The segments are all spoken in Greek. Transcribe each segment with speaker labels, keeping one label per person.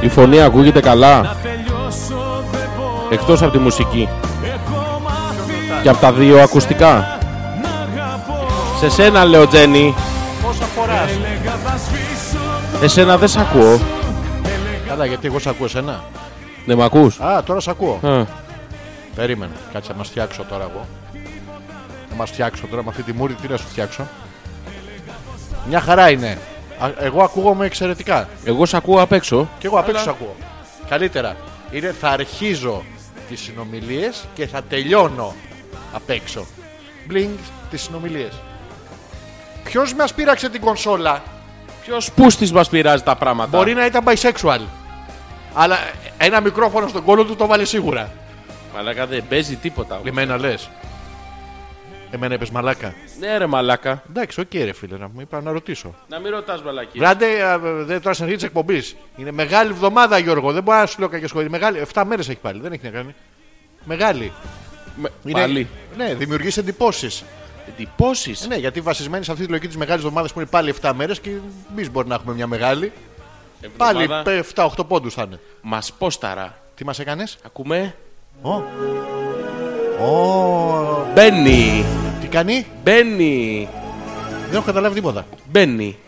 Speaker 1: Η φωνή ακούγεται καλά
Speaker 2: τελειώσω δεν μπορώ
Speaker 1: εκτός από τη μουσική
Speaker 2: Έχω μάθει
Speaker 1: και από τα δύο ακουστικά.
Speaker 2: να αγαπώ
Speaker 1: Σε σένα λέω Τζένι,
Speaker 3: Πόσα φοράς.
Speaker 2: Έλεγα θα σβήσω
Speaker 1: εσένα δεν σ' ακούω.
Speaker 3: Καλά, γιατί εγώ σ' ακούω εσένα.
Speaker 1: Δεν μ' ακούς.
Speaker 3: Α, τώρα σ' ακούω.
Speaker 1: Α,
Speaker 3: Περίμενε. Κάτσε να μας φτιάξω τώρα εγώ. Να μας φτιάξω τώρα με αυτή τη μούρη, τι να σου φτιάξω. Μια χαρά είναι. Α, εγώ ακούγομαι εξαιρετικά.
Speaker 1: Εγώ σ' ακούω απ' έξω.
Speaker 3: Και εγώ απ' έξω σ' ακούω. Καλύτερα. Είναι θα αρχίζω τις συνομιλίες και θα τελειώνω απ' έξω. Μπλινγκ τις συνομιλίες. Ποιος μας πήραξε την κονσόλα.
Speaker 1: Ποιος πούστης μας πειράζει τα πράγματα.
Speaker 3: Μπορεί να ήταν bisexual. Αλλά ένα μικρόφωνο στον κόλλο του το βάλε σίγουρα.
Speaker 1: Μαλάκα δεν παίζει τίποτα.
Speaker 3: Εμένα λες. Εμένα είπες μαλάκα.
Speaker 1: Ναι ρε μαλάκα.
Speaker 3: Εντάξει, οκ, ρε φίλε, να μου είπα να ρωτήσω.
Speaker 1: Να μην ρωτάς μαλακή.
Speaker 3: Βράντε, α, ε, δεν τώρα στην αρχή της εκπομπής. Είναι μεγάλη εβδομάδα, Γιώργο. Δεν μπορώ να σου λέω κακέ σχόλια. Μεγάλη. 7 μέρες έχει πάλι, δεν έχει να κάνει. Μεγάλη. Είναι...
Speaker 1: Πάλι.
Speaker 3: Ναι, δημιουργείς εντυπώσεις.
Speaker 1: Εντυπώσεις.
Speaker 3: Ναι, γιατί βασισμένη σε αυτή τη λογική της μεγάλης εβδομάδα που είναι πάλι 7 μέρες και εμείς μπορεί να έχουμε μια μεγάλη. Πάλι
Speaker 1: Εβδομάδα.
Speaker 3: 7-8 πόντους θα είναι.
Speaker 1: Μας πόσταρα.
Speaker 3: Τι μας έκανες.
Speaker 1: Ακούμε.
Speaker 3: Ω. Ω.
Speaker 1: Μπαίνει.
Speaker 3: Τι κάνει.
Speaker 1: Μπαίνει.
Speaker 3: Δεν έχω καταλάβει τίποτα.
Speaker 1: Μπαίνει.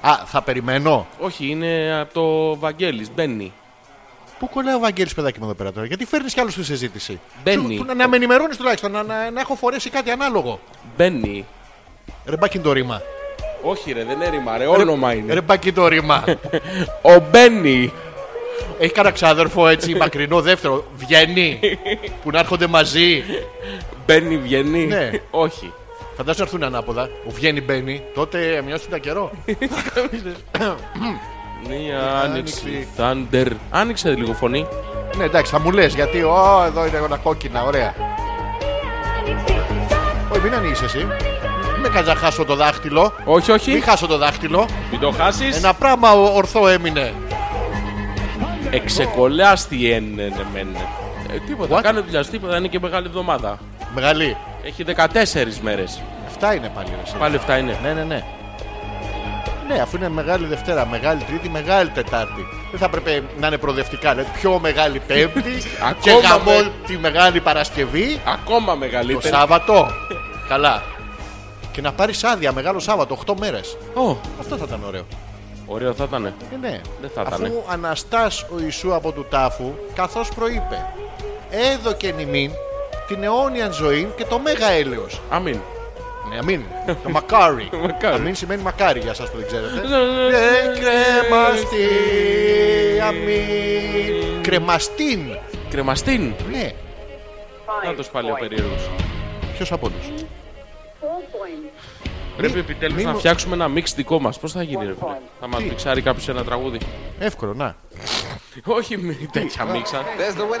Speaker 3: Α, θα περιμένω.
Speaker 1: Όχι, είναι από το Βαγγέλης. Μπαίνει.
Speaker 3: Πού κολλάει ο Βαγγέλης παιδάκι μου εδώ πέρα τώρα, Γιατί φέρνεις κι άλλο στη συζήτηση.
Speaker 1: Μπαίνει.
Speaker 3: Του- του- να, να με ενημερώνεις τουλάχιστον, να, να, να έχω φορέσει κάτι ανάλογο.
Speaker 1: Μπαίνει.
Speaker 3: Ρεμπάκι το ρήμα.
Speaker 1: Όχι ρε, δεν έρημα ρε, όνομα είναι.
Speaker 3: Ρεμπάκι το ρήμα.
Speaker 1: Ο Μπένι.
Speaker 3: Έχει κανένα ξάδερφο έτσι μακρινό δεύτερο. Βγαίνει. που να έρχονται μαζί.
Speaker 1: Μπαίνει, βγαίνει.
Speaker 3: Ναι.
Speaker 1: Όχι.
Speaker 3: Φαντάζομαι να έρθουν ανάποδα. Ο βγαίνει μπαίνει. Τότε μοιάζει τα καιρό.
Speaker 1: Μία
Speaker 3: άνοιξη.
Speaker 1: άνοιξη. Thunder. Άνοιξε λίγο φωνή.
Speaker 3: ναι, εντάξει, θα μου λες γιατί. Ω, εδώ είναι όλα κόκκινα, ωραία. Όχι, μην ανοίγεις εσύ. Με κάνεις να χάσω το δάχτυλο.
Speaker 1: Όχι, όχι.
Speaker 3: Μην χάσω το δάχτυλο.
Speaker 1: Μην το χάσεις.
Speaker 3: Ένα πράγμα ο- ορθό έμεινε.
Speaker 1: Εξεκολιάστη ένενε μεν. Ε, τίποτα.
Speaker 3: What?
Speaker 1: Κάνε δουλειά. Τίποτα. Είναι και μεγάλη εβδομάδα.
Speaker 3: Μεγάλη.
Speaker 1: Έχει 14 μέρε.
Speaker 3: Αυτά είναι πάλι. ρε, εσύ.
Speaker 1: Πάλι 7 είναι.
Speaker 3: Ναι, ναι, ναι. Ναι, αφού είναι Μεγάλη Δευτέρα, Μεγάλη Τρίτη, Μεγάλη Τετάρτη. Δεν θα έπρεπε να είναι προοδευτικά. Δηλαδή πιο Μεγάλη Πέμπτη και
Speaker 1: Ακόμα
Speaker 3: γαμό
Speaker 1: με-
Speaker 3: τη Μεγάλη Παρασκευή.
Speaker 1: Ακόμα
Speaker 3: Το
Speaker 1: μεγαλύτερη.
Speaker 3: Σάββατο. Καλά. Και να πάρεις άδεια Μεγάλο Σάββατο, 8 μέρες.
Speaker 1: Ω,
Speaker 3: Αυτό θα ήταν ωραίο.
Speaker 1: ωραίο θα ήταν.
Speaker 3: Ε, ναι.
Speaker 1: Δεν θα
Speaker 3: Αφού
Speaker 1: ήτανε.
Speaker 3: αναστάς ο Ιησού από του τάφου, καθώς προείπε, έδωκεν ημίν την αιώνια ζωή και το μέγα έλεος.
Speaker 1: Αμήν.
Speaker 3: Ναι, αμήν. Το μακάρι.
Speaker 1: Μακάρι.
Speaker 3: αμήν σημαίνει μακάρι για εσά που δεν ξέρετε. Ε,
Speaker 1: Ναι.
Speaker 3: Δεν κρεμαστεί. Αμήν. Κρεμαστήν.
Speaker 1: Κρεμαστήν.
Speaker 3: Ναι.
Speaker 1: Να το πάλι ο περίεργος.
Speaker 3: Ποιος από όλους.
Speaker 1: Πρέπει επιτέλου
Speaker 3: μη
Speaker 1: να
Speaker 3: μου-
Speaker 1: φτιάξουμε ένα μίξ δικό μας. Πώς θα γίνει, ρε φίλε. Θα μας μιξάρει κάποιος ένα τραγούδι.
Speaker 3: Εύκολο, να.
Speaker 1: Όχι, μη- τέτοια μίξα.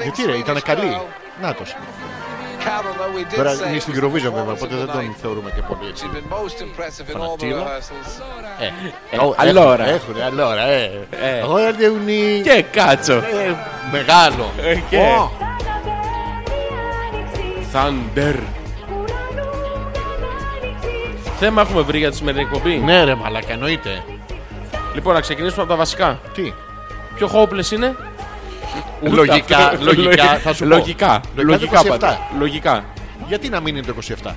Speaker 3: Γιατί ρε, ήταν καλή. Να το. Τώρα είναι στην Eurovision βέβαια, οπότε δεν τον θεωρούμε και πολύ έτσι. Φανατήλα. Ε,
Speaker 1: ε, allora.
Speaker 3: Έχουν, allora, ε.
Speaker 1: Ε.
Speaker 3: Guardi un-
Speaker 1: Και κάτσο.
Speaker 3: ε, Μεγάλο.
Speaker 1: Ε, και-
Speaker 3: Ω,
Speaker 1: Thunder. Θέμα έχουμε βρει για τη σημερινή εκπομπή.
Speaker 3: Ναι, ρε, μαλακά, εννοείται.
Speaker 1: Λοιπόν, να ξεκινήσουμε από τα βασικά.
Speaker 3: Τι.
Speaker 1: Πιο hopeless είναι. Ούτε
Speaker 3: Λογικά,
Speaker 1: αυτό.
Speaker 3: λογικά, θα σου πω.
Speaker 1: Λογικά.
Speaker 3: Λογικά
Speaker 1: Λογικά,
Speaker 3: το 27.
Speaker 1: πάντα. Λογικά.
Speaker 3: Γιατί να μην είναι το 27.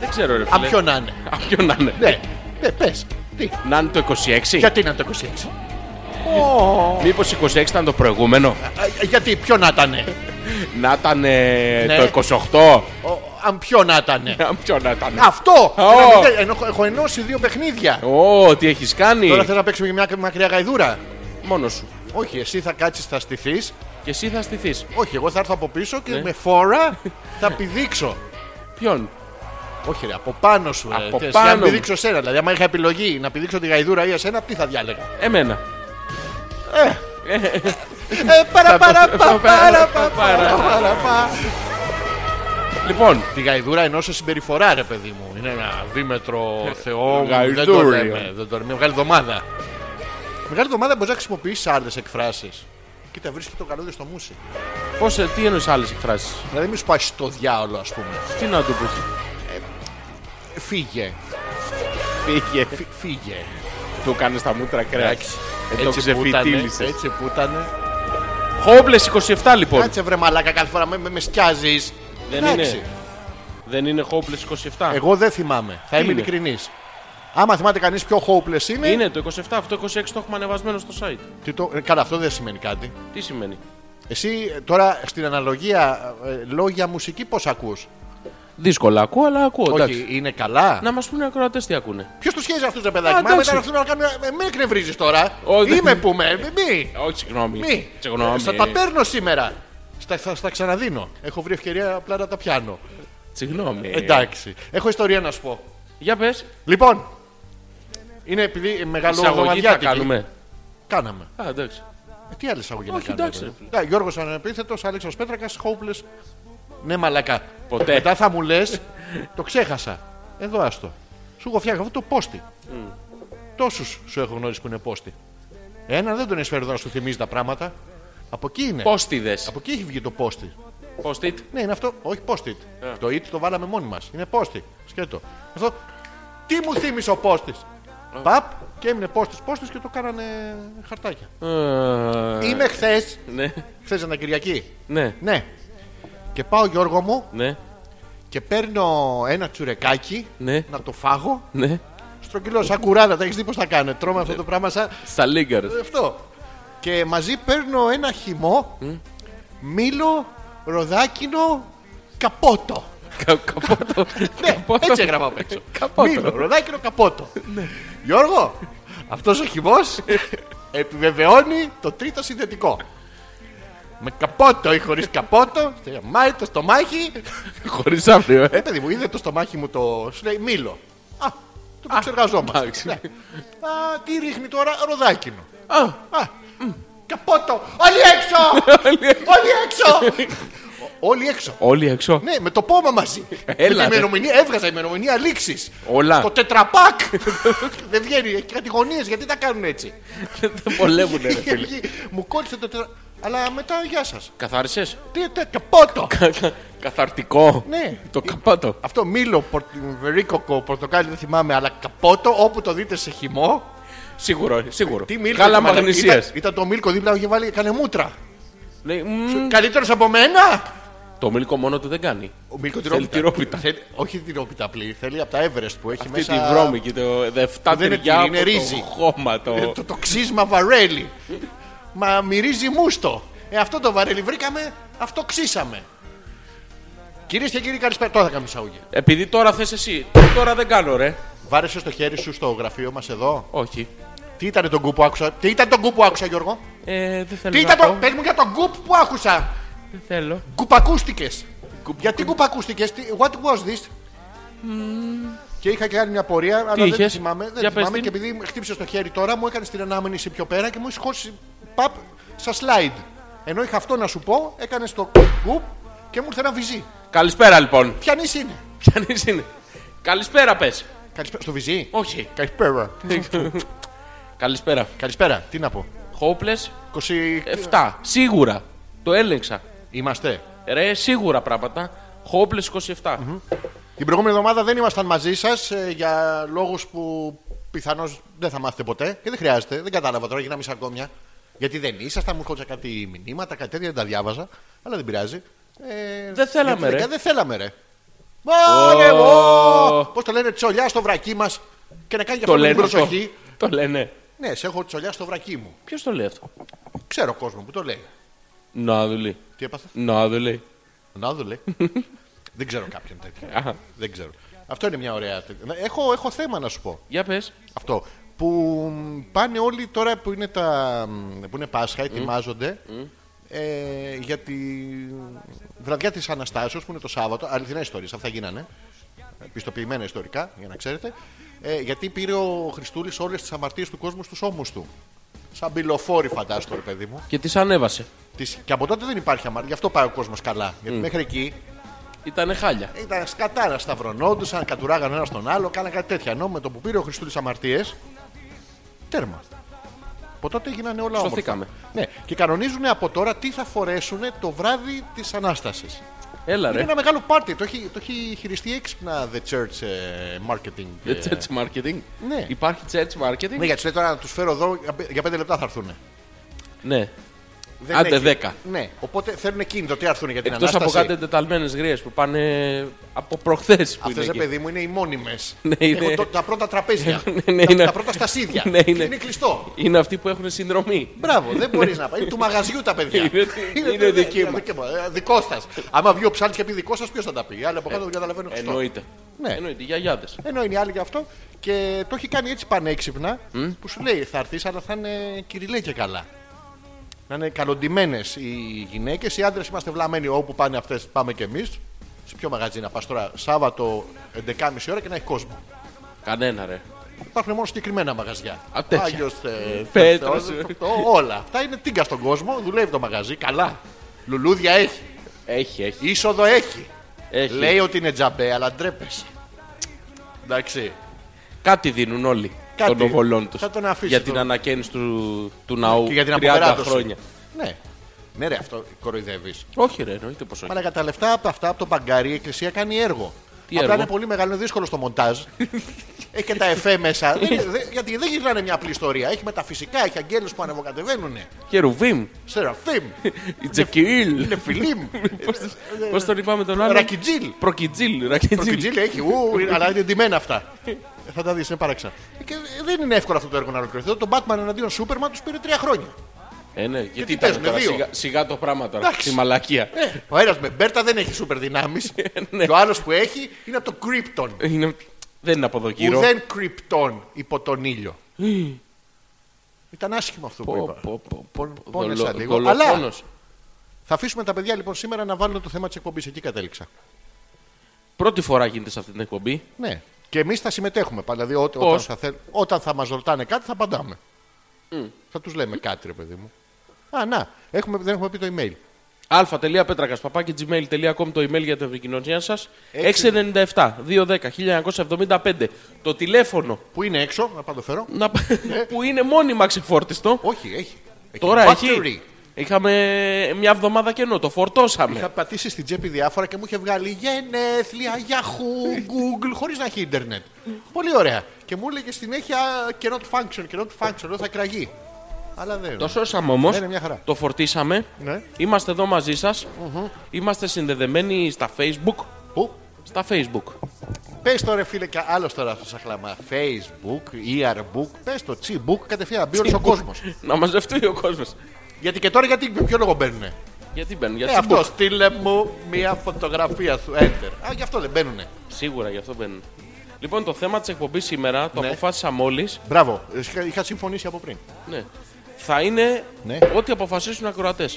Speaker 1: Δεν ξέρω, ρε φίλε.
Speaker 3: Απ' ποιο να είναι.
Speaker 1: Απ' ποιο να είναι.
Speaker 3: Ναι, ε, πες. Τι.
Speaker 1: Να είναι το 26.
Speaker 3: Γιατί να είναι το 26.
Speaker 1: Μήπω 26 ήταν το προηγούμενο.
Speaker 3: Α, Γιατί, ποιο να ήταν.
Speaker 1: Να ήταν ε,
Speaker 3: Ναι.
Speaker 1: το 28.
Speaker 3: Ο- Αν ποιο να ήταν.
Speaker 1: Απ' ποιο να ήταν.
Speaker 3: Αυτό!
Speaker 1: Ω.
Speaker 3: Ένα μηδέν. Ενώ- Έχω ενώσει δύο παιχνίδια.
Speaker 1: Ω, τι έχεις κάνει.
Speaker 3: Τώρα θέλω να παίξουμε για μια μακριά γαϊδούρα.
Speaker 1: Μόνος σου.
Speaker 3: Όχι, εσύ θα κάτσεις, θα στηθείς.
Speaker 1: Και εσύ θα στηθείς.
Speaker 3: Όχι, εγώ θα έρθω από πίσω και με φόρα θα πηδήξω.
Speaker 1: Ποιον.
Speaker 3: Όχι, ρε, από πάνω σου. Ρε.
Speaker 1: Από
Speaker 3: Θες
Speaker 1: πάνω
Speaker 3: Να
Speaker 1: μου.
Speaker 3: πηδήξω σένα. Δηλαδή, άμα είχα επιλογή να πηδήξω τη γαϊδούρα ή εσένα, τι θα διάλεγα.
Speaker 1: Εμένα.
Speaker 3: ε, παρα, παρα, πα,
Speaker 1: Θα- θα-
Speaker 3: παρα, πα, παρα, παρα, πα.
Speaker 1: Λοιπόν,
Speaker 3: Τη γαϊδούρα εννοώ σε συμπεριφορά, ρε παιδί μου. Είναι ένα δίμετρο θεό. μου,
Speaker 1: Ε,
Speaker 3: δεν το
Speaker 1: Γαϊδούριο.
Speaker 3: λέμε. Δεν το λέμε. Μεγάλη εβδομάδα. Μεγάλη εβδομάδα μπορείς να χρησιμοποιήσει άλλες εκφράσεις. Κοίτα, βρίσκει το καλώδιο στο μουσι.
Speaker 1: πώς, ε, τι εννοείς άλλες εκφράσεις.
Speaker 3: Δηλαδή, μην σου πάει στο διάολο, ας πούμε.
Speaker 1: Τι να του πεις.
Speaker 3: Φύγε.
Speaker 1: Φύγε.
Speaker 3: Φύ- Φύγε.
Speaker 1: Του κάνεις τα μούτρα κρέας.
Speaker 3: Εντάξει.
Speaker 1: Ε, το ξεφυτίλησες.
Speaker 3: Έτσι που ήταν.
Speaker 1: Χόμπλε 27 λοιπόν.
Speaker 3: Κάτσε βρε μαλάκα κάθε φορά με, με, με σκιάζεις.
Speaker 1: Δεν είναι. Δεν είναι χόμπλε 27.
Speaker 3: Εγώ δεν θυμάμαι. Θα είμαι
Speaker 1: είναι?
Speaker 3: ειλικρινής. Άμα θυμάται κανείς πιο hopeless είναι.
Speaker 1: Είναι το 27, αυτό 26 το έχουμε ανεβασμένο στο site.
Speaker 3: Τι το... ε, Καλά, αυτό δεν σημαίνει κάτι.
Speaker 1: Τι σημαίνει.
Speaker 3: Εσύ ε, τώρα στην αναλογία ε, λόγια μουσική πώς ακούς.
Speaker 1: Δύσκολα ακούω, αλλά ακούω. εντάξει.
Speaker 3: Όχι, είναι καλά.
Speaker 1: Να μας πούνε οι ακροατές τι ακούνε.
Speaker 3: Ποιος του χέζει αυτούς ρε
Speaker 1: Α,
Speaker 3: παιδάκι. Μα
Speaker 1: εντάξει.
Speaker 3: μετά αυτούς να κάνουν. ε, Με εκνευρίζεις τώρα.
Speaker 1: Ω, δεν-
Speaker 3: Είμαι που με. ε, Μη.
Speaker 1: Όχι, συγγνώμη.
Speaker 3: Μη.
Speaker 1: Συγγνώμη.
Speaker 3: Στα τα παίρνω σήμερα. Στα, θα, στα ξαναδίνω. Έχω βρει ευκαιρία απλά να τα πιάνω.
Speaker 1: Συγγνώμη.
Speaker 3: Εντάξει. Έχω ιστορία να σου πω.
Speaker 1: Ε, Για πες.
Speaker 3: Λοιπόν. Είναι επειδή μεγάλο
Speaker 1: Εισαγωγή θα
Speaker 3: εβδομαδιάτικη.
Speaker 1: κάνουμε.
Speaker 3: Κάναμε.
Speaker 1: Α, εντάξει.
Speaker 3: Ε, τι άλλη εισαγωγή
Speaker 1: Όχι,
Speaker 3: να κάνουμε.
Speaker 1: εντάξει, ρε
Speaker 3: Ναι, Γιώργος Ανεπίθετος, Αλέξο Πέτρακας, Hopeless. Ναι, μαλακά.
Speaker 1: Ποτέ.
Speaker 3: Μετά θα μου λες, το ξέχασα. Εδώ άστο. Σου έχω φτιάξει αυτό το πόστι. Τόσους σου έχω γνωρίσει που είναι πόστι. Ένα δεν τον εσφέρει εδώ να σου θυμίζει τα πράγματα. Από εκεί είναι.
Speaker 1: Πόστιδες.
Speaker 3: Από εκεί έχει βγει το πόστι.
Speaker 1: Πόστιτ.
Speaker 3: Ναι, είναι αυτό. Όχι post-it.
Speaker 1: Ε.
Speaker 3: Το it το βάλαμε μόνοι μας. Είναι post-it. Σκέτο. Αυτό. Τι μου θύμισε ο post
Speaker 1: Ε.
Speaker 3: Παπ και έμεινε post-it, post-it και το κάνανε χαρτάκια.
Speaker 1: Ε,
Speaker 3: Είμαι χθες.
Speaker 1: Ναι,
Speaker 3: Χθες ήταν Κυριακή.
Speaker 1: ναι,
Speaker 3: Ναι. Και πάω Γιώργο μου
Speaker 1: ναι,
Speaker 3: και παίρνω ένα τσουρεκάκι
Speaker 1: Ναι.
Speaker 3: να το φάγω.
Speaker 1: ναι.
Speaker 3: Στρογγυλό, σαν κουράδα. Τα έχεις δει πώς τα κάνω. Τρώμε αυτό το πράγμα σαν
Speaker 1: Στα λίγκαρ.
Speaker 3: αυτό. Και μαζί παίρνω ένα χυμό, μήλο, ροδάκινο, καπότο.
Speaker 1: Καπότο.
Speaker 3: Ναι,
Speaker 1: Καπότο.
Speaker 3: έτσι έγραφα απ' έξω.
Speaker 1: Καπότο. Ναι.
Speaker 3: Μήλο, ροδάκινο, καπότο. Γιώργο, αυτός ο χυμός επιβεβαιώνει το τρίτο συνδετικό. Με καπότο ή χωρίς καπότο, μάει το στομάχι.
Speaker 1: Χωρίς αύριο,
Speaker 3: Ε,
Speaker 1: ε.
Speaker 3: παιδί μου, είδε το στομάχι μου το. Σου λέει μήλο. Α, το επεξεργαζόμαστε.
Speaker 1: εντάξει.
Speaker 3: Ναι. Α, τι ρίχνει τώρα, ροδάκινο.
Speaker 1: Α,
Speaker 3: Α, καπότο. Όλοι έξω! Όλοι έξω! Ο- Όλοι έξω.
Speaker 1: Όλοι έξω.
Speaker 3: Ναι, με το πόμα μαζί.
Speaker 1: Έλα,
Speaker 3: με
Speaker 1: ρε.
Speaker 3: την ημερομηνία, έβγαζα ημερομηνία λήξης.
Speaker 1: Όλα.
Speaker 3: Το τετραπάκ. Δεν βγαίνει, έχει κατηγονίε γιατί τα κάνουν έτσι.
Speaker 1: Δεν πολεύουνε, Ναι, ρε φίλε.
Speaker 3: Βγει, Μου κόλλησε το τετραπάκ. Αλλά μετά γεια σας.
Speaker 1: Καθάρισες.
Speaker 3: Τι τέτοιο, πότο.
Speaker 1: Καθαρτικό.
Speaker 3: Ναι.
Speaker 1: Το καπάτο.
Speaker 3: Αυτό μήλο, πορτ- βερίκοκο, πορτοκάλι δεν θυμάμαι, αλλά καπότο όπου το δείτε σε χυμό.
Speaker 1: Σίγουρο, ε, σίγουρο.
Speaker 3: Τι μήλο.
Speaker 1: Γάλα
Speaker 3: ρε μαλάκα.
Speaker 1: μαγνησία.
Speaker 3: Ήταν, ήταν το μήλο δίπλα μου και βάλει, έκανε μούτρα.
Speaker 1: Το
Speaker 3: Καλύτερος από μένα.
Speaker 1: μήλικο μόνο του δεν κάνει.
Speaker 3: Ο Μίλκο
Speaker 1: Θέλει
Speaker 3: τυρόπιτα.
Speaker 1: τυρόπιτα.
Speaker 3: Θέλει- όχι τυρόπιτα απλή, θέλει από τα Everest που έχει
Speaker 1: Αυτή
Speaker 3: μέσα.
Speaker 1: τη βρώμικη, το δε φτά
Speaker 3: Δεν είναι
Speaker 1: τυριά
Speaker 3: τυρί, είναι
Speaker 1: από
Speaker 3: ρύζι.
Speaker 1: το χώμα
Speaker 3: Ε,
Speaker 1: το...
Speaker 3: το, το ξύσμα βαρέλι. Μα μυρίζει μουστο. Ε, αυτό το βαρέλι βρήκαμε, αυτό ξύσαμε. Κυρίες και κύριοι, καλησπέρα. Τώρα θα κάνουμε εισαγωγή.
Speaker 1: Επειδή τώρα θες εσύ, τώρα δεν κάνω ρε.
Speaker 3: Βάρεσες το χέρι σου στο γραφείο μας εδώ.
Speaker 1: Όχι.
Speaker 3: Τι ήταν τον γκου που άκουσα, Τι ήταν τον γκου που άκουσα, Γιώργο.
Speaker 1: Ε, δεν θέλω
Speaker 3: Τι
Speaker 1: να
Speaker 3: ήταν
Speaker 1: πω.
Speaker 3: το. Πες μου για τον γκουπ που άκουσα.
Speaker 1: Δεν θέλω.
Speaker 3: Κουπακούστηκε. Γιατί κουπακούστηκε, what was this. Και είχα και άλλη μια πορεία, αλλά δεν τη
Speaker 1: είχες?
Speaker 3: θυμάμαι. Δεν
Speaker 1: Για
Speaker 3: τη
Speaker 1: πες
Speaker 3: θυμάμαι και
Speaker 1: την.
Speaker 3: επειδή χτύπησε το χέρι τώρα, μου έκανες την ανάμενηση πιο πέρα και μου είχε χώσει παπ στα slide. Ενώ είχα αυτό να σου πω, έκανες το κουπ και μου ήρθε ένα βυζί.
Speaker 1: Καλησπέρα λοιπόν.
Speaker 3: Ποια νύση είναι.
Speaker 1: Ποιανής είναι. Καλησπέρα πες.
Speaker 3: Καλησπέρα. Στο βυζί.
Speaker 1: Όχι.
Speaker 3: Καλησπέρα.
Speaker 1: Καλησπέρα.
Speaker 3: Καλησπέρα. Τι να πω.
Speaker 1: Χόπλες
Speaker 3: 20...
Speaker 1: 7. Σίγουρα. Το έλεγξα.
Speaker 3: Είμαστε.
Speaker 1: Ρε, σίγουρα πράγματα. Χόπλες 27.
Speaker 3: Την προηγούμενη εβδομάδα δεν ήμασταν μαζί σας για λόγους που πιθανώς δεν θα μάθετε ποτέ και δεν χρειάζεται. Δεν κατάλαβα τώρα, γίναμε ακόμη. Γιατί δεν ήσασταν, μου έρχονταν κάτι μηνύματα, κάτι τέτοια, δεν τα διάβαζα. Αλλά δεν πειράζει. Ε,
Speaker 1: Δεν θέλαμε,
Speaker 3: γιατί
Speaker 1: ρε.
Speaker 3: Δεν θέλαμε, ρε.
Speaker 1: Ω.
Speaker 3: Πώς το λένε, τσολιά στο βρακί μας και να κάνει και
Speaker 1: Το
Speaker 3: αυτό με
Speaker 1: λένε
Speaker 3: την
Speaker 1: αυτό.
Speaker 3: προσοχή.
Speaker 1: Το λένε.
Speaker 3: Ναι, σε έχω τσολιά στο βρακί μου.
Speaker 1: Ποιος το λέει αυτό.
Speaker 3: Ξέρω κόσμο που το λέει.
Speaker 1: Να δουλεί.
Speaker 3: Τι έπαθες.
Speaker 1: Να δουλεί.
Speaker 3: Να δω, λέει. δεν ξέρω κάποιον τέτοιο.
Speaker 1: Α,
Speaker 3: δεν ξέρω. Αυτό είναι μια ωραία. τε- Έχω, έχω θέμα να σου πω.
Speaker 1: Για πες.
Speaker 3: Αυτό. Που μ, πάνε όλοι τώρα που είναι, τα, μ, που είναι Πάσχα, ετοιμάζονται ε, για τη βραδιά της Αναστάσεως που είναι το Σάββατο. Αληθινά ιστορίες, αυτά γίνανε. Πιστοποιημένα ιστορικά, για να ξέρετε. Ε, γιατί πήρε ο Χριστούλης όλες τις αμαρτίες του κόσμου στους ώμους του. Σαν πυλοφόρη φαντάστο, ρε παιδί μου.
Speaker 1: Και τις ανέβασε.
Speaker 3: Τις- Και από τότε δεν υπάρχει αμαρτία. Γι' αυτό πάει ο κόσμος καλά. Γιατί μέχρι εκεί
Speaker 1: Ήτανε χάλια.
Speaker 3: ήταν σκατάρα, σταυρωνόντουσαν, κατουράγαν ένα τον άλλο, κάναν κάτι τέτοια. Ενώ με το που πήρε ο Χριστούλης Αμαρτίες, τέρμα. Από τότε έγιναν όλα όμορφα.
Speaker 1: Σωθήκαμε.
Speaker 3: Ναι, και κανονίζουν από τώρα τι θα φορέσουν το βράδυ της Ανάστασης.
Speaker 1: Έλα
Speaker 3: Είναι
Speaker 1: ρε.
Speaker 3: ένα μεγάλο πάρτι. Το έχει, το έχει χειριστεί έξυπνα The Church ε, Marketing. ε.
Speaker 1: The Church marketing.
Speaker 3: Ναι.
Speaker 1: Υπάρχει church marketing.
Speaker 3: Ναι, γιατί σου λέει τώρα να τους φέρω εδώ για 5 λεπτά θα έρθουν.
Speaker 1: Ναι.
Speaker 3: Δεν
Speaker 1: Άντε
Speaker 3: έχει.
Speaker 1: δέκα.
Speaker 3: Ναι, οπότε θέλουν κίνητο. Τι έρθουν για την
Speaker 1: Εκτός από
Speaker 3: ανάσταση.
Speaker 1: κάτι τεταλμένε γρίε που πάνε από προχθές που
Speaker 3: Αυτές,
Speaker 1: είναι.
Speaker 3: ρε
Speaker 1: εκεί.
Speaker 3: παιδί μου, είναι οι μόνιμες.
Speaker 1: Ναι, είναι-
Speaker 3: τα πρώτα τραπέζια.
Speaker 1: Ναι, ναι,
Speaker 3: τα,
Speaker 1: είναι-
Speaker 3: τα πρώτα στασίδια.
Speaker 1: Ναι, είναι-
Speaker 3: είναι κλειστό.
Speaker 1: Είναι αυτοί που έχουν συνδρομή.
Speaker 3: Μπράβο, δεν μπορείς να πάει. Είναι του μαγαζιού τα παιδιά.
Speaker 1: Είναι- είναι δική
Speaker 3: είναι
Speaker 1: μας.
Speaker 3: Ε, Δικό σας. Άμα βγει ο ψάρι και πει δικό σας, ποιος θα τα πει. Άλλοι από κάτω δεν καταλαβαίνουν. χριστό.
Speaker 1: Ε, Εννοείται.
Speaker 3: Ναι.
Speaker 1: Εννοείται. Γιαγιάδες.
Speaker 3: Ενώ είναι οι άλλοι γι' αυτό. Και το έχει κάνει έτσι πανέξυπνα που σου λέει θα έρθεις, αλλά θα είναι κυριλέ και καλά. Να είναι καλοντημένε οι γυναίκες. Οι άντρες είμαστε βλαμμένοι όπου πάνε αυτές, πάμε κι εμείς. Σε ποιο μαγαζί να πας τώρα, Σάββατο 11.30 ώρα και να έχει κόσμο.
Speaker 1: Κανένα ρε.
Speaker 3: Υπάρχουν μόνο συγκεκριμένα μαγαζιά.
Speaker 1: Α, τέτοια.
Speaker 3: Άγιος, ε,
Speaker 1: Πέτρος.
Speaker 3: Θεός, αυτό, όλα. Αυτά είναι τίγκα στον κόσμο. Δουλεύει το μαγαζί καλά. Λουλούδια έχει.
Speaker 1: Έχει, έχει.
Speaker 3: Είσοδο έχει.
Speaker 1: έχει.
Speaker 3: Λέει ότι είναι τζαμπέ, αλλά ντρέπεσαι. Εντάξει.
Speaker 1: Κάτι δίνουν όλοι
Speaker 3: Κάτι.
Speaker 1: των οβολών τους.
Speaker 3: Θα τον αφήσω
Speaker 1: Για
Speaker 3: τον-
Speaker 1: την ανακαίνιση του, του ναού
Speaker 3: Και για την
Speaker 1: 30
Speaker 3: αποπεράτωση.
Speaker 1: χρόνια.
Speaker 3: Ναι. Ναι, ρε, αυτό κοροϊδεύεις.
Speaker 1: Όχι, ρε, εννοείται πως όχι.
Speaker 3: Μα για τα λεφτά από αυτά, από το μπαγκάρι, η εκκλησία κάνει έργο.
Speaker 1: Τι
Speaker 3: Απλά
Speaker 1: έργο?
Speaker 3: είναι πολύ μεγάλο, είναι δύσκολο στο μοντάζ. έχει και τα εφέ μέσα. δεν, δεν- γιατί δεν γυρνάνε μια απλή ιστορία. Έχει μεταφυσικά, έχει αγγέλους που ανεβοκατεβαίνουν.
Speaker 1: Χερουβίμ,
Speaker 3: Σεραφείμ,
Speaker 1: Τζεκιήλ.
Speaker 3: Νεφιλίμ,
Speaker 1: Πώ τον είπαμε τον άλλο.
Speaker 3: Ρακιτζίλ.
Speaker 1: Προκιτζίλ. Ρακιτζίλ.
Speaker 3: Προκιτζίλ έχει, ου, είναι- αλλά είναι ντυμένα αυτά. Θα τα δεις, είναι παράξενα. Και δεν είναι εύκολο αυτό το έργο να ολοκληρωθεί. Το Batman εναντίον Σούπερμαν τους πήρε τρία χρόνια.
Speaker 1: Ε, ναι, γιατί
Speaker 3: τι
Speaker 1: ήταν
Speaker 3: παίζουνε,
Speaker 1: τώρα
Speaker 3: δύο.
Speaker 1: σιγά, σιγά το πράγμα τώρα.
Speaker 3: Εντάξει.
Speaker 1: Στη μαλακία.
Speaker 3: Ε, Ο ένας με μπέρτα δεν έχει σούπερ δυνάμει.
Speaker 1: Ναι.
Speaker 3: και ο άλλος που έχει είναι από το Krypton.
Speaker 1: Είναι- Δεν είναι από εδώ γύρω. Ε.
Speaker 3: Ουδέν Krypton υπό τον ήλιο. Ήταν άσχημο αυτό που
Speaker 1: Πω,
Speaker 3: είπα.
Speaker 1: πω, πω, πω, πω.
Speaker 3: πόνεσα
Speaker 1: Δολο-
Speaker 3: λίγο,
Speaker 1: δολοφόνος.
Speaker 3: Θα αφήσουμε τα παιδιά λοιπόν σήμερα να βάλουν το θέμα της εκπομπής. Εκεί κατέληξα.
Speaker 1: Πρώτη φορά γίνεται σε αυτή την εκπομπή.
Speaker 3: Ναι. Και εμείς θα συμμετέχουμε. Πα- Δηλαδή, ό, όταν,
Speaker 1: Πώς?
Speaker 3: θα θέλ, όταν θα μας ρωτάνε κάτι, θα απαντάμε. Θα τους λέμε κάτι, ρε παιδί μου. Α, να. Έχουμε, δεν έχουμε πει το email.
Speaker 1: αλφα.πέτρακα παπάκι gmail.com το email για την επικοινωνία σας. 697-210-1975. Το τηλέφωνο
Speaker 3: Που είναι έξω, να πάω το φέρω.
Speaker 1: να...
Speaker 3: Ναι.
Speaker 1: που είναι μόνιμα ξεφόρτιστο.
Speaker 3: Όχι, έχει. έχει
Speaker 1: Τώρα
Speaker 3: battery.
Speaker 1: εκεί είχαμε μια εβδομάδα κενό. Το φορτώσαμε.
Speaker 3: Είχα πατήσει στην τσέπη διάφορα και μου είχε βγάλει γενέθλια, Yahoo, Google, χωρίς να έχει Ιντερνετ. Πολύ ωραία. Και μου έλεγε συνέχεια cannot function, cannot function, λέω θα κραγεί. Αλλά δεν.
Speaker 1: Το σώσαμε όμως.
Speaker 3: Ναι, ναι, μια χαρά.
Speaker 1: Το φορτίσαμε.
Speaker 3: Ναι.
Speaker 1: Είμαστε εδώ μαζί σας. Είμαστε συνδεδεμένοι στα Facebook.
Speaker 3: Πού?
Speaker 1: Στα Facebook.
Speaker 3: Πες τώρα, φίλε, και άλλος τώρα αυτός σαν χλαμά. Facebook, ERBook, πες το Chbook, κατευθείαν να μπει όλος ο κόσμος.
Speaker 1: Να μαζευτεί ο κόσμος.
Speaker 3: γιατί και τώρα, γιατί ποιο λόγο μπαίνουνε.
Speaker 1: Γιατί μπαίνουν,
Speaker 3: Ε,
Speaker 1: γιατί
Speaker 3: αυτό, στείλε μου μία φωτογραφία σου, enter. Α, γι' αυτό δεν μπαίνουνε.
Speaker 1: Σίγουρα γι' αυτό μπαίνουν. Λοιπόν, το θέμα της εκπομπής σήμερα το
Speaker 3: Ναι.
Speaker 1: αποφάσισα μόλι.
Speaker 3: Μπράβο, ε, είχα- είχα συμφωνήσει από πριν.
Speaker 1: Ναι. Θα είναι
Speaker 3: Ναι.
Speaker 1: ό,τι αποφασίσουν οι ακροατές.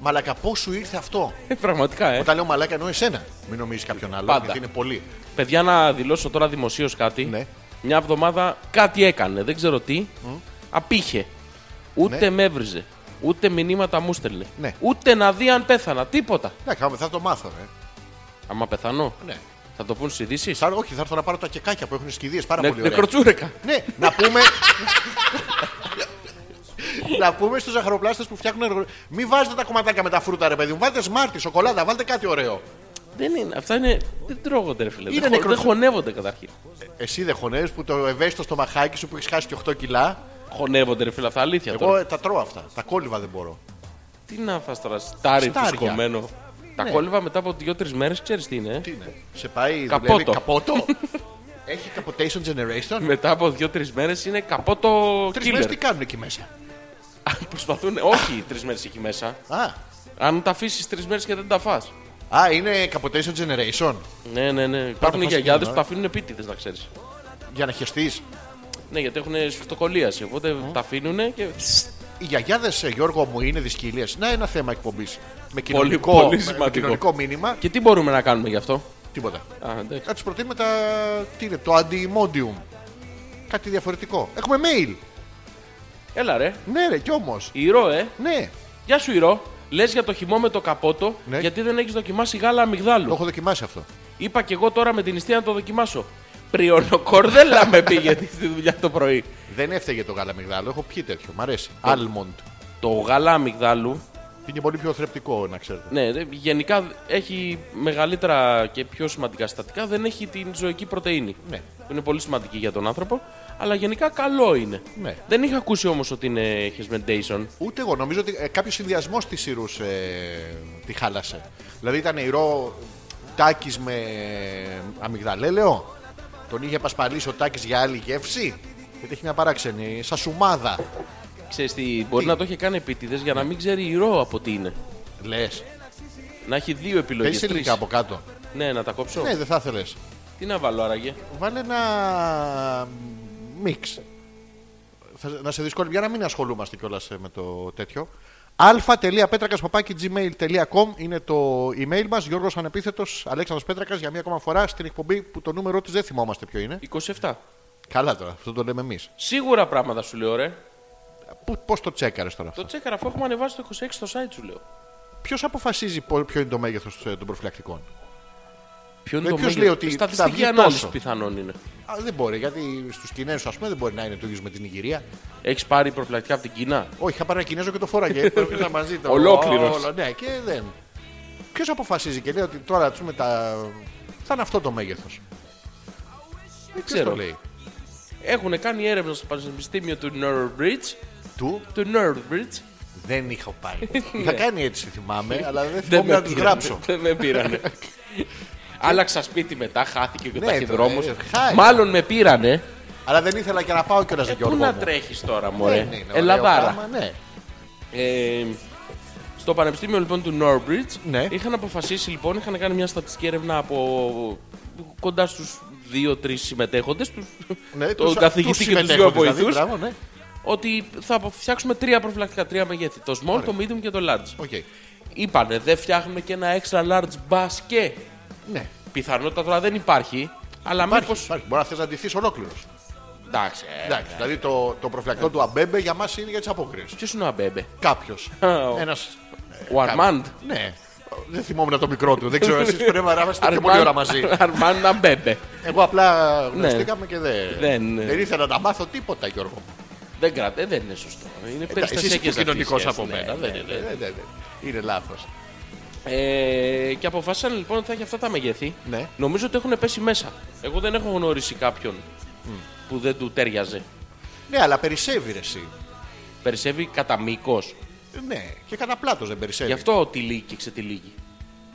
Speaker 3: Μαλακα, πώς σου ήρθε αυτό.
Speaker 1: Ε, πραγματικά, ε.
Speaker 3: Όταν λέω μαλάκα εννοώ εσένα. Μην νομίζεις κάποιον άλλο.
Speaker 1: Πάντα.
Speaker 3: Γιατί είναι πολύ.
Speaker 1: Παιδιά, να δηλώσω τώρα δημοσίως κάτι.
Speaker 3: Ναι.
Speaker 1: Μια εβδομάδα κάτι έκανε, δεν ξέρω τι. Απήχε. Ούτε
Speaker 3: Ναι.
Speaker 1: με έβριζε. Ούτε μηνύματα μου στέλνε.
Speaker 3: Ναι.
Speaker 1: Ούτε να δει αν πέθανα. Τίποτα.
Speaker 3: Ναι, θα- θα το μάθω, ρε.
Speaker 1: Άμα πεθανώ,
Speaker 3: Ναι.
Speaker 1: θα το πούν στις ειδήσεις.
Speaker 3: Θα, όχι, θα έρθω να πάρω τα κεκάκια που έχουν σκηδίες πάρα
Speaker 1: Ναι,
Speaker 3: πολύ ωραία.
Speaker 1: νεκροτσούρεκα.
Speaker 3: Ναι, να πούμε. να πούμε στους ζαχαροπλάστε που φτιάχνουν εργο... Μην βάζετε τα κομματάκια με τα φρούτα, ρε παιδί μου. Βάλτε σμάρτι, σοκολάτα, βάλτε κάτι ωραίο.
Speaker 1: Δεν είναι, αυτά είναι. Δεν τρώγονται, ρε φίλε.
Speaker 3: Είναι
Speaker 1: δεν, χο-
Speaker 3: νεκροτσού-
Speaker 1: δεν χωνεύονται καταρχήν.
Speaker 3: Εσύ δεν χωνεύεις που το ευαίσθητο στο μαχάκι σου που έχεις χάσει και 8 κιλά.
Speaker 1: Χωνεύονται, ρε φίλε, αυτά αλήθεια.
Speaker 3: Εγώ
Speaker 1: τώρα.
Speaker 3: ε, τα τρώω αυτά. Τα κόλληβα δεν μπορώ.
Speaker 1: Τι να φας τώρα, στάρι
Speaker 3: Στάρια.
Speaker 1: φουσκωμένο. Τα κόλληβα μετά από δύο-τρει μέρες, ξέρεις τι είναι. ε.
Speaker 3: Τι είναι. Σε πάει,
Speaker 1: Καπότο.
Speaker 3: δουλεύει καπότο. έχει capotation generation.
Speaker 1: Μετά από δύο-τρει μέρες είναι καπότο
Speaker 3: Τρεις μέρες
Speaker 1: killer.
Speaker 3: τι κάνουν εκεί μέσα.
Speaker 1: Αν Προσπαθούν, όχι τρεις μέρες εκεί μέσα.
Speaker 3: Α,
Speaker 1: Αν τα αφήσεις τρεις μέρες και δεν τα φας.
Speaker 3: Α, είναι capotation generation.
Speaker 1: Ναι, ναι, ναι. Υπάρχουν
Speaker 3: φας
Speaker 1: γιαγιάδε
Speaker 3: κίνδυνο,
Speaker 1: που
Speaker 3: ε.
Speaker 1: τα αφήνουν επίτηδες, να ξέρεις.
Speaker 3: Για να χεστείς.
Speaker 1: Ναι, γιατί έχουν σφιχτοκολίαση. Οπότε τα αφήνουν και.
Speaker 3: Οι γιαγιάδες, ε, Γιώργο μου, είναι δυσκυλίε. Να, ένα θέμα εκπομπής. Με κοινωνικό,
Speaker 1: πολύ
Speaker 3: με- με
Speaker 1: σημαντικό.
Speaker 3: κοινωνικό μήνυμα.
Speaker 1: Και τι μπορούμε να κάνουμε γι' αυτό.
Speaker 3: Τίποτα.
Speaker 1: Α, εντάξει.
Speaker 3: Να του προτείνουμε τα. Τι είναι, το αντιμόντιουμ. Κάτι διαφορετικό. Έχουμε mail.
Speaker 1: Έλα ρε.
Speaker 3: Ναι, ρε, κι όμως.
Speaker 1: Ηρώ, ε.
Speaker 3: Ναι,
Speaker 1: Γεια σου, Ηρώ. Λες για το χυμό με το καπότο,
Speaker 3: Ναι.
Speaker 1: γιατί δεν έχεις δοκιμάσει γάλα αμυγδάλου.
Speaker 3: το έχω δοκιμάσει αυτό.
Speaker 1: Είπα και εγώ τώρα με την νηστεία να το δοκιμάσω. Πριονοκόρδελα με πήγε στη δουλειά το πρωί.
Speaker 3: Δεν έφταιγε το γάλα μυγδάλο, έχω πιει τέτοιο. Μ' αρέσει. Almond.
Speaker 1: Το γάλα αμυγδάλου
Speaker 3: Είναι πολύ πιο θρεπτικό, να ξέρετε.
Speaker 1: Ναι, ρε, γενικά έχει μεγαλύτερα και πιο σημαντικά συστατικά. Δεν έχει την ζωική πρωτενη.
Speaker 3: Ναι.
Speaker 1: Που είναι πολύ σημαντική για τον άνθρωπο. Αλλά γενικά καλό είναι.
Speaker 3: Ναι.
Speaker 1: Δεν είχα ακούσει όμως ότι είναι Hesmentation.
Speaker 3: Ούτε εγώ. Νομίζω ότι ε, κάποιος συνδυασμός της σειρού ε, τη χάλασε. Δηλαδή ήταν ηρώ τάκης με ε, αμυγδαλέλαιο. Τον είχε απασπαλίσει ο τάκης για άλλη γεύση. Γιατί έχει μια παράξενη σασουμάδα.
Speaker 1: Ξέρεις τι, Ναι. μπορεί
Speaker 3: Τι?
Speaker 1: να το είχε κάνει επίτηδες για να μην ξέρει η ρο από τι είναι.
Speaker 3: Λες.
Speaker 1: Να έχει δύο επιλογές.
Speaker 3: Παίζει ελληνικά από κάτω.
Speaker 1: Ναι, να τα κόψω.
Speaker 3: Ναι, δεν θα ήθελες.
Speaker 1: Τι να βάλω άραγε.
Speaker 3: Βάλε ένα μίξ. Θα- Να σε δυσκολεύει για να μην ασχολούμαστε κιόλας με το τέτοιο. α.πέτρακα.gmail.com είναι το email μας. Γιώργος Ανεπίθετος, Αλέξανδρος Πέτρακας για μία ακόμα φορά στην εκπομπή που το νούμερό της δεν θυμόμαστε ποιο είναι.
Speaker 1: 27.
Speaker 3: Καλά τώρα, αυτό το λέμε εμείς.
Speaker 1: Σίγουρα πράγματα σου λέω, ρε.
Speaker 3: Πώς το τσέκαρες τώρα αυτό.
Speaker 1: Το τσέκαρα αφού έχουμε ανεβάσει το 26 στο site σου λέω.
Speaker 3: Ποιος αποφασίζει πο- ποιο είναι το μέγεθος των προφυλακτικών.
Speaker 1: Ποιο
Speaker 3: Ναι,
Speaker 1: το
Speaker 3: ποιος
Speaker 1: μέγεθο-
Speaker 3: λέει ότι θα
Speaker 1: Στατιστική
Speaker 3: βγει
Speaker 1: ανάλυση
Speaker 3: τόσο.
Speaker 1: πιθανόν είναι.
Speaker 3: Α, δεν μπορεί, γιατί στους Κινέζους, ας πούμε, δεν μπορεί να είναι το ίδιο με την Ιγυρία.
Speaker 1: Έχεις πάρει προφυλακτικά από την Κίνα.
Speaker 3: Όχι, είχα πάρει ένα Κινέζο και το φόραγε. Ήταν μαζί το.
Speaker 1: Ολόκληρος.
Speaker 3: όλο, Ναι, και δεν. Ποιος αποφασίζει και λέει ότι τώρα ας πούμε, τα... θα είναι αυτό το μέγεθος. Δεν
Speaker 1: ξέρω.
Speaker 3: Το λέει.
Speaker 1: Έχουν κάνει έρευνα στο Πανεπιστήμιο του Northbridge.
Speaker 3: Του
Speaker 1: Του Northbridge.
Speaker 3: δεν είχα πάει. θα κάνει έτσι, θυμάμαι, αλλά δεν
Speaker 1: Ναι. Δεν
Speaker 3: θυμάμαι
Speaker 1: με
Speaker 3: να τους
Speaker 1: πήρανε.
Speaker 3: γράψω.
Speaker 1: Δεν με πήρανε. Άλλαξα σπίτι μετά, χάθηκε και ο
Speaker 3: Ναι,
Speaker 1: ταχυδρόμος.
Speaker 3: τώρα, ε, χάρη.
Speaker 1: Μάλλον με πήρανε.
Speaker 3: αλλά δεν ήθελα και να πάω κιόλα,
Speaker 1: Ε,
Speaker 3: ε,
Speaker 1: πού
Speaker 3: Γιώργο.
Speaker 1: να
Speaker 3: μου.
Speaker 1: τρέχεις τώρα,
Speaker 3: Δεν
Speaker 1: Μωρέ.
Speaker 3: είναι ωραίο
Speaker 1: Ελαδάρα.
Speaker 3: πράγμα, Ναι.
Speaker 1: Ε, στο Πανεπιστήμιο λοιπόν του Northbridge
Speaker 3: Ναι.
Speaker 1: είχαν αποφασίσει λοιπόν, είχαν κάνει μια στατιστική έρευνα από κοντά στους δύο-τρει συμμετέχοντε,
Speaker 3: Ναι,
Speaker 1: τον
Speaker 3: τους-
Speaker 1: καθηγητή
Speaker 3: τους
Speaker 1: και τους δύο
Speaker 3: συμμετέχοντες, δηλαδή,
Speaker 1: βοηθούς,
Speaker 3: μπράβο, ναι.
Speaker 1: ότι θα απο- φτιάξουμε τρία προφυλακτικά, τρία μεγέθη. Το small, το medium και το large.
Speaker 3: Οκ.
Speaker 1: Είπανε, δεν φτιάχνουμε και ένα extra large μπας και.
Speaker 3: Ναι.
Speaker 1: Πιθανότητα τώρα δεν υπάρχει, αλλά
Speaker 3: Υπάρχει,
Speaker 1: μήπως.
Speaker 3: υπάρχει. Μπορεί να θες να ντυθείς ολόκληρος.
Speaker 1: Εντάξει.
Speaker 3: Εντάξει, δηλαδή το, το προφυλακτικό
Speaker 1: Ε.
Speaker 3: του Αμπέμπε για μας είναι για τις απόκριες.
Speaker 1: Ποιος είναι ο Αμπέμπε,
Speaker 3: Κάποιος.
Speaker 1: Α, ο-
Speaker 3: Ένας.
Speaker 1: ο Αρμάντ.
Speaker 3: Ναι. Δεν θυμόμουν το μικρό του. Δεν ξέρω εσείς πρέπει να είμαστε και πολλή ώρα μαζί.
Speaker 1: Αρμάντ Αμπέμπε.
Speaker 3: Εγώ απλά γνωριστήκαμε και δεν.
Speaker 1: Ναι. Δεν-
Speaker 3: δεν ήθελα να μάθω τίποτα, Γιώργο. Ε, μου.
Speaker 1: Δεν κρατάει, δεν είναι σωστό. Είναι
Speaker 3: Εσύ
Speaker 1: περιστασιακές
Speaker 3: είσαι κοινωνικό
Speaker 1: αυτές οι
Speaker 3: από
Speaker 1: σχέσεις.
Speaker 3: μένα.
Speaker 1: Ναι,
Speaker 3: Δεν
Speaker 1: ναι,
Speaker 3: είναι.
Speaker 1: ναι.
Speaker 3: δεν- δεν- Είναι λάθος.
Speaker 1: Ε, και αποφάσισαν λοιπόν ότι θα έχει αυτά τα μεγέθη.
Speaker 3: Ναι.
Speaker 1: Νομίζω ότι έχουν πέσει μέσα. Εγώ δεν έχω γνωρίσει κάποιον που δεν του τέριαζε.
Speaker 3: Ναι, αλλά περισσεύει ρε εσύ.
Speaker 1: Περισσεύει κατά μήκος.
Speaker 3: Ναι, και κανένα πλάτος δεν
Speaker 1: Γι'
Speaker 3: περισσεύει.
Speaker 1: αυτό τυλίγει και ξετυλίγει.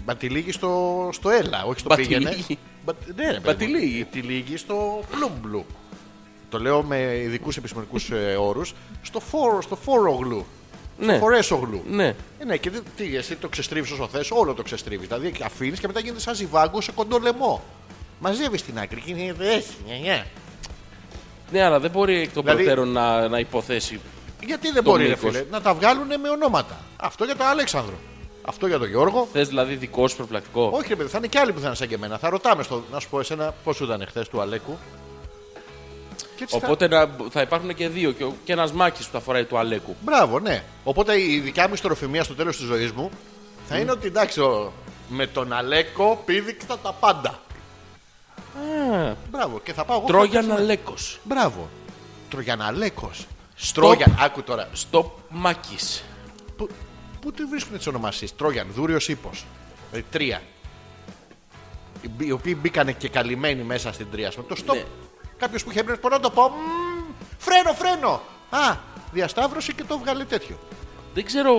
Speaker 3: Μα τη λύγει στο, στο έλα, όχι στο
Speaker 1: Μα τη
Speaker 3: πήγαινε.
Speaker 1: λύγει.
Speaker 3: Μα, ναι, ρε,
Speaker 1: Μα
Speaker 3: παιδί
Speaker 1: τη
Speaker 3: μου.
Speaker 1: λύγει.
Speaker 3: Τη λύγει στο πλούμπλου. Το λέω με ειδικούς επιστημονικούς όρους. Στο, φόρο, στο φόρογλου.
Speaker 1: Ναι.
Speaker 3: Στο φορέσογλου.
Speaker 1: Ναι.
Speaker 3: Ε, ναι, και δεν- τι, εσύ το ξεστρίβεις όσο θες, όλο το ξεστρίβεις. Δηλαδή αφήνεις και μετά γίνεται σαν ζιβάγκο σε κοντό λαιμό. Μαζεύεις την άκρη και είναι. ε, Έχει, νια, νια.
Speaker 1: Ναι, αλλά δεν μπορεί εκ των
Speaker 3: Δηλαδή-
Speaker 1: προτέρων να, να υποθέσει.
Speaker 3: Γιατί δεν
Speaker 1: Το
Speaker 3: μπορεί ρε,
Speaker 1: μήκος.
Speaker 3: φίλε, να τα βγάλουν με ονόματα. Αυτό για τον Αλέξανδρο. Αυτό για τον Γιώργο.
Speaker 1: Θες δηλαδή δικό σου προφυλακτικό.
Speaker 3: Όχι, ρε παιδί, θα είναι και άλλοι που θα είναι σαν και εμένα. Θα ρωτάμε στο, να σου πω εσένα πώς σου ήταν χθες του Αλέκου. Και έτσι θα-
Speaker 1: Οπότε να, θα υπάρχουν και δύο. Και, ο- και ένας μάκης που θα φοράει του Αλέκου.
Speaker 3: Μπράβο, ναι. Οπότε η δικιά μου ιστοροφημία στο τέλος της ζωής μου θα είναι ότι εντάξει, ο- με τον Αλέκο πήδηξα τα πάντα. Μπράβο, και θα πάω εγώ.
Speaker 1: Τρόγιαν
Speaker 3: χωρίς-
Speaker 1: Αλέκος.
Speaker 3: Μπράβο. Τρογιαναλέκο.
Speaker 1: Στοπ.
Speaker 3: Τρόγιαν, άκου τώρα.
Speaker 1: Στο μάκης.
Speaker 3: Πού, πού τη βρίσκουν τις ονομασίες. Τρόγιαν, Δούριο ύπο. Δηλαδή τρία. Οι μπ- Οι οποίοι μπήκανε και καλυμμένοι μέσα στην τρία. ας πούμε. Το στοπ.
Speaker 1: Ναι.
Speaker 3: Κάποιος που είχε έμπνευση μπορεί να το πω. «Μμμ, Φρένο, φρένο. Α, διασταύρωσε και το βγάλε τέτοιο.
Speaker 1: Δεν ξέρω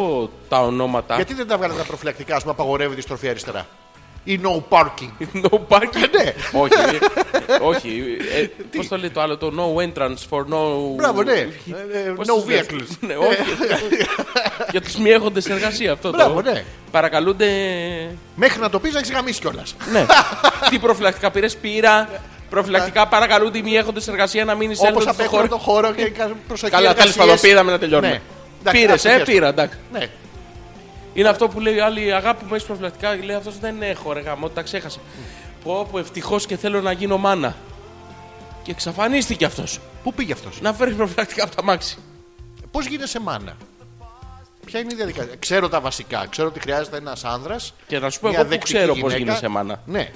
Speaker 1: τα ονόματα.
Speaker 3: Γιατί δεν τα βγάλε τα προφυλακτικά, ας πούμε, απαγορεύεται η στροφή αριστερά. Ή no parking.
Speaker 1: No parking.
Speaker 3: Ναι.
Speaker 1: όχι. όχι. Ε, Πώς το λέει το άλλο, το no entrance for no.
Speaker 3: Μπράβο, ναι. Ε, ε,
Speaker 1: Πώς
Speaker 3: no
Speaker 1: τους λες?
Speaker 3: vehicles. Ε,
Speaker 1: ναι, όχι. Για τους μη έχοντες εργασία αυτό
Speaker 3: Μπράβο,
Speaker 1: το.
Speaker 3: ναι.
Speaker 1: Παρακαλούνται.
Speaker 3: Μέχρι να το πεις, να έχεις γαμίσει κιόλας.
Speaker 1: ναι. Τι προφυλακτικά πήρες, πήρα. Προφυλακτικά παρακαλούνται οι μη έχοντες εργασία να μην
Speaker 3: Όπω
Speaker 1: εισέλθουν στο
Speaker 3: Ναι. απέχουν
Speaker 1: χώρο.
Speaker 3: το χώρο και προσοχή.
Speaker 1: Καλά, τέλος
Speaker 3: εργασίες.
Speaker 1: πάντων, πήραμε να τελειώνουμε.
Speaker 3: Ναι. Εντάξει,
Speaker 1: Πήρες,
Speaker 3: άκου,
Speaker 1: ε,
Speaker 3: χαίρετε.
Speaker 1: πήρα, εντάξει.
Speaker 3: Ναι.
Speaker 1: Είναι αυτό που λέει η άλλη αγάπη που έχει προφυλακτικά. Λέει αυτός δεν έχω ρε γαμό, τα ξέχασα. Πω πω ευτυχώς και θέλω να γίνω μάνα. Και εξαφανίστηκε αυτός.
Speaker 3: Πού πήγε αυτός.
Speaker 1: Να φέρει προφυλακτικά από τα μάξι.
Speaker 3: Πώς γίνεσαι μάνα. Ποια είναι η διαδικασία. Ξέρω τα βασικά. Ξέρω ότι χρειάζεται ένας άνδρας.
Speaker 1: Και να σου πω εγώ που ξέρω πώς γίνεσαι μάνα.
Speaker 3: Ναι.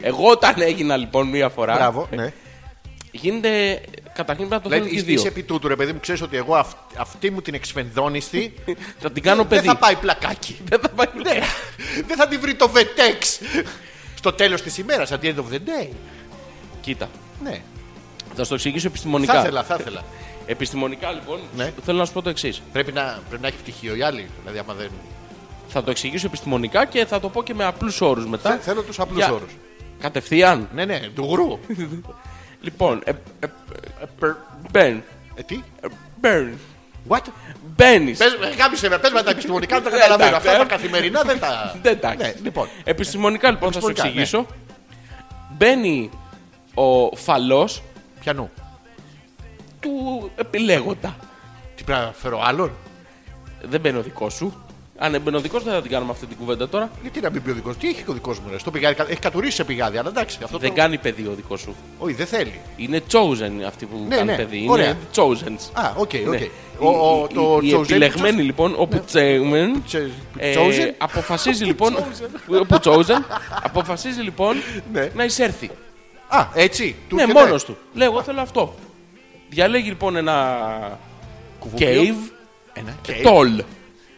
Speaker 1: εγώ όταν έγινα λοιπόν μία φορά.
Speaker 3: Μπράβο, ναι.
Speaker 1: Γίνεται Καταρχήν πρέπει να το θέλουν
Speaker 3: Δηλαδή
Speaker 1: και οι
Speaker 3: είσαι είσαι
Speaker 1: δύο.
Speaker 3: επί τούτου, ρε παιδί μου, ξέρεις ότι εγώ αυ- αυτή μου την εξφενδόνιστη
Speaker 1: Θα την κάνω
Speaker 3: δεν
Speaker 1: παιδί.
Speaker 3: θα πάει πλακάκι.
Speaker 1: Δεν θα πάει ναι.
Speaker 3: δεν θα τη βρει το Vetex στο τέλος της ημέρας, at the end of the day.
Speaker 1: Κοίτα.
Speaker 3: Ναι,
Speaker 1: Θα σου το εξηγήσω επιστημονικά.
Speaker 3: θα ήθελα, θα ήθελα.
Speaker 1: Επιστημονικά λοιπόν,
Speaker 3: Ναι.
Speaker 1: θέλω να σου πω το εξής.
Speaker 3: πρέπει, να, πρέπει να έχει πτυχίο οι άλλοι. Δηλαδή, άμα δεν.
Speaker 1: Θα το εξηγήσω επιστημονικά και θα το πω και με απλούς όρους μετά.
Speaker 3: Θε- Θέλω τους απλούς
Speaker 1: Για-
Speaker 3: όρους.
Speaker 1: Κατευθείαν.
Speaker 3: Ναι, ναι, του γρου.
Speaker 1: Λοιπόν, ε, ε,
Speaker 3: Ε, περ-
Speaker 1: μπαίνει.
Speaker 3: ε, τι?
Speaker 1: Μπαίνει.
Speaker 3: What?
Speaker 1: Μπαίνεις.
Speaker 3: Πες, ε, γάμισε με, πες με τα επιστημονικά, δεν τα καταλαβαίνω.
Speaker 1: Εντάξει,
Speaker 3: Αυτά τα
Speaker 1: ε.
Speaker 3: καθημερινά δεν τα...
Speaker 1: Δεν τα έχεις.
Speaker 3: Ναι, λοιπόν.
Speaker 1: Επιστημονικά λοιπόν θα σου
Speaker 3: Επιστημονικά, ναι.
Speaker 1: εξηγήσω. Μπαίνει ο φαλός
Speaker 3: Πιανού.
Speaker 1: του επιλέγοντα.
Speaker 3: Τι πρέπει να φέρω άλλον.
Speaker 1: Δεν μπαίνει ο δικός σου. Αν έμπαινε ο δικός δεν θα την κάνουμε αυτή την κουβέντα τώρα.
Speaker 3: Γιατί να μην πει ο δικός. Τι έχει ο δικός μου, ρε. Στο πηγάδι, κα- έχει κατουρίσει σε πηγάδι, αλλά εντάξει. Αυτό
Speaker 1: Δεν
Speaker 3: το...
Speaker 1: κάνει παιδί ο δικός σου.
Speaker 3: Όχι, δεν θέλει.
Speaker 1: Είναι chosen αυτοί που
Speaker 3: Ναι,
Speaker 1: κάνουν
Speaker 3: ναι,
Speaker 1: παιδί.
Speaker 3: ωραία.
Speaker 1: Είναι chosen.
Speaker 3: Α, οκ, οκ.
Speaker 1: Ναι.
Speaker 3: Ο- ο-
Speaker 1: Οι-
Speaker 3: το
Speaker 1: οι- οι
Speaker 3: chosen- Ναι.
Speaker 1: επιλεγμένοι λοιπόν, ο Πουτσέγμεν,
Speaker 3: Chosen.
Speaker 1: ε,
Speaker 3: Chosen.
Speaker 1: αποφασίζει λοιπόν, ο Πουτσόουζεν, αποφασίζει λοιπόν
Speaker 3: Ναι.
Speaker 1: να εισέρθει.
Speaker 3: Α, έτσι. Του
Speaker 1: Ναι,
Speaker 3: έρχεται.
Speaker 1: μόνο του. Λέει, εγώ θέλω αυτό. Διαλέγει λοιπόν ένα
Speaker 3: Κουβούπιο.
Speaker 1: cave,
Speaker 3: Ένα
Speaker 1: cave.
Speaker 3: cave.
Speaker 1: toll.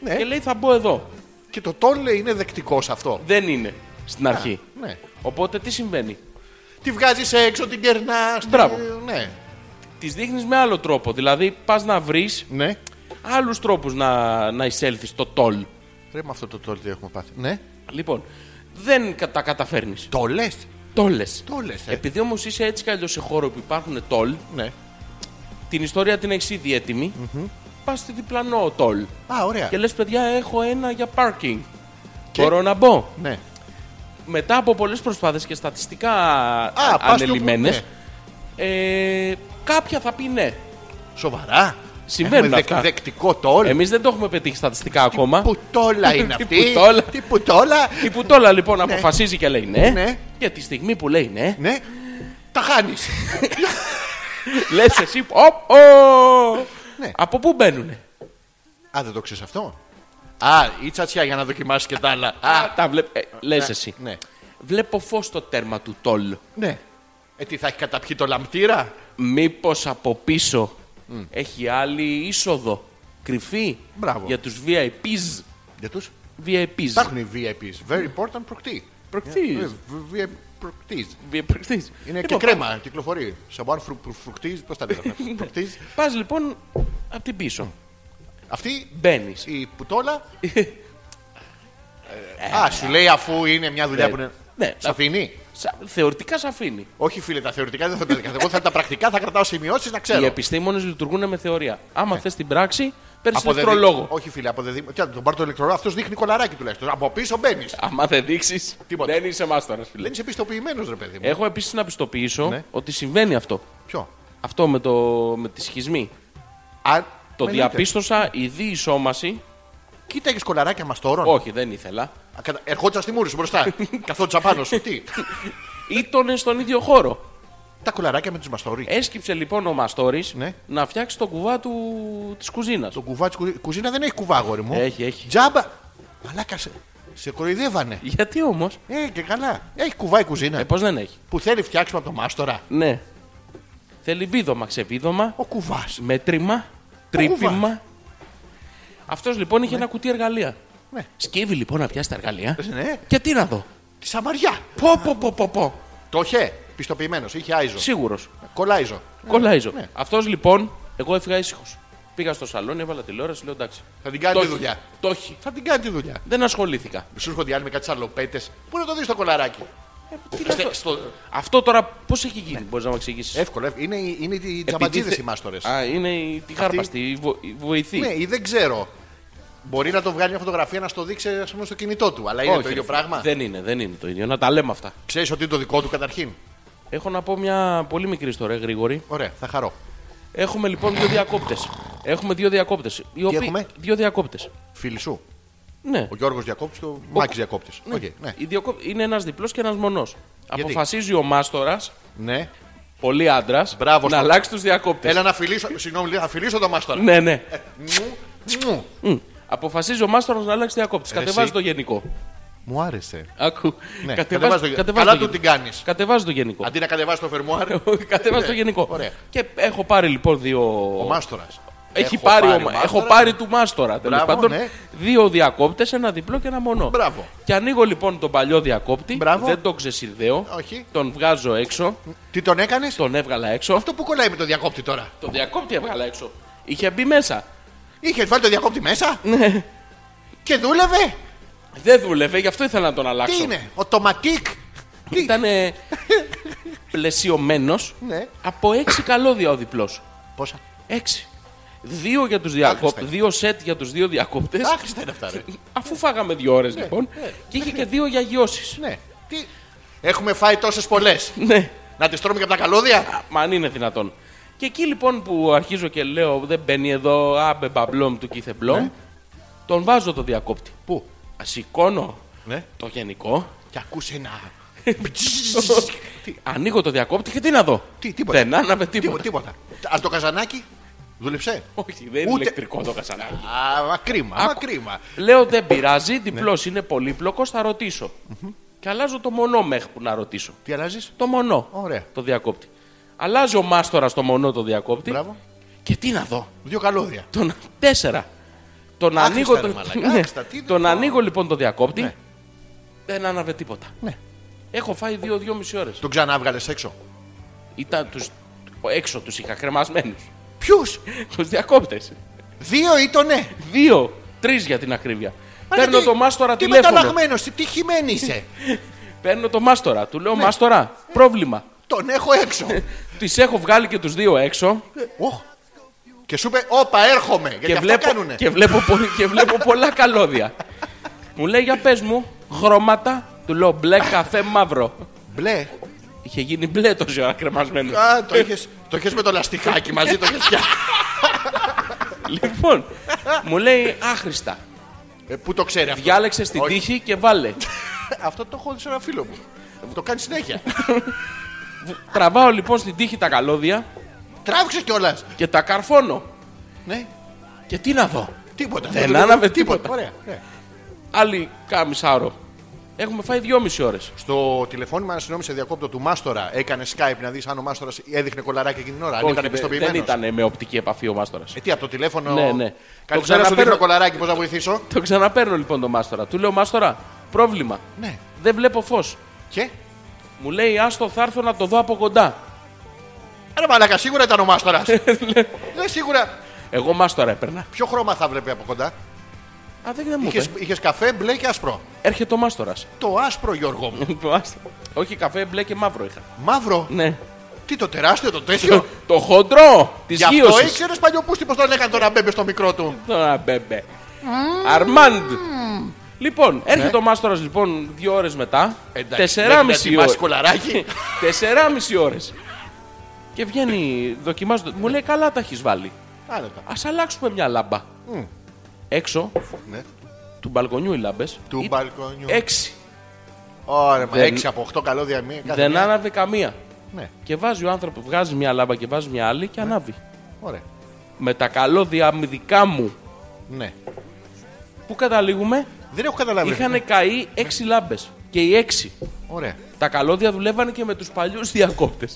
Speaker 3: Ναι.
Speaker 1: Και λέει, θα μπω εδώ.
Speaker 3: Και το τόλ λέει, είναι δεκτικός σε αυτό.
Speaker 1: Δεν είναι στην αρχή.
Speaker 3: Ναι.
Speaker 1: Οπότε τι συμβαίνει.
Speaker 3: Τη βγάζεις έξω, την κερνάς.
Speaker 1: Μπράβο.
Speaker 3: Ναι.
Speaker 1: Τη δείχνεις με άλλο τρόπο. Δηλαδή, πας να βρεις
Speaker 3: ναι.
Speaker 1: άλλους τρόπους να, να εισέλθεις στο τόλ.
Speaker 3: Ρε με αυτό το τόλ τι έχουμε πάθει. Ναι.
Speaker 1: Λοιπόν, δεν κα- τα καταφέρνεις.
Speaker 3: Το λε.
Speaker 1: Τόλε.
Speaker 3: Το λε. Ε.
Speaker 1: Επειδή όμως είσαι έτσι κι αλλιώς σε χώρο που υπάρχουν τόλ,
Speaker 3: Ναι.
Speaker 1: την ιστορία την έχεις ήδη έτοιμη. Πας στη διπλανό τόλ.
Speaker 3: Α, ωραία.
Speaker 1: Και λες, παιδιά, έχω ένα για πάρκινγκ.
Speaker 3: Και-
Speaker 1: Μπορώ να μπω.
Speaker 3: Ναι.
Speaker 1: μετά από πολλές προσπάθειες και στατιστικά
Speaker 3: πας στο ναι.
Speaker 1: ανελημμένες,
Speaker 3: που-
Speaker 1: ε, κάποια θα πει ναι.
Speaker 3: Σοβαρά.
Speaker 1: Συμβαίνουν
Speaker 3: Έχουμε
Speaker 1: αυτά.
Speaker 3: δεκτικό τόλ.
Speaker 1: Εμείς δεν το έχουμε πετύχει στατιστικά ακόμα.
Speaker 3: Πουτόλα είναι
Speaker 1: Τι
Speaker 3: αυτή.
Speaker 1: πουτόλα.
Speaker 3: Τι πουτόλα.
Speaker 1: Η Πουτόλα λοιπόν αποφασίζει και λέει ναι.
Speaker 3: Ναι.
Speaker 1: Και τη στιγμή που λέει ναι,
Speaker 3: Ναι. Τα χάνεις.
Speaker 1: λες εσύ «Οπ, ο».
Speaker 3: Ναι.
Speaker 1: Από πού μπαίνουνε.
Speaker 3: Α, δεν το ξέρεις αυτό. Α, η τσατσιά για να δοκιμάσεις και τα άλλα. Α,
Speaker 1: Τα βλέπ... ε, λες εσύ.
Speaker 3: ναι.
Speaker 1: Βλέπω φως στο τέρμα του τόλ.
Speaker 3: Ναι. Ε, τι θα έχει καταπιεί το λαμπτήρα.
Speaker 1: Μήπως από πίσω έχει άλλη είσοδο. Κρυφή.
Speaker 3: Μπράβο.
Speaker 1: Για τους VIPs.
Speaker 3: Για τους.
Speaker 1: VIPs.
Speaker 3: Υπάρχουν οι VIPs. Very important προκτή.
Speaker 1: Προκτής.
Speaker 3: Ε, β- VIP προκτής.
Speaker 1: Διεπρακτής.
Speaker 3: Ναι, Είναι
Speaker 1: λοιπόν,
Speaker 3: και κρέμα, κυκλοφορεί. Σαμπάν φρου, φρου, φρουκτής, πώς τα λέγαμε. φρουκτής.
Speaker 1: Πας λοιπόν από την πίσω.
Speaker 3: Αυτή
Speaker 1: Μπαίνει.
Speaker 3: η πουτόλα. Ε, α, σου λέει αφού είναι μια δουλειά
Speaker 1: ναι.
Speaker 3: που είναι.
Speaker 1: Ναι.
Speaker 3: Σ' αφήνει.
Speaker 1: Θεωρητικά σε αφήνει.
Speaker 3: Όχι φίλε, τα θεωρητικά δεν θα τα Εγώ θα τα πρακτικά, θα κρατάω σημειώσει να
Speaker 1: Οι
Speaker 3: ξέρω. Ναι.
Speaker 1: επιστήμονε λειτουργούν με θεωρία. Άμα θες την πράξη, παίρνει
Speaker 3: Από
Speaker 1: ηλεκτρολόγο.
Speaker 3: Όχι φίλε, από δεδί... Τι, να τον πάρει το ηλεκτρολόγο, αυτός δείχνει κολαράκι τουλάχιστον. Από πίσω μπαίνεις.
Speaker 1: Άμα δεν δείξεις,
Speaker 3: Τίποτα.
Speaker 1: δεν είσαι μάστορα, φίλε.
Speaker 3: Δεν είσαι πιστοποιημένο, ρε παιδί μου.
Speaker 1: Έχω επίσης να πιστοποιήσω
Speaker 3: Ναι.
Speaker 1: ότι συμβαίνει αυτό.
Speaker 3: Ποιο.
Speaker 1: Αυτό με, το, με τη σχισμή.
Speaker 3: Α,
Speaker 1: Το
Speaker 3: μα εννοείται.
Speaker 1: διαπίστωσα, η διεισόμαση.
Speaker 3: Κοίτα, έχει κολαράκια μας τώρα.
Speaker 1: Όχι, δεν ήθελα.
Speaker 3: Ερχόντουσαν στη μούρη σου μπροστά. Καθόντουσαν πάνω σου. Τι.
Speaker 1: Ήτονες στον ίδιο χώρο.
Speaker 3: Τα κολαράκια με τους μαστορί.
Speaker 1: Έσκυψε λοιπόν ο Μαστόρης
Speaker 3: Ναι.
Speaker 1: να φτιάξει το κουβά του της κουζίνας.
Speaker 3: Το κουβά της κουζίνα δεν έχει κουβά, αγόρι μου.
Speaker 1: Έχει, έχει.
Speaker 3: Τζάμπα. Μαλάκα σε, σε κοροϊδεύανε.
Speaker 1: Γιατί όμως.
Speaker 3: Ε, και καλά. Έχει κουβά η κουζίνα.
Speaker 1: Ε, πώς δεν έχει.
Speaker 3: Που θέλει φτιάξουμε από το μάστορα.
Speaker 1: Ναι. Θέλει βίδωμα, ξεβίδωμα,
Speaker 3: Ο κουβάς.
Speaker 1: μέτρημα, τρύπημα. Αυτός λοιπόν είχε ένα κουτί εργαλεία.
Speaker 3: Ναι.
Speaker 1: Σκύβει λοιπόν να πιάσει τα εργαλεία.
Speaker 3: Ναι.
Speaker 1: Και τι να δω.
Speaker 3: Τη Σαμαριά.
Speaker 1: Πω, πω, πω, πω, πω.
Speaker 3: Το είχε. Πιστοποιημένος. Είχε άιζο.
Speaker 1: Σίγουρος.
Speaker 3: Κολάιζο.
Speaker 1: Κολλάιζο.
Speaker 3: Ναι.
Speaker 1: Αυτός λοιπόν, εγώ έφυγα ήσυχος. Πήγα στο σαλόνι, έβαλα τηλεόραση, λέω εντάξει.
Speaker 3: Ε, Θα την κάνει τη
Speaker 1: έχει.
Speaker 3: δουλειά.
Speaker 1: Το έχει.
Speaker 3: Θα την κάνει τη δουλειά.
Speaker 1: Δεν ασχολήθηκα.
Speaker 3: Σου έρχονται οι άλλοι με κάτι σαλοπέτε. Πού να το δεις το κολαράκι.
Speaker 1: Ε, τι να
Speaker 3: Στε-
Speaker 1: το-
Speaker 3: στο-
Speaker 1: Αυτό τώρα πώς έχει γίνει, μπορείς να μου εξηγήσεις.
Speaker 3: Εύκολο. εύκολο. Είναι, Ναι. Ε, οι- είναι οι τζαμπατζίδε οι μάστορες.
Speaker 1: Α, είναι η, τη χάρπαστη, η, βο, η βοηθή.
Speaker 3: Ναι, ή δεν ξέρω. Μπορεί να το βγάλει μια φωτογραφία να στο δείξει ας πούμε, στο κινητό του. Αλλά είναι
Speaker 1: Όχι,
Speaker 3: το ίδιο
Speaker 1: ρε,
Speaker 3: πράγμα.
Speaker 1: Δεν είναι, δεν είναι το ίδιο. Να τα λέμε αυτά.
Speaker 3: Ξέρεις ότι είναι το δικό του καταρχήν.
Speaker 1: Έχω να πω μια πολύ μικρή ιστορία, γρήγορη.
Speaker 3: Ωραία, θα χαρώ.
Speaker 1: Έχουμε λοιπόν δύο διακόπτες. Έχουμε δύο διακόπτες.
Speaker 3: έχουμε?
Speaker 1: Δύο διακόπτες.
Speaker 3: Φίλοι σου.
Speaker 1: Ναι.
Speaker 3: Ο Γιώργος Διακόπτης και ο Μάκης Διακόπτης. Ναι. ναι.
Speaker 1: Οι δύο κο- Είναι ένας διπλός και ένας μονός. Αποφασίζει ο μάστορας,
Speaker 3: ναι.
Speaker 1: πολύ άντρας, να
Speaker 3: Μπράβο στο-
Speaker 1: αλλάξει τους διακόπτες.
Speaker 3: Έλα να φιλήσω. Συγγνώμη, λέει, θα φιλήσω το Ε, μάστορα.
Speaker 1: Ναι, ναι.
Speaker 3: Μου, μου.
Speaker 1: Μμ. Αποφασίζει ο μάστορας να αλλάξει διακόπτη. Κατεβάζει
Speaker 3: Ε, εσύ.
Speaker 1: το γενικό.
Speaker 3: Μου άρεσε.
Speaker 1: Άκου.
Speaker 3: Ναι,
Speaker 1: κατεβάζ-
Speaker 3: κατεβάζω-
Speaker 1: κατεβάζω
Speaker 3: Καλά
Speaker 1: το
Speaker 3: του την
Speaker 1: γενικό.
Speaker 3: κάνει.
Speaker 1: Κατεβάζω το γενικό.
Speaker 3: Αντί να κατεβάσει το φερμουάρ,
Speaker 1: Κατέβασε
Speaker 3: Ναι,
Speaker 1: το γενικό.
Speaker 3: ωραία.
Speaker 1: Και έχω πάρει λοιπόν δύο.
Speaker 3: ο μάστορας.
Speaker 1: Έχει πάρει, ο... Μάστορα. Έχω πάρει του Μάστορα. Τέλος
Speaker 3: Μπράβο,
Speaker 1: πάντων,
Speaker 3: ναι.
Speaker 1: δύο διακόπτες, ένα διπλό και ένα μονό.
Speaker 3: Μπράβο.
Speaker 1: Και ανοίγω λοιπόν τον παλιό διακόπτη.
Speaker 3: Μπράβο.
Speaker 1: Δεν τον ξεσυνδέω.
Speaker 3: Όχι. Ναι.
Speaker 1: Τον βγάζω έξω.
Speaker 3: Τι τον έκανες,
Speaker 1: Τον έβγαλα έξω.
Speaker 3: αυτό που κολλάει με το διακόπτη τώρα.
Speaker 1: Τον διακόπτη έβγαλα έξω. Είχε μπει μέσα.
Speaker 3: Είχε βάλει το διακόπτη μέσα. Και δούλευε.
Speaker 1: Δεν δούλευε, γι' αυτό ήθελα να τον αλλάξω.
Speaker 3: Τι είναι, ο τοματίκ. Τι.
Speaker 1: Ήταν πλαισιωμένος
Speaker 3: Ναι.
Speaker 1: από έξι καλώδια ο διπλός.
Speaker 3: Πόσα.
Speaker 1: Έξι. Δύο, για τους
Speaker 3: Άχρηστα
Speaker 1: διακόπ...
Speaker 3: είναι.
Speaker 1: δύο σετ για τους δύο διακόπτες.
Speaker 3: Άχρηστα είναι αυτά, ρε.
Speaker 1: Αφού φάγαμε δύο ώρες λοιπόν.
Speaker 3: ναι.
Speaker 1: Και είχε και δύο για γιώσεις.
Speaker 3: Ναι. Τι. Έχουμε φάει τόσες πολλές.
Speaker 1: Ναι.
Speaker 3: Να τις τρώμε και από τα καλώδια.
Speaker 1: Μα αν είναι δυνατόν. Και εκεί λοιπόν που αρχίζω και λέω δεν μπαίνει εδώ, άμπε μπαμπλόμ του κήθε
Speaker 3: Ναι.
Speaker 1: μπλόμ, τον βάζω το διακόπτη.
Speaker 3: Πού.
Speaker 1: Α, Σηκώνω
Speaker 3: Ναι.
Speaker 1: το γενικό,
Speaker 3: Και ακούσε ένα. Τι,
Speaker 1: ανοίγω το διακόπτη και τι να δω.
Speaker 3: Τι, τίποτα.
Speaker 1: Δεν άναβε
Speaker 3: Τίποτα.
Speaker 1: τίποτα.
Speaker 3: τίποτα. Ας το καζανάκι. Δούλεψε.
Speaker 1: Όχι, δεν είναι
Speaker 3: Ούτε-
Speaker 1: ηλεκτρικό το κασανάκι.
Speaker 3: Α, μα κρίμα, μα
Speaker 1: Άκου.
Speaker 3: κρίμα.
Speaker 1: Λέω δεν πειράζει, διπλός είναι πολύπλοκος, θα ρωτήσω. Και αλλάζω το μονό μέχρι που να ρωτήσω.
Speaker 3: Τι αλλάζεις.
Speaker 1: Το μονό.
Speaker 3: Ωραία.
Speaker 1: Το διακόπτη. Αλλάζει ο μάστορας το μονό το διακόπτη.
Speaker 3: Μπράβο.
Speaker 1: Και τι να δω.
Speaker 3: Δύο καλώδια.
Speaker 1: Τον τέσσερα. Τον
Speaker 3: Άχρηστα,
Speaker 1: ανοίγω,
Speaker 3: ρε
Speaker 1: το...
Speaker 3: μαλάκα,
Speaker 1: Ναι.
Speaker 3: άχρηστα, τι είναι
Speaker 1: τον
Speaker 3: αυτό.
Speaker 1: ανοίγω λοιπόν το διακόπτη.
Speaker 3: Ναι.
Speaker 1: Δεν άναβε τίποτα.
Speaker 3: Ναι.
Speaker 1: Έχω φάει δύο-δυόμιση ώρες.
Speaker 3: Τον ξανά βγάλες έξω.
Speaker 1: Ήταν τους... Έξω τους είχα κρεμασμένους.
Speaker 3: Ποιους!
Speaker 1: τους διακόπτες.
Speaker 3: Δύο ήταν. ναι.
Speaker 1: Δύο. Τρεις για την ακρίβεια.
Speaker 3: Μα
Speaker 1: Παίρνω
Speaker 3: γιατί-
Speaker 1: το μάστορα
Speaker 3: Τι
Speaker 1: τηλέφωνο.
Speaker 3: μεταλλαγμένο, τι χυμένη είσαι.
Speaker 1: Παίρνω το μάστορα. Του
Speaker 3: Ναι.
Speaker 1: λέω μάστορα, πρόβλημα.
Speaker 3: Τον έχω έξω.
Speaker 1: Τις έχω βγάλει και τους δύο έξω
Speaker 3: Οχ. Και σου είπε, Όπα, έρχομαι. Γιατί
Speaker 1: και
Speaker 3: Ε, αυτά
Speaker 1: βλέπω,
Speaker 3: κάνουνε.
Speaker 1: και, βλέπω, πο- και βλέπω πολλά καλώδια. Μου λέει για πες μου χρώματα, του λέω μπλε καφέ μαύρο.
Speaker 3: Μπλε.
Speaker 1: Είχε γίνει μπλε τόση ώρα κρεμασμένο.
Speaker 3: Α, το είχες, το είχες με το λαστιχάκι μαζί, το είχες πια.
Speaker 1: λοιπόν, μου λέει άχρηστα.
Speaker 3: Ε, Πού το ξέρει αυτό.
Speaker 1: Διάλεξε την
Speaker 3: Όχι.
Speaker 1: τύχη και βάλε.
Speaker 3: Αυτό το έχω δει σε ένα φίλο μου. το κάνει συνέχεια.
Speaker 1: Τραβάω λοιπόν στην τύχη τα καλώδια
Speaker 3: Τράβηξε κιόλας.
Speaker 1: και τα καρφώνω.
Speaker 3: Ναι,
Speaker 1: Και τι να δω.
Speaker 3: τίποτα.
Speaker 1: Δεν άναβε τίποτα.
Speaker 3: Ωραία. ναι.
Speaker 1: Άλλη κάμισάρο. Έχουμε φάει δυόμιση ώρες.
Speaker 3: Στο τηλεφώνημα, συγγνώμη, σε διακόπτω του Μάστορα, έκανε Skype να δεις αν ο Μάστορας έδειχνε κολαράκι εκείνη την ώρα. Αν ήταν
Speaker 1: δεν
Speaker 3: επιστοποιημένο.
Speaker 1: ήταν με οπτική επαφή ο μάστορας.
Speaker 3: Ε, τι, από το τηλέφωνο.
Speaker 1: Ναι, ναι. Το
Speaker 3: Καλησπέρα σου,
Speaker 1: ξαναπαίρνω-
Speaker 3: δείχνω κολαράκι, πώς να βοηθήσω.
Speaker 1: Το ξαναπαίρνω λοιπόν το μάστορα. Του λέω Μάστορα, πρόβλημα.
Speaker 3: Ναι.
Speaker 1: Δεν βλέπω φως.
Speaker 3: Και.
Speaker 1: Μου λέει Άστο, θα έρθω να το δω από κοντά.
Speaker 3: Άρα μαλακά, σίγουρα ήταν ο Μάστορας. ναι, σίγουρα.
Speaker 1: Εγώ Μάστορα έπαιρνα.
Speaker 3: Ποιο χρώμα θα βλέπει από κοντά.
Speaker 1: Α, δεν, δεν μου
Speaker 3: Είχες,
Speaker 1: είπε.
Speaker 3: είχες καφέ, μπλε και άσπρο.
Speaker 1: Έρχεται ο Μάστορας.
Speaker 3: Το άσπρο, Γιώργο μου.
Speaker 1: Όχι καφέ, μπλε και μαύρο είχα.
Speaker 3: Μαύρο.
Speaker 1: Ναι.
Speaker 3: Τι το τεράστιο, το τέτοιο.
Speaker 1: το χοντρό της
Speaker 3: Γι' αυτό
Speaker 1: γύρωσης.
Speaker 3: ήξερες παλιοπούστη πώ τον έκανε τον αμπέμπε στο μικρό του.
Speaker 1: Τώρα μπέμπε. Αρμάντ. Λοιπόν,
Speaker 3: Ναι.
Speaker 1: έρχεται ο Μάστορας λοιπόν δύο ώρες μετά. Τεσσεράμιση
Speaker 3: ώρε.
Speaker 1: ώρε.
Speaker 3: κολαράκι.
Speaker 1: Τεσσεράμιση ώρες. Και βγαίνει, δοκιμάζοντα. Μου λέει καλά τα έχεις βάλει.
Speaker 3: Άνετα.
Speaker 1: Ας αλλάξουμε μια λάμπα. Έξω
Speaker 3: Ναι.
Speaker 1: του μπαλκονιού οι λάμπες.
Speaker 3: Του μπαλκονιού.
Speaker 1: Έξι.
Speaker 3: Ωραία, μα
Speaker 1: Δεν-
Speaker 3: 6 από 8 καλώδια μία. κάθε
Speaker 1: Δεν
Speaker 3: μία.
Speaker 1: άναβε καμία.
Speaker 3: Ναι,
Speaker 1: Και βάζει ο άνθρωπο, βγάζει μια λάμπα και βάζει μια άλλη και ανάβει.
Speaker 3: ωραία.
Speaker 1: Με τα καλώδια μη δικά μου.
Speaker 3: Ναι.
Speaker 1: Πού καταλήγουμε,
Speaker 3: Δεν έχω καταλάβει.
Speaker 1: είχαν καεί έξι λάμπες. Και οι έξι.
Speaker 3: Ωραία.
Speaker 1: Τα καλώδια δουλεύανε και με τους παλιούς διακόπτες.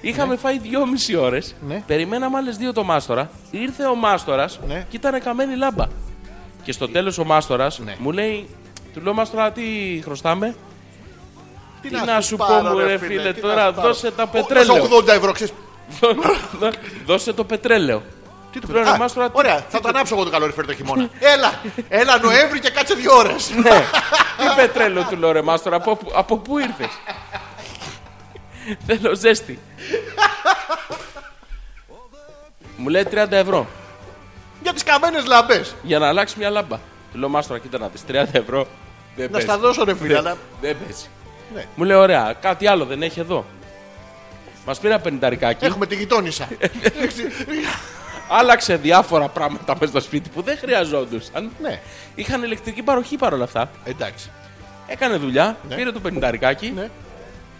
Speaker 1: Είχαμε φάει δυόμιση ώρες.
Speaker 3: Ναι.
Speaker 1: Περιμέναμε άλλες δύο το μάστορα. Ήρθε ο μάστορας
Speaker 3: Ναι.
Speaker 1: και ήταν καμένη λάμπα. Και στο τέλος ο μάστορας
Speaker 3: Ναι.
Speaker 1: μου λέει: Του λέω Μάστορα, τι χρωστάμε. Τι να
Speaker 3: σου
Speaker 1: σου
Speaker 3: πάρω,
Speaker 1: πω, μου, ρε φίλε, τώρα
Speaker 3: να σου πάρω.
Speaker 1: δώσε τα
Speaker 3: Ο-
Speaker 1: πετρέλαιο.
Speaker 3: δώσε 80 ευρώ, ξέρεις.
Speaker 1: Δώσε το πετρέλαιο.
Speaker 3: Τι του
Speaker 1: Του λέω,
Speaker 3: Α,
Speaker 1: ρε, μας τώρα τι-
Speaker 3: Ωραία,
Speaker 1: τι
Speaker 3: θα το
Speaker 1: το-
Speaker 3: ανάψω εγώ το καλοριφέρ το χειμώνα. Έλα, έλα Νοέμβρη και κάτσε δύο ώρες.
Speaker 1: Ναι. Τι πετρέλαιο του λέω ρε Μάστορα, από, πού- από πού ήρθες. Θέλω ζέστη. Μου λέει 30 ευρώ
Speaker 3: Για τις καμένες λαμπές.
Speaker 1: για να αλλάξει μια λάμπα. Του λέω Μάστορα, κοίτα να δεις, 30 ευρώ. Δεν
Speaker 3: Να
Speaker 1: παίζει.
Speaker 3: στα δώσω, ρε φίλε. αλλά-
Speaker 1: Δεν παίζει.
Speaker 3: Ναι.
Speaker 1: Μου λέει ωραία, κάτι άλλο δεν έχει εδώ. Μας πήρα πενταρικάκι,
Speaker 3: Έχουμε τη γειτόνισσα.
Speaker 1: άλλαξε διάφορα πράγματα μέσα στο σπίτι που δεν χρειαζόντουσαν.
Speaker 3: Ναι,
Speaker 1: Είχαν ηλεκτρική παροχή παρόλα αυτά.
Speaker 3: εντάξει.
Speaker 1: Έκανε δουλειά,
Speaker 3: Ναι.
Speaker 1: πήρε το πενταρικάκι
Speaker 3: Ναι.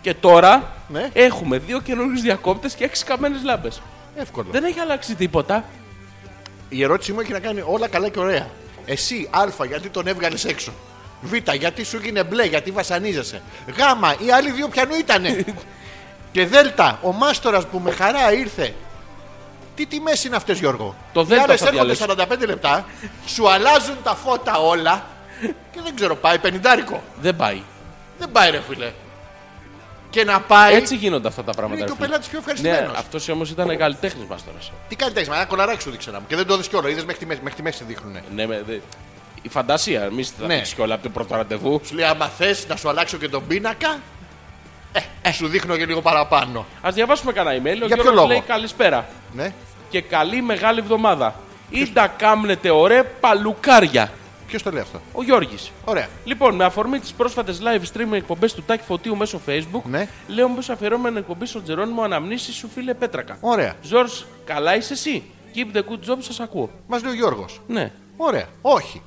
Speaker 1: και τώρα
Speaker 3: Ναι.
Speaker 1: έχουμε δύο καινούριου διακόπτες και έξι καμένες λάμπες.
Speaker 3: Εύκολο.
Speaker 1: Δεν έχει αλλάξει τίποτα.
Speaker 3: Η ερώτησή μου έχει να κάνει όλα καλά και ωραία. Εσύ, Α, γιατί τον έβγαλες έξω. Β. Γιατί σου γίνει μπλε, γιατί βασανίζεσαι. Γ. Οι άλλοι δύο πιανού ήτανε. και Δ. Ο μάστορας που με χαρά ήρθε. Τι τιμές είναι αυτές, Γιώργο.
Speaker 1: Το Δ
Speaker 3: Οι άλλες
Speaker 1: θα
Speaker 3: έρχονται
Speaker 1: διαλέξω.
Speaker 3: 45 λεπτά, σου αλλάζουν τα φώτα όλα και δεν ξέρω, πάει πενιντάρικο.
Speaker 1: Δεν πάει.
Speaker 3: Δεν πάει, ρε φίλε. Και να πάει.
Speaker 1: Έτσι γίνονται αυτά τα πράγματα.
Speaker 3: Ε, Είναι
Speaker 1: ρε
Speaker 3: και ο
Speaker 1: φίλε.
Speaker 3: πελάτη πιο ευχαριστημένο.
Speaker 1: Ναι, αυτός όμως ήταν καλλιτέχνης μας τώρα.
Speaker 3: Τι κάνει, τέξι, ένα κολαράκι σου δείξε να μου. Και δεν το δεις κιόλα. Είδες μέχρι τη μέση, μέχρι τη μέση δείχνουνε.
Speaker 1: Ναι, με, δε... Η φαντασία, μη στα
Speaker 3: Ναι.
Speaker 1: ναι. κιόλα από το πρώτο ραντεβού.
Speaker 3: Σου λέει, άμα θες να σου αλλάξω και τον πίνακα, ε, ε, σου δείχνω και λίγο παραπάνω.
Speaker 1: Ας διαβάσουμε κανένα email. Ο
Speaker 3: Για ποιο
Speaker 1: Γιώργος
Speaker 3: λόγο?
Speaker 1: λέει καλησπέρα
Speaker 3: Ναι.
Speaker 1: και καλή μεγάλη εβδομάδα. Ή τα κάμνετε ωραία παλουκάρια.
Speaker 3: Ποιος το λέει αυτό.
Speaker 1: Ο Γιώργης.
Speaker 3: Ωραία.
Speaker 1: Λοιπόν, με αφορμή τις πρόσφατες live stream εκπομπές του Τάκη Φωτίου μέσω Facebook,
Speaker 3: Ναι.
Speaker 1: λέω πως αφιερώμενη εκπομπή στον Τζερόνιμο αναμνήσεις σου φίλε Πέτρακα.
Speaker 3: Ωραία.
Speaker 1: Ζορ, καλά είσαι εσύ. Keep the good job, σας ακούω.
Speaker 3: Μας λέει ο Γιώργος.
Speaker 1: Ναι.
Speaker 3: Ωραία. Όχι.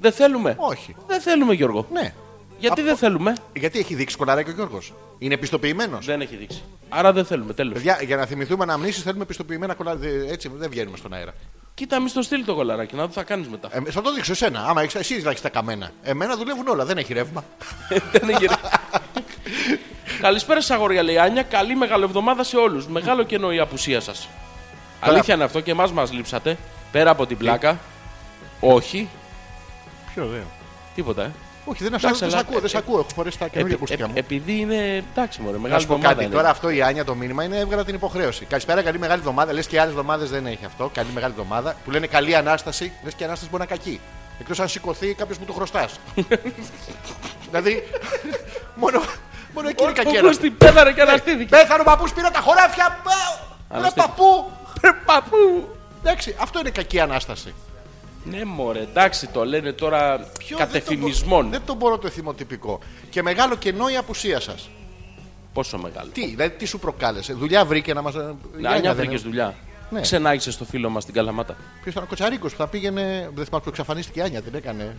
Speaker 1: Δεν θέλουμε.
Speaker 3: Όχι.
Speaker 1: Δεν θέλουμε, Γιώργο.
Speaker 3: Ναι.
Speaker 1: Γιατί
Speaker 3: Από-
Speaker 1: δεν θέλουμε.
Speaker 3: Γιατί έχει δείξει κολαράκι ο Γιώργος. Είναι πιστοποιημένος.
Speaker 1: Δεν έχει δείξει. Άρα δεν θέλουμε, τέλος.
Speaker 3: Παιδιά, για να θυμηθούμε να μνήσει, θέλουμε πιστοποιημένα κολαράκια. Έτσι δεν βγαίνουμε στον αέρα.
Speaker 1: Κοίτα, μη στο στείλει το κολαράκι, να δω τι θα κάνεις μετά.
Speaker 3: Ε, θα το δείξω εσένα. Άμα έχεις- εσύ θα έχεις τα καμένα. Εμένα δουλεύουν όλα, δεν έχει ρεύμα.
Speaker 1: Δεν έχει ρε. Καλησπέρα σας, αγόρια λέει η Άνια. Καλή μεγαλοεβδομάδα σε όλους. Μεγάλο κενό η απουσία σας. Αλήθεια είναι αυτό και εμάς μας λείψατε. Πέρα από την πλάκα. Όχι.
Speaker 3: Ε. Ποιο δεν.
Speaker 1: Τίποτα, ε.
Speaker 3: Όχι, δεν
Speaker 1: Εντάξει,
Speaker 3: σα
Speaker 1: αλλά-
Speaker 3: ακούω, δεν σε
Speaker 1: ε,
Speaker 3: ακούω. Έχω φορέσει τα
Speaker 1: Επει-
Speaker 3: καινούργια ακουστικά
Speaker 1: επ-
Speaker 3: μου.
Speaker 1: επειδή είναι. Εντάξει, μωρέ,
Speaker 3: Να
Speaker 1: μεγάλη
Speaker 3: σου πω
Speaker 1: εβδομάδα.
Speaker 3: κάτι.
Speaker 1: είναι.
Speaker 3: Τώρα αυτό η Άνια το μήνυμα είναι έβγαλα την υποχρέωση. Καλησπέρα, καλή μεγάλη εβδομάδα. Λες και άλλες εβδομάδες δεν έχει αυτό. Καλή μεγάλη εβδομάδα. Που λένε καλή ανάσταση. Λες και η ανάσταση μπορεί να είναι κακή. Εκτός αν σηκωθεί κάποιος που το χρωστάς. δηλαδή. μόνο, μόνο εκεί είναι
Speaker 1: Ο
Speaker 3: κακή
Speaker 1: Κούκος
Speaker 3: ανάσταση.
Speaker 1: την πέδαρε και αναστήθηκε.
Speaker 3: Πέθανε ο παππούς, πήρα τα χωράφια. Πάω. Ένα
Speaker 1: Αναστήθηκε.
Speaker 3: παππού.
Speaker 1: Ρε, παππού.
Speaker 3: Εντάξει, αυτό είναι κακή ανάσταση.
Speaker 1: Ναι, μωρέ, εντάξει, το λένε τώρα
Speaker 3: Ποιο δεν το μπο-
Speaker 1: κατεφημισμών.
Speaker 3: Δεν το μπορώ το εθιμοτυπικό. Και μεγάλο κενό η απουσία σας.
Speaker 1: Πόσο μεγάλο.
Speaker 3: Τι, δηλαδή, τι σου προκάλεσε. Δουλειά βρήκε να μας.
Speaker 1: Να, Άνια, βρήκες δουλειά.
Speaker 3: Ναι.
Speaker 1: Ξενάγησε το φίλο μας στην Καλαμάτα.
Speaker 3: Ποιος ήταν ο Κοτσαρίκος που θα πήγαινε. Δεν θυμάμαι που εξαφανίστηκε η Άνια, δεν έκανε.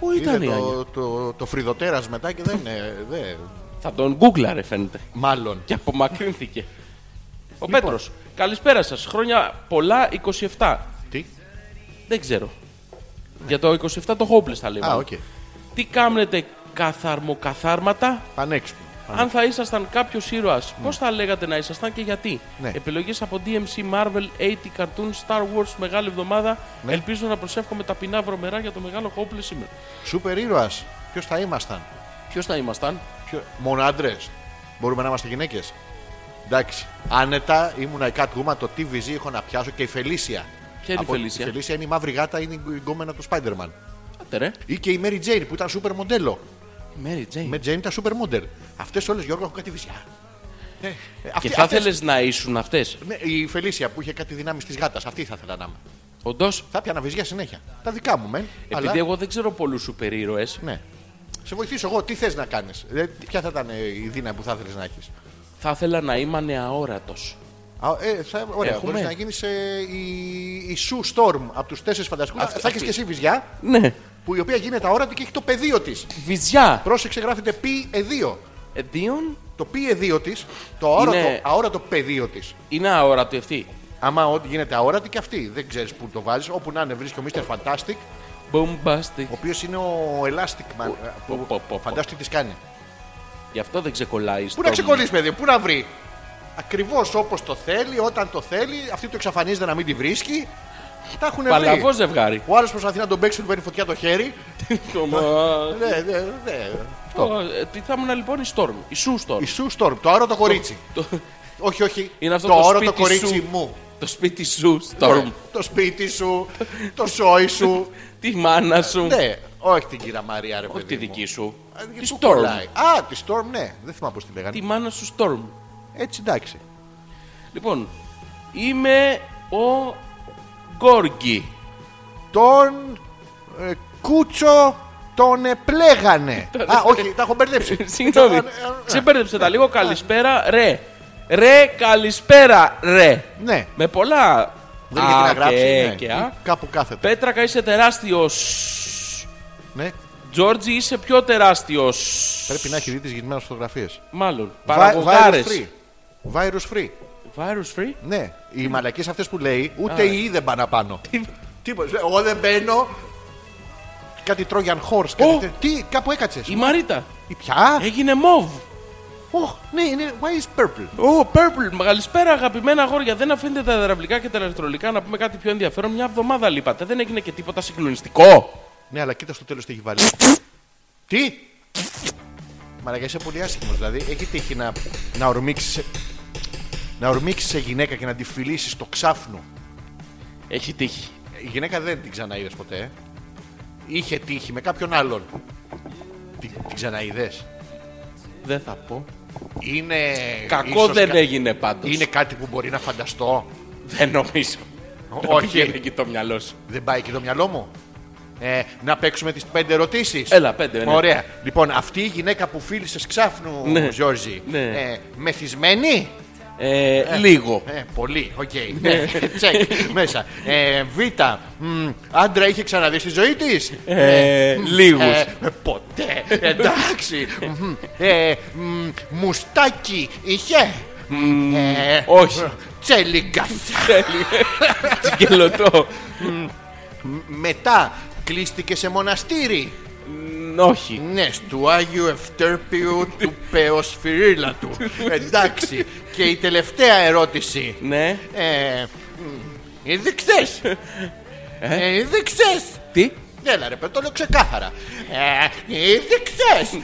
Speaker 1: Πού ήταν
Speaker 3: Είδε
Speaker 1: η Άνια.
Speaker 3: το, το, το φρυδοτέρας μετά και δεν. ε, δεν
Speaker 1: Θα τον γκούγκλαρε, φαίνεται.
Speaker 3: μάλλον.
Speaker 1: Και απομακρύνθηκε.
Speaker 3: Λοιπόν.
Speaker 1: Ο Πέτρος, καλησπέρα σας. Χρόνια πολλά 27.
Speaker 3: Τι.
Speaker 1: Δεν ξέρω. Για το 27 το Hopeless θα λέμε.
Speaker 3: Α, οκ.
Speaker 1: Τι κάμνετε καθαρμοκαθάρματα
Speaker 3: Πανέξυπνο.
Speaker 1: αν θα ήσασταν κάποιος ήρωας, πώς πώς θα λέγατε να ήσασταν και γιατί.
Speaker 3: Ναι.
Speaker 1: Επιλογές από DMC, Marvel, 80 Cartoon, Star Wars, μεγάλη εβδομάδα.
Speaker 3: Ναι.
Speaker 1: Ελπίζω να προσεύχομαι ταπεινά βρωμερά για το μεγάλο Hopeless σήμερα.
Speaker 3: Σούπερ ήρωας. Ποιος θα ήμασταν.
Speaker 1: Ποιος θα ήμασταν,
Speaker 3: Ποιο... Μόνο άντρε. Μπορούμε να είμαστε γυναίκες. Εντάξει. Άνετα ήμουνα η Catwoman, το TVZ έχω να πιάσω και η Φελίσια.
Speaker 1: Ποια είναι η Φελίσια?
Speaker 3: Η Φελίσια είναι η μαύρη γάτα, είναι η γκόμενα του Spider-Man.
Speaker 1: Άντε ρε.
Speaker 3: Ή και η Mary Jane που ήταν σούπερ μοντέλο.
Speaker 1: Mary Jane.
Speaker 3: Η Mary Jane ήταν σούπερ μοντέλ. Αυτές όλες Γιώργο έχουν κάτι βυζιά. Ε, αυτή-
Speaker 1: Και θα
Speaker 3: αυτές-
Speaker 1: ήθελε να ήσουν αυτές.
Speaker 3: Ναι, η Φελίσια που είχε κάτι δυνάμεις της γάτας, αυτή θα ήθελα να είμαι.
Speaker 1: Όντως,
Speaker 3: Θα πιανα βυζιά συνέχεια. Τα δικά μου, μεν.
Speaker 1: επειδή
Speaker 3: αλλά-
Speaker 1: εγώ δεν ξέρω πολλούς σούπερ ήρωε.
Speaker 3: Ναι. Σε βοηθήσω εγώ, τι θες να κάνεις. Ποια θα ήταν ε, η δύναμη που θα ήθελες να έχεις.
Speaker 1: Θα ήθελα να είμαι αόρατο.
Speaker 3: Ε, θα, ωραία,
Speaker 1: Έχουμε.
Speaker 3: μπορεί να γίνει η, η Sue Storm από τους τέσσερις φανταστικούς.
Speaker 1: Αυτή-
Speaker 3: Θα έχεις
Speaker 1: αυτή.
Speaker 3: και εσύ βυζιά,
Speaker 1: Ναι.
Speaker 3: που η οποία γίνεται αόρατη και έχει το πεδίο της.
Speaker 1: Βυζιά.
Speaker 3: Πρόσεξε, γράφεται πι-εδίο.
Speaker 1: Εντίον
Speaker 3: Το πι-εδίο της, το αόρατο,
Speaker 1: Είναι-
Speaker 3: αόρατο πεδίο της.
Speaker 1: είναι αόρατη αυτή.
Speaker 3: Άμα ό,τι γίνεται αόρατη και αυτή. Δεν ξέρεις που το βάζεις. Όπου να είναι, βρίσκει ο Mr. Fantastic,
Speaker 1: Bombastic.
Speaker 3: ο οποίος είναι ο Elastic Man. ε,
Speaker 1: πω, πω, πω.
Speaker 3: Που φαντάστηκε τις κάνει.
Speaker 1: Γι' αυτό δεν ξεκολλάει.
Speaker 3: Πού
Speaker 1: στο-
Speaker 3: να ξεκολλήσεις, παιδί, πού να βρει. Ακριβώς όπως το θέλει, όταν το θέλει, αυτή του εξαφανίζεται να μην τη βρίσκει. Τα έχουν βρει.
Speaker 1: Παλαβό ζευγάρι.
Speaker 3: Ο άλλος προσπαθεί να τον παίξει, του παίρνει φωτιά το χέρι.
Speaker 1: Το μα-
Speaker 3: Ναι, ναι, ναι. Αυτό.
Speaker 1: Ω, ε, Τι θα ήμουν λοιπόν η Storm. Η Σου Storm.
Speaker 3: Η Σου Storm, το αόρατο κορίτσι.
Speaker 1: Το-
Speaker 3: Όχι, όχι.
Speaker 1: Είναι αυτό
Speaker 3: το
Speaker 1: το
Speaker 3: αόρατο
Speaker 1: σπίτι
Speaker 3: κορίτσι
Speaker 1: σου.
Speaker 3: μου.
Speaker 1: Το σπίτι σου Storm.
Speaker 3: Ναι, Το σπίτι σου, το σόι σου.
Speaker 1: Τη μάνα σου.
Speaker 3: Ναι, όχι την κυρία Μαρία, ρε παιδί.
Speaker 1: Όχι τη
Speaker 3: μου.
Speaker 1: δική σου.
Speaker 3: Α, γιατί
Speaker 1: Τη
Speaker 3: που κολλάει.
Speaker 1: Storm.
Speaker 3: Α, τη Storm, ναι. Δεν θυμάμαι πώς τη λέγανε.
Speaker 1: Τη μάνα σου Storm.
Speaker 3: Έτσι, εντάξει.
Speaker 1: Λοιπόν, είμαι ο Γκόργι.
Speaker 3: Τον ε, Κούτσο τον επλέγανε. Α, όχι, τα έχω μπερδέψει.
Speaker 1: Συγγνώμη.
Speaker 3: Ε, ε, ε,
Speaker 1: Ξεπέρδεψε τα λίγο. Καλησπέρα, ρε. Ρε, καλησπέρα, ρε.
Speaker 3: Ναι,
Speaker 1: Με πολλά.
Speaker 3: δεν είχε τι να
Speaker 1: Α,
Speaker 3: γράψει.
Speaker 1: και,
Speaker 3: ναι.
Speaker 1: και α.
Speaker 3: Κάπου κάθεται.
Speaker 1: Πέτρακα είσαι τεράστιος.
Speaker 3: Ναι.
Speaker 1: Τζόρτζι είσαι πιο τεράστιος.
Speaker 3: Πρέπει να έχει δει τις γυμνέ φωτογραφίες.
Speaker 1: Μάλλον. Παραγωγάρες.
Speaker 3: Virus free.
Speaker 1: Virus free.
Speaker 3: Ναι. Οι μαλακίες αυτές που λέει, ούτε οι «ή» δεν πάνε απάνω.
Speaker 1: Τι-
Speaker 3: Τίποτα. Εγώ δεν μπαίνω. κάτι Trojan Horse.
Speaker 1: Ω! Ε-
Speaker 3: Κάτι... τε- Τι, κάπου έκατσες.
Speaker 1: Η Μαρίτα
Speaker 3: Η πια.
Speaker 1: έγινε μοβ.
Speaker 3: Οχ, ναι, είναι. Why is purple.
Speaker 1: Ω, Purple, καλησπέρα αγαπημένα αγόρια. Δεν αφήνετε τα υδραυλικά και τα ηλεκτρολικά να πούμε κάτι πιο ενδιαφέρον. Μια εβδομάδα λείπατε. Δεν έγινε και τίποτα συγκλονιστικό.
Speaker 3: Ναι, αλλά κοίτα στο τέλος τι έχει βάλει. τι! Μαραγιά, είσαι πολύ άσχημος. Δηλαδή, έχει τύχει να, να ορμήξεις. Να ορμήξεις σε γυναίκα και να τη φιλήσεις το ξάφνο.
Speaker 1: Έχει τύχει.
Speaker 3: Η γυναίκα δεν την ξαναείδες ποτέ. ε. Είχε τύχει με κάποιον άλλον. Την, την ξαναείδες.
Speaker 1: Δεν θα πω.
Speaker 3: Είναι.
Speaker 1: Κακό
Speaker 3: ίσως
Speaker 1: δεν
Speaker 3: κα-
Speaker 1: έγινε πάντως.
Speaker 3: Είναι κάτι που μπορεί να φανταστώ.
Speaker 1: Δεν νομίζω. Να
Speaker 3: Όχι.
Speaker 1: πηγαίνει εκεί το μυαλό σου.
Speaker 3: Δεν πάει και το μυαλό μου. Ε, να παίξουμε τις πέντε ερωτήσεις.
Speaker 1: Έλα, πέντε, ναι.
Speaker 3: Ωραία. Λοιπόν, αυτή η γυναίκα που φίλησες ξάφνου,
Speaker 1: Ναι.
Speaker 3: Ζόρζη,
Speaker 1: Ναι.
Speaker 3: ε, μεθυσμένη.
Speaker 1: Ε, Λίγο.
Speaker 3: Ε, πολύ, οκ. Ναι, τσεκ, μέσα. Ε, β, μ, άντρα είχε ξαναδεί στη ζωή της.
Speaker 1: Ε, λίγους.
Speaker 3: Ε, ε, ποτέ, εντάξει. Μμμ. ε, μ, μουστάκι είχε. Ε,
Speaker 1: όχι.
Speaker 3: Τσέλιγκας.
Speaker 1: Τσικελωτό.
Speaker 3: Μετά κλείστηκε σε μοναστήρι.
Speaker 1: Ν, Όχι.
Speaker 3: Ναι, του Άγιου Ευτέρπιου του Πεοσφυρίλα του. Εντάξει. Και η τελευταία ερώτηση.
Speaker 1: Ναι.
Speaker 3: Ε, Ήδηξες. Ε, Ήδηξες.
Speaker 1: Τι.
Speaker 3: Έλα ρε, παιδί, το λέω ξεκάθαρα. Ε, Ήδηξες.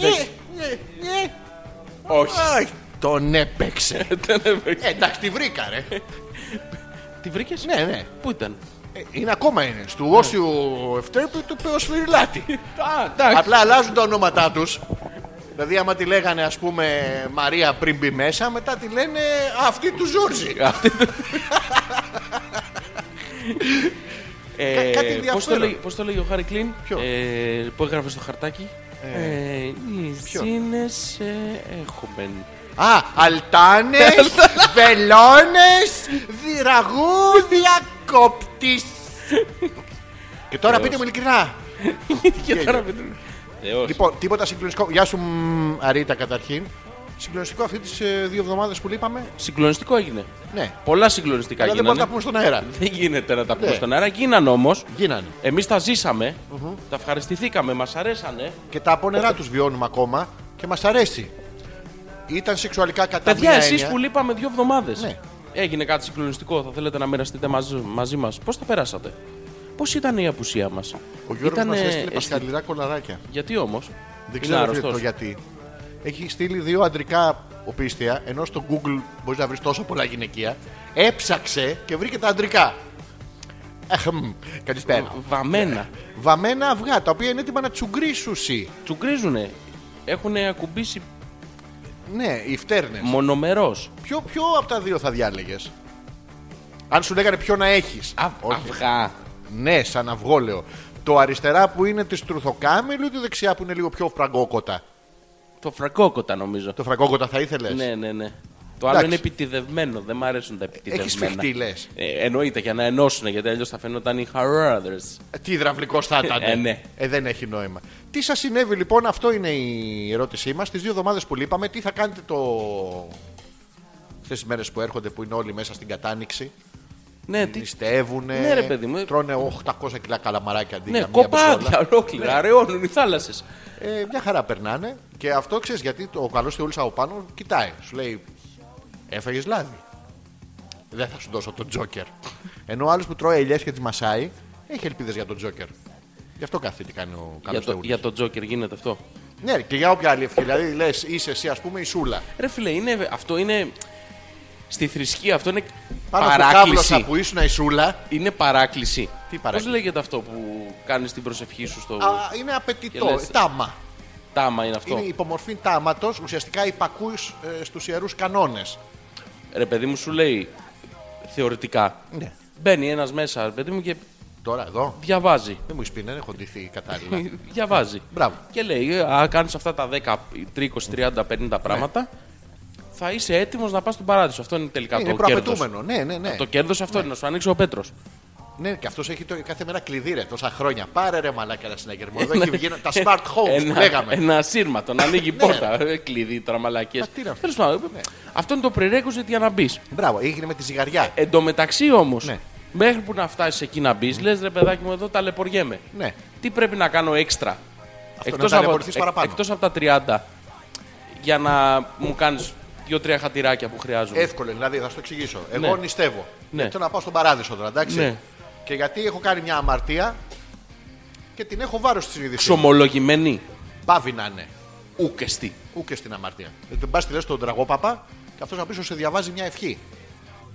Speaker 3: Ε, ε, ε,
Speaker 1: Όχι.
Speaker 3: αϊ, Τον έπαιξε. Ε, Εντάξει, τη βρήκα ρε.
Speaker 1: Ναι, Τι βρήκες.
Speaker 3: Ναι, ναι.
Speaker 1: Πού ήταν.
Speaker 3: Ε, Είναι ακόμα είναι. Στου Όσιου Ευτέρπιου του Πεοσφυριλάτη.
Speaker 1: Α, εντάξει.
Speaker 3: Απλά αλλάζουν τα ονόματά τους. Δηλαδή, άμα τη λέγανε, ας πούμε, Μαρία πριν μπει μέσα, μετά τη λένε «Α, αυτή του Ζόρζη.
Speaker 1: Ε,
Speaker 3: κάτι
Speaker 1: πώς, το
Speaker 3: ενδιαφέρον.
Speaker 1: λέει, πώς το λέει ο Χάρη Κλίν
Speaker 3: Ποιο?
Speaker 1: ε, που έγραφε στο χαρτάκι. Ε, οι
Speaker 3: ποιο?
Speaker 1: ζήνες ε, έχουμε.
Speaker 3: Α, αλτάνες, βελόνε, δυραγού, διακόπτη. Και τώρα πείτε μου ειλικρινά.
Speaker 1: Και τώρα με τον- Θεός.
Speaker 3: Λοιπόν, τίποτα συγκλονιστικό. Γεια σου, μ, Αρίτα, καταρχήν. Συγκλονιστικό αυτή τις δύο εβδομάδες που λείπαμε.
Speaker 1: Συγκλονιστικό έγινε.
Speaker 3: Ναι.
Speaker 1: Πολλά συγκλονιστικά
Speaker 3: Αλλά δεν μπορούμε να τα
Speaker 1: γίνανε.
Speaker 3: πούμε στον αέρα.
Speaker 1: Δεν γίνεται να τα πούμε
Speaker 3: Ναι.
Speaker 1: στον αέρα. Γίνανε όμως.
Speaker 3: Γίνανε.
Speaker 1: Εμείς τα ζησαμε τα ευχαριστηθήκαμε, μας αρέσανε.
Speaker 3: και τα απόνερά τους βιώνουμε ακόμα και μας αρέσει. Ήταν σεξουαλικά κατά
Speaker 1: Παιδιά,
Speaker 3: μία
Speaker 1: εσείς
Speaker 3: έννοια.
Speaker 1: που λείπαμε δύο εβδομάδες.
Speaker 3: Ναι.
Speaker 1: Έγινε κάτι συγκλονιστικό. Θα θέλετε να μοιραστείτε μαζί, μαζί μας. Πώς τα περάσατε, Πώς ήταν η απουσία μας,
Speaker 3: Ο Γιώργος μας έστειλε πασχαλιδά κολαράκια.
Speaker 1: Γιατί όμως.
Speaker 3: Δεν ξέρω φίλε, το γιατί. Έχει στείλει δύο αντρικά οπίστια, ενώ στο Google μπορείς να βρεις τόσο πολλά γυναικεία. Έψαξε και βρήκε τα αντρικά. Αχμ, καλησπέρα.
Speaker 1: Ε,
Speaker 3: Ναι.
Speaker 1: Βαμμένα.
Speaker 3: Βαμμένα αυγά, τα οποία είναι έτοιμα να τσουγκρίσουσι.
Speaker 1: Τσουγκρίζουνε. Έχουν ακουμπήσει
Speaker 3: Ναι, οι φτέρνες.
Speaker 1: μονομερός.
Speaker 3: Ποιο, ποιο από τα δύο θα διάλεγες. Αν σου λέγανε ποιο να έχεις.
Speaker 1: Αυγά.
Speaker 3: Ναι, σαν αυγό λέω. Το αριστερά που είναι της τρουθοκάμιλου ή το δεξιά που είναι λίγο πιο φραγκόκοτα.
Speaker 1: Το φρακόκοτα νομίζω.
Speaker 3: Το φραγκόκοτα θα ήθελες.
Speaker 1: Ναι, ναι, ναι. Το άλλο
Speaker 3: Εντάξει.
Speaker 1: είναι επιτηδευμένο, δεν μου αρέσουν τα επιτηδευμένα.
Speaker 3: σφιχτεί, λες.
Speaker 1: Ε, εννοείται για να ενώσουν γιατί αλλιώς θα φαινόταν οι χαράδρες.
Speaker 3: Τι υδραυλικός θα ήταν.
Speaker 1: Ε, ναι.
Speaker 3: Ε, δεν έχει νόημα. Τι σας συνέβη λοιπόν, αυτό είναι η ερώτησή μας. Τις δύο εβδομάδες που λείπαμε, τι θα κάνετε το. Αυτές τις μέρες που έρχονται που είναι όλοι μέσα στην κατάνοιξη.
Speaker 1: Ναι, τι...
Speaker 3: Νηστεύουν.
Speaker 1: Ναι, ρε παιδί μου.
Speaker 3: Τρώνε 800 κιλά καλαμαράκια αντί
Speaker 1: ναι
Speaker 3: για μία μπουζόλα.
Speaker 1: κοπάδια ολόκληρα. Αραιώνουν οι θάλασσες.
Speaker 3: Ε, μια χαρά περνάνε. Και αυτό ξέρεις γιατί το- ο καλός Θεούλης από πάνω κοιτάει. Σου λέει: Έφαγες λάδι. Δεν θα σου δώσω τον Τζόκερ. Ενώ ο άλλος που τρώει ελιές και τις μασάει έχει ελπίδες για τον Τζόκερ. Γι' αυτό κάθε τι κάνει ο καλό
Speaker 1: Για, το,
Speaker 3: Θεούλη.
Speaker 1: για τον Τζόκερ γίνεται αυτό.
Speaker 3: Ναι, και για όποια άλλη ευκαιρία. Δηλαδή λες, είσαι εσύ, ας πούμε, η Σούλα.
Speaker 1: Ρε φίλε, είναι, αυτό είναι. Στη θρησκεία αυτό είναι
Speaker 3: Πάνω στο
Speaker 1: παράκληση.
Speaker 3: κάβλωσα που ήσουν η Σούλα.
Speaker 1: Είναι παράκληση.
Speaker 3: Τι παράκληση?
Speaker 1: Πώς λέγεται αυτό που κάνεις την προσευχή σου στο.
Speaker 3: Α, είναι απαιτητό.
Speaker 1: Και λες-
Speaker 3: τάμα.
Speaker 1: Τάμα είναι αυτό.
Speaker 3: Είναι υπομορφή τάματος. Ουσιαστικά υπακούει ε, στους ιερούς κανόνες.
Speaker 1: Ρε παιδί μου σου λέει θεωρητικά.
Speaker 3: Ναι.
Speaker 1: Μπαίνει ένας μέσα, ρε παιδί μου και
Speaker 3: Τώρα εδώ.
Speaker 1: διαβάζει.
Speaker 3: Δεν μου έχεις πει, δεν έχω ντυθεί κατάλληλα.
Speaker 1: διαβάζει.
Speaker 3: Μπράβο.
Speaker 1: Και λέει, αν κάνεις αυτά τα 10, 30, 30, 50
Speaker 3: Ναι.
Speaker 1: πράγματα, θα είσαι έτοιμος να πας στον παράδεισο. Αυτό είναι τελικά
Speaker 3: Είναι
Speaker 1: το κέρδος.
Speaker 3: προαπαιτούμενο. Ναι, ναι, ναι.
Speaker 1: Το κέρδος αυτό είναι να σου ανοίξει ο Πέτρος.
Speaker 3: Ναι, και αυτός έχει το, κάθε μέρα κλειδί ρε, τόσα χρόνια. Πάρε ρε μαλάκα ένα συναγερμό. Εδώ έχει βγει ένα- τα smart homes που
Speaker 1: ένα,
Speaker 3: λέγαμε.
Speaker 1: ένα σύρματο, να ανοίγει η
Speaker 3: Ναι.
Speaker 1: πόρτα. Ε, Κλειδί, τραμαλακίε.
Speaker 3: Α, τι να αυτό. Ναι.
Speaker 1: Τέλο πάντων, αυτό είναι το prerequisite για να μπεις.
Speaker 3: Μπράβο, έγινε με τη ζυγαριά.
Speaker 1: Εν τω μεταξύ όμως,
Speaker 3: Ναι.
Speaker 1: Μέχρι που να φτάσεις εκεί να μπεις, λες ρε παιδάκι μου, εδώ ταλαιπωριέμαι.
Speaker 3: Ναι.
Speaker 1: Τι πρέπει να κάνω έξτρα.
Speaker 3: να
Speaker 1: Εκτός από,
Speaker 3: ταλαιπωρηθείς παραπάνω.
Speaker 1: εκτός από τα 30 για να μου κάνεις δύο-τρία χατηράκια που χρειάζομαι.
Speaker 3: Εύκολο, δηλαδή θα σου το εξηγήσω. Εγώ
Speaker 1: Ναι.
Speaker 3: νηστεύω.
Speaker 1: Ναι.
Speaker 3: Γιατί Θέλω να πάω στον παράδεισο τώρα, εντάξει.
Speaker 1: Ναι.
Speaker 3: Και γιατί έχω κάνει μια αμαρτία και την έχω βάρος στη συνείδησή μου.
Speaker 1: Ξομολογημένη.
Speaker 3: Πάβει να είναι.
Speaker 1: Ούκεστη.
Speaker 3: Ού και στην αμαρτία. Δεν την πας τη λες στον τραγόπαπα και αυτός απίσω σε διαβάζει μια ευχή.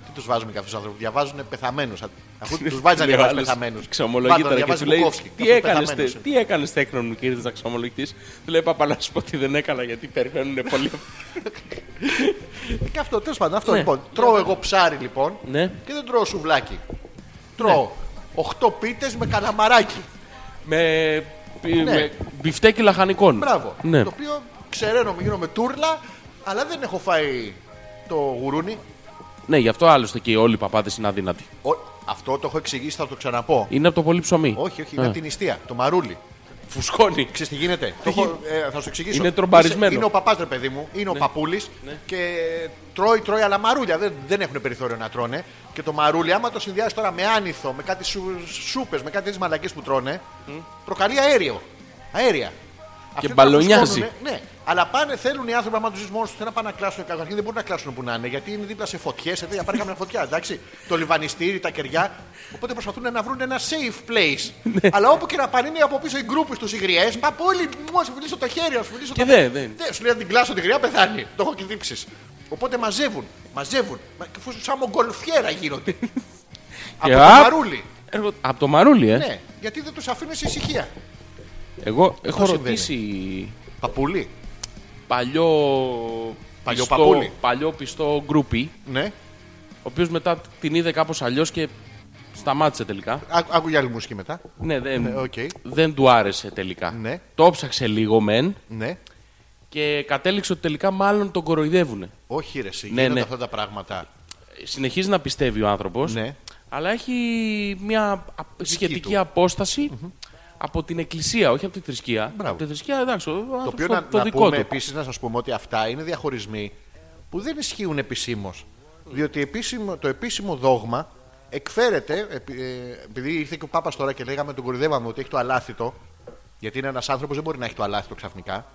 Speaker 3: Τι τους βάζουμε κάποιου ανθρώπου, διαβάζουν πεθαμένου. Αφού τους βάζει
Speaker 1: Λέει Ναι, ο
Speaker 3: να διαβάζει
Speaker 1: άλλος,
Speaker 3: πεθαμένου.
Speaker 1: Ξομολογεί τώρα και του λέει: Τι έκανες, τε- τι έκανες τέκνο μου, κύριε να ξομολογητή. Του λέει: Παπα, να σου πω ότι δεν έκανα γιατί περιμένουν πολύ.
Speaker 3: Και αυτό, τέλος πάντων, αυτό
Speaker 1: Ναι.
Speaker 3: λοιπόν. Τρώω εγώ ψάρι λοιπόν
Speaker 1: ναι.
Speaker 3: και δεν τρώω σουβλάκι. Τρώω 8 πίτες με καλαμαράκι.
Speaker 1: Με, πι-
Speaker 3: Ναι.
Speaker 1: με μπιφτέκι λαχανικών.
Speaker 3: Μπράβο.
Speaker 1: Ναι.
Speaker 3: Το οποίο ξεραίνομαι, γίνομαι τούρλα, αλλά δεν έχω φάει το γουρούνι.
Speaker 1: ναι, γι' αυτό άλλωστε και οι όλοι οι παπάδες είναι αδύνατοι.
Speaker 3: Ο- αυτό το έχω εξηγήσει, θα το ξαναπώ.
Speaker 1: Είναι από το πολύ ψωμί.
Speaker 3: Όχι, όχι, είναι από την νηστεία, το μαρούλι.
Speaker 1: Φουσκώνει.
Speaker 3: Ξέρεις τι γίνεται. Το έχω- ε, θα σου εξηγήσω.
Speaker 1: Είναι τρομπαρισμένο.
Speaker 3: Είσαι- Είναι ο παπάς, ρε παιδί μου. Είναι ο παπούλη. Και τρώει, τρώει, αλλά μαρούλια. Δεν, δεν έχουν περιθώριο να τρώνε. Και το μαρούλι, άμα το συνδυάζεις τώρα με άνηθο, με κάτι σου, σούπες, με κάτι τι μαλακές που τρώνε, προκαλεί αέριο. Αέρια. Αυτοί τα
Speaker 1: μπαλονιάζει.
Speaker 3: φουσκώνουνε, Ναι, αλλά πάνε, θέλουν οι άνθρωποι άμα τους ζει μόνος τους να πάνε να κλάσουν. Καταρχήν δεν μπορούν να κλάσουν που να είναι, γιατί είναι δίπλα σε φωτιές, σε τέτοια πάρει καμιά φωτιά. Εντάξει, το λιβανιστήρι, τα κεριά. Οπότε προσπαθούν να βρουν ένα safe place.
Speaker 1: Ναι.
Speaker 3: αλλά όπου και να πάνε είναι από πίσω οι γκρούπες τους οι γριές. Παπούλι, μου ας φιλήσω το χέρι, ας φιλήσω
Speaker 1: Και
Speaker 3: το
Speaker 1: δε, δεν.
Speaker 3: Δε, σου λέει να την κλάσω τη γριά, πεθάνει. Το έχω κοιτήψει. Οπότε μαζεύουν, μαζεύουν. Μα- και Αφού σαν μογκολφιέρα γίνονται. από
Speaker 1: Και
Speaker 3: το
Speaker 1: απ-
Speaker 3: μαρούλι.
Speaker 1: Έρχο- Από το μαρούλι, ε.
Speaker 3: Ναι, γιατί δεν τους αφήνεις σε ησυχία.
Speaker 1: Εγώ έχω
Speaker 3: συμβαίνει.
Speaker 1: ρωτήσει
Speaker 3: Παπούλι.
Speaker 1: παλιό.
Speaker 3: Παλιό
Speaker 1: πιστό-
Speaker 3: παπούλι.
Speaker 1: Παλιό πιστό γκρουπι,
Speaker 3: Ναι,
Speaker 1: ο οποίος μετά την είδε κάπως αλλιώς και σταμάτησε τελικά.
Speaker 3: Άκου- άκου για άλλη μουσική μετά.
Speaker 1: Ναι, δεν,
Speaker 3: Ε, οκ.
Speaker 1: δεν του άρεσε τελικά.
Speaker 3: Ναι.
Speaker 1: Το ψάξε λίγο μεν
Speaker 3: Ναι.
Speaker 1: και κατέληξε ότι τελικά μάλλον τον κοροϊδεύουνε.
Speaker 3: Όχι, ρε, εσύ,
Speaker 1: Ναι,
Speaker 3: γίνονται
Speaker 1: ναι.
Speaker 3: αυτά τα πράγματα.
Speaker 1: Συνεχίζει να πιστεύει ο άνθρωπος
Speaker 3: Ναι.
Speaker 1: αλλά έχει μια α- σχετική
Speaker 3: του.
Speaker 1: απόσταση από την εκκλησία, όχι από τη θρησκεία.
Speaker 3: Μπράβο.
Speaker 1: Από τη θρησκεία, εντάξει, ο άνθρωπος
Speaker 3: Το οποίο
Speaker 1: το,
Speaker 3: να,
Speaker 1: το
Speaker 3: να
Speaker 1: δικό
Speaker 3: πούμε
Speaker 1: του.
Speaker 3: επίσης, να σας πούμε ότι αυτά είναι διαχωρισμοί που δεν ισχύουν επισήμως. Διότι επίσημο, το επίσημο δόγμα εκφέρεται, επει- ε, επειδή ήρθε και ο Πάπας τώρα και λέγαμε, τον κορυδεύαμε ότι έχει το αλάθητο. Γιατί είναι ένας άνθρωπος, δεν μπορεί να έχει το αλάθητο ξαφνικά.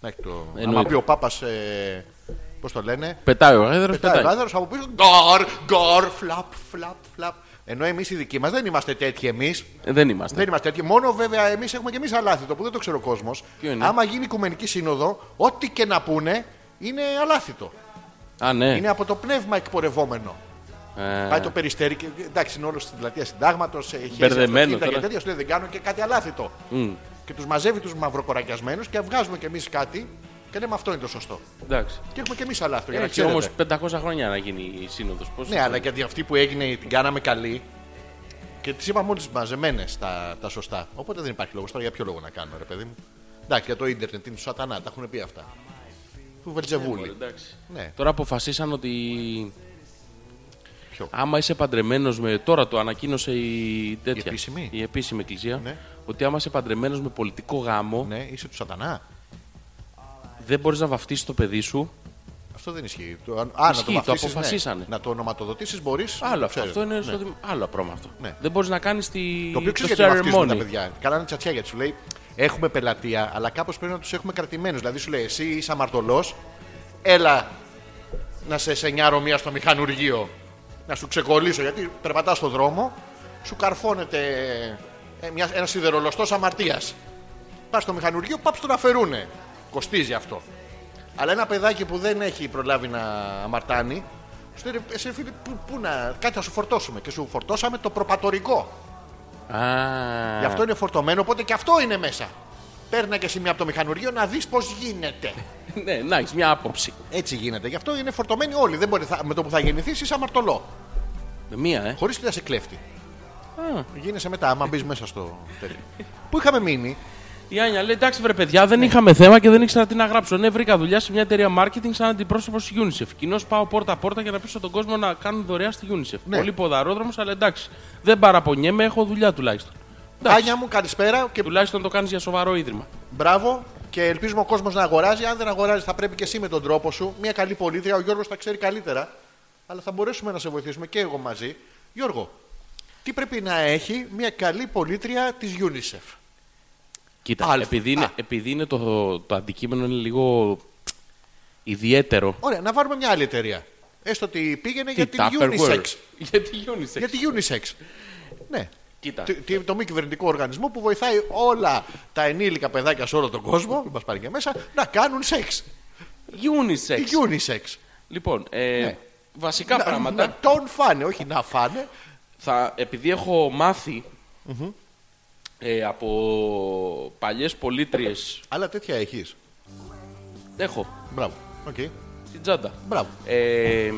Speaker 3: Να έχει το. Άμα
Speaker 1: Εννοείται.
Speaker 3: πει ο Πάπας. Ε, Πώς το λένε.
Speaker 1: Πετάει ο γάιδρος,
Speaker 3: Πετάει ο
Speaker 1: πετάει.
Speaker 3: γάιδαρος από πίσω. Γκορ, γκορ, φλαπ, φλαπ, φλαπ. Ενώ εμείς οι δικοί μας δεν είμαστε τέτοιοι εμείς.
Speaker 1: Ε, δεν είμαστε.
Speaker 3: Δεν είμαστε τέτοιοι. Μόνο βέβαια εμείς έχουμε και εμείς αλάθητο που δεν το ξέρει ο κόσμος.
Speaker 1: Ποιο είναι?
Speaker 3: Άμα γίνει Οικουμενική Σύνοδο, ό,τι και να πούνε είναι αλάθητο.
Speaker 1: Α, ναι.
Speaker 3: Είναι από το πνεύμα εκπορευόμενο.
Speaker 1: Ε,
Speaker 3: Πάει το περιστέρι και εντάξει, είναι όλος στην πλατεία συντάγματος, έχει
Speaker 1: Μπερδεμένο
Speaker 3: και
Speaker 1: τώρα.
Speaker 3: τέτοια. Σου λέει δεν κάνουν και κάτι αλάθητο. Και τους μαζεύει τους μαυροκορακιασμένους και βγάζουμε κι εμείς κάτι και λέμε αυτό είναι το σωστό.
Speaker 1: εντάξει.
Speaker 3: Και έχουμε κι εμεί αλάθητο. για να
Speaker 1: Έχει
Speaker 3: Ε, ξέρετε.
Speaker 1: όμω 500 χρόνια να γίνει η σύνοδος.
Speaker 3: Ναι, αλλά γιατί αυτή που έγινε την κάναμε καλή. Και τις είπαμε όλε μαζεμένες τα, τα σωστά. Οπότε δεν υπάρχει λόγος τώρα για ποιο λόγο να κάνουμε, ρε παιδί μου. Εντάξει, για το ίντερνετ είναι του σατανά, τα έχουν πει αυτά. Του Βελτζεβούλη. Ναι,
Speaker 1: Τώρα αποφασίσαν ότι.
Speaker 3: Ποιο?
Speaker 1: Άμα είσαι παντρεμένος με. Τώρα το ανακοίνωσε η τέτοια.
Speaker 3: Η επίσημη?
Speaker 1: η επίσημη εκκλησία.
Speaker 3: Ναι.
Speaker 1: Ότι άμα είσαι παντρεμένος με πολιτικό γάμο,
Speaker 3: ναι, είσαι του σατανά.
Speaker 1: δεν μπορείς να βαφτίσεις το παιδί σου.
Speaker 3: Αυτό δεν ισχύει. Το, αν- α,
Speaker 1: Ισχύει, το
Speaker 3: να το, βαφτίσεις,
Speaker 1: αποφασίσανε.
Speaker 3: Ναι. Να το ονοματοδοτήσεις μπορείς.
Speaker 1: Άλλο αυτό. Αυτό είναι στο δημο- άλλο πράγμα αυτό.
Speaker 3: Ναι.
Speaker 1: Δεν μπορείς να κάνεις τη...
Speaker 3: Το οποίο ξέρει γιατί βαφτίζουν τα παιδιά. Κάνανε τσατσιά γιατί σου λέει έχουμε πελατεία, αλλά κάπως πρέπει να τους έχουμε κρατημένους. Δηλαδή σου λέει εσύ είσαι αμαρτωλός, έλα να σε σενιάρω μία στο μηχανουργείο. Να σου ξεκολλήσω γιατί περπατάς στον δρόμο, σου καρφώνεται ε, μια- ένας σιδερολοστό αμαρτίας. Πας στο μηχανουργείο, πάπ το να φερούνε. Κοστίζει αυτό. Αλλά ένα παιδάκι που δεν έχει προλάβει να αμαρτάνει, σου λέει, «Ρε, εσύ φίλε, πού, πού να, κάτι θα σου φορτώσουμε. Και σου φορτώσαμε το προπατορικό.
Speaker 1: Α,
Speaker 3: Γι' αυτό είναι φορτωμένο, οπότε και αυτό είναι μέσα. Παίρνα και εσύ μια από το μηχανουργείο να δεις πώς γίνεται.
Speaker 1: ναι, να έχεις μια άποψη.
Speaker 3: Έτσι γίνεται. Γι' αυτό είναι φορτωμένοι όλοι. Δεν μπορεί, θα- με το που θα γεννηθείς είσαι αμαρτωλό.
Speaker 1: Με μία, ε.
Speaker 3: Χωρίς να σε κλέφτη.
Speaker 1: Α.
Speaker 3: Γίνεσαι μετά, άμα μπεις μέσα στο τέτοιο. Πού είχαμε μείνει,
Speaker 1: Η Άνια λέει: Εντάξει, βρε παιδιά, δεν είχαμε θέμα και δεν ήξερα τι να γράψω. Ναι, βρήκα δουλειά σε μια εταιρεία marketing σαν αντιπρόσωπος UNICEF. Κοινώς πάω πόρτα-πόρτα για να πείσω τον κόσμο να κάνουν δωρεά στη UNICEF.
Speaker 3: Ναι.
Speaker 1: Πολύ ποδαρόδρομος, αλλά εντάξει. Δεν παραπονιέμαι, έχω δουλειά τουλάχιστον. Εντάξει,
Speaker 3: Άνια μου, καλησπέρα και
Speaker 1: τουλάχιστον το κάνεις για σοβαρό ίδρυμα.
Speaker 3: μπράβο. Και ελπίζουμε ο κόσμος να αγοράζει. Αν δεν αγοράζει, θα πρέπει και εσύ με τον τρόπο σου. Μια καλή πολίτρια, ο Γιώργος τα ξέρει καλύτερα. Αλλά θα μπορέσουμε να σε βοηθήσουμε και εγώ μαζί. Γιώργο, τι πρέπει να έχει μια καλή πολίτρια της UNICEF.
Speaker 1: Κοίτα,
Speaker 3: Α,
Speaker 1: επειδή,
Speaker 3: α.
Speaker 1: είναι, επειδή είναι το, το αντικείμενο είναι λίγο ιδιαίτερο.
Speaker 3: Ωραία, να βάλουμε μια άλλη εταιρεία. Έστω ότι πήγαινε για
Speaker 1: Τι,
Speaker 3: την
Speaker 1: Tupperware.
Speaker 3: UNICEF.
Speaker 1: Για τη UNICEF.
Speaker 3: Για τη UNICEF. Ναι.
Speaker 1: Κοίτα.
Speaker 3: Τι- τι- Το μη κυβερνητικό οργανισμό που βοηθάει όλα τα ενήλικα παιδάκια σε όλο τον κόσμο, μην μας πάρει και μέσα, να κάνουν σεξ.
Speaker 1: UNICEF.
Speaker 3: Η UNICEF.
Speaker 1: Λοιπόν, ε,
Speaker 3: Ναι.
Speaker 1: βασικά
Speaker 3: Να-
Speaker 1: πράγματα.
Speaker 3: Να τον φάνε, όχι να φάνε.
Speaker 1: θα, επειδή έχω μάθει, ε, από παλιές πολίτριες
Speaker 3: Αλλά τέτοια έχεις.
Speaker 1: έχω
Speaker 3: Μπράβο. Οκ.
Speaker 1: στην τσάντα
Speaker 3: Μπράβο.
Speaker 1: Ε,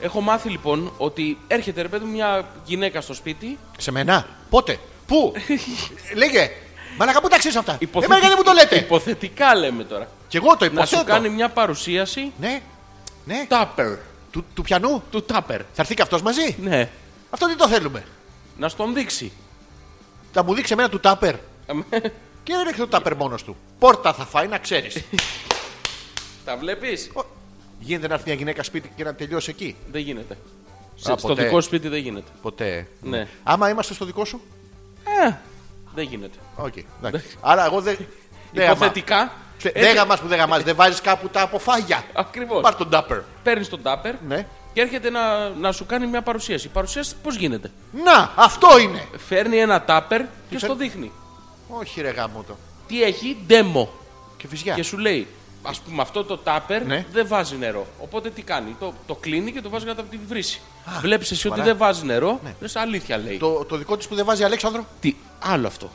Speaker 1: έχω μάθει λοιπόν ότι έρχεται ρε παιδί μου μια γυναίκα στο σπίτι
Speaker 3: Σε μένα. Πότε. Πού. Λέγε. Μαλακά, πού τα ξέρεις αυτά.
Speaker 1: υποθετι-
Speaker 3: Εμένα Ε, δεν μου το λέτε.
Speaker 1: Υποθετικά λέμε τώρα
Speaker 3: Κι εγώ το
Speaker 1: Να σου
Speaker 3: υποθέτω.
Speaker 1: κάνει μια παρουσίαση
Speaker 3: Ναι. Ναι.
Speaker 1: Τάπερ
Speaker 3: Του, του πιανού.
Speaker 1: Του τάπερ
Speaker 3: Θα έρθει και αυτός μαζί.
Speaker 1: Ναι
Speaker 3: Αυτό τι το θέλουμε.
Speaker 1: Να στον δείξει
Speaker 3: Θα μου δείξει εμένα του τάπερ. Και δεν έχει το τάπερ μόνος του. Πόρτα θα φάει να ξέρεις.
Speaker 1: Τα βλέπεις
Speaker 3: Ο- Γίνεται να έρθει μια γυναίκα σπίτι και να τελειώσει εκεί.
Speaker 1: Δεν γίνεται Σε- Στο
Speaker 3: ποτέ.
Speaker 1: δικό σου σπίτι δεν γίνεται
Speaker 3: Ποτέ.
Speaker 1: Ναι
Speaker 3: Άμα είμαστε στο δικό σου.
Speaker 1: Ε, Δεν γίνεται
Speaker 3: Οκ. εντάξει. Άρα εγώ δεν.
Speaker 1: Ναι.
Speaker 3: δεν γαμά.
Speaker 1: Υποθετικά
Speaker 3: Ε, Θε-
Speaker 1: έτσι- Λοιπόν.
Speaker 3: Δεν γαμάς που δεν γαμάς. Δεν βάζεις κάπου τα αποφάγια.
Speaker 1: Ακριβώς
Speaker 3: Πάρ τον τάπερ.
Speaker 1: Παίρνεις τον τάπερ
Speaker 3: Ναι.
Speaker 1: και έρχεται να, να σου κάνει μια παρουσίαση. Η παρουσίαση πώς γίνεται.
Speaker 3: Να, αυτό είναι.
Speaker 1: Φέρνει ένα τάπερ και
Speaker 3: φέρ-
Speaker 1: στο δείχνει.
Speaker 3: Όχι, ρε γαμότο.
Speaker 1: Τι έχει, demo.
Speaker 3: Και φυσιά.
Speaker 1: Και σου λέει, ας πούμε, αυτό το τάπερ
Speaker 3: Ναι.
Speaker 1: δεν βάζει νερό. Οπότε τι κάνει, το, το κλείνει και το βάζει κάτω από τη βρύση. Βλέπεις εσύ ότι
Speaker 3: σοβαρά.
Speaker 1: δεν βάζει νερό, λες, αλήθεια λέει.
Speaker 3: Ναι. Το, το δικό της που δεν βάζει Αλέξανδρο,
Speaker 1: Τι, άλλο αυτό.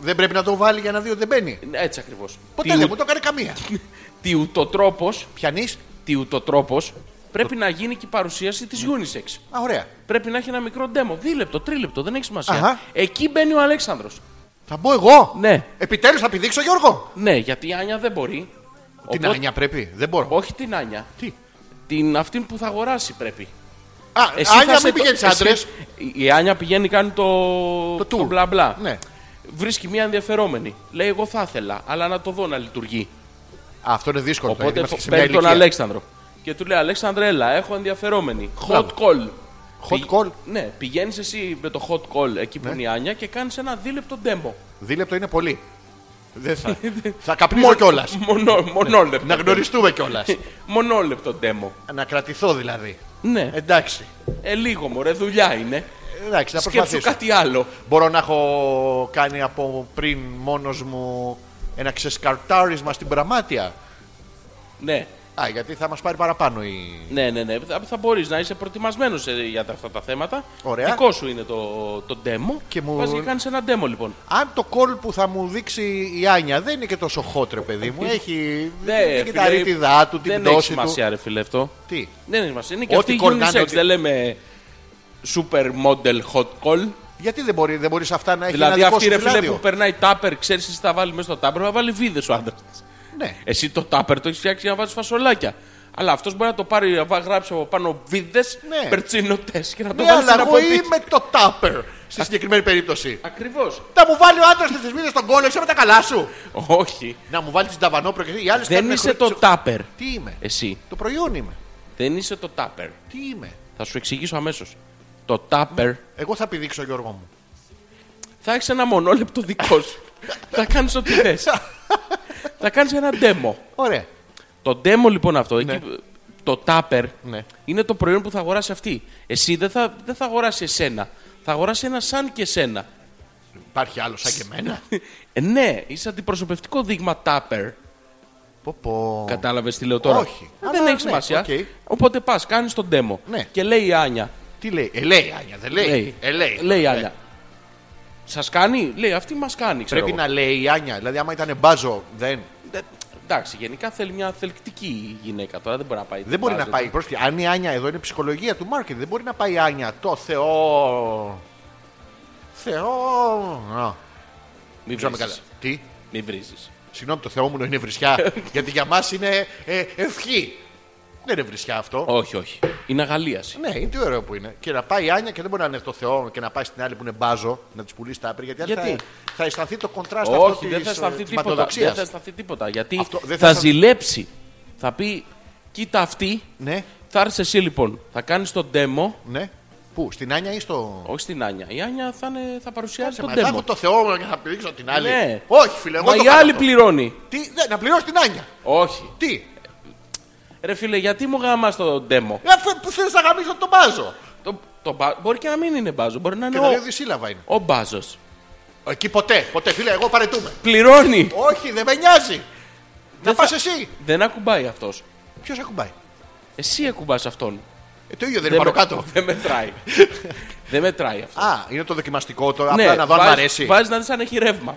Speaker 3: δεν πρέπει να το βάλει για να δει ότι δεν μπαίνει.
Speaker 1: Ναι, Έτσι ακριβώς.
Speaker 3: Ποτέ δεν μου το κάνει καμία.
Speaker 1: Τι ουτοτρόπο,
Speaker 3: Πιανείς.
Speaker 1: τι ουτοτρόπος, πρέπει να γίνει και η παρουσίαση της
Speaker 3: Ναι.
Speaker 1: Unisex.
Speaker 3: Α, ωραία.
Speaker 1: Πρέπει να έχει ένα μικρό demo, δίλεπτο, τρίλεπτο, δεν έχει σημασία.
Speaker 3: Αχα.
Speaker 1: Εκεί μπαίνει ο Αλέξανδρος.
Speaker 3: Θα μπω εγώ.
Speaker 1: Ναι.
Speaker 3: Επιτέλους θα πηδήξω, Γιώργο.
Speaker 1: Ναι, γιατί η Άνια δεν μπορεί.
Speaker 3: Την
Speaker 1: Οπότε-
Speaker 3: Άνια πρέπει. Δεν μπορώ.
Speaker 1: Όχι την Άνια.
Speaker 3: Τι.
Speaker 1: Την αυτήν που θα αγοράσει πρέπει.
Speaker 3: Α,
Speaker 1: Εσύ θα
Speaker 3: Άνια
Speaker 1: σε
Speaker 3: μην
Speaker 1: το-
Speaker 3: πηγαίνεις
Speaker 1: εσύ-
Speaker 3: άντρες.
Speaker 1: Η- Η Άνια πηγαίνει, κάνει το.
Speaker 3: Το tour.
Speaker 1: μπλα μπλα.
Speaker 3: Ναι.
Speaker 1: Βρίσκει μια ενδιαφερόμενη. Λέει: Εγώ θα ήθελα, αλλά να το δω να λειτουργεί.
Speaker 3: Α, Αυτό είναι δύσκολο. γιατί
Speaker 1: Οπότε
Speaker 3: είμαστε σε μια
Speaker 1: παίρνει τον
Speaker 3: ηλικία.
Speaker 1: Αλέξανδρο. Και του λέει: Αλέξανδρε, έλα, έχω ενδιαφερόμενη. Hot
Speaker 3: Μπράβο.
Speaker 1: call.
Speaker 3: Hot call. Ναι.
Speaker 1: Ναι, πηγαίνεις εσύ με το hot call εκεί που είναι η Άνια και κάνεις ένα δίλεπτο demo.
Speaker 3: Δίλεπτο είναι πολύ. Δεν θα. θα καπνίζω κιόλας.
Speaker 1: Μονό, μονόλεπτο.
Speaker 3: Ναι. να γνωριστούμε κιόλας.
Speaker 1: Μονόλεπτο demo.
Speaker 3: να κρατηθώ δηλαδή.
Speaker 1: Ναι.
Speaker 3: Εντάξει.
Speaker 1: Ε, λίγο μωρέ, δουλειά είναι.
Speaker 3: Εντάξει, να
Speaker 1: Σκέψου
Speaker 3: προσπαθήσω.
Speaker 1: κάτι άλλο.
Speaker 3: Μπορώ να έχω κάνει από πριν μόνος μου ένα ξεσκαρτάρισμα στην πραμάτια.
Speaker 1: Ναι,
Speaker 3: Α, γιατί θα μας πάρει παραπάνω η...
Speaker 1: ναι, ναι. ναι. Θα, θα μπορείς να είσαι προετοιμασμένο για τα- αυτά τα θέματα.
Speaker 3: Ωραία.
Speaker 1: Δικό σου είναι το, το demo.
Speaker 3: Και μου-
Speaker 1: Πας και κάνεις ένα demo λοιπόν.
Speaker 3: Αν το κόλ που θα μου δείξει η Άνια δεν είναι και τόσο χότρε, παιδί μου. Έχει την κυταρίτιδά του, την
Speaker 1: Ε, Ναι, δεν έχει
Speaker 3: πτώση του.
Speaker 1: σημασία, ρε φίλε αυτό.
Speaker 3: Τι.
Speaker 1: Δεν έχει σημασία. Είναι και
Speaker 3: Ό,τι
Speaker 1: αυτή η
Speaker 3: call κάνει,
Speaker 1: unisex.
Speaker 3: ό,τι-
Speaker 1: Δεν λέμε super model hot call.
Speaker 3: Γιατί δεν μπορεί, δεν μπορείς σε αυτά να έχει
Speaker 1: δηλαδή
Speaker 3: ένα δικό
Speaker 1: αυτή
Speaker 3: σου
Speaker 1: ρε φίλε
Speaker 3: φυλάδιο.
Speaker 1: που περνάει τάπερ, ξέρεις τι θα βάλεις μέσα στο τάπερ, θα βάλει βίδες ο άντρας της.
Speaker 3: Ναι.
Speaker 1: Εσύ το τάπερ το έχεις φτιάξει για να βάζεις φασολάκια. Αλλά αυτός μπορεί να το πάρει, να βα- γράψει από πάνω βίδες,
Speaker 3: Ναι.
Speaker 1: περτσινωτέ και να το
Speaker 3: Ναι,
Speaker 1: βάλει
Speaker 3: αλλά
Speaker 1: στην
Speaker 3: εγώ
Speaker 1: αποθήκη.
Speaker 3: είμαι το τάπερ στη συγκεκριμένη περίπτωση.
Speaker 1: Ακριβώς.
Speaker 3: Θα μου βάλει ο άντρας τη θεσμίδα στον κόλλο, είσαι με τα καλά σου.
Speaker 1: Όχι.
Speaker 3: Να μου βάλει την ταβανόπρο και οι άλλες
Speaker 1: Δεν είσαι το τάπερ.
Speaker 3: Τι είμαι.
Speaker 1: Εσύ.
Speaker 3: Το προϊόν είμαι.
Speaker 1: Δεν είσαι το τάπερ.
Speaker 3: Τι είμαι.
Speaker 1: Θα σου εξηγήσω αμέσως. Το τάπερ
Speaker 3: Εγώ θα πηδήξω, Γιώργο μου.
Speaker 1: θα έχεις ένα μονόλεπτο δικό σου. θα κάνεις ό,τι θες. θα κάνεις ένα demo.
Speaker 3: Ωραία.
Speaker 1: Το demo λοιπόν αυτό, εκεί, το τάπερ,
Speaker 3: Ναι.
Speaker 1: είναι το προϊόν που θα αγοράσει αυτή. Εσύ δεν θα, δεν θα αγοράσει εσένα. Θα αγοράσει ένα σαν και εσένα.
Speaker 3: Υπάρχει άλλο σαν και εμένα.
Speaker 1: Ε, ναι, είσαι αντιπροσωπευτικό δείγμα τάπερ.
Speaker 3: πω, πω.
Speaker 1: Κατάλαβες τι λέω τώρα.
Speaker 3: Όχι.
Speaker 1: Ε,
Speaker 3: Αλλά
Speaker 1: Δεν έχει
Speaker 3: ναι,
Speaker 1: σημασία.
Speaker 3: οκ.
Speaker 1: Οπότε πας, κάνεις τον demo.
Speaker 3: Ναι.
Speaker 1: Και λέει η Άνια.
Speaker 3: Τι λέει. Ε, λέει η Άνια, δεν λέει.
Speaker 1: Λέει,
Speaker 3: Ε, λέει.
Speaker 1: λέει η
Speaker 3: Ε,
Speaker 1: Άνια. Σας κάνει, λέει αυτή μας κάνει. Ξέρω
Speaker 3: Πρέπει
Speaker 1: εγώ.
Speaker 3: να λέει η Άνια. Δηλαδή, άμα ήταν μπάζο, δεν.
Speaker 1: Ε, Εντάξει, γενικά θέλει μια θελκτική γυναίκα τώρα, δεν μπορεί να πάει.
Speaker 3: Δεν μπορεί να
Speaker 1: ναι.
Speaker 3: πάει. Πρόσεχε, αν η Άνια εδώ είναι ψυχολογία του marketing, δεν μπορεί να πάει η Άνια. Το Θεό. Θεό. Α,
Speaker 1: Μην
Speaker 3: Ξέρω με καλά.
Speaker 1: βρίζει.
Speaker 3: Τι.
Speaker 1: Μην βρίζεις.
Speaker 3: Συγγνώμη, το Θεό μου είναι βρισιά. γιατί για μας είναι ε, ευχή. Δεν είναι βρισιά αυτό.
Speaker 1: Όχι, όχι. Είναι αγαλίαση.
Speaker 3: Ναι, είναι τι ωραίο που είναι. Και να πάει η Άνια και δεν μπορεί να είναι το Θεό και να πάει στην άλλη που είναι μπάζο να της πουλήσει τα άπειρ. Γιατί, άλλη
Speaker 1: Γιατί?
Speaker 3: Θα, θα αισθανθεί το κοντράστ αυτό
Speaker 1: Όχι, δεν
Speaker 3: της,
Speaker 1: θα αισθανθεί
Speaker 3: ε, της
Speaker 1: τίποτα.
Speaker 3: ματοδοξίας.
Speaker 1: Δεν θα αισθανθεί τίποτα. Γιατί
Speaker 3: Αυτό δεν θα
Speaker 1: θα,
Speaker 3: αισθανθεί-
Speaker 1: ζηλέψει. Θα πει, κοίτα αυτή.
Speaker 3: Ναι,
Speaker 1: Θα έρθεις εσύ λοιπόν. Θα κάνεις τον demo
Speaker 3: ναι. Πού, στην Άνια ή στο.
Speaker 1: Όχι στην Άνια. Η Άνια θα, είναι, θα παρουσιάσει
Speaker 3: Σε
Speaker 1: τον
Speaker 3: μετά
Speaker 1: demo.
Speaker 3: έχω το Θεό μου και θα πηδήξω την άλλη.
Speaker 1: Ναι.
Speaker 3: Όχι, φίλε, εγώ
Speaker 1: Μα
Speaker 3: το
Speaker 1: η
Speaker 3: κάνω
Speaker 1: άλλη
Speaker 3: το.
Speaker 1: πληρώνει.
Speaker 3: Τι, δεν, να πληρώσει την Άνια.
Speaker 1: Όχι.
Speaker 3: Τι.
Speaker 1: Ρε φίλε, γιατί μου γάμα το demo.
Speaker 3: Ε, αφού- Που θέλεις να γαμίσω τον μπάζο.
Speaker 1: Το, το, μπα- μπορεί και να μην είναι μπάζο, μπορεί να
Speaker 3: Και
Speaker 1: είναι
Speaker 3: τα
Speaker 1: ο,
Speaker 3: δύο δυσύλλαβα είναι.
Speaker 1: ο μπάζος.
Speaker 3: Εκεί ποτέ, ποτέ, φίλε, εγώ παρετούμε.
Speaker 1: Πληρώνει.
Speaker 3: Όχι, δεν με νοιάζει. Να
Speaker 1: Δεν
Speaker 3: πας
Speaker 1: θα-
Speaker 3: εσύ.
Speaker 1: Δεν ακουμπάει αυτός.
Speaker 3: Ποιος ακουμπάει.
Speaker 1: Εσύ ακουμπάς αυτόν.
Speaker 3: Ε, το ίδιο δεν είναι πάνω
Speaker 1: με-
Speaker 3: κάτω.
Speaker 1: Δεν μετράει. δεν μετράει αυτό.
Speaker 3: Α, είναι το δοκιμαστικό τώρα.
Speaker 1: Ναι,
Speaker 3: Απλά να δω αν μ'
Speaker 1: βάζεις-
Speaker 3: αρέσει.
Speaker 1: βάζεις να δεις αν έχει ρεύμα.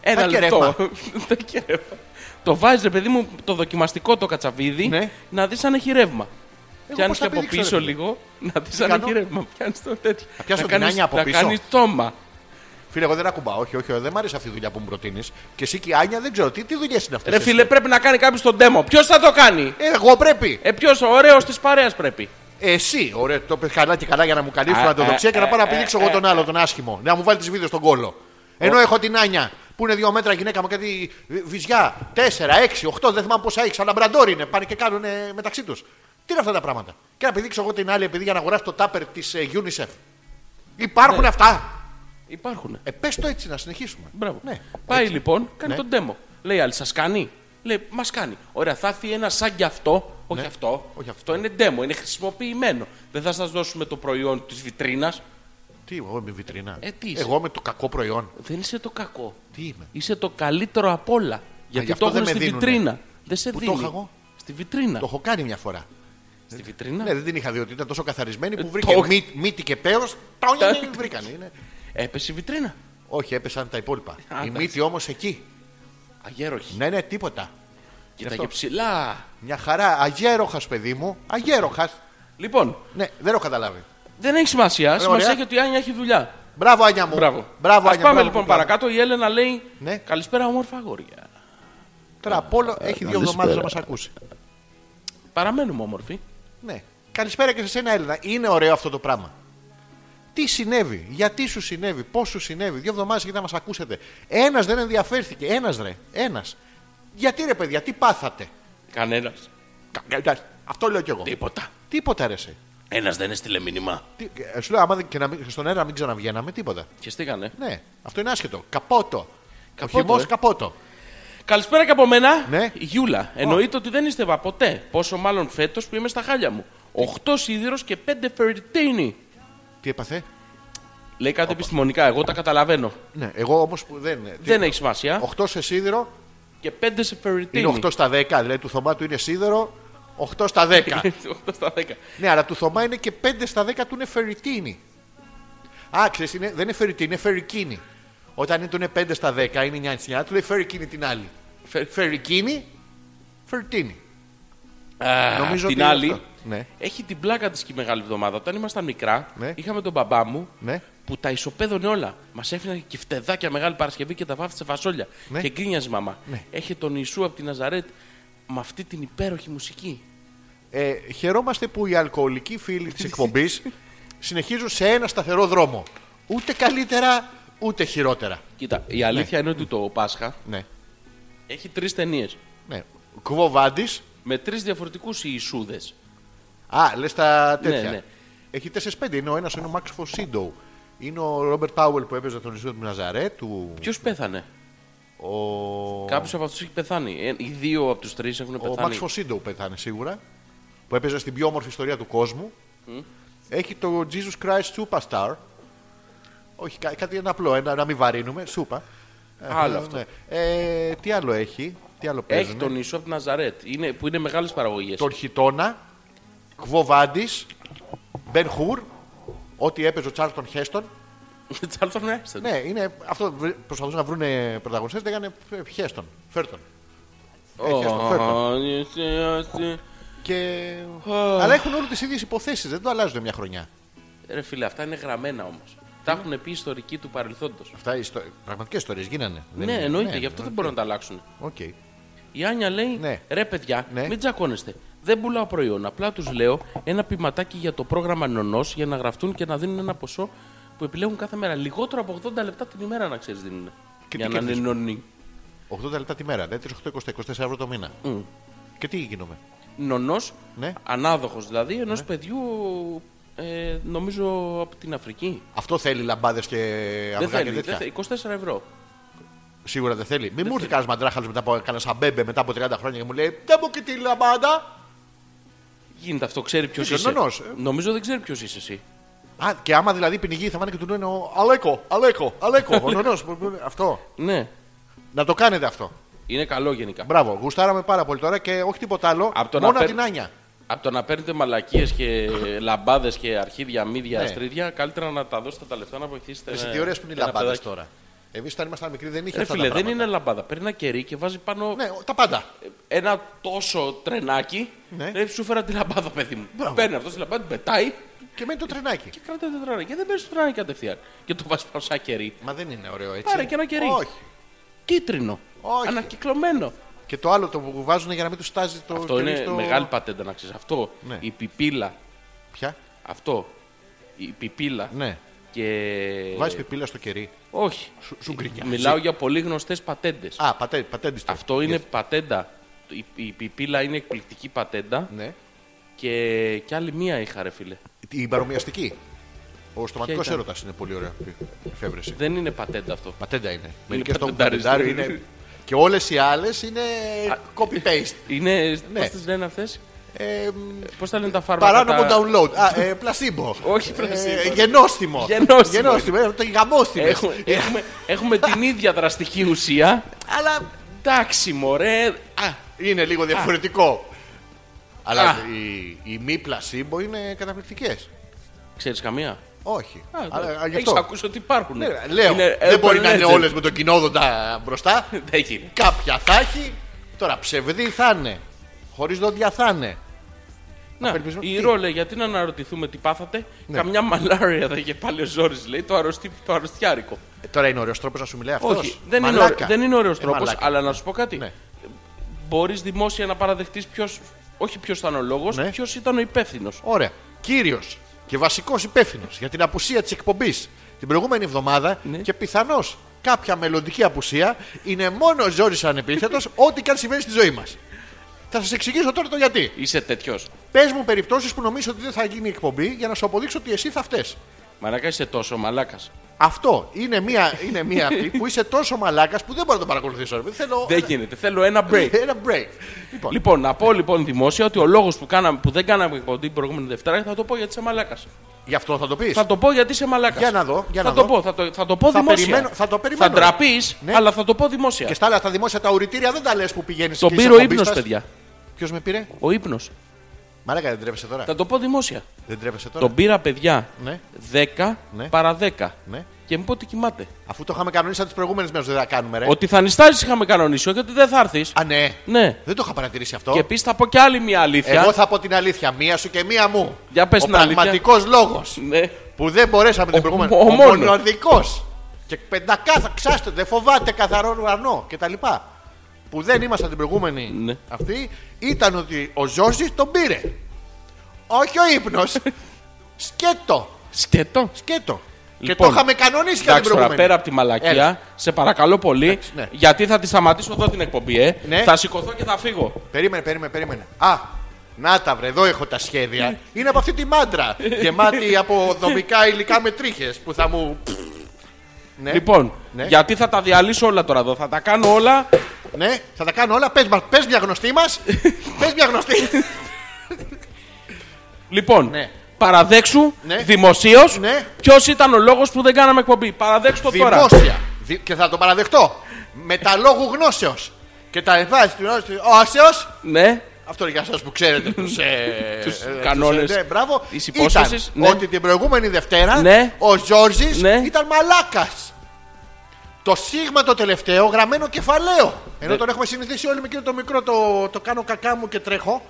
Speaker 1: Ένα
Speaker 3: Τα και
Speaker 1: λεπτό. Τα και ρεύμα. το βάζεις, ρε παιδί μου, το δοκιμαστικό το κατσαβίδι
Speaker 3: Ναι.
Speaker 1: να δεις αν έχει ρεύμα.
Speaker 3: Εγώ
Speaker 1: Πιάνει
Speaker 3: πώς
Speaker 1: και
Speaker 3: θα
Speaker 1: από
Speaker 3: πηδήξω,
Speaker 1: πίσω
Speaker 3: ρε παιδί.
Speaker 1: λίγο να δεις
Speaker 3: Τι
Speaker 1: αν
Speaker 3: κάνω?
Speaker 1: έχει ρεύμα. Πιάνεις το τέτοιο.
Speaker 3: πιάσω
Speaker 1: Να
Speaker 3: την
Speaker 1: κάνεις-
Speaker 3: Άνια από
Speaker 1: να
Speaker 3: πίσω.
Speaker 1: κάνεις τόμα.
Speaker 3: Φίλε, εγώ δεν ακουμπάω. Όχι, όχι, δεν μ' αρέσει αυτή η δουλειά που μου προτείνεις. Και εσύ και η Άνια δεν ξέρω τι, τι δουλειές είναι αυτές.
Speaker 1: Ρε φίλε, πρέπει να κάνει κάποιος τον demo. Ποιος θα το κάνει.
Speaker 3: Εγώ πρέπει.
Speaker 1: Ε, ποιος, ο ωραίος της παρέας πρέπει.
Speaker 3: Εσύ, ωραία, το πες καλά και καλά για να μου καλύψουν
Speaker 1: Α,
Speaker 3: αντιδοξία
Speaker 1: ε,
Speaker 3: και να πάω
Speaker 1: ε,
Speaker 3: να πηδήξω εγώ τον άλλο, τον άσχημο. Να μου βάλεις τι βίδε στον κόλο. Ενώ έχω την Άνια που είναι δύο μέτρα γυναίκα με κάτι βυ- βυζιά. Τέσσερα, έξι, οχτώ, δεν θυμάμαι πόσα έχει, αλλά μπραντόρ είναι. Πάνε και κάνουν ε, μεταξύ τους. Τι είναι αυτά τα πράγματα. Και να πηδήξω εγώ την άλλη επειδή για να αγοράσει το τάπερ της UNICEF. Υπάρχουν
Speaker 1: Ναι.
Speaker 3: αυτά.
Speaker 1: Υπάρχουν.
Speaker 3: Ε, πες το έτσι να συνεχίσουμε.
Speaker 1: Μπράβο.
Speaker 3: Ναι.
Speaker 1: Πάει λοιπόν, κάνει
Speaker 3: Ναι.
Speaker 1: τον demo. Λέει άλλη, σας κάνει. Λέει, μας κάνει. Ωραία, θα έρθει ένα σαν κι αυτό. Όχι
Speaker 3: Ναι.
Speaker 1: αυτό.
Speaker 3: Όχι αυτό.
Speaker 1: είναι demo, είναι χρησιμοποιημένο. Δεν θα σας δώσουμε το προϊόν της βιτρίνας.
Speaker 3: Τι, εγώ είμαι βιτρίνα.
Speaker 1: Ε, τι είσαι.
Speaker 3: εγώ με το κακό προϊόν.
Speaker 1: Δεν είσαι το κακό.
Speaker 3: Τι είμαι.
Speaker 1: Είσαι το καλύτερο απ' όλα. Γιατί
Speaker 3: γι' αυτό
Speaker 1: το έχουν
Speaker 3: δεν
Speaker 1: στη
Speaker 3: με δίνουνε.
Speaker 1: βιτρίνα. Δεν σε
Speaker 3: Πού το
Speaker 1: δίνει.
Speaker 3: είχα εγώ?
Speaker 1: Στη βιτρίνα.
Speaker 3: Το έχω κάνει μια φορά.
Speaker 1: Στη βιτρίνα.
Speaker 3: Ναι, δεν την είχα δει ότι ήταν τόσο καθαρισμένη που
Speaker 1: Ε,
Speaker 3: βρήκε
Speaker 1: το-
Speaker 3: μύ- μύτη και πέος, Τα όνια δεν βρήκαν. Είναι-
Speaker 1: Έπεσε η
Speaker 3: Ναι,
Speaker 1: βιτρίνα.
Speaker 3: Όχι, έπεσαν τα υπόλοιπα. Η
Speaker 1: εντάξει.
Speaker 3: μύτη όμως εκεί.
Speaker 1: Αγέροχη.
Speaker 3: Ναι, ναι, τίποτα.
Speaker 1: Κοίταγε ψηλά.
Speaker 3: Μια χαρά. Αγέροχας, παιδί μου. Αγέροχας.
Speaker 1: Λοιπόν,
Speaker 3: Ναι, δεν έχω καταλάβει.
Speaker 1: δεν έχει σημασία. Σημασία
Speaker 3: ωραία.
Speaker 1: έχει ότι η Άνια έχει δουλειά.
Speaker 3: Μπράβο, Άνια μου.
Speaker 1: Μπράβο.
Speaker 3: Μπράβο,
Speaker 1: Ας
Speaker 3: Άνια,
Speaker 1: πάμε
Speaker 3: μπράβο,
Speaker 1: λοιπόν
Speaker 3: μπράβο.
Speaker 1: παρακάτω. Η Έλενα λέει
Speaker 3: Ναι.
Speaker 1: Καλησπέρα, όμορφα αγόρια.
Speaker 3: Τώρα απ' όλο έχει δύο εβδομάδες να μας ακούσει.
Speaker 1: Παραμένουμε όμορφοι.
Speaker 3: Ναι. Καλησπέρα και σε σένα, Έλληνα. Είναι ωραίο αυτό το πράγμα. Τι συνέβη, γιατί σου συνέβη, πώς σου συνέβη, δύο εβδομάδες για να μας ακούσετε. Ένας δεν ενδιαφέρθηκε. Ένας ρε, ένας. Γιατί ρε, παιδιά, τι πάθατε.
Speaker 1: Κανένας.
Speaker 3: Κα- Αυτό λέω κι εγώ.
Speaker 1: Τίποτα.
Speaker 3: Τίποτα ρε εσύ.
Speaker 1: Ένας δεν έστειλε μήνυμα.
Speaker 3: Τι, ε, σου λέω, άμα δεν- και να μην, στον αέρα να μην ξαναβγαίναμε, τίποτα.
Speaker 1: Και στίγανε.
Speaker 3: Ναι, αυτό είναι άσχετο. Καπότο.
Speaker 1: Καπότο,
Speaker 3: Καπότο. Χυμός
Speaker 1: ε.
Speaker 3: καπότο.
Speaker 1: Καλησπέρα και από μένα.
Speaker 3: Ναι.
Speaker 1: Η Γιούλα. Εννοείται ότι δεν είστε ποτέ. Πόσο μάλλον φέτος που είμαι στα χάλια μου. 8 σίδηρος και 5 φερτίνι.
Speaker 3: Τι έπαθε.
Speaker 1: Λέει κάτι επιστημονικά. Εγώ τα καταλαβαίνω.
Speaker 3: Ναι, εγώ όμως που δεν.
Speaker 1: Δεν έχει σημασία.
Speaker 3: 8 σε σίδηρο
Speaker 1: Και 5 σε φερτίνι.
Speaker 3: είναι 8 στα 10. Δηλαδή του Θωμά του είναι σίδερο 8 στα 10.
Speaker 1: 8 στα 10.
Speaker 3: ναι, αλλά του Θωμά είναι και 5 στα 10 του είναι φεριτίνη. Α, ξέρεις, είναι, δεν είναι φεριτίνη, είναι φερικίνη. Όταν είναι, του είναι 5 στα 10, είναι 9 στην του λέει φερικίνη την άλλη.
Speaker 1: Φε-
Speaker 3: Φερικίνη, φεριτίνη.
Speaker 1: Α,
Speaker 3: Ε, Νομίζω ότι
Speaker 1: την
Speaker 3: είναι
Speaker 1: άλλη,
Speaker 3: αυτό. Ναι.
Speaker 1: έχει την πλάκα της και η μεγάλη εβδομάδα. Όταν ήμασταν μικρά,
Speaker 3: Ναι.
Speaker 1: είχαμε τον μπαμπά μου
Speaker 3: Ναι.
Speaker 1: που τα ισοπαίδωνε όλα. Μας έφυγαν και φτεδάκια μεγάλη Παρασκευή και τα βάφτισε φασόλια.
Speaker 3: Ναι.
Speaker 1: Και γκρίνιαζε η μαμά.
Speaker 3: Ναι.
Speaker 1: Έχει τον Ιησού από τη Ναζαρέτ με αυτή την υπέροχη μουσική.
Speaker 3: Ε, χαιρόμαστε που οι αλκοολικοί φίλοι της εκπομπής συνεχίζουν σε ένα σταθερό δρόμο. Ούτε καλύτερα, ούτε χειρότερα.
Speaker 1: Κοίτα, η αλήθεια είναι ότι το Πάσχα
Speaker 3: Ναι.
Speaker 1: έχει τρεις ταινίες.
Speaker 3: ναι. Κβοβάντη.
Speaker 1: Με τρεις διαφορετικούς Ιησούδες.
Speaker 3: Α, λες τα τέτοια.
Speaker 1: Ναι, ναι.
Speaker 3: Έχει 4-5. Είναι ο ένας, είναι ο Μαξ Φωσίντο. Είναι ο Ρόμπερτ Πάουελ που έπαιζε τον Ιησού του Ναζαρέ. Του...
Speaker 1: Ποιος πέθανε.
Speaker 3: Ο,
Speaker 1: Κάποιος από αυτούς έχει πεθάνει. Ε, οι δύο από τους τρεις έχουν
Speaker 3: ο
Speaker 1: πεθάνει.
Speaker 3: Μαξ Φωσίντο πέθανε σίγουρα. Που έπαιζε στην πιο όμορφη ιστορία του κόσμου. Έχει το Jesus Christ Superstar. Όχι, κά- κάτι ένα απλό, ένα, να μην βαρύνουμε. Σούπα.
Speaker 1: Άλλο
Speaker 3: Ε,
Speaker 1: αυτό.
Speaker 3: ναι. Ε, τι άλλο έχει, τι άλλο παίζει.
Speaker 1: Έχει τον Ιησού από τη Ναζαρέτ είναι, που είναι μεγάλε παραγωγέ.
Speaker 3: τον Χιτόνα, Κβοβάντης, Μπεν Χουρ, ό,τι έπαιζε ο Τσάρλτον Χέστον.
Speaker 1: Τσάρλτον Έστον.
Speaker 3: Ναι, είναι, αυτό βρ- προσπαθούσαν να βρουν πρωταγωνιστές, λέγανε ε, Χέστον, Φέρτον. Ε, Χέστον, Φέρτον. Και... Αλλά έχουν όλες τις ίδιες υποθέσεις, δεν το αλλάζουν μια χρονιά.
Speaker 1: Ρε φίλε, αυτά είναι γραμμένα όμως. Τα έχουν πει οι ιστορικοί του παρελθόντος.
Speaker 3: Αυτά οι ιστο... πραγματικές ιστορίες γίνανε. Δεν
Speaker 1: Ναι,
Speaker 3: είναι-
Speaker 1: εννοείται,
Speaker 3: ναι,
Speaker 1: γι' αυτό δεν
Speaker 3: ναι.
Speaker 1: μπορούν να τα αλλάξουν.
Speaker 3: Οκ.
Speaker 1: Η Άνια λέει:
Speaker 3: Ναι.
Speaker 1: Ρε παιδιά,
Speaker 3: Ναι.
Speaker 1: μην τσακώνεστε. Δεν πουλάω προϊόν. Απλά τους λέω ένα ποιηματάκι για το πρόγραμμα νονός για να γραφτούν και να δίνουν ένα ποσό που επιλέγουν κάθε μέρα. Λιγότερο από 80 λεπτά την ημέρα να ξέρεις δίνουν.
Speaker 3: Και
Speaker 1: για
Speaker 3: τι
Speaker 1: να είναι
Speaker 3: κερδίζουν?
Speaker 1: νονί.
Speaker 3: 80 λεπτά τη μέρα, δηλαδή 3, 8, 20, 24 ευρώ το μήνα. Και τι γίνομαι.
Speaker 1: Νονός,
Speaker 3: Ναι.
Speaker 1: ανάδοχος δηλαδή, ενός παιδιού
Speaker 2: Ε, νομίζω από την Αφρική.
Speaker 3: Αυτό θέλει λαμπάδες και
Speaker 2: Δεν
Speaker 3: αυγά και
Speaker 2: θέλει,
Speaker 3: τέτοια.
Speaker 2: δεν θέλει. 24 ευρώ.
Speaker 3: Σίγουρα δεν θέλει. Μην μου έρθει κανένας μαντράχαλος μετά από κανένα αμπέμπε μετά από 30 χρόνια και μου λέει Δεν μου και τη λαμπάδα.
Speaker 2: Γίνεται αυτό, ξέρει ποιος
Speaker 3: Είσαι
Speaker 2: είσαι.
Speaker 3: νονός, ε.
Speaker 2: Νομίζω δεν ξέρει ποιος είσαι εσύ.
Speaker 3: Α, και άμα δηλαδή πνιγεί θα πάνε και του λένε ο Αλέκο, Αλέκο, Αλέκο. ο νονός. Αυτό.
Speaker 2: Ναι,
Speaker 3: Να το κάνετε αυτό.
Speaker 2: είναι καλό γενικά.
Speaker 3: Μπράβο. Γουστάραμε πάρα πολύ τώρα και όχι τίποτα άλλο.
Speaker 2: Απ' το να
Speaker 3: μόνο
Speaker 2: παίρ-
Speaker 3: την Άνια.
Speaker 2: Από το να παίρνετε μαλακίες και λαμπάδες και αρχίδια, μύδια,
Speaker 3: Ναι.
Speaker 2: αστρίδια, καλύτερα να τα δώσετε τα λεφτά να βοηθήσετε.
Speaker 3: Εσύ
Speaker 2: ε,
Speaker 3: τι ωραίες που είναι οι
Speaker 2: ένα
Speaker 3: λαμπάδες
Speaker 2: παιδάκι.
Speaker 3: τώρα. Εμείς όταν ήμασταν μικροί δεν είχε
Speaker 2: Ρε
Speaker 3: αυτά
Speaker 2: φίλε,
Speaker 3: τα
Speaker 2: δεν είναι
Speaker 3: πράγματα.
Speaker 2: λαμπάδα. Παίρνει ένα κερί και βάζει πάνω
Speaker 3: Ναι, τα πάντα.
Speaker 2: ένα τόσο τρενάκι.
Speaker 3: Ναι.
Speaker 2: Λέει, σου φέρα τη λαμπάδα, παιδί μου.
Speaker 3: Μπράβο.
Speaker 2: Παίρνει αυτό τη λαμπάδα, την πετάει
Speaker 3: Και μένει το τρενάκι.
Speaker 2: και κρατάει το τρένο. Και δεν παίρνει το τρένο κατευθείαν. Και το βάζεις πάνω σαν κερί.
Speaker 3: Μα δεν είναι ωραίο έτσι.
Speaker 2: Πάρε και ένα κερί.
Speaker 3: Όχι.
Speaker 2: Κίτρινο.
Speaker 3: Όχι.
Speaker 2: Ανακυκλωμένο.
Speaker 3: Και το άλλο το που βάζουν για να μην τους στάζει το
Speaker 2: Αυτό
Speaker 3: κερί
Speaker 2: είναι
Speaker 3: στο-
Speaker 2: μεγάλη πατέντα να ξέρεις. Αυτό.
Speaker 3: Ναι.
Speaker 2: Η πιπίλα.
Speaker 3: Ποια?
Speaker 2: Αυτό. Η πιπίλα.
Speaker 3: Ναι.
Speaker 2: Και.
Speaker 3: Βάζεις πιπίλα στο κερί.
Speaker 2: Όχι.
Speaker 3: Σου, σου γκρινιάζει.
Speaker 2: Μιλάω για πολύ γνωστές πατέντες.
Speaker 3: Α, πατέ, πατέντιστο.
Speaker 2: Αυτό είναι πατέντα. Η, η πιπίλα είναι εκπληκτική πατέντα
Speaker 3: Ναι.
Speaker 2: και, και άλλη μία είχα, ρε φίλε.
Speaker 3: Η παρομοιαστική. Ο στοματικός
Speaker 2: ήταν?
Speaker 3: έρωτας είναι πολύ ωραία εφεύρεση.
Speaker 2: Δεν είναι πατέντα αυτό.
Speaker 3: Πατέντα είναι. Μερικέ το έχουν
Speaker 2: πατεντάριστο.
Speaker 3: πατεντάριο είναι. Και όλες οι άλλες είναι copy-paste.
Speaker 2: Είναι.
Speaker 3: Ναι.
Speaker 2: Πώς τις λένε αυτές,
Speaker 3: Ε, μ,
Speaker 2: Πώς τα λένε τα φάρμακα.
Speaker 3: Παράνομο
Speaker 2: τα-
Speaker 3: download. Α, ε, πλασίμπο.
Speaker 2: Όχι πλασίμπο.
Speaker 3: Ε, γενόστιμο.
Speaker 2: Γενόστιμο.
Speaker 3: ε, Το γαμόστιμο.
Speaker 2: Έχουμε, έχουμε, έχουμε την ίδια δραστική ουσία.
Speaker 3: ε, Αλλά
Speaker 2: Εντάξει, μωρέ. Α,
Speaker 3: είναι λίγο διαφορετικό. Αλλά
Speaker 2: Α.
Speaker 3: οι, οι μη πλασίμπο είναι καταπληκτικές.
Speaker 2: ξέρεις καμία.
Speaker 3: Όχι.
Speaker 2: Α,
Speaker 3: Αλλά, α,
Speaker 2: Έχει
Speaker 3: γι' αυτό.
Speaker 2: ακούσει ότι υπάρχουν.
Speaker 3: Ναι, λέω,
Speaker 2: Είναι ε,
Speaker 3: δεν
Speaker 2: urban
Speaker 3: μπορεί να είναι
Speaker 2: legend.
Speaker 3: όλες με τον κοινόδοντα μπροστά.
Speaker 2: Δεν γίνεται.
Speaker 3: Κάποια θα έχει. Τώρα ψευδή θα είναι. Χωρίς δόντια θα είναι.
Speaker 2: Να,
Speaker 3: Απελπισμένο.
Speaker 2: η
Speaker 3: Τι? Ναι.
Speaker 2: Ρόλε, γιατί να αναρωτηθούμε τι πάθατε. Καμιά μαλάρια θα είχε πάλι ο Ζόρις, λέει το, αρρωστή, το αρρωστιάρικο.
Speaker 3: Ε, τώρα είναι ωραίος τρόπος να σου μιλάει αυτός.
Speaker 2: Όχι, δεν είναι, ωραίο, δεν είναι ωραίος τρόπος, αλλά να σου πω κάτι.
Speaker 3: Ε, Ναι.
Speaker 2: Μπορείς δημόσια να παραδεχτείς ποιος, όχι ποιος ήταν ο λόγος,
Speaker 3: Ναι.
Speaker 2: ποιος ήταν ο υπεύθυνος.
Speaker 3: Ωραία. Κύριος και βασικός υπεύθυνος για την απουσία της εκπομπής την προηγούμενη εβδομάδα
Speaker 2: Ναι.
Speaker 3: και πιθανώς κάποια μελλοντική απουσία είναι μόνο ο Ζόρις ανεπίθετος, ό,τι και αν συμβαίνει στη ζωή μας. Θα σας εξηγήσω τώρα το γιατί.
Speaker 2: Είσαι τέτοιος.
Speaker 3: Πες μου περιπτώσεις που νομίζω ότι δεν θα γίνει εκπομπή για να σου αποδείξω ότι εσύ θα φταίει.
Speaker 2: Μαλάκα είσαι τόσο μαλάκας.
Speaker 3: Αυτό είναι μία, είναι μία αυτή που είσαι τόσο μαλάκας που δεν μπορώ να το παρακολουθήσω. ρε παιδί. Θέλω
Speaker 2: Δεν γίνεται, θέλω ένα break.
Speaker 3: ένα break. Λοιπόν,
Speaker 2: λοιπόν, να πω λοιπόν δημόσια ότι ο λόγος που, κάναμε, που δεν κάναμε εκπομπή την προηγούμενη Δευτέρα θα το πω γιατί είσαι μαλάκας.
Speaker 3: γι' αυτό θα το πεις.
Speaker 2: Θα το πω γιατί είσαι μαλάκας.
Speaker 3: Για να δω, για
Speaker 2: θα
Speaker 3: να
Speaker 2: το
Speaker 3: δω.
Speaker 2: πω, θα το, θα το πω
Speaker 3: Θα
Speaker 2: δημόσια.
Speaker 3: περιμένω- θα το περιμένω.
Speaker 2: Θα ντραπείς,
Speaker 3: Ναι.
Speaker 2: αλλά θα το πω δημόσια.
Speaker 3: Και στα άλλα, στα δημόσια τα ουρητήρια δεν τα λες που πηγαίνεις
Speaker 2: Το πήρε ο ύπνος, παιδιά.
Speaker 3: Ποιος με πήρε?
Speaker 2: Ο ύπνος.
Speaker 3: Ναι. Μαλάκα δεν τρέπεσαι τώρα.
Speaker 2: Θα το πω δημόσια.
Speaker 3: Δεν τρέπεσαι τώρα.
Speaker 2: Τον πήρα, παιδιά,
Speaker 3: Ναι.
Speaker 2: 10
Speaker 3: Ναι.
Speaker 2: παρα 10.
Speaker 3: Ναι.
Speaker 2: Και μου πω ότι κοιμάται.
Speaker 3: Αφού το είχαμε κανονίσει από τι προηγούμενε μέρε, δεν θα κάνουμε, ρε.
Speaker 2: Ότι θα νιστάζει είχαμε κανονίσει, όχι ότι δεν θα έρθεις.
Speaker 3: Α, ναι.
Speaker 2: Ναι.
Speaker 3: Δεν το είχα παρατηρήσει αυτό.
Speaker 2: Και επίσης θα πω και άλλη μια αλήθεια.
Speaker 3: Εγώ θα πω την αλήθεια. Μία σου και μία μου.
Speaker 2: Για πες
Speaker 3: ο
Speaker 2: την αλήθεια.
Speaker 3: πραγματικός λόγος
Speaker 2: Ναι.
Speaker 3: που δεν μπορέσαμε την
Speaker 2: Ο-
Speaker 3: προηγούμενη.
Speaker 2: ο- ο μόνος.
Speaker 3: μοναδικός. Και πεντακάθα, ξάστε, δεν φοβάται καθαρό ουρανό κτλ. Που δεν ήμασταν την προηγούμενη
Speaker 2: Ναι.
Speaker 3: αυτή ήταν ότι ο Ζώση τον πήρε. Όχι ο ύπνος. σκέτο.
Speaker 2: Σκέτο.
Speaker 3: Σκέτο. και το
Speaker 2: Λοιπόν,
Speaker 3: είχαμε κανονίσει κατά την
Speaker 2: Εντάξει τώρα,
Speaker 3: προηγούμενη.
Speaker 2: πέρα από τη μαλακία,
Speaker 3: Έλα.
Speaker 2: σε παρακαλώ πολύ,
Speaker 3: Εντάξει, ναι.
Speaker 2: γιατί θα τη σταματήσω εδώ την εκπομπή, ε.
Speaker 3: Ναι.
Speaker 2: Θα σηκωθώ και θα φύγω.
Speaker 3: Περίμενε, περίμενε, περίμενε. Α, να τα βρε, εδώ έχω τα σχέδια. Είναι από αυτή τη μάντρα. Γεμάτη από δομικά υλικά με τρίχες που θα μου. Ναι,
Speaker 2: Λοιπόν,
Speaker 3: Ναι.
Speaker 2: γιατί θα τα διαλύσω όλα τώρα εδώ, θα τα κάνω όλα.
Speaker 3: ναι, θα τα κάνω όλα. Πες πες μια γνωστή μας. Πες μια γνωστή.
Speaker 2: Λοιπόν,
Speaker 3: Ναι.
Speaker 2: παραδέξου
Speaker 3: Ναι.
Speaker 2: δημοσίως
Speaker 3: Ναι.
Speaker 2: ποιος ήταν ο λόγος που δεν κάναμε εκπομπή. Παραδέξου το τώρα.
Speaker 3: Δημόσια. Δι- Και θα το παραδεχτώ. Με τα λόγου γνώσεως. Και τα εμφάνιση του Όσεω.
Speaker 2: Ναι.
Speaker 3: Αυτό για εσάς που ξέρετε τους ε,
Speaker 2: Τους
Speaker 3: ε,
Speaker 2: κανόνες
Speaker 3: τους, ε, ναι, μπράβο.
Speaker 2: της
Speaker 3: Ήταν
Speaker 2: υπόσχεσης, ναι.
Speaker 3: Ότι την προηγούμενη Δευτέρα
Speaker 2: Ναι.
Speaker 3: ο Ζόρζη
Speaker 2: Ναι.
Speaker 3: ήταν μαλάκας. Το σίγμα το τελευταίο γραμμένο κεφαλαίο. Ενώ
Speaker 2: Ναι.
Speaker 3: τον έχουμε συνηθίσει όλοι με εκείνο το μικρό το, το κάνω κακά μου και τρέχω.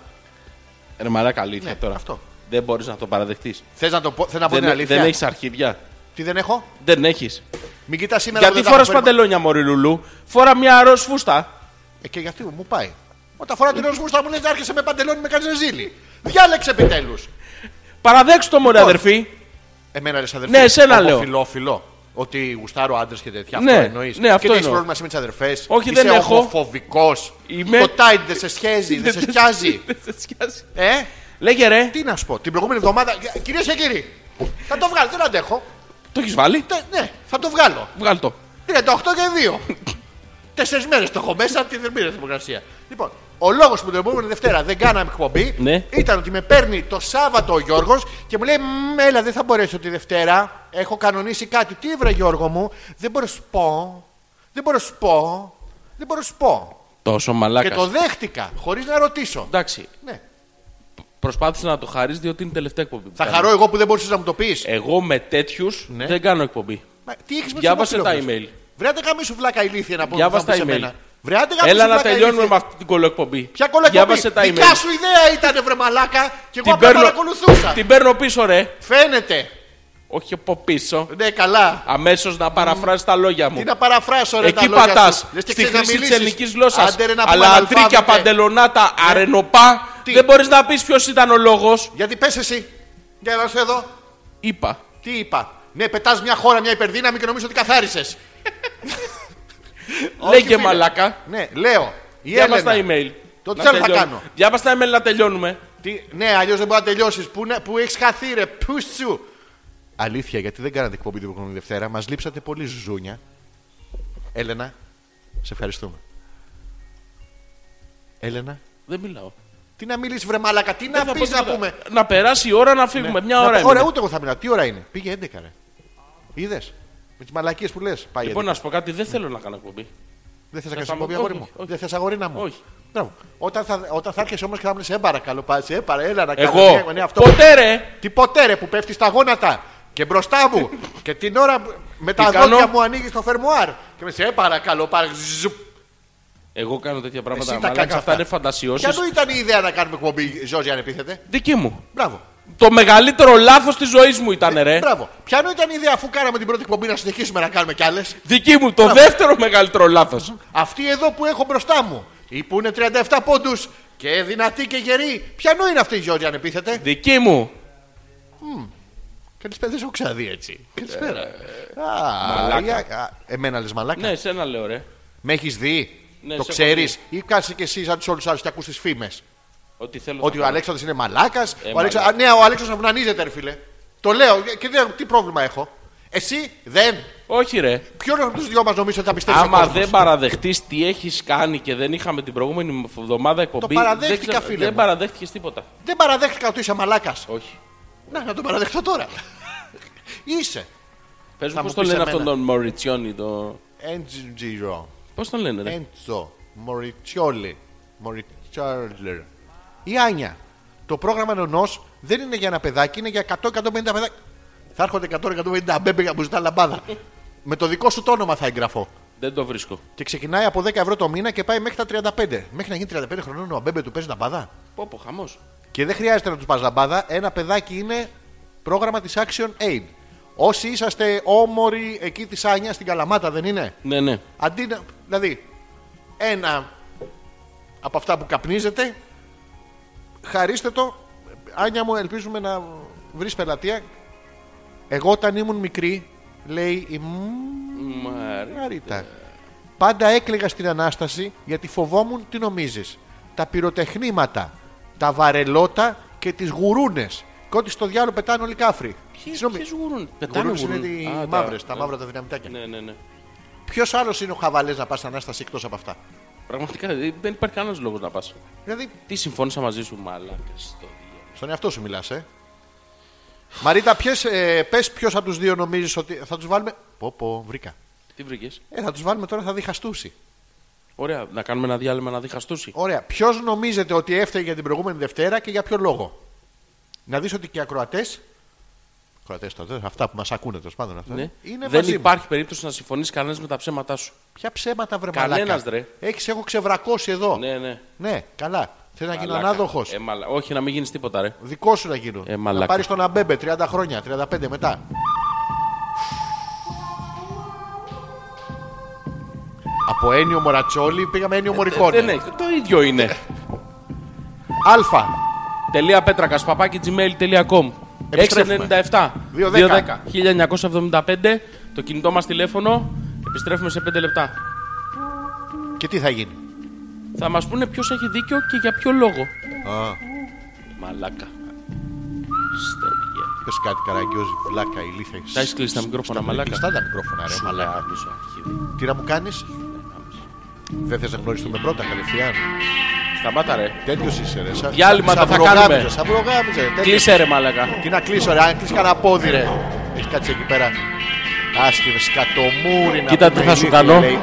Speaker 2: Ρε μαλάκα, αλήθεια
Speaker 3: Ναι,
Speaker 2: τώρα.
Speaker 3: αυτό.
Speaker 2: Δεν μπορείς να το παραδεχτείς.
Speaker 3: Θες να, το πω, θες να πω την
Speaker 2: Δεν, ε,
Speaker 3: αλήθεια.
Speaker 2: δεν έχεις αρχίδια.
Speaker 3: Τι δεν έχω.
Speaker 2: Δεν έχεις.
Speaker 3: Μην κοιτάς σήμερα
Speaker 2: Γιατί
Speaker 3: που δεν τα
Speaker 2: φορά
Speaker 3: έχω φέρει-
Speaker 2: παντελόνια, Μωρή Λουλού. Φορά μια ροζ φούστα.
Speaker 3: Ε, και γιατί μου πάει. Όταν φορά την ρόλο θα μου λες να άρχισε με παντελόνι με κάνει ζήλι. Διάλεξε επιτέλους.
Speaker 2: Παραδέξου το, μωρέ,
Speaker 3: Λοιπόν.
Speaker 2: αδερφή.
Speaker 3: Εμένα ρε αδερφέ.
Speaker 2: Ναι, εσένα λέω.
Speaker 3: Φιλό, φιλό. Ότι γουστάρω άντρες και τέτοια.
Speaker 2: Ναι,
Speaker 3: αυτό εννοείς.
Speaker 2: ναι, αυτό
Speaker 3: και έχει
Speaker 2: εννοώ.
Speaker 3: πρόβλημα εσύ με τι αδερφέ.
Speaker 2: Όχι, δεν έχω.
Speaker 3: Ομοφοβικός.
Speaker 2: Είμαι-
Speaker 3: Το τάιντ δεν σε σχέζει, δεν σε πιάζει.
Speaker 2: Δεν σε σκιάζει.
Speaker 3: ε,
Speaker 2: Λέγε ρε,
Speaker 3: Τι να σου πω, την προηγούμενη εβδομάδα. Κυρίες και κύριοι, θα το βγάλω, δεν αντέχω.
Speaker 2: το έχεις βάλει.
Speaker 3: Τε- ναι, θα το βγάλω.
Speaker 2: Βγάλ το.
Speaker 3: 38 και 2. Τέσσερις μέρες το έχω μέσα από τη δερμήρα δημοκρασία. Λοιπόν, ο λόγος που την επόμενη Δευτέρα δεν κάναμε εκπομπή
Speaker 2: Ναι.
Speaker 3: ήταν ότι με παίρνει το Σάββατο ο Γιώργος και μου λέει: «Μ, Έλα, δεν θα μπορέσω τη Δευτέρα. Έχω κανονίσει κάτι. Τι βρε Γιώργο μου, δεν μπορώ να σου πω. Δεν μπορώ να σου πω. Δεν μπορώ να σου πω.
Speaker 2: Τόσο
Speaker 3: Και
Speaker 2: μαλάκα.
Speaker 3: το δέχτηκα, χωρίς να ρωτήσω.
Speaker 2: Εντάξει,
Speaker 3: Ναι.
Speaker 2: προσπάθησε να το χαρείς διότι είναι η τελευταία εκπομπή. που
Speaker 3: Θα
Speaker 2: κάνεις.
Speaker 3: χαρώ εγώ που δεν μπορούσες να μου το πεις.
Speaker 2: Εγώ με τέτοιους
Speaker 3: Ναι.
Speaker 2: δεν κάνω εκπομπή.
Speaker 3: Μα Τι έχεις με
Speaker 2: Διάβασε
Speaker 3: τους
Speaker 2: τα
Speaker 3: δημοφιλόφιλους.
Speaker 2: email.
Speaker 3: Βρέατε καμί σου βλάκα ηλίθεια να πω
Speaker 2: Διάβασε
Speaker 3: θα μου
Speaker 2: τα
Speaker 3: πεις
Speaker 2: email.
Speaker 3: εμένα. Βρέατε καμί
Speaker 2: Έλα
Speaker 3: σου
Speaker 2: να
Speaker 3: βλάκα
Speaker 2: τελειώνουμε
Speaker 3: ηλίθεια.
Speaker 2: με αυτή την κολοεκπομπή.
Speaker 3: Ποια κολλά
Speaker 2: Διάβασε τα email.
Speaker 3: Δικά σου ιδέα ήταν βρε μαλάκα και εγώ
Speaker 2: Την
Speaker 3: απλά
Speaker 2: παίρνω...
Speaker 3: παρακολουθούσα.
Speaker 2: την παίρνω πίσω, ρε.
Speaker 3: Φαίνεται.
Speaker 2: Όχι από πίσω.
Speaker 3: Ναι, καλά.
Speaker 2: Αμέσως να παραφράσει τα λόγια μου.
Speaker 3: Τι να παραφράσω ρε
Speaker 2: Εκεί
Speaker 3: τα λόγια
Speaker 2: πατάς.
Speaker 3: σου. Λες και
Speaker 2: Στη
Speaker 3: ξέρεις να
Speaker 2: χρήση της
Speaker 3: μιλήσεις.
Speaker 2: ελληνικής γλώσσας.
Speaker 3: Άντε, ρε, να πούμε
Speaker 2: Αλλά αντρίκια
Speaker 3: αναλφάβητε.
Speaker 2: παντελονάτα, αρενοπά.
Speaker 3: Τι?
Speaker 2: Δεν μπορείς να πεις ποιος ήταν ο λόγος.
Speaker 3: Γιατί πες εσύ. Για να σου εδώ.
Speaker 2: Είπα.
Speaker 3: Τι είπα. Ναι, πετάς μια χώρα, μια υπερδύναμη και νομίζω ότι καθάρισες. Όχι,
Speaker 2: Λέγε
Speaker 3: φίλε.
Speaker 2: μαλάκα.
Speaker 3: Ναι, λέω. Η
Speaker 2: Διάβασε τα
Speaker 3: Έλενα.
Speaker 2: email.
Speaker 3: Το
Speaker 2: Να
Speaker 3: τι άλλο θα
Speaker 2: τελειώνω.
Speaker 3: κάνω.
Speaker 2: Διάβασε τα email να τελειώνουμε.
Speaker 3: Τι, ναι, αλλιώς δεν μπορεί να τελειώσεις. Πού, να- πού έχεις χαθεί, ρε, πού σου. Αλήθεια, γιατί δεν κάνατε εκπομπή την προηγούμενη Δευτέρα. Μας λείψατε πολύ ζούνια. Έλενα, σε ευχαριστούμε. Έλενα,
Speaker 2: Δεν μιλάω.
Speaker 3: τι να μιλήσεις, βρε μαλακα, τι
Speaker 2: Δεν
Speaker 3: να
Speaker 2: θα
Speaker 3: πεις
Speaker 2: πω
Speaker 3: να
Speaker 2: τίποτα.
Speaker 3: πούμε.
Speaker 2: Να περάσει η ώρα Ναι. να φύγουμε. Μια
Speaker 3: Να
Speaker 2: ώρα
Speaker 3: πω- Ωραία,
Speaker 2: είναι.
Speaker 3: ούτε εγώ θα μιλάω. Τι ώρα είναι. Πήγε 11, ρε. Είδες. Με τις μαλακίες που λες. Πάει
Speaker 2: Λοιπόν,
Speaker 3: 11.
Speaker 2: να σου πω κάτι, δεν θέλω να κάνω εκπομπή.
Speaker 3: Δεν θες να
Speaker 2: θα
Speaker 3: κάνεις
Speaker 2: μου-
Speaker 3: εκπομπή,
Speaker 2: όχι,
Speaker 3: αγόρι μου.
Speaker 2: όχι.
Speaker 3: Δεν θες αγορίνα μου.
Speaker 2: Όχι.
Speaker 3: Μπράβο. Όταν θα, όταν θα έρχεσαι όμως και θα μου λες: Ε, παρακαλώ, πας, ε, παρα, έλα να κάνω
Speaker 2: Εγώ.
Speaker 3: μια- ναι, αυτό που-
Speaker 2: Ποτέ ρε.
Speaker 3: Τι ποτέ ρε που πέφτεις στα γόνατα και μπροστά μου και την ώρα που- με τα
Speaker 2: Τι
Speaker 3: δόντια
Speaker 2: κάνω?
Speaker 3: μου ανοίγεις το φερμουάρ και με σε «Ε, παρακαλώ πάρε ζουπ.
Speaker 2: Εγώ κάνω τέτοια πράγματα.
Speaker 3: τα
Speaker 2: μαλάκα,
Speaker 3: κάνεις
Speaker 2: αυτά
Speaker 3: αυτά.
Speaker 2: είναι φαντασιώσεις.
Speaker 3: Ποια του ήταν η ιδέα να κάνουμε εκπομπή, Ζόζι, αν επίθετε.
Speaker 2: Δική μου.
Speaker 3: Μπράβο.
Speaker 2: Το μεγαλύτερο λάθος της ζωής μου ήταν, ρε.
Speaker 3: Μπράβο. Ποια νου ήταν η ιδέα αφού κάναμε την πρώτη εκπομπή να συνεχίσουμε να κάνουμε κι άλλες.
Speaker 2: Δική μου, το δεύτερο μεγαλύτερο λάθος.
Speaker 3: Αυτή εδώ που έχω μπροστά μου, η που είναι 37 πόντους και δυνατή και γερή. Ποια νου είναι αυτή η Ζόζι, αν επίθετε.
Speaker 2: Δική μου.
Speaker 3: Καλησπέρα, δεν σε έχω ξαδεί έτσι. Καλησπέρα.
Speaker 2: Ε,
Speaker 3: Α, για- α, Εμένα λες μαλάκα.
Speaker 2: Ναι, σένα λέω, ρε.
Speaker 3: Με έχεις δει,
Speaker 2: Ναι,
Speaker 3: το
Speaker 2: σε
Speaker 3: ξέρει,
Speaker 2: έχω
Speaker 3: ή κάτσε και εσύ σαν τους όλους άλλους και ακούς τις φήμες.
Speaker 2: Ότι θέλω.
Speaker 3: Ότι
Speaker 2: να
Speaker 3: ο
Speaker 2: κάνω.
Speaker 3: Αλέξανδρος είναι μαλάκας. ο Αλέξα...
Speaker 2: Ναι. Ε, μαλάκα.
Speaker 3: Α, Ναι, ο Αλέξανδρος αυνανίζεται, ρε φίλε. Το λέω και δεν, τι πρόβλημα έχω. Εσύ δεν.
Speaker 2: Όχι, ρε.
Speaker 3: Ποιον από τους δυο μας νομίζω ότι θα πιστεύει.
Speaker 2: Άμα δεν παραδεχτείς τι έχεις κάνει και δεν είχαμε την προηγούμενη εβδομάδα εκπομπή.
Speaker 3: παραδέχτηκα,
Speaker 2: δεν ξε-
Speaker 3: φίλε
Speaker 2: Δεν
Speaker 3: μου.
Speaker 2: παραδέχτηκες τίποτα.
Speaker 3: δεν παραδέχτηκα ότι είσαι μαλάκας.
Speaker 2: Όχι.
Speaker 3: Να, να τον παραδεχτώ τώρα. είσαι.
Speaker 2: Πες μου
Speaker 3: Θα
Speaker 2: πώς
Speaker 3: μου
Speaker 2: το
Speaker 3: πεις
Speaker 2: λένε
Speaker 3: εμένα.
Speaker 2: αυτόν τον Μωριτσιόνι. Το...
Speaker 3: Έντζιρο.
Speaker 2: Πώς τον λένε, ρε.
Speaker 3: Έντσο. Μωριτσιόλι. Μωριτσιόλερ. Η Άνια. Το πρόγραμμα ενό δεν είναι για ένα παιδάκι, είναι για 100-150 παιδάκι. Θα έρχονται 100-150 μπέμπε που ζητά λαμπάδα. Με το δικό σου το όνομα θα εγγραφώ.
Speaker 2: Δεν το βρίσκω.
Speaker 3: Και ξεκινάει από 10 ευρώ το μήνα και πάει μέχρι τα 35. Μέχρι να γίνει 35 χρονών ο μπέμπε του παίζει λαμπάδα.
Speaker 2: Πω, πω, χαμός.
Speaker 3: Και δεν χρειάζεται να τους πας λαμπάδα. Ένα παιδάκι είναι πρόγραμμα της Action Aid. Όσοι είσαστε όμοροι εκεί της Άνιας στην Καλαμάτα, δεν είναι.
Speaker 2: Ναι, ναι.
Speaker 3: Αντί να. Δηλαδή, ένα από αυτά που καπνίζετε, χαρίστε το. Άνια μου, ελπίζουμε να βρεις πελατεία. Εγώ όταν ήμουν μικρή, λέει η
Speaker 2: Μαρι-
Speaker 3: Μαρίτα, πάντα έκλαιγα στην Ανάσταση γιατί φοβόμουν τι νομίζεις. Τα πυροτεχνήματα, τα βαρελότα και τις γουρούνες. Και ό,τι στο διάλογο πετάνε όλοι οι κάφροι.
Speaker 2: Ποιες
Speaker 3: Συγγνώμη,
Speaker 2: ποιες γουρούν. Πετάνε
Speaker 3: γουρούνες είναι
Speaker 2: γουρούν.
Speaker 3: οι
Speaker 2: Α,
Speaker 3: μαύρες, τα, μαύρα τα δυναμητάκια.
Speaker 2: Ναι, ναι, ναι.
Speaker 3: Ποιος άλλος είναι ο χαβαλές να πας στην Ανάσταση εκτός από αυτά.
Speaker 2: Πραγματικά ε, δεν υπάρχει κανένας λόγος να πας.
Speaker 3: Δηλαδή,
Speaker 2: Τι συμφώνησα μαζί σου, μαλάκα. στο-
Speaker 3: στον εαυτό σου μιλάς, ε. Μαρίτα, ποιες, ε, πες ποιος από τους δύο νομίζεις ότι θα τους βάλουμε... Πω πω, βρήκα.
Speaker 2: Τι βρήκες.
Speaker 3: Ε, θα τους βάλουμε τώρα, θα διχαστούσει.
Speaker 2: Ωραία, να κάνουμε ένα διάλειμμα να διχαστούσει.
Speaker 3: Ωραία. Ποιος νομίζετε ότι έφταιγε για την προηγούμενη Δευτέρα και για ποιο λόγο. Να δεις ότι και οι ακροατές. Ακροατέ τότε, αυτά που μας ακούνε τέλος πάντων. Αυτά,
Speaker 2: Ναι.
Speaker 3: Ε, Είναι
Speaker 2: δεν
Speaker 3: μαζί μου.
Speaker 2: υπάρχει περίπτωση να συμφωνείς κανένας με τα ψέματά σου.
Speaker 3: Ποια ψέματα βρε
Speaker 2: Κανένας,
Speaker 3: μαλάκα.
Speaker 2: ρε.
Speaker 3: Έχεις, έχω ξεβρακώσει εδώ.
Speaker 2: Ναι, ναι.
Speaker 3: Ναι, καλά. Θες να γίνω
Speaker 2: Μαλάκα.
Speaker 3: ανάδοχος.
Speaker 2: Ε, μαλα... Όχι, να μην γίνεις τίποτα, ρε.
Speaker 3: Δικό σου να γίνω.
Speaker 2: Ε,
Speaker 3: να
Speaker 2: μαλάκα.
Speaker 3: πάρεις τον Αμπέμπε 30 χρόνια, 35 μετά. Από Ένιο Μορατσόλη πήγαμε
Speaker 2: Ε,
Speaker 3: Ένιο Μορικόνη.
Speaker 2: Δεν έχει. Το ίδιο είναι.
Speaker 3: Αλφα.
Speaker 2: Τελεία πέτρακας παπάκι gmail.com
Speaker 3: Επιστρέφουμε.
Speaker 2: 697
Speaker 3: 210.
Speaker 2: 1975 το κινητό μας τηλέφωνο. Επιστρέφουμε σε 5 λεπτά.
Speaker 3: Και τι θα γίνει.
Speaker 2: Θα μας πούνε ποιος έχει δίκιο και για ποιο λόγο. Μαλάκα. Στέλνει.
Speaker 3: Πες κάτι καραγκιόζη, βλάκα, ηλίθεια.
Speaker 2: Τα έχεις κλείσει τα μικρόφωνα, μαλάκα.
Speaker 3: Κλειστά τα μικρόφωνα, ρε,
Speaker 2: Σου ναι.
Speaker 3: μαλάκα.
Speaker 2: γάμισε, αρχίδι.
Speaker 3: Τι να μου κάνεις. Δεν θες να γνωριστούμε πρώτα, κατευθείαν.
Speaker 2: Σταμάτα ρε.
Speaker 3: Τέτοιος είσαι, ρε. Σα-
Speaker 2: Διάλειμμα θα- θα
Speaker 3: σαυρογάμιζε,
Speaker 2: κάνουμε.
Speaker 3: σαυρογάμιζε, τέτοιος.
Speaker 2: Κλείσε ρε μαλάκα.
Speaker 3: Τι να κλείσω, ρε, αν κλείσεις κανένα πόδι, ρε. Έχει κάτσει εκεί πέρα. Άσχημες, σκατομούρι να
Speaker 2: Κοίτα
Speaker 3: πούμε,
Speaker 2: τι θα σου
Speaker 3: ηλίθιοι,
Speaker 2: κάνω.
Speaker 3: λέει.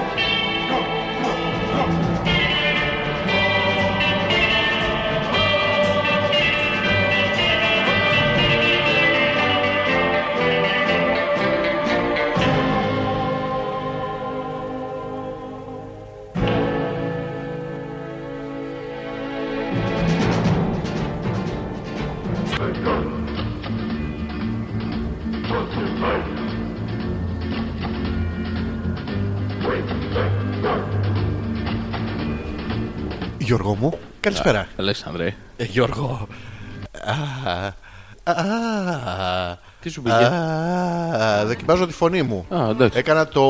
Speaker 3: Γιώργο μου, καλησπέρα.
Speaker 2: Αλέξανδρε.
Speaker 3: Ε, Γιώργο. Α, α,
Speaker 2: Τι σου
Speaker 3: α,
Speaker 2: πήγε.
Speaker 3: α, Δοκιμάζω τη φωνή μου.
Speaker 2: Α, εντάξει.
Speaker 3: Έκανα το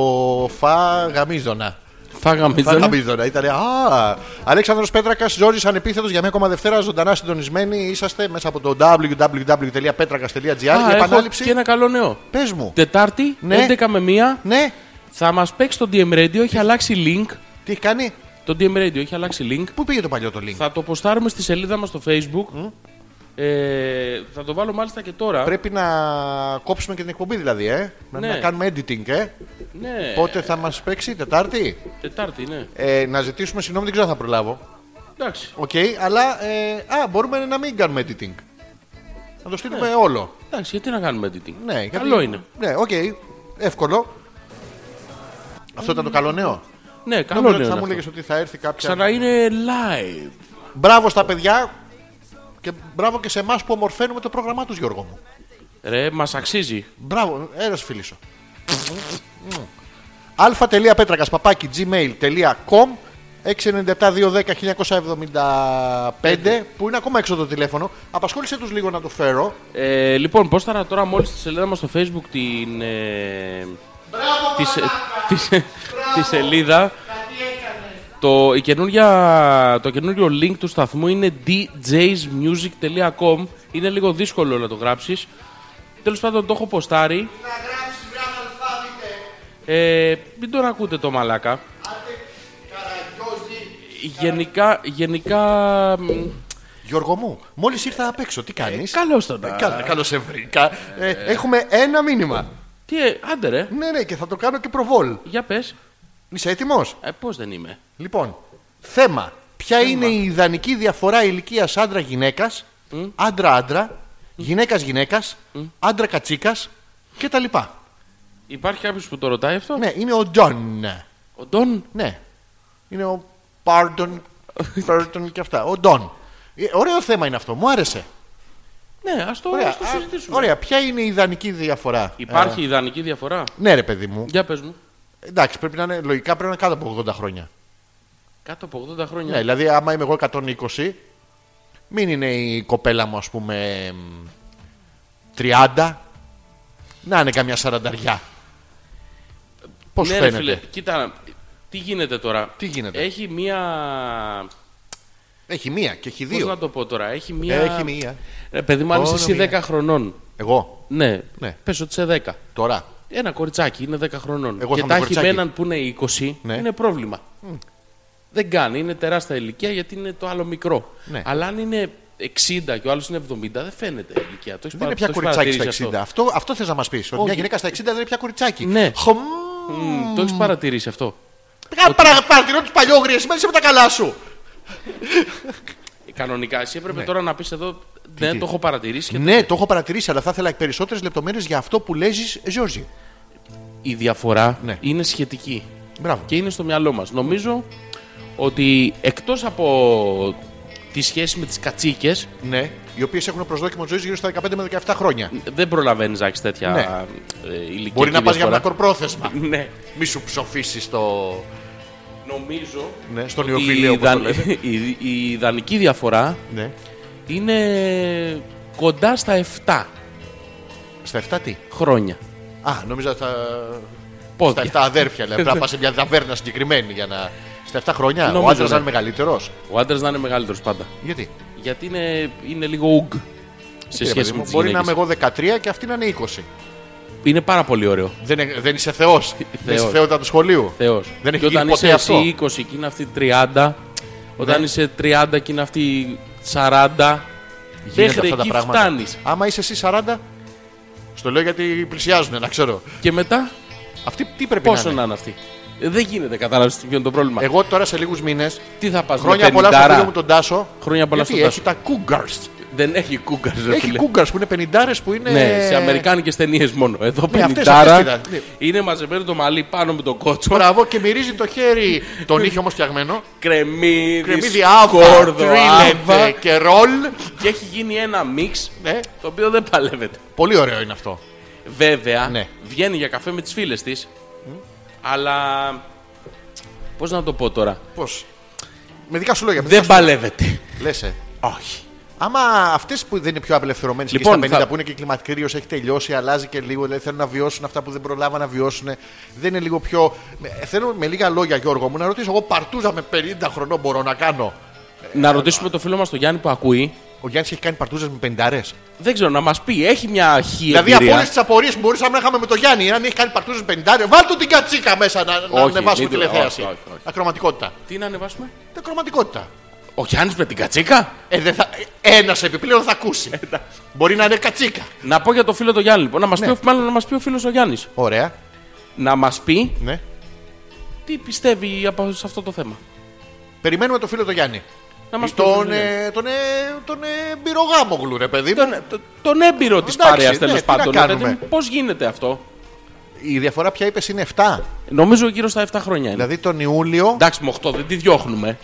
Speaker 3: φα γαμίζωνα.
Speaker 2: Φάγαμε
Speaker 3: Φα
Speaker 2: δεν.
Speaker 3: γαμίζωνα. Ήταν. Α! Αλέξανδρος Πέτρακας, Ζόρις ανεπίθετος για μια ακόμα Δευτέρα. Ζωντανά συντονισμένοι είσαστε μέσα από το www.petrakas.gr. Η
Speaker 2: Α, έχω
Speaker 3: επανάληψη.
Speaker 2: και ένα καλό νέο.
Speaker 3: Πες μου.
Speaker 2: Τετάρτη,
Speaker 3: Ναι.
Speaker 2: 11 με 1,
Speaker 3: Ναι,
Speaker 2: θα μας παίξει το DM Radio. Έχει αλλάξει link.
Speaker 3: τι έχει κάνει.
Speaker 2: Το DM Radio έχει αλλάξει link.
Speaker 3: Πού πήγε το παλιό το link.
Speaker 2: Θα το ποστάρουμε στη σελίδα μας στο facebook. Ε, θα το βάλω μάλιστα και τώρα.
Speaker 3: Πρέπει να κόψουμε και την εκπομπή δηλαδή, ε. Να-
Speaker 2: Ναι.
Speaker 3: Να κάνουμε editing, ε.
Speaker 2: Ναι,
Speaker 3: Πότε θα μας παίξει, Τετάρτη.
Speaker 2: Τετάρτη, ναι.
Speaker 3: Ε, να ζητήσουμε συγγνώμη, δεν ξέρω αν θα προλάβω.
Speaker 2: Εντάξει.
Speaker 3: Οκ, αλλά ε, α, μπορούμε να μην κάνουμε editing. Να το στείλουμε όλο.
Speaker 2: Εντάξει, γιατί να κάνουμε editing.
Speaker 3: Ναι, γιατί-
Speaker 2: Ναι. Καλό είναι.
Speaker 3: Ναι, οκ, εύκολο. Αυτό ήταν το καλό νέο.
Speaker 2: Ναι, καλό είναι.
Speaker 3: Νόμιζα ότι Θα
Speaker 2: αυτό.
Speaker 3: μου έλεγε ότι θα έρθει κάποια.
Speaker 2: Ξανά είναι live.
Speaker 3: Μπράβο στα παιδιά και μπράβο και σε εμάς που ομορφαίνουμε το πρόγραμμά τους, Γιώργο μου.
Speaker 2: Ρε, μας αξίζει.
Speaker 3: Μπράβο, ένα φίλη σου. αλφα.πέτρακα παπάκι gmail.com 697-210-1975 που είναι ακόμα έξω το τηλέφωνο. Απασχόλησε τους λίγο να το φέρω.
Speaker 2: Ε, λοιπόν, πώς θα τώρα μόλις στη σελίδα μας στο Facebook την. Ε, τη, σε- τη, σε- τη σελίδα. Το, η καινούρια, το καινούριο link του σταθμού είναι djsmusic.com. Είναι λίγο δύσκολο να το γράψεις. Τέλος πάντων, το έχω ποστάρει. Ε, μην τον ακούτε το μαλάκα. Γενικά, γενικά. μ,
Speaker 3: Γιώργο μου, μόλις ήρθα απ' έξω, τι κάνεις
Speaker 2: Καλώς τον.
Speaker 3: Κα- Καλώς σε βρήκα. Ε, έχουμε ένα μήνυμα.
Speaker 2: Τι, ε, άντε ρε,
Speaker 3: Ναι, ναι, και θα το κάνω και προβόλ.
Speaker 2: για πες.
Speaker 3: Είσαι έτοιμος
Speaker 2: Ε, πώς δεν είμαι.
Speaker 3: Λοιπόν, θέμα. Ποια είναι η ιδανική διαφορά ηλικίας άντρα-γυναίκα, άντρα-άντρα, γυναίκα-γυναίκα, άντρα-κατσίκα κτλ.
Speaker 2: Υπάρχει κάποιος που το ρωτάει αυτό.
Speaker 3: Ναι, είναι ο Ντόν.
Speaker 2: Ο Ντόν.
Speaker 3: Ναι. Είναι ο Πάρντον, Πέρτον και αυτά. Ο Ντόν. Ε, Ωραίο θέμα είναι αυτό, μου άρεσε.
Speaker 2: Ναι, ας το, ας το
Speaker 3: α,
Speaker 2: συζητήσουμε.
Speaker 3: ωραία. ποια είναι η ιδανική διαφορά.
Speaker 2: Υπάρχει
Speaker 3: Ε,
Speaker 2: ιδανική διαφορά.
Speaker 3: ναι, ρε παιδί μου.
Speaker 2: Για πες μου.
Speaker 3: Εντάξει, πρέπει να είναι, λογικά πρέπει να είναι κάτω από 80 χρόνια.
Speaker 2: Κάτω από 80
Speaker 3: Ναι,
Speaker 2: χρόνια.
Speaker 3: δηλαδή άμα είμαι εγώ 120, μην είναι η κοπέλα μου ας πούμε εμ, 30, να είναι καμιά σαρανταριά. Πώς
Speaker 2: ναι, ρε
Speaker 3: φαίνεται.
Speaker 2: φίλε, κοίτα, τι γίνεται τώρα.
Speaker 3: Τι γίνεται.
Speaker 2: Έχει μία.
Speaker 3: Έχει μία και έχει
Speaker 2: Πώς
Speaker 3: δύο. Ε,
Speaker 2: να το πω τώρα. Έχει μία.
Speaker 3: Έχει μία.
Speaker 2: Ρε, παιδί μου, αν είσαι
Speaker 3: Μόνο
Speaker 2: εσύ
Speaker 3: μία.
Speaker 2: 10 χρονών.
Speaker 3: Εγώ
Speaker 2: Ναι,
Speaker 3: Ναι.
Speaker 2: πες ότι είσαι 10.
Speaker 3: τώρα.
Speaker 2: Ένα κοριτσάκι είναι 10 χρονών.
Speaker 3: Εγώ
Speaker 2: και
Speaker 3: θα
Speaker 2: τα
Speaker 3: είμαι
Speaker 2: έχει με
Speaker 3: κοριτσάκι.
Speaker 2: έναν που είναι 20,
Speaker 3: Ναι.
Speaker 2: είναι πρόβλημα. Δεν κάνει, είναι τεράστια ηλικία γιατί είναι το άλλο μικρό.
Speaker 3: Ναι.
Speaker 2: Αλλά αν είναι 60 και ο άλλος είναι 70, δεν φαίνεται η ηλικία. Το έχεις
Speaker 3: Δεν
Speaker 2: παρα-
Speaker 3: είναι πια
Speaker 2: το έχεις
Speaker 3: κοριτσάκι στα 60.
Speaker 2: παρατηρήσει
Speaker 3: Αυτό,
Speaker 2: αυτό.
Speaker 3: αυτό, θες να μας πεις. Ότι μια
Speaker 2: Όχι.
Speaker 3: γυναίκα στα 60 δεν είναι πια κοριτσάκι.
Speaker 2: Ναι.
Speaker 3: Χωμ.
Speaker 2: Μμμ, το έχεις παρατηρήσει αυτό.
Speaker 3: Κα- παρα- Παρατηρώ τους παλιόγριες, σήμερα είσαι με τα καλά σου.
Speaker 2: Ε, Κανονικά, εσύ έπρεπε τώρα να πεις εδώ. Ναι,
Speaker 3: τι?
Speaker 2: το έχω παρατηρήσει. και
Speaker 3: Ναι, το έχω παρατηρήσει, αλλά θα ήθελα περισσότερες λεπτομέρειες για αυτό που λέζεις, Ζόρζι.
Speaker 2: Η διαφορά
Speaker 3: Ναι.
Speaker 2: είναι σχετική
Speaker 3: Μπράβο.
Speaker 2: και είναι στο μυαλό μας. Νομίζω ότι εκτός από τη σχέση με τις κατσίκες,
Speaker 3: Ναι, οι οποίες έχουν προσδόκιμο ζωής γύρω στα 15 με 17 χρόνια.
Speaker 2: δεν προλαβαίνεις να έχει τέτοια
Speaker 3: Ναι.
Speaker 2: ε, ηλικία.
Speaker 3: Μπορεί να πας για μακροπρόθεσμα.
Speaker 2: Ναι.
Speaker 3: Μη σου ψοφήσεις το.
Speaker 2: Νομίζω
Speaker 3: Ναι, στον
Speaker 2: ότι
Speaker 3: Ιωφιλέο,
Speaker 2: η,
Speaker 3: όπως το
Speaker 2: ιδαν-
Speaker 3: λέτε.
Speaker 2: η- η ιδανική διαφορά
Speaker 3: Ναι.
Speaker 2: είναι κοντά στα 7
Speaker 3: Στα 7 τι.
Speaker 2: χρόνια.
Speaker 3: Α, νόμιζα στα, στα 7
Speaker 2: Πόδια.
Speaker 3: αδέρφια. Δηλαδή πρέπει να πας σε μια ταβέρνα συγκεκριμένη για να. Στα 7 χρόνια.
Speaker 2: Νομίζω,
Speaker 3: ο άντρα
Speaker 2: ναι.
Speaker 3: να είναι μεγαλύτερος.
Speaker 2: Ο άντρας να είναι μεγαλύτερος πάντα.
Speaker 3: Γιατί.
Speaker 2: Γιατί είναι, είναι λίγο ουγγ σε
Speaker 3: Ρε,
Speaker 2: σχέση
Speaker 3: παιδί
Speaker 2: με
Speaker 3: μου,
Speaker 2: τις
Speaker 3: Μπορεί να είμαι
Speaker 2: γυναίκες.
Speaker 3: εγώ 13 και αυτή να είναι 20.
Speaker 2: Είναι πάρα πολύ ωραίο.
Speaker 3: Δεν, ε- δεν είσαι θεός. Δεν είσαι
Speaker 2: Θεός.
Speaker 3: θεότητα του σχολείου.
Speaker 2: Θεός.
Speaker 3: Δεν έχει
Speaker 2: και όταν
Speaker 3: γίνει ποτέ
Speaker 2: είσαι εσύ
Speaker 3: αυτό.
Speaker 2: 20 και είναι αυτή 30, όταν
Speaker 3: Ναι.
Speaker 2: είσαι 30 και είναι αυτή 40, μέχρι εκεί φτάνεις.
Speaker 3: Άμα είσαι εσύ 40, στο λέω γιατί πλησιάζουν, να ξέρω.
Speaker 2: Και μετά
Speaker 3: Αυτή τι πρέπει
Speaker 2: πόσο
Speaker 3: να
Speaker 2: να
Speaker 3: είναι.
Speaker 2: είναι αυτή. Ε, Δεν γίνεται, κατάλαβες τι είναι το πρόβλημα.
Speaker 3: Εγώ τώρα σε λίγους μήνες,
Speaker 2: Τι θα πας,
Speaker 3: χρόνια πολλά στον φίλο μου τον Τάσο.
Speaker 2: Χρόνια πολλά
Speaker 3: γιατί
Speaker 2: στον
Speaker 3: έχει τα Cougars.
Speaker 2: Δεν έχει κούγκαρ, ρε
Speaker 3: Έχει
Speaker 2: φίλε.
Speaker 3: Cougars που είναι 50 που είναι.
Speaker 2: Ναι, σε αμερικάνικες ταινίες μόνο. Εδώ
Speaker 3: Ναι, αυτές, αυτές
Speaker 2: πενιντάρα
Speaker 3: ήταν. Ναι.
Speaker 2: είναι μαζεμένο το μαλλί πάνω με τον κότσο.
Speaker 3: Μπράβο και μυρίζει το χέρι. τον είχε όμως φτιαγμένο.
Speaker 2: Κρεμμύδι,
Speaker 3: Κρεμμύδι άβα,
Speaker 2: σκόρδο,
Speaker 3: τρίλεπε
Speaker 2: άβα.
Speaker 3: και ρολ.
Speaker 2: Και έχει γίνει ένα μίξ
Speaker 3: Ναι,
Speaker 2: το οποίο δεν παλεύεται.
Speaker 3: πολύ ωραίο είναι αυτό.
Speaker 2: Βέβαια,
Speaker 3: Ναι.
Speaker 2: βγαίνει για καφέ με τις φίλες της, αλλά. Πώς να το πω τώρα.
Speaker 3: Πώς. Με δικά σου λόγια.
Speaker 2: Δεν παλεύεται.
Speaker 3: Λες, ε.
Speaker 2: Όχι.
Speaker 3: Άμα αυτές που δεν είναι πιο απελευθερωμένες
Speaker 2: Λοιπόν,
Speaker 3: και στα 50
Speaker 2: θα-
Speaker 3: που είναι και κλιματικήριο, έχει τελειώσει, αλλάζει και λίγο, δηλαδή θέλουν να βιώσουν αυτά που δεν προλάβαν να βιώσουν. Δεν είναι λίγο πιο. με- Θέλω με λίγα λόγια, Γιώργο μου, να ρωτήσω εγώ παρτούζα με 50 χρονών μπορώ να κάνω.
Speaker 2: Να ρωτήσουμε το φίλο μας τον Γιάννη που ακούει.
Speaker 3: Ο Γιάννης έχει κάνει παρτούζες με 50
Speaker 2: Δεν ξέρω, να μας πει, έχει μια χή
Speaker 3: Δηλαδή από
Speaker 2: εμπειρία.
Speaker 3: όλες τις απορίες που μπορούσαμε να είχαμε με τον Γιάννη, αν έχει κάνει παρτούζες με 50 βάλτε την κατσίκα μέσα να, να
Speaker 2: Όχι,
Speaker 3: ανεβάσουμε
Speaker 2: μην το-
Speaker 3: τηλεθέαση.
Speaker 2: όχι, όχι, όχι.
Speaker 3: Ακροματικότητα.
Speaker 2: Τι να ανεβάσουμε,
Speaker 3: Τα ακροματικότητα.
Speaker 2: Ο Γιάννης με την κατσίκα.
Speaker 3: Ε, δεν θα... Ένας επιπλέον θα ακούσει. Μπορεί να είναι κατσίκα.
Speaker 2: Να πω για το φίλο το Γιάννη λοιπόν. Να
Speaker 3: Ναι.
Speaker 2: μα πει, ο- μάλλον να μας πει ο φίλος ο Γιάννης.
Speaker 3: Ωραία.
Speaker 2: Να μας πει
Speaker 3: Ναι.
Speaker 2: τι πιστεύει από, σε αυτό το θέμα.
Speaker 3: Περιμένουμε τον φίλο τον Γιάννη.
Speaker 2: Να μας πει ο φίλος
Speaker 3: τον,
Speaker 2: ο Γιάννης.
Speaker 3: ε, τον, ε, τον ε, Μπυρογάμογλου, ρε παιδί. μου.
Speaker 2: τον, ε, το- τον έμπειρο της
Speaker 3: Εντάξει,
Speaker 2: παρέας
Speaker 3: ναι,
Speaker 2: τέλος
Speaker 3: τι να
Speaker 2: πάντων.
Speaker 3: κάνουμε.
Speaker 2: Πώς γίνεται αυτό.
Speaker 3: Η διαφορά πια είπες είναι 7.
Speaker 2: Νομίζω γύρω στα 7 χρόνια είναι.
Speaker 3: Δηλαδή τον Ιούλιο.
Speaker 2: Εντάξει, με 8 δεν τη διώχνουμε.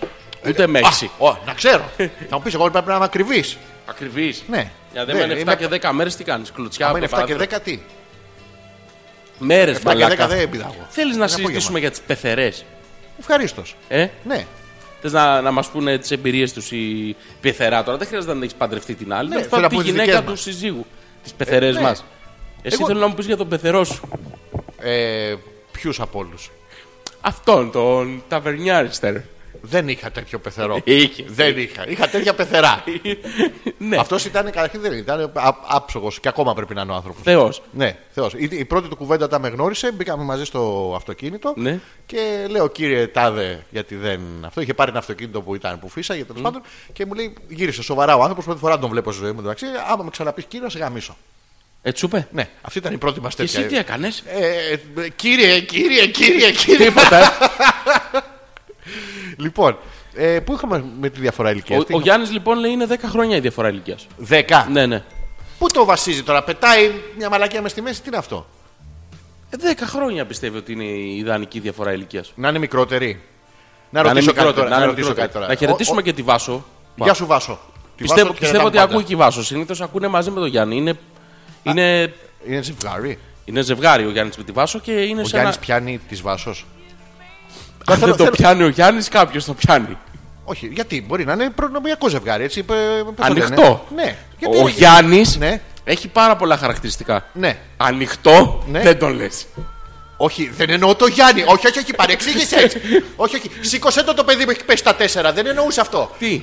Speaker 2: Ούτε με 6.
Speaker 3: Α, ω, να ξέρω. θα μου πεις εγώ πρέπει να είμαι ακριβής.
Speaker 2: Ακριβής.
Speaker 3: Ναι.
Speaker 2: Γιατί
Speaker 3: Δεν,
Speaker 2: με είναι 7
Speaker 3: είμαι-
Speaker 2: και 10 μέρες τι κάνεις. Κλουτσιά
Speaker 3: Άμα είναι 7 και 10 τι.
Speaker 2: 10. Μέρες
Speaker 3: 7 και 10 δεν πειράγω.
Speaker 2: Θέλεις να συζητήσουμε για τις πεθερές.
Speaker 3: Ευχαρίστως.
Speaker 2: Ε?
Speaker 3: Ναι.
Speaker 2: Θες να, να μας πούνε τις εμπειρίες τους η πεθερά τώρα. Δεν χρειάζεται να έχεις παντρευτεί την άλλη.
Speaker 3: Ναι,
Speaker 2: Τέλος
Speaker 3: θέλω
Speaker 2: πάντων,
Speaker 3: να
Speaker 2: τη
Speaker 3: πω τις
Speaker 2: γυναίκα
Speaker 3: δικές
Speaker 2: του
Speaker 3: μας.
Speaker 2: συζύγου. Τις πεθερές
Speaker 3: Ε, ναι.
Speaker 2: μας. Εσύ
Speaker 3: Εγώ-
Speaker 2: θέλω να μου πεις για τον πεθερό σου.
Speaker 3: Ε, Ποιους από όλους.
Speaker 2: Αυτόν, τον ταβερνιάριστερ.
Speaker 3: Δεν είχα τέτοιο πεθερό.
Speaker 2: Είχε.
Speaker 3: Δεν είχα. Είχα τέτοια πεθερά.
Speaker 2: ναι,
Speaker 3: Αυτός ήταν καταρχήν δεν ήταν άψογος και ακόμα πρέπει να είναι ο άνθρωπος.
Speaker 2: Θεός.
Speaker 3: Ναι, θεός. Η, η πρώτη του κουβέντα όταν με γνώρισε, μπήκαμε μαζί στο αυτοκίνητο
Speaker 2: Ναι.
Speaker 3: και λέω κύριε Τάδε, γιατί δεν. Αυτό είχε πάρει ένα αυτοκίνητο που ήταν που φύσαγε τέλος πάντων και μου λέει γύρισε σοβαρά ο άνθρωπος. Πρώτη φορά να τον βλέπω στη ζωή μου. Εντάξει, άμα με ξαναπείς κύριο, να σε γαμίσω.
Speaker 2: Έτσι σου είπε.
Speaker 3: Ναι, αυτή ήταν η πρώτη μας
Speaker 2: Και
Speaker 3: τέτοια.
Speaker 2: Ε, εσύ τι έκανες.
Speaker 3: Ε, ε, κύριε, κύριε, κύριε, κύριε.
Speaker 2: Τίποτα.
Speaker 3: λοιπόν, ε, πού είχαμε με τη διαφορά ηλικίας.
Speaker 2: Ο, ο Γιάννης λοιπόν λέει είναι 10 χρόνια η διαφορά ηλικίας.
Speaker 3: Δέκα.
Speaker 2: Ναι, ναι.
Speaker 3: Πού το βασίζει τώρα, πετάει μια μαλακία μες στη μέση, τι είναι αυτό.
Speaker 2: Ε, 10 χρόνια πιστεύει ότι είναι η ιδανική διαφορά ηλικίας.
Speaker 3: Να είναι μικρότερη. Να,
Speaker 2: Να είναι
Speaker 3: ρωτήσω κάτι
Speaker 2: μικρότερη.
Speaker 3: τώρα.
Speaker 2: Να,
Speaker 3: Να,
Speaker 2: είναι
Speaker 3: ρωτήσω
Speaker 2: μικρότερη.
Speaker 3: κάτι τώρα.
Speaker 2: να χαιρετήσουμε
Speaker 3: Ο-
Speaker 2: και τη Βάσο.
Speaker 3: ο- Γεια σου, Βάσο. Τη
Speaker 2: Πιστεύω,
Speaker 3: Βάσο τη
Speaker 2: πιστεύω ότι
Speaker 3: χαιρετάμε
Speaker 2: ακούει
Speaker 3: πάντα.
Speaker 2: και η Βάσο. Συνήθως ακούνε μαζί με τον Γιάννη. Είναι, είναι,
Speaker 3: Είναι ζευγάρι.
Speaker 2: είναι ζευγάρι ο Γιάννης με τη Βάσο και είναι
Speaker 3: Ο
Speaker 2: σε ένα.
Speaker 3: Γιάννης πιάνει τη Βάσο.
Speaker 2: Αν δεν
Speaker 3: Θέλω-
Speaker 2: το
Speaker 3: θέλω-
Speaker 2: πιάνει ο Γιάννης, κάποιος το πιάνει.
Speaker 3: Όχι, γιατί μπορεί να είναι προνομιακό ζευγάρι, έτσι. πε- πώς το
Speaker 2: Ανοιχτό.
Speaker 3: λένε. Ναι. Γιατί-
Speaker 2: Ο Γιάννης
Speaker 3: Ναι.
Speaker 2: έχει πάρα πολλά χαρακτηριστικά.
Speaker 3: Ναι.
Speaker 2: Ανοιχτό
Speaker 3: Ναι.
Speaker 2: δεν τον λες.
Speaker 3: Όχι, δεν εννοώ το Γιάννη. Όχι, όχι, όχι, παρεξήγησε έτσι. όχι, όχι. Σήκωσε το το παιδί που έχει πέσει τα τέσσερα. Δεν εννοούσε αυτό.
Speaker 2: Τι?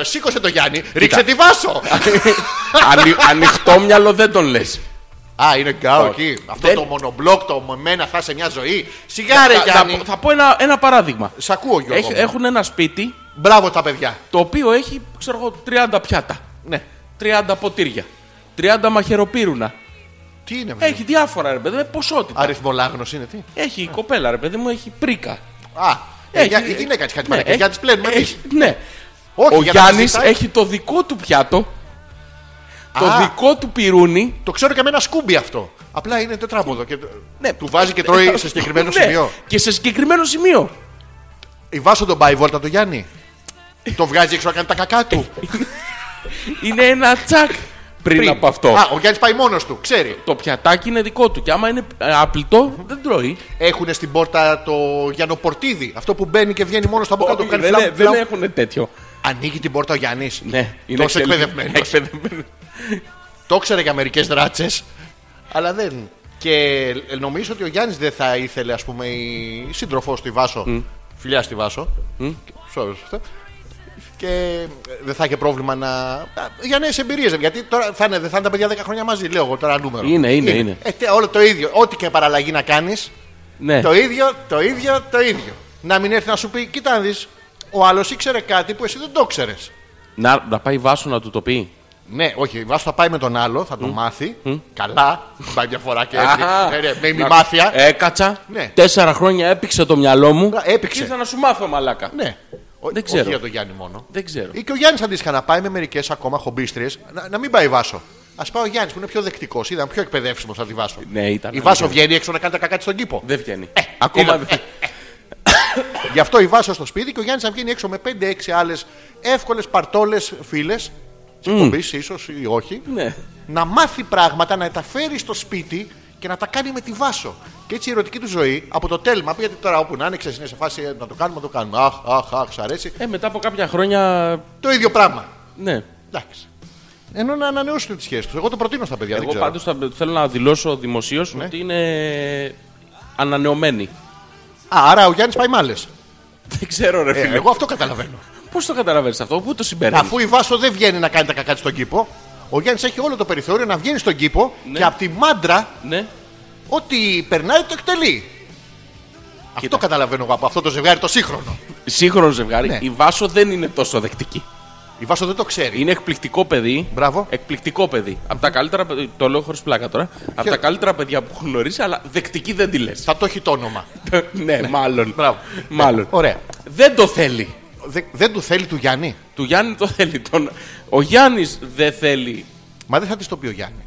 Speaker 3: Ε, σήκωσε το Γιάννη. Ρίξε τη Βάσο.
Speaker 2: Ανοι, ανοιχτό μυαλό δεν τον λες.
Speaker 3: Α, είναι γκάο
Speaker 2: Όχι.
Speaker 3: εκεί. Αυτό
Speaker 2: Δεν-
Speaker 3: το μονομπλοκ, το με μένα θα σε μια ζωή. Σιγάρε,
Speaker 2: θα,
Speaker 3: Γιάννη.
Speaker 2: θα πω ένα, ένα παράδειγμα.
Speaker 3: Σ' ακούω, Γιώργο.
Speaker 2: Έχ-
Speaker 3: μου.
Speaker 2: έχουν ένα σπίτι
Speaker 3: Μπράβο τα παιδιά.
Speaker 2: το οποίο έχει ξέρω εγώ, 30 πιάτα,
Speaker 3: Ναι.
Speaker 2: 30 ποτήρια, 30 μαχαιροπύρουνα.
Speaker 3: Τι είναι, παιδί μου?
Speaker 2: Έχει διάφορα ρε παιδί μου, ποσότητα.
Speaker 3: Αριθμολάγνος είναι, τι.
Speaker 2: Έχει η κοπέλα ρε παιδί μου, έχει πρίκα.
Speaker 3: Α, ε, για- η γυναίκα της κάτι
Speaker 2: ναι,
Speaker 3: παρακαλεί. Για τις πλένουμε εμείς.
Speaker 2: έχει- Ναι.
Speaker 3: Όχι,
Speaker 2: Ο
Speaker 3: για να μας
Speaker 2: Γιάννης
Speaker 3: ζητάει.
Speaker 2: έχει το δικό του πιάτο, το
Speaker 3: Α.
Speaker 2: δικό του πυρούνι.
Speaker 3: Το ξέρω και με ένα σκούμπι αυτό. Απλά είναι τετράποδο. Και...
Speaker 2: Ναι.
Speaker 3: Του βάζει και τρώει σε συγκεκριμένο
Speaker 2: Ναι,
Speaker 3: σημείο.
Speaker 2: Και σε συγκεκριμένο σημείο.
Speaker 3: Η Βάσο τον πάει βόλτα του Γιάννη. το βγάζει έξω να κάνει τα κακά του.
Speaker 2: Ε, Είναι ένα τσακ πριν από αυτό.
Speaker 3: Α, ο Γιάννης πάει μόνος του, ξέρει.
Speaker 2: Το πιατάκι είναι δικό του και άμα είναι ε, άπλητο δεν τρώει.
Speaker 3: Έχουν στην πόρτα το Γιανοπορτίδι. Αυτό που μπαίνει και βγαίνει μόνος του από κάτω. που
Speaker 2: Όχι,
Speaker 3: κάνει
Speaker 2: δεν,
Speaker 3: φλαμ,
Speaker 2: ε-
Speaker 3: φλαμ.
Speaker 2: δεν έχουν τέτοιο.
Speaker 3: Ανοίγει την πόρτα ο Γιάννης.
Speaker 2: Ναι, είναι
Speaker 3: Τόσο
Speaker 2: εξελι-
Speaker 3: εκπαιδευμένος.
Speaker 2: εκπαιδευμένος.
Speaker 3: Το ήξερε για μερικές δράτσες. Αλλά δεν. Και νομίζω ότι ο Γιάννης δεν θα ήθελε, ας πούμε, η σύντροφός του η Βάσο. Φιλιά στη Βάσο. Mm. Και, sorry, σωστά. Και και ε, δεν θα είχε πρόβλημα να. Α, Για νέες εμπειρίες. Γιατί τώρα θα είναι, δεν θα είναι τα παιδιά 10 χρόνια μαζί, λέω εγώ τώρα νούμερο.
Speaker 2: Είναι, είναι, είναι.
Speaker 3: Ε, τε- όλο το ίδιο. Ό,τι και παραλλαγή να κάνεις,
Speaker 2: Ναι.
Speaker 3: το ίδιο, το ίδιο, το ίδιο. Να μην έρθει να σου πει, κοίτα να δεις, ο άλλος ήξερε κάτι που εσύ δεν το ξέρει.
Speaker 2: Να, να πάει βάσο να του το πει.
Speaker 3: Ναι, όχι, βάσου θα πάει με τον άλλο, θα το μάθει. Καλά, δεν πάει μια φορά και έτσι.
Speaker 2: Α,
Speaker 3: ναι, ναι, με
Speaker 2: να- Ε.
Speaker 3: ημιμάθεια.
Speaker 2: Έκατσα.
Speaker 3: Ναι.
Speaker 2: Τέσσερα χρόνια έπηξε το μυαλό μου.
Speaker 3: Μπρα- έπηξε.
Speaker 2: Ήρθα να σου μάθω, μαλάκα.
Speaker 3: Ναι. Ο-
Speaker 2: Δεν ξέρω.
Speaker 3: Όχι για τον Γιάννη μόνο.
Speaker 2: Δεν ξέρω.
Speaker 3: Ή και ο Γιάννης αντίστοιχα να πάει με μερικές ακόμα χομπίστριες, να, να μην πάει βάσο. Ας πάει ο Γιάννης που είναι πιο δεκτικός, είδαμε πιο εκπαιδεύσιμος από τη βάσο.
Speaker 2: Ναι, ήταν.
Speaker 3: Η βάσο βγαίνει έξω να κάνει τα κακά της στον κήπο.
Speaker 2: Δεν βγαίνει. Ακόμα
Speaker 3: είδα-
Speaker 2: δεν.
Speaker 3: Γι' αυτό η βάσο στο σπίτι και ο Γιάννης να βγαίνει έξω με 5-6 άλλες εύκολες παρτόλες φίλες. Τη εκπομπής, ίσως ή όχι.
Speaker 2: Ναι.
Speaker 3: να μάθει πράγματα, να τα φέρει στο σπίτι και να τα κάνει με τη βάσο. Και έτσι η ερωτική του ζωή από το τέλμα, γιατί τώρα όπου να είναι, ξέρεις, είναι σε φάση ε, να το κάνουμε, να το κάνουμε. Αχ, αχ, αχ, σ' αρέσει.
Speaker 2: Ε, μετά από κάποια χρόνια.
Speaker 3: Το ίδιο πράγμα.
Speaker 2: Ναι.
Speaker 3: Εντάξει. Ενώ να ανανεώσουν τη σχέση τους. Εγώ το προτείνω στα παιδιά.
Speaker 2: Εγώ
Speaker 3: δεν ξέρω.
Speaker 2: πάντως θέλω να δηλώσω δημοσίως ότι είναι ανανεωμένη.
Speaker 3: Α, άρα ο Γιάννης πάει μάλες.
Speaker 2: Δεν ξέρω, ρε φίλε.
Speaker 3: εγώ αυτό καταλαβαίνω.
Speaker 2: Πώς Ε, το καταλαβαίνεις αυτό, πού το συμπέρασμα.
Speaker 3: Αφού η Βάσο δεν βγαίνει να κάνει τα κακά της στον κήπο, ο Γιάννης έχει όλο το περιθώριο να βγαίνει στον κήπο
Speaker 2: Ναι.
Speaker 3: και από τη μάντρα
Speaker 2: Ναι.
Speaker 3: ό,τι περνάει το εκτελεί. Αυτό καταλαβαίνω εγώ από αυτό το ζευγάρι το σύγχρονο.
Speaker 2: Σύγχρονο ζευγάρι,
Speaker 3: Ναι.
Speaker 2: η Βάσο δεν είναι τόσο δεκτική.
Speaker 3: Η Βάσο δεν το ξέρει.
Speaker 2: Είναι εκπληκτικό παιδί.
Speaker 3: Μπράβο.
Speaker 2: Εκπληκτικό παιδί. Από τα καλύτερα. παι- Το λέω χωρίς πλάκα τώρα. Από τα καλύτερα παιδιά που έχω γνωρίσει, αλλά δεκτική δεν τη λες.
Speaker 3: Θα το έχει το όνομα.
Speaker 2: ναι, μάλλον. Ναι.
Speaker 3: Μπράβο. Ε,
Speaker 2: Μάλλον.
Speaker 3: Ωραία.
Speaker 2: Δεν το θέλει.
Speaker 3: Δε- δεν του θέλει του Γιάννη.
Speaker 2: Του Γιάννη το θέλει. Τον... Ο Γιάννης δεν θέλει.
Speaker 3: Μα δεν θα της το πει ο Γιάννης.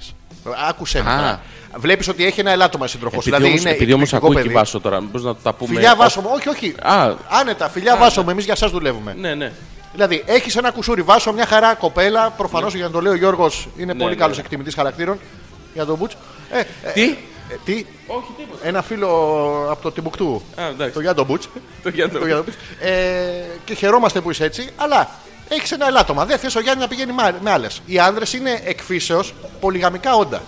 Speaker 3: Άκουσε
Speaker 2: Α.
Speaker 3: με. Βλέπεις ότι έχει ένα ελάττωμα σύντροφος.
Speaker 2: Επειδή όμως- επειδή όμως
Speaker 3: δηλαδή εκπληκτικό
Speaker 2: ακούει και η
Speaker 3: παιδί.
Speaker 2: Βάσο τώρα, μήπως να τα πούμε.
Speaker 3: Φιλιά Βάσο μου, όχι, όχι.
Speaker 2: Α.
Speaker 3: Άνετα, φιλιά Βάσο μου, εμείς για εσά δουλεύουμε.
Speaker 2: Ναι, ναι.
Speaker 3: Δηλαδή, έχεις ένα κουσούρι Βάσο, μια χαρά κοπέλα. Προφανώς για να το λέει ο Γιώργος είναι
Speaker 2: Ναι,
Speaker 3: πολύ
Speaker 2: ναι.
Speaker 3: καλός εκτιμητής χαρακτήρων. Για τον Μπούτσο. Ε, ε,
Speaker 2: Τι.
Speaker 3: ε, τι,
Speaker 2: Όχι τίποτα.
Speaker 3: ένα φίλο από το Τιμπουκτού.
Speaker 2: Α, εντάξει.
Speaker 3: το Γιάντο Μπούτ.
Speaker 2: Το Γιάντο
Speaker 3: Το Γιάντο Μπούτς. Ε, και χαιρόμαστε που είσαι έτσι, αλλά έχεις ένα ελάττωμα. Δεν θες ο Γιάννη να πηγαίνει μα- με άλλες. Οι άνδρες είναι εκφύσεως πολυγαμικά όντα.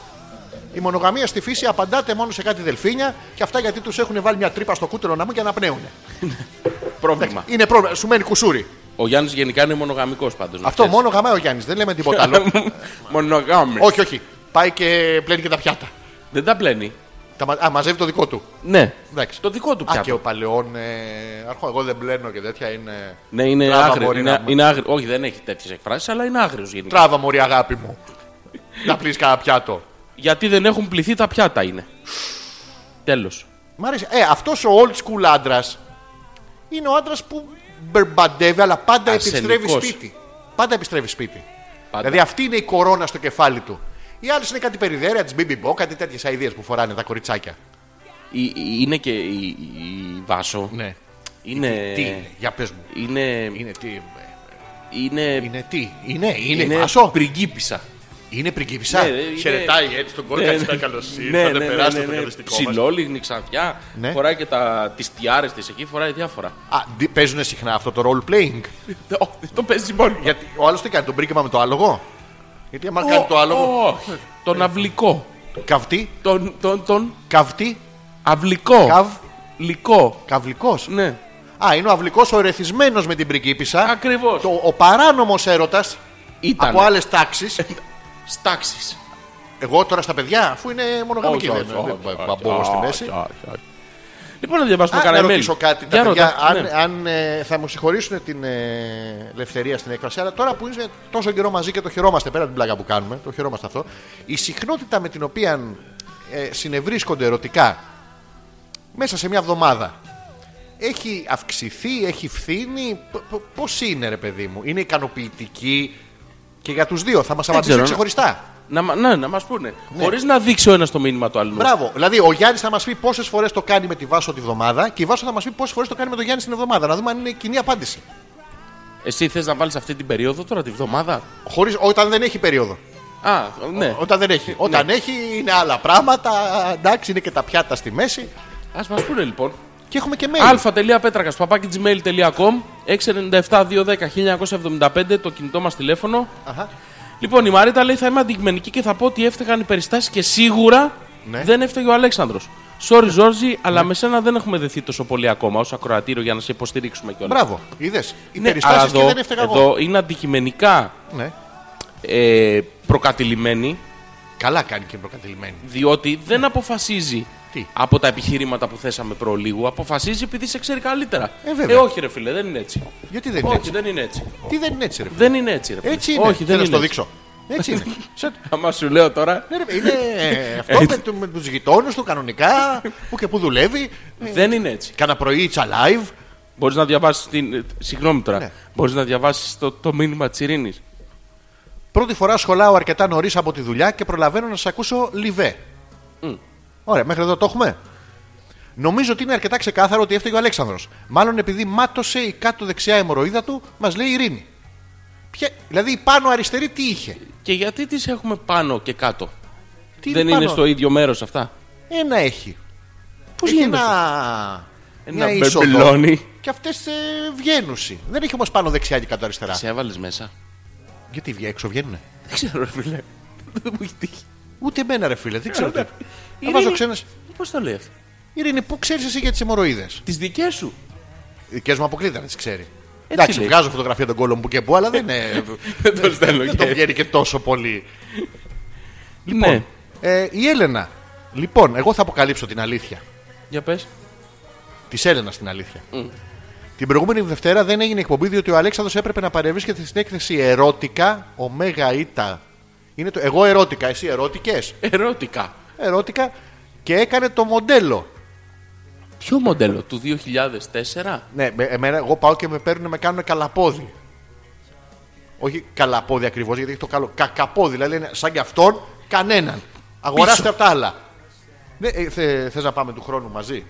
Speaker 3: Η μονογαμία στη φύση απαντάται μόνο σε κάτι δελφίνια και αυτά γιατί τους έχουν βάλει μια τρύπα στο κούτελο να μου και να πνέουν.
Speaker 2: Πρόβλημα.
Speaker 3: Είναι πρόβλημα. Σου μένει κουσούρι.
Speaker 2: Ο Γιάννης γενικά είναι μονογαμικός πάντως.
Speaker 3: Αυτό μόνο γαμάει ο Γιάννης. Δεν λέμε τίποτα
Speaker 2: Ναι.
Speaker 3: άλλο.
Speaker 2: Μονογάμι.
Speaker 3: όχι, όχι. Πάει και πλένει και τα πιάτα.
Speaker 2: Δεν τα πλένει.
Speaker 3: Τα, μα- α, μαζεύει το δικό του.
Speaker 2: Ναι.
Speaker 3: Εντάξει.
Speaker 2: Το δικό του
Speaker 3: Α, και ο
Speaker 2: πιάτο.
Speaker 3: παλαιόν ε, αρχό. Εγώ δεν πλένω και τέτοια είναι.
Speaker 2: Ναι, είναι
Speaker 3: Τράβα,
Speaker 2: άγριο.
Speaker 3: μωρή,
Speaker 2: Είναι,
Speaker 3: να-
Speaker 2: είναι άγριο. Όχι, δεν έχει τέτοιες εκφράσεις, αλλά είναι άγριος γενικά.
Speaker 3: Τράβα μωρή αγάπη μου. να πλύνεις κανένα πιάτο.
Speaker 2: Γιατί δεν έχουν πληθεί τα πιάτα είναι. Τέλος.
Speaker 3: Μ' αρέσει. Ε, αυτός ο old school άντρας είναι ο άντρας που μπερμπαντεύει, αλλά πάντα
Speaker 2: Αρσενικός.
Speaker 3: επιστρέφει σπίτι. Πάντα επιστρέφει σπίτι. Δηλαδή αυτή είναι η κορώνα στο κεφάλι του. Οι άλλε είναι κάτι περιδέρια της BB Bo, κάτι τέτοιες αειδίε που φοράνε τα κοριτσάκια.
Speaker 2: Είναι και η, η- η Βάσο.
Speaker 3: Ναι.
Speaker 2: Είναι.
Speaker 3: Τι είναι, για πες μου.
Speaker 2: Είναι.
Speaker 3: Είναι τι. ε,
Speaker 2: Είναι.
Speaker 3: Είναι τι. Είναι, είναι, είναι Βάσο.
Speaker 2: πριγκίπισσα.
Speaker 3: Είναι πριγκίπισσα.
Speaker 2: Ναι, είναι-
Speaker 3: Χαιρετάει ε. έτσι τον
Speaker 2: Ναι,
Speaker 3: κόρκα τη. Καλώ ήρθατε. Περάστε το καθεστικό. μας.
Speaker 2: Ψιλόλιγνη, ξαφιά.
Speaker 3: Ναι.
Speaker 2: Φοράει και τα... τις τιάρες της εκεί, φοράει διάφορα.
Speaker 3: Α, παίζουν συχνά αυτό το role playing.
Speaker 2: Ω, δεν το παίζει μόνο.
Speaker 3: Γιατί ο άλλος τι κάνει, τον πρίγκιπα με το άλογο. Γιατί άμα κάνει το άλογο.
Speaker 2: Όχι. Τον αυλικό.
Speaker 3: Καυτή,
Speaker 2: Τον, τον, τον
Speaker 3: καυτή,
Speaker 2: αυλικό.
Speaker 3: καυ,
Speaker 2: Λικό.
Speaker 3: καυλικός.
Speaker 2: Ναι.
Speaker 3: Α, είναι ο αυλικός ο ερεθισμένος με την πριγκίπισσα.
Speaker 2: Ακριβώς.
Speaker 3: Το, ο παράνομος έρωτας
Speaker 2: Ήταν.
Speaker 3: από άλλες τάξεις.
Speaker 2: Στάξει.
Speaker 3: Εγώ τώρα στα παιδιά, αφού είναι μονογαμική.
Speaker 2: Όχι,
Speaker 3: Δεν
Speaker 2: όχι, όχι,
Speaker 3: δεν-
Speaker 2: όχι,
Speaker 3: μπαμπόγος στη
Speaker 2: όχι,
Speaker 3: μέση.
Speaker 2: Λοιπόν, να διαβάσουμε
Speaker 3: Α, να
Speaker 2: κανένα mail.
Speaker 3: ρωτήσω κάτι.
Speaker 2: Για
Speaker 3: Τα παιδιά,
Speaker 2: ρώτα,
Speaker 3: αν,
Speaker 2: ναι.
Speaker 3: αν, ε, θα μου συγχωρήσουν την ε, ελευθερία στην έκφραση, αλλά τώρα που είναι τόσο καιρό μαζί και το χαιρόμαστε πέρα από την πλάκα που κάνουμε, το χαιρόμαστε αυτό, η συχνότητα με την οποία ε, συνευρίσκονται ερωτικά μέσα σε μια εβδομάδα έχει αυξηθεί, έχει φθήνει. Π- π- Πώς είναι, ρε παιδί μου, είναι ικανοποιητική και για τους δύο, θα μας απαντήσουν
Speaker 2: ξέρω,
Speaker 3: ξεχωριστά.
Speaker 2: Να, μα- ναι, να μας πούνε. Χωρίς να δείξει ο ένα το μήνυμα του άλλου.
Speaker 3: Μπράβο. Δηλαδή, ο Γιάννης θα μας πει πόσες φορές το κάνει με τη Βάσο τη βδομάδα και η Βάσο θα μας πει πόσες φορές το κάνει με τον Γιάννη την εβδομάδα. Να δούμε αν είναι κοινή απάντηση.
Speaker 2: Εσύ θες να βάλεις αυτή την περίοδο τώρα, τη βδομάδα.
Speaker 3: Χωρίς, όταν δεν έχει περίοδο.
Speaker 2: Α, ναι.
Speaker 3: Όταν δεν έχει. Όταν έχει είναι άλλα πράγματα. Εντάξει, είναι και τα πιάτα στη μέση.
Speaker 2: Ας μας πούνε λοιπόν.
Speaker 3: Και έχουμε και mail.
Speaker 2: αλφα.πέτρακα gmail.com 697-210-1975 το κινητό μας τηλέφωνο.
Speaker 3: Αχα.
Speaker 2: Λοιπόν, η Μαρίτα λέει: Θα είμαι αντικειμενική και θα πω ότι έφταιγαν οι περιστάσεις και σίγουρα
Speaker 3: Ναι.
Speaker 2: δεν έφταιγε ο Αλέξανδρος Sorry, Ζόρζι, αλλά με σένα δεν έχουμε δεθεί τόσο πολύ ακόμα ως ακροατήριο για να σε υποστηρίξουμε κιόλας.
Speaker 3: Μπράβο, είδες. Οι
Speaker 2: Ναι, αλλά
Speaker 3: περιστάσει και
Speaker 2: εδώ,
Speaker 3: δεν έφταιγα εγώ.
Speaker 2: εδώ είναι αντικειμενικά
Speaker 3: Ναι.
Speaker 2: ε, προκατηλημένη,
Speaker 3: Καλά κάνει και προκατηλημένη.
Speaker 2: διότι δεν αποφασίζει
Speaker 3: Τι?
Speaker 2: από τα επιχειρήματα που θέσαμε προλίγου. Αποφασίζει επειδή σε ξέρει καλύτερα.
Speaker 3: Ε, βέβαια. Ε,
Speaker 2: όχι, ρε φίλε, δεν είναι έτσι.
Speaker 3: Γιατί δεν είναι
Speaker 2: όχι,
Speaker 3: έτσι.
Speaker 2: δεν είναι έτσι.
Speaker 3: Τι δεν είναι έτσι, ρε.
Speaker 2: Δεν είναι έτσι, ρε φίλε.
Speaker 3: Έτσι είναι.
Speaker 2: Όχι,
Speaker 3: Θέλω
Speaker 2: δεν
Speaker 3: να
Speaker 2: είναι.
Speaker 3: σου το
Speaker 2: έτσι.
Speaker 3: δείξω. Έτσι είναι. Σε-
Speaker 2: Άμα σου λέω τώρα,
Speaker 3: Ναι, ρε, είναι ε, αυτό με, το, με τους γειτόνους του κανονικά, που και που δουλεύει.
Speaker 2: δεν είναι έτσι.
Speaker 3: Κάνα πρωί it's alive.
Speaker 2: Μπορείς να διαβάσεις την. ε, Συγγνώμη τώρα.
Speaker 3: Ναι.
Speaker 2: Μπορείς να διαβάσεις το, το μήνυμα της Ειρήνης.
Speaker 3: Πρώτη φορά σχολάω αρκετά νωρίς από τη δουλειά και προλαβαίνω να σας ακούσω λιβέ. Ωραία, μέχρι εδώ το έχουμε. Νομίζω ότι είναι αρκετά ξεκάθαρο ότι έφταιγε ο Αλέξανδρος. Μάλλον επειδή μάτωσε η κάτω δεξιά αιμορροίδα του, μας λέει η Ειρήνη. Ποια... Δηλαδή η πάνω αριστερή τι είχε.
Speaker 2: Και γιατί τις έχουμε πάνω και κάτω.
Speaker 3: Τι
Speaker 2: δεν είναι
Speaker 3: πάνω?
Speaker 2: στο ίδιο μέρος αυτά.
Speaker 3: Ένα έχει. Πώς
Speaker 2: γίνεται
Speaker 3: Ένα,
Speaker 2: Ένα
Speaker 3: μια είσοδο.
Speaker 2: μπεμπελόνι.
Speaker 3: Και αυτές ε, βγαίνουσι. Δεν έχει όμως πάνω δεξιά και κάτω αριστερά.
Speaker 2: Σε έβαλες μέσα.
Speaker 3: Γιατί βγαίνει, έξω βγαίνουνε.
Speaker 2: Δεν ξέρω, ρε φίλε. Δεν μου έχει τύχει. Να
Speaker 3: Ούτε εμένα ρε φίλε, δεν ξέρω τι. Να
Speaker 2: Ε, Ειρήνη-
Speaker 3: βάζω ξένες.
Speaker 2: Πώς το λέει αυτό.
Speaker 3: Ειρήνη, πού ξέρεις εσύ για τις αιμορροίδε.
Speaker 2: Τις δικές σου.
Speaker 3: Οι δικές μου αποκλείται να τις ξέρει. Εντάξει,
Speaker 2: λέει.
Speaker 3: βγάζω φωτογραφία των κόλλων που και που, αλλά δεν, είναι,
Speaker 2: Δεν το στέλνω
Speaker 3: Ε, δεν το
Speaker 2: και.
Speaker 3: βγαίνει και τόσο πολύ.
Speaker 2: Ναι,
Speaker 3: Ε, η Έλενα. Λοιπόν, εγώ θα αποκαλύψω την αλήθεια.
Speaker 2: για πες.
Speaker 3: Της Έλενας την αλήθεια. Την προηγούμενη Δευτέρα δεν έγινε εκπομπή διότι ο Αλέξανδρος έπρεπε να παρευρίσκεται στην έκθεση Ερώτικα Ωμέγα Ήτα. Είναι το εγώ ερώτηκα, εσύ ερώτικες.
Speaker 2: Ερώτηκα.
Speaker 3: Ερώτηκα και έκανε το μοντέλο.
Speaker 2: Ποιο μοντέλο του 2004.
Speaker 3: Ναι, με- εμένα, εγώ πάω και με παίρνουν με κάνουν καλαπόδι. Όχι καλαπόδι ακριβώς, γιατί έχει το καλό. Κακαπόδι, δηλαδή είναι σαν και αυτόν κανέναν. Αγοράστε από τα άλλα. Ναι, ε, θε θες να πάμε του χρόνου μαζί.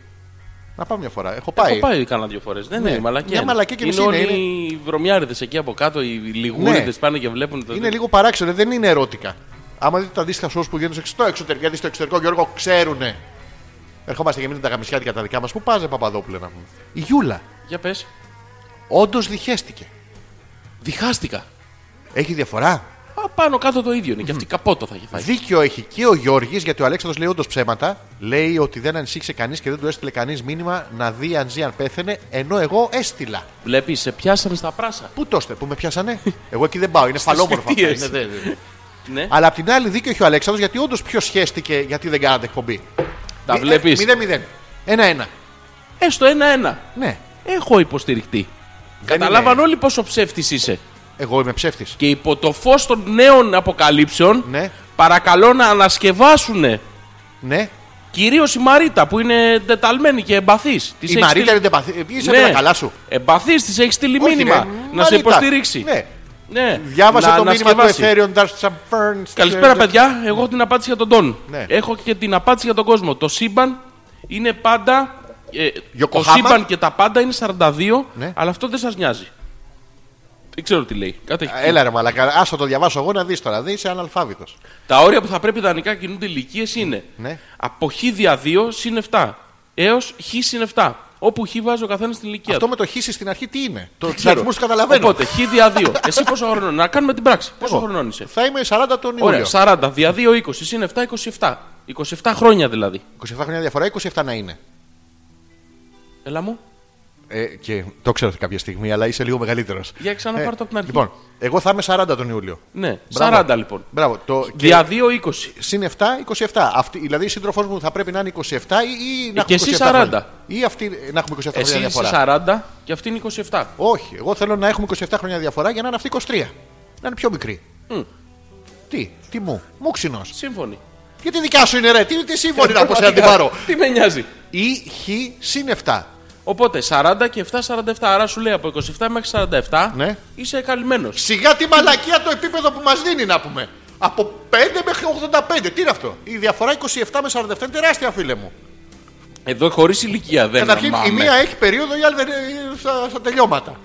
Speaker 3: Να πάμε μια φορά. Έχω πάει.
Speaker 2: Έχω πάει κάνα δύο φορές. Δεν
Speaker 3: Ναι.
Speaker 2: είναι μαλακία.
Speaker 3: Μια μαλακία και
Speaker 2: είναι
Speaker 3: μισή
Speaker 2: όλοι
Speaker 3: είναι,
Speaker 2: οι βρωμιάριδες εκεί από κάτω, οι λιγούριδες
Speaker 3: Ναι.
Speaker 2: πάνε και βλέπουν. το-
Speaker 3: Είναι λίγο παράξενο, δεν είναι ερώτηκα. Άμα δείτε τα αντίστοιχα shows που γίνονται στο εξωτερικό, εξωτερικό, γιατί στο εξωτερικό Γιώργο ξέρουνε. Ερχόμαστε και εμείς με τα γαμισιάτικα τα δικά μας. Πού πάζε Παπαδόπουλε να πούμε. Η Γιούλα,
Speaker 2: Για πες.
Speaker 3: όντως διχέστηκε.
Speaker 2: Διχάστηκα.
Speaker 3: Έχει διαφορά.
Speaker 2: Α, πάνω κάτω το ίδιο είναι. Και αυτή καπότο θα έχει φάει.
Speaker 3: Δίκιο έχει και ο Γιώργης, γιατί ο Αλέξανδρος λέει όντως ψέματα. Λέει ότι δεν ανησύχησε κανείς και δεν του έστειλε κανείς μήνυμα να δει αν ζει αν πέθαινε, ενώ εγώ έστειλα.
Speaker 2: Βλέπεις, σε πιάσανε στα πράσα.
Speaker 3: Πού το είστε, που με πιάσανε. εγώ εκεί δεν πάω, είναι φαλόμορφα. αυτά,
Speaker 2: αιτίες.
Speaker 3: είναι δε- δε-
Speaker 2: Ναι.
Speaker 3: Αλλά απ' την άλλη, δίκιο έχει ο Αλέξανδρος γιατί όντως πιο σχέστηκε γιατί δεν κάνατε εκπομπή. Ε,
Speaker 2: Τα βλέπει.
Speaker 3: Μηδέν-μηδέν. Ένα-ένα.
Speaker 2: Έστω ένα-ένα.
Speaker 3: Ναι.
Speaker 2: Έχω υποστηριχτεί.
Speaker 3: Δεν
Speaker 2: Καταλάβαν
Speaker 3: είναι-
Speaker 2: όλοι πόσο ψεύτης είσαι.
Speaker 3: Εγώ είμαι ψεύτης.
Speaker 2: Και υπό το φως των νέων αποκαλύψεων,
Speaker 3: Ναι.
Speaker 2: παρακαλώ να ανασκευάσουν
Speaker 3: Ναι.
Speaker 2: κυρίως η Μαρίτα που είναι εντεταλμένη και εμπαθής.
Speaker 3: Η Μαρίτα είναι παθή. Είσαι με τα καλά σου.
Speaker 2: Εμπαθής, της έχεις στείλει
Speaker 3: Όχι,
Speaker 2: Ναι. μήνυμα
Speaker 3: ρε,
Speaker 2: να σε
Speaker 3: Μαρίτα.
Speaker 2: υποστηρίξει.
Speaker 3: Ναι.
Speaker 2: Ναι.
Speaker 3: Διάβασα
Speaker 2: Να
Speaker 3: το μήνυμα του
Speaker 2: ανασκευάσει.
Speaker 3: Ethereum Dark Sunburn.
Speaker 2: Καλησπέρα, παιδιά. Εγώ έχω την απάντηση για τον Τόν.
Speaker 3: Ναι.
Speaker 2: Έχω και την απάντηση για τον κόσμο. Το σύμπαν είναι πάντα. ε, το
Speaker 3: Yokohama.
Speaker 2: σύμπαν και τα πάντα είναι 42,
Speaker 3: Ναι.
Speaker 2: αλλά αυτό δεν σας νοιάζει. Δεν ξέρω τι λέει. Κάτι έχει πει.
Speaker 3: Έλα ρε μαλακά, άσε το διαβάσω εγώ να δεις τώρα, δεν είσαι αναλφάβητος.
Speaker 2: Τα όρια που θα πρέπει ιδανικά να κινούνται ηλικίες είναι
Speaker 3: Ναι.
Speaker 2: από χ δια 2 συν 7 έως χ συν 7. Όπου χ βάζει ο καθένας την ηλικία
Speaker 3: Αυτό
Speaker 2: του.
Speaker 3: με το χύσει στην αρχή τι είναι, το τους
Speaker 2: Ξέρω.
Speaker 3: αριθμούς τους καταλαβαίνω.
Speaker 2: Οπότε χ δια 2. Εσύ πόσο χρονών, να κάνουμε την πράξη. Πόσο χρονών είσαι.
Speaker 3: Θα είμαι 40 τον
Speaker 2: Ωραία,
Speaker 3: Ιούλιο.
Speaker 2: 40 δια 2, 20 συν 7, 27. 27 χρόνια δηλαδή.
Speaker 3: 27 χρόνια διαφορά, 27 να είναι.
Speaker 2: Έλα μου.
Speaker 3: Ε, και το ξέρω ότι κάποια στιγμή, αλλά είσαι λίγο μεγαλύτερος.
Speaker 2: Για ξαναπάρ' το από την αρχή.
Speaker 3: Λοιπόν, εγώ θα είμαι 40 τον Ιούλιο.
Speaker 2: Ναι,
Speaker 3: Μπράβο.
Speaker 2: 40 λοιπόν.
Speaker 3: Μπράβο. Το, και
Speaker 2: Δια 2, 20.
Speaker 3: Συν 7, 27. Αυτή, δηλαδή η σύντροφός μου θα πρέπει να είναι 27 ή, ή να
Speaker 2: Ε, και
Speaker 3: έχουμε
Speaker 2: εσύ
Speaker 3: 27 χρόνια.
Speaker 2: 40.
Speaker 3: Ή αυτή να έχουμε 27
Speaker 2: Εσύ
Speaker 3: χρόνια
Speaker 2: είσαι
Speaker 3: διαφορά.
Speaker 2: 40 και αυτή είναι 27.
Speaker 3: Όχι, εγώ θέλω να έχουμε 27 χρόνια διαφορά για να είναι αυτή 23. Να είναι πιο μικρή. Τι, τι μου, μουξινό.
Speaker 2: Σύμφωνοι.
Speaker 3: Γιατί δικιά σου είναι ρε, τι, τι σύμφωνη να πω σε να την πάρω.
Speaker 2: Τι με νοιάζει.
Speaker 3: Ή χ συν 7.
Speaker 2: Οπότε 40 και 7, 47. Άρα σου λέει από 27 μέχρι 47
Speaker 3: Ναι.
Speaker 2: είσαι καλυμμένος.
Speaker 3: Σιγά τη μαλακία το επίπεδο που μας δίνει να πούμε. Από 5 μέχρι 85. Τι είναι αυτό. Η διαφορά 27 με 47 είναι τεράστια, φίλε μου.
Speaker 2: Εδώ χωρίς ηλικία δεν ναι.
Speaker 3: Καταρχήν η
Speaker 2: αμάμε.
Speaker 3: μία έχει περίοδο, η άλλη δεν είναι στα, στα τελειώματα.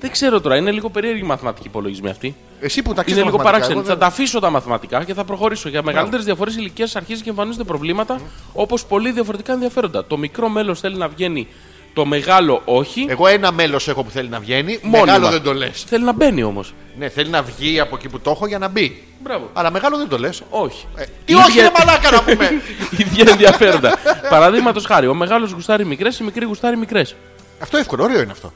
Speaker 2: Δεν ξέρω τώρα, είναι λίγο περίεργη η μαθηματική υπολογισμή αυτή.
Speaker 3: Εσύ που τα ξέρει.
Speaker 2: Είναι λίγο παράξενη. Θα τα αφήσω τα μαθηματικά και θα προχωρήσω.
Speaker 3: Ναι.
Speaker 2: Για μεγαλύτερες διαφορές ηλικίας αρχίζει και εμφανίζονται προβλήματα όπως πολύ διαφορετικά ενδιαφέροντα. Το μικρό μέλος θέλει να βγαίνει Το μεγάλο όχι.
Speaker 3: Εγώ ένα μέλος έχω που θέλει να βγαίνει.
Speaker 2: Μόνιμα.
Speaker 3: Μεγάλο δεν το λες.
Speaker 2: Θέλει να μπαίνει όμως.
Speaker 3: Ναι, θέλει να βγει από εκεί που το έχω για να μπει.
Speaker 2: Μπράβο.
Speaker 3: Αλλά μεγάλο δεν το λες.
Speaker 2: Όχι.
Speaker 3: Ε, Τι όχι,
Speaker 2: Ίδια-
Speaker 3: είναι μαλάκα να πούμε.
Speaker 2: Ίδια ενδιαφέροντα. Παραδείγματος χάρη, ο μεγάλος γουστάρει μικρές, η μικρή γουστάρει μικρές.
Speaker 3: αυτό εύκολο, ωραίο είναι αυτό.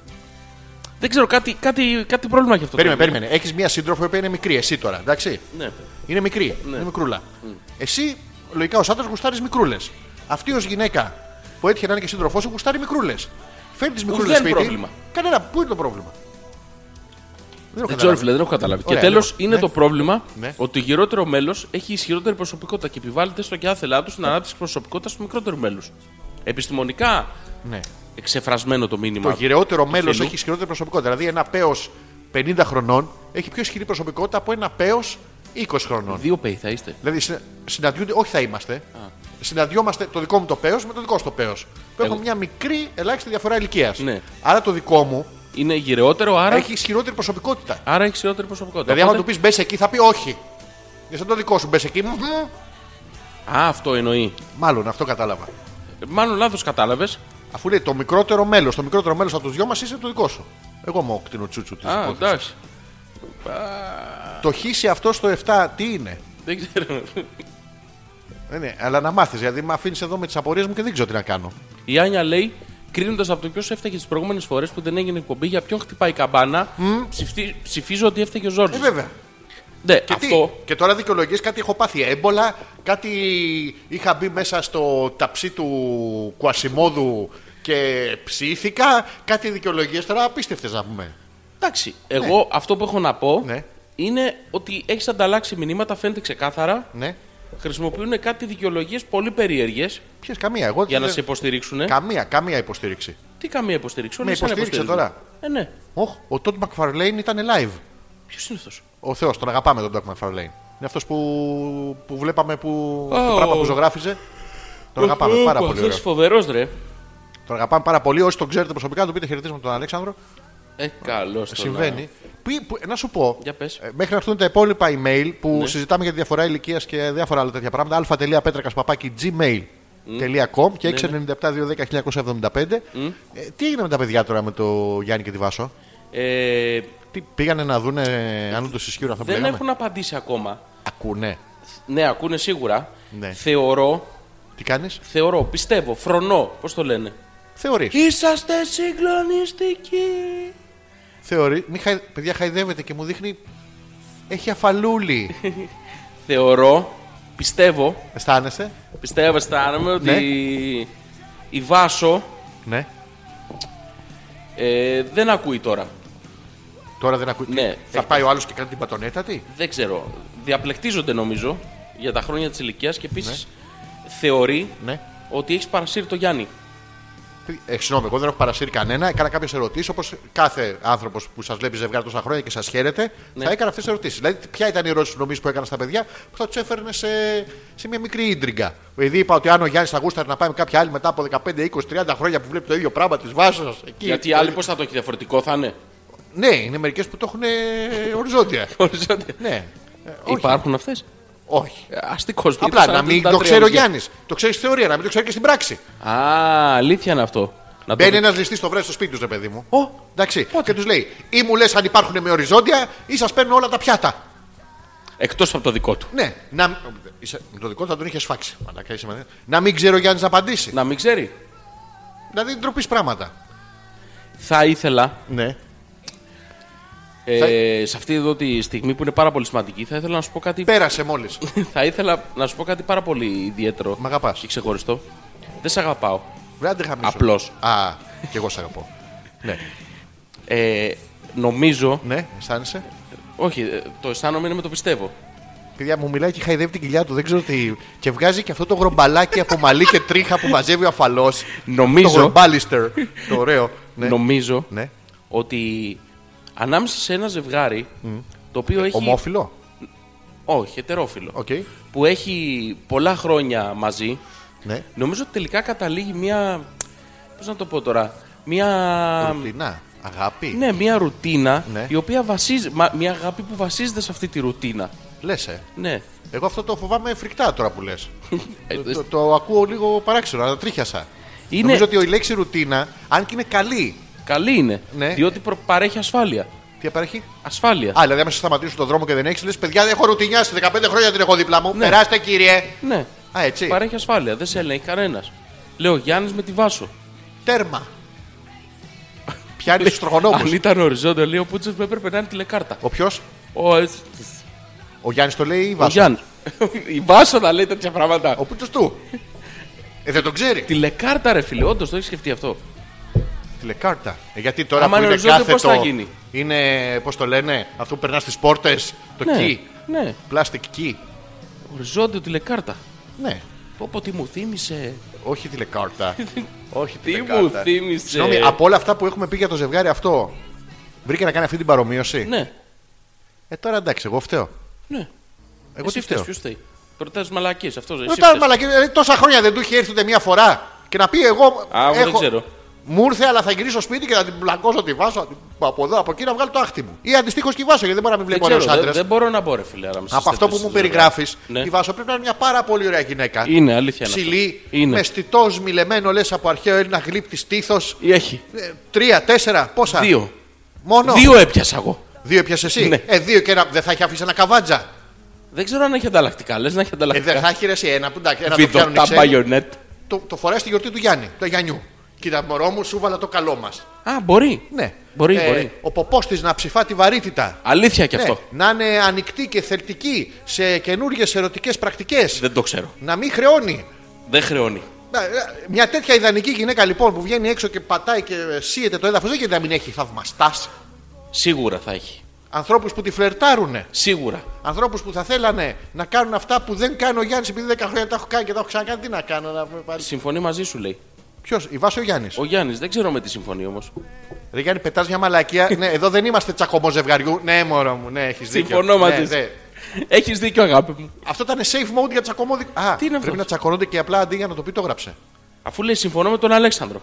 Speaker 2: Δεν ξέρω, κάτι, κάτι, κάτι πρόβλημα έχει αυτό. το πράγμα.
Speaker 3: Περίμενε, περίμενε. Έχεις μία σύντροφο η οποία είναι μικρή, εσύ τώρα, εντάξει.
Speaker 2: Ναι.
Speaker 3: Είναι μικρή, είναι μικρούλα. Εσύ, λογικά ως άντρας, γουστάρεις μικρούλες. Αυτή ως γυναίκα που έτυχε να είναι και σύντροφός σου, γουστάρει μικρούλες. Φέρνει τις μικρούλε
Speaker 2: Ουδέν
Speaker 3: σπίτι.
Speaker 2: πρόβλημα.
Speaker 3: Κανένα, πού είναι το πρόβλημα. Δεν
Speaker 2: Δεν ξέρω,
Speaker 3: έχω καταλάβει.
Speaker 2: Ε, φίλε, δεν έχω καταλάβει.
Speaker 3: Ωραία,
Speaker 2: και τέλος,
Speaker 3: λοιπόν.
Speaker 2: είναι
Speaker 3: Ναι.
Speaker 2: το πρόβλημα
Speaker 3: Ναι.
Speaker 2: ότι το γυρότερο μέλος έχει ισχυρότερη προσωπικότητα και επιβάλλεται στο κάθε λάθο στην ανάπτυξη προσωπικότητας του μικρότερου μέλους. Επιστημονικά
Speaker 3: Ναι.
Speaker 2: εξεφρασμένο το μήνυμα.
Speaker 3: Το γυρεότερο μέλος
Speaker 2: φίλου.
Speaker 3: έχει ισχυρότερη προσωπικότητα. Δηλαδή, ένα παίο 50 χρονών έχει πιο ισχυρή προσωπικότητα από ένα παίο 20 χρονών.
Speaker 2: Δύο πέι θα είστε.
Speaker 3: Δηλαδή, συνα- συναντιούνται, όχι θα είμαστε. Συναντιόμαστε το δικό μου το παίο με το δικό σου το παίο. Που
Speaker 2: Εγώ-
Speaker 3: έχουν μια μικρή ελάχιστη διαφορά ηλικίας.
Speaker 2: Ε, Ναι.
Speaker 3: Άρα το δικό μου
Speaker 2: Είναι γυρεότερο, άρα
Speaker 3: έχει ισχυρότερη προσωπικότητα.
Speaker 2: άρα έχει ισχυρότερη προσωπικότητα.
Speaker 3: Δηλαδή, άμα
Speaker 2: Ε, Οπότε-
Speaker 3: του πεις μπες εκεί, θα πει όχι. Είναι σαν το δικό σου, μπες εκεί. μμμ.
Speaker 2: Α, αυτό εννοεί.
Speaker 3: Μάλλον αυτό κατάλαβα.
Speaker 2: Ε, Μάλλον λάθος κατάλαβες.
Speaker 3: Αφού λέει το μικρότερο μέλος, το μικρότερο μέλος από τους δυο μας είσαι το δικό σου. Εγώ είμαι ο κτηνοτσούτσου της
Speaker 2: Α, εντάξει.
Speaker 3: Το χ σε αυτό στο 7 τι είναι.
Speaker 2: Δεν ξέρω.
Speaker 3: Ναι, ναι, αλλά να μάθεις, γιατί με αφήνεις εδώ με τις απορίες μου και δεν ξέρω τι να κάνω.
Speaker 2: Η Άνια λέει, κρίνοντας από το ποιος έφταιγε τις προηγούμενες φορές που δεν έγινε εκπομπή, για ποιον χτυπάει η καμπάνα, ψηφτι- ψηφίζω ότι έφταιγε ο Ζόρτζης.
Speaker 3: Ε, βέβαια.
Speaker 2: ναι,
Speaker 3: Και,
Speaker 2: αυτό.
Speaker 3: τι, και τώρα δικαιολογείς κάτι έχω πάθει έμπολα, κάτι είχα μπει μέσα στο ταψί του Κουασιμόδου και ψήθηκα. Κάτι δικαιολογίες τώρα απίστευτες να πούμε.
Speaker 2: Εντάξει, εγώ αυτό που έχω να πω
Speaker 3: Ναι.
Speaker 2: είναι ότι έχεις ανταλλάξει μηνύματα, φαίνεται ξεκάθαρα.
Speaker 3: Ναι.
Speaker 2: Χρησιμοποιούν κάτι δικαιολογίες πολύ περίεργες
Speaker 3: Ποιες καμία, εγώ
Speaker 2: για
Speaker 3: δεν-
Speaker 2: να σε υποστηρίξουν.
Speaker 3: Καμία, καμία υποστήριξη.
Speaker 2: Τι καμία υποστήριξη, όλοι
Speaker 3: Με
Speaker 2: εσένα
Speaker 3: υποστήριξε
Speaker 2: υποστηρίζουν. Ε, ναι.
Speaker 3: Οχ, ο Τόντ Μακφαρλέιν ήταν live.
Speaker 2: Ποιος είναι αυτός.
Speaker 3: Ο Θεός, τον αγαπάμε τον Τόντ Μακφαρλέιν. Είναι αυτός που, που βλέπαμε που.
Speaker 2: Α,
Speaker 3: το πράγμα
Speaker 2: ο-
Speaker 3: που ζωγράφιζε. Τον αγαπάμε πάρα πολύ. ωραίο.
Speaker 2: φοβερός, ρε.
Speaker 3: Τον αγαπάμε πάρα πολύ. Όσοι τον ξέρετε προσωπικά, του πείτε χαιρετίσμα τον Αλέξανδρο.
Speaker 2: Ε, καλώς.
Speaker 3: Συμβαίνει. Ποι- που- να σου πω,
Speaker 2: Για πες. Ναι.
Speaker 3: ε, μέχρι να έρθουν τα υπόλοιπα email που συζητάμε για τη διαφορά ηλικίας και διάφορα άλλα τέτοια πράγματα. αλφα.πέτρακα παπάκι
Speaker 2: Ναι,
Speaker 3: gmail.com και 697-210-1975. Ε, τι έγινε με τα παιδιά τώρα με το Γιάννη και τη Βάσο.
Speaker 2: Ε,
Speaker 3: Τι πήγανε να δούνε αν του ισχύουν αυτά που
Speaker 2: δεν
Speaker 3: λέγαμε.
Speaker 2: έχουν απαντήσει ακόμα.
Speaker 3: Ακούνε.
Speaker 2: Ναι, ακούνε σίγουρα.
Speaker 3: Ναι.
Speaker 2: Θεωρώ,
Speaker 3: Τι κάνεις,
Speaker 2: θεωρώ, πιστεύω, φρονώ, πώς το λένε.
Speaker 3: Θεωρείς.
Speaker 2: Είσαστε συγκλονιστικοί.
Speaker 3: Θεωρεί. Μη χαϊ... Παιδιά, χαϊδεύεται και μου δείχνει. Έχει αφαλούλη.
Speaker 2: Θεωρώ, πιστεύω,
Speaker 3: Αισθάνεσαι.
Speaker 2: πιστεύω, αισθάνομαι ότι η Βάσο
Speaker 3: Ναι.
Speaker 2: ε, δεν ακούει τώρα.
Speaker 3: Τώρα δεν ακούει.
Speaker 2: Ναι.
Speaker 3: Θα πάει ο άλλος και κάνει την πατονέτα, τι.
Speaker 2: Δεν ξέρω. Διαπλεκτίζονται νομίζω για τα χρόνια της ηλικίας και επίσης θεωρεί
Speaker 3: Ναι.
Speaker 2: ότι έχεις παρασύρει το Γιάννη.
Speaker 3: Ε, συγγνώμη, εγώ δεν έχω παρασύρει κανένα. Έκανα κάποιες ερωτήσεις όπως κάθε άνθρωπος που σας βλέπει ζευγάρι τόσα χρόνια και σας χαίρεται.
Speaker 2: Ναι.
Speaker 3: Θα έκανα αυτές τις ερωτήσεις. Δηλαδή, ποια ήταν η ερώτηση που νομίζεις που έκανα στα παιδιά που θα του έφερνε σε, σε μια μικρή ίντριγκα. Δηλαδή, είπα ότι αν ο Γιάννης θα γούσταρε να πάει με κάποια άλλη μετά από 15, 20, 30 χρόνια που βλέπει το ίδιο πράγμα τη βάσο.
Speaker 2: Γιατί άλλοι πώς θα το έχει διαφορετικό θα είναι.
Speaker 3: Ναι, είναι μερικές που το έχουν ε, οριζόντια.
Speaker 2: Οριζόντια.
Speaker 3: ναι. Ε, όχι.
Speaker 2: Υπάρχουν αυτές.
Speaker 3: όχι.
Speaker 2: Ε, Αστικό
Speaker 3: Απλά να μην το ξέρει ο Γιάννης. Το ξέρεις στη θεωρία, να μην το ξέρει και στην πράξη.
Speaker 2: Α, αλήθεια είναι αυτό. Να
Speaker 3: Μπαίνει
Speaker 2: το...
Speaker 3: ένα ληστή στο βρέφο στο σπίτι τους, ρε παιδί μου.
Speaker 2: Ω,
Speaker 3: Εντάξει. Και τους λέει, ή μου λες αν υπάρχουν με οριζόντια, ή σας παίρνω όλα τα πιάτα.
Speaker 2: Εκτός από το δικό του.
Speaker 3: Ναι. Να... είσαι- με Το δικό του θα τον είχες φάξει. Μαλάκα, είσαι μαλάκα. Να μην ξέρει ο Γιάννης να απαντήσει.
Speaker 2: Να μην ξέρει.
Speaker 3: Δηλαδή ντροπής πράγματα.
Speaker 2: Θα ήθελα
Speaker 3: Ναι.
Speaker 2: ε, σε αυτή εδώ τη στιγμή που είναι πάρα πολύ σημαντική, θα ήθελα να σου πω κάτι.
Speaker 3: Πέρασε μόλις.
Speaker 2: θα ήθελα να σου πω κάτι πάρα πολύ ιδιαίτερο.
Speaker 3: Μ' αγαπάς.
Speaker 2: Και ξεχωριστό. Δεν σε αγαπάω.
Speaker 3: Βράντε χαμίσω.
Speaker 2: Απλώς.
Speaker 3: Α, κι εγώ σ' αγαπώ. ναι.
Speaker 2: Ε, νομίζω.
Speaker 3: Ναι, αισθάνεσαι.
Speaker 2: Όχι, ε, το αισθάνομαι είναι με το πιστεύω.
Speaker 3: Παιδιά μου μιλάει και χαϊδεύει την κοιλιά του. Δεν ξέρω τι. Και βγάζει και αυτό το γρομπαλάκι από μαλλί και τρίχα που μαζεύει ο αφαλό. Το
Speaker 2: Νομίζω,
Speaker 3: γρομπάλιστερ. το ωραίο. Ναι.
Speaker 2: νομίζω
Speaker 3: ναι.
Speaker 2: ότι ανάμεσα σε ένα ζευγάρι το
Speaker 3: Ε,
Speaker 2: οποίο έχει.
Speaker 3: Ομόφυλο.
Speaker 2: Όχι, ετερόφιλο.
Speaker 3: Οκ.
Speaker 2: Που έχει πολλά χρόνια μαζί,
Speaker 3: Ναι.
Speaker 2: νομίζω ότι τελικά καταλήγει μια. Πώς να το πω τώρα. Μια.
Speaker 3: Ρουτινά. Αγάπη.
Speaker 2: Ναι, μια ρουτίνα
Speaker 3: Ναι.
Speaker 2: η οποία βασίζεται. Μα, μια αγάπη που βασίζεται σε αυτή τη ρουτίνα.
Speaker 3: Λες, ε.
Speaker 2: Ναι.
Speaker 3: Εγώ αυτό το φοβάμαι φρικτά τώρα που λες.
Speaker 2: Ε,
Speaker 3: το, το ακούω λίγο παράξενο, αλλά τρίχιασα.
Speaker 2: Είναι
Speaker 3: Νομίζω ότι η λέξη ρουτίνα, αν και είναι καλή,
Speaker 2: καλή είναι.
Speaker 3: Ναι.
Speaker 2: Διότι προ- παρέχει ασφάλεια.
Speaker 3: τι απαρχεί.
Speaker 2: Ασφάλεια.
Speaker 3: Α, δηλαδή, άμα σε σταματήσουν τον δρόμο και δεν έχεις, λες παιδιά, έχω ρουτινιάσει 15 χρόνια την έχω δίπλα μου. Περάστε, κύριε.
Speaker 2: Ναι.
Speaker 3: Α, έτσι.
Speaker 2: Παρέχει ασφάλεια. Δεν σε ελέγχει κανένας. Λέω Γιάννης με τη Βάσο.
Speaker 3: Τέρμα. Πιάνει τους
Speaker 2: Αν
Speaker 3: τροχονόμου.
Speaker 2: ήταν οριζόντιο, λέει ο Πούτσος μου έπρεπε να είναι τηλεκάρτα.
Speaker 3: Ο ποιος,
Speaker 2: Ο, έτσι,
Speaker 3: ο Γιάννης το λέει ή η
Speaker 2: ο
Speaker 3: Βάσο.
Speaker 2: Γιάννη. Η Βάσο να λέει τέτοια πράγματα.
Speaker 3: Ο πούτσος του. Ε, δεν το ξέρει.
Speaker 2: Τηλεκάρτα, ρε φίλε, όντως το έχεις σκεφτεί αυτό.
Speaker 3: Τηλεκάρτα. Ε, γιατί τώρα
Speaker 2: Άμα
Speaker 3: που
Speaker 2: είναι
Speaker 3: είναι
Speaker 2: οριζόντιο,
Speaker 3: κάθετο.
Speaker 2: πώς θα γίνει?
Speaker 3: Είναι, πώς το λένε, αυτό που περνά στι πόρτες. Το
Speaker 2: Ναι,
Speaker 3: key.
Speaker 2: ναι.
Speaker 3: Plastic key.
Speaker 2: Οριζόντιο τηλεκάρτα.
Speaker 3: Ναι.
Speaker 2: Όπω τι μου θύμισε.
Speaker 3: Όχι τηλεκάρτα. Όχι
Speaker 2: Τι
Speaker 3: τηλεκάρτα.
Speaker 2: μου θύμισε.
Speaker 3: Συγγνώμη, από όλα αυτά που έχουμε πει για το ζευγάρι αυτό, βρήκε να κάνει αυτή την παρομοίωση.
Speaker 2: Ναι,
Speaker 3: Ε, τώρα εντάξει, εγώ φταίω.
Speaker 2: ναι.
Speaker 3: Εγώ τι
Speaker 2: φταίει.
Speaker 3: φταίω.
Speaker 2: Ποιος φταίει. Προτάζει μαλακή αυτός. Εσύ
Speaker 3: Ρωτάω,
Speaker 2: φταίς.
Speaker 3: μαλακή, ε, τόσα χρόνια δεν του είχε έρθει ούτε μία φορά. Και να πει εγώ.
Speaker 2: Α, εγώ δεν ξέρω.
Speaker 3: Μου ήρθε, αλλά θα γυρίσω σπίτι και θα την πλακώσω τη βάσο. Από εδώ, από εκεί να βγάλω το άχτι μου. Ή αντιστοίχως τη βάσο, γιατί δεν μπορεί να μην
Speaker 2: Δεν,
Speaker 3: βλέπει όλου
Speaker 2: ξέρω, δεν-
Speaker 3: άντρες.
Speaker 2: δεν μπορώ να μπω, ρε φίλε. άρα με
Speaker 3: Από αυτό που μου
Speaker 2: συστήσεις,
Speaker 3: περιγράφει,
Speaker 2: Ναι.
Speaker 3: η Βάσο πρέπει να είναι μια πάρα πολύ ωραία γυναίκα.
Speaker 2: Είναι, αλήθεια είναι
Speaker 3: Ψηλή,
Speaker 2: αυτό. Είναι.
Speaker 3: μεστιτό, μιλεμένο, λες από αρχαίο Έλληνα γλύπτης τύθο.
Speaker 2: Ή Έχει.
Speaker 3: Ε, Τρία, τέσσερα, πόσα.
Speaker 2: Δύο.
Speaker 3: Μόνο.
Speaker 2: Δύο έπιασα εγώ.
Speaker 3: Δύο πιασε εσύ.
Speaker 2: Ναι.
Speaker 3: Ε, δύο και ένα. Δεν θα έχει αφήσει ένα καβάτζα.
Speaker 2: Δεν ξέρω αν έχει ανταλλακτικά. Λες να έχει
Speaker 3: Ε, δεν
Speaker 2: ανταλλακτικά.
Speaker 3: θα έχει ρε, εσύ ένα που εντάξει, ένα το πιάνουν οι
Speaker 2: Βιδωτά
Speaker 3: ξένοι.
Speaker 2: μπαγιονέτ.
Speaker 3: Το, το φοράει στη γιορτή του Γιάννη, του Γιάννιου. Κοίτα, μωρό μου, σου βάλα το καλό μας.
Speaker 2: Α, μπορεί.
Speaker 3: Ναι.
Speaker 2: Μπορεί, μπορεί.
Speaker 3: Ο ποπός της να ψηφά τη βαρύτητα.
Speaker 2: Αλήθεια κι
Speaker 3: Ναι.
Speaker 2: αυτό.
Speaker 3: Να είναι ανοιχτή και θελτική σε καινούριε ερωτικές πρακτικές.
Speaker 2: Δεν το ξέρω.
Speaker 3: Να μην χρεώνει.
Speaker 2: Δεν χρεώνει.
Speaker 3: Να- ε, Μια τέτοια ιδανική γυναίκα λοιπόν που βγαίνει έξω και πατάει και σύεται το έδαφος, δεν γίνεται να μην έχει θαυμαστάς.
Speaker 2: Σίγουρα θα έχει.
Speaker 3: Ανθρώπους που τη φλερτάρουνε.
Speaker 2: Σίγουρα.
Speaker 3: Ανθρώπους που θα θέλανε να κάνουν αυτά που δεν κάνει ο Γιάννης επειδή 10 χρόνια τα έχω κάνει και τα έχω ξανακάνει. Τι να κάνω, να πάλι.
Speaker 2: Συμφωνεί μαζί σου, λέει.
Speaker 3: Ποιος, η Βάσο Γιάννης.
Speaker 2: Ο Γιάννης, δεν ξέρω με τι συμφωνεί όμως.
Speaker 3: Ρε Γιάννη, πετάς μια
Speaker 2: Ε.
Speaker 3: μαλακία. ναι, εδώ δεν είμαστε τσακωμό ζευγαριού. Ναι, μωρό μου, ναι, έχεις δίκιο.
Speaker 2: Συμφωνώ μαζί
Speaker 3: Ναι,
Speaker 2: σου.
Speaker 3: ναι.
Speaker 2: Έχεις δίκιο, αγάπη μου.
Speaker 3: Αυτό ήταν safe mode για τσακωμό. δι- Α,
Speaker 2: Τι είναι αυτό?
Speaker 3: πρέπει να τσακωνόνται και απλά αντί για να το πει το γράψε.
Speaker 2: Αφού λέει συμφωνώ με τον Αλέξανδρο.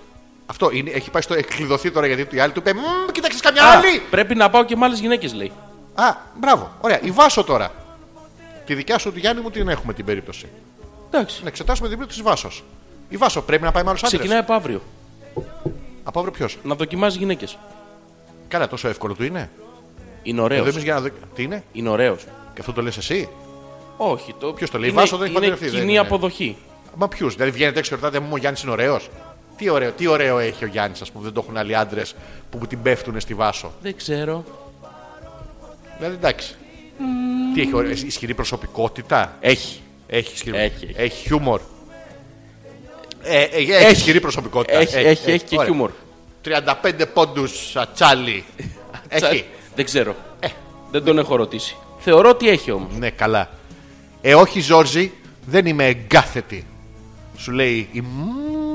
Speaker 3: Αυτό είναι, έχει πάει στο εκκλειδωθεί τώρα γιατί η άλλη του είπε Μμ, κοίταξες καμιά
Speaker 2: Α,
Speaker 3: άλλη.
Speaker 2: πρέπει να πάω και με άλλες γυναίκες, λέει.
Speaker 3: Α, μπράβο. Ωραία. Η Βάσο τώρα. Τη δικιά σου, τη Γιάννη μου, την έχουμε την περίπτωση.
Speaker 2: Εντάξει.
Speaker 3: Να εξετάσουμε την περίπτωση της Βάσος. Η Βάσο πρέπει να πάει με άλλους άντρες.
Speaker 2: Ξεκινάει από αύριο.
Speaker 3: Από αύριο ποιος.
Speaker 2: Να δοκιμάζει γυναίκες.
Speaker 3: Καλά, τόσο εύκολο του είναι.
Speaker 2: Είναι
Speaker 3: Εδώ
Speaker 2: ωραίο.
Speaker 3: εμεί Ε, για να δω. Τι είναι.
Speaker 2: Είναι ωραίος.
Speaker 3: Και αυτό το λες εσύ.
Speaker 2: Όχι, το.
Speaker 3: Ποιος το λέει,
Speaker 2: είναι-
Speaker 3: Βάσο δεν έχει
Speaker 2: είναι
Speaker 3: παντρευτεί, δεν
Speaker 2: κοινή
Speaker 3: είναι.
Speaker 2: αποδοχή.
Speaker 3: Μα ποιους. Δηλαδή βγαίνετε έξω και ρωτάτε μου, ο Γιάννης είναι ωραίος. Τι ωραίο, τι ωραίο έχει ο Γιάννης, ας πούμε, δεν το έχουν άλλοι άντρες που μου την πέφτουν στη Βάσο.
Speaker 2: Δεν ξέρω.
Speaker 3: Δηλαδή εντάξει. Τι έχει, ωραίο, ισχυρή προσωπικότητα.
Speaker 2: Έχει.
Speaker 3: Έχει ισχυρή
Speaker 2: Έχει, έχει.
Speaker 3: Έχει χιούμορ. Ε, ε, ε, έχει, έχει ισχυρή προσωπικότητα.
Speaker 2: Έχει, έχει, έχει και
Speaker 3: Ωραία.
Speaker 2: χιούμορ.
Speaker 3: 35 πόντους ατσάλι. έχει. Ε.
Speaker 2: Δεν ξέρω. Δεν τον έχω ρωτήσει. Θεωρώ ότι έχει όμως.
Speaker 3: Ναι, καλά. Ε, όχι, Ζόρζι, δεν είμαι εγκάθετη. Σου λέει η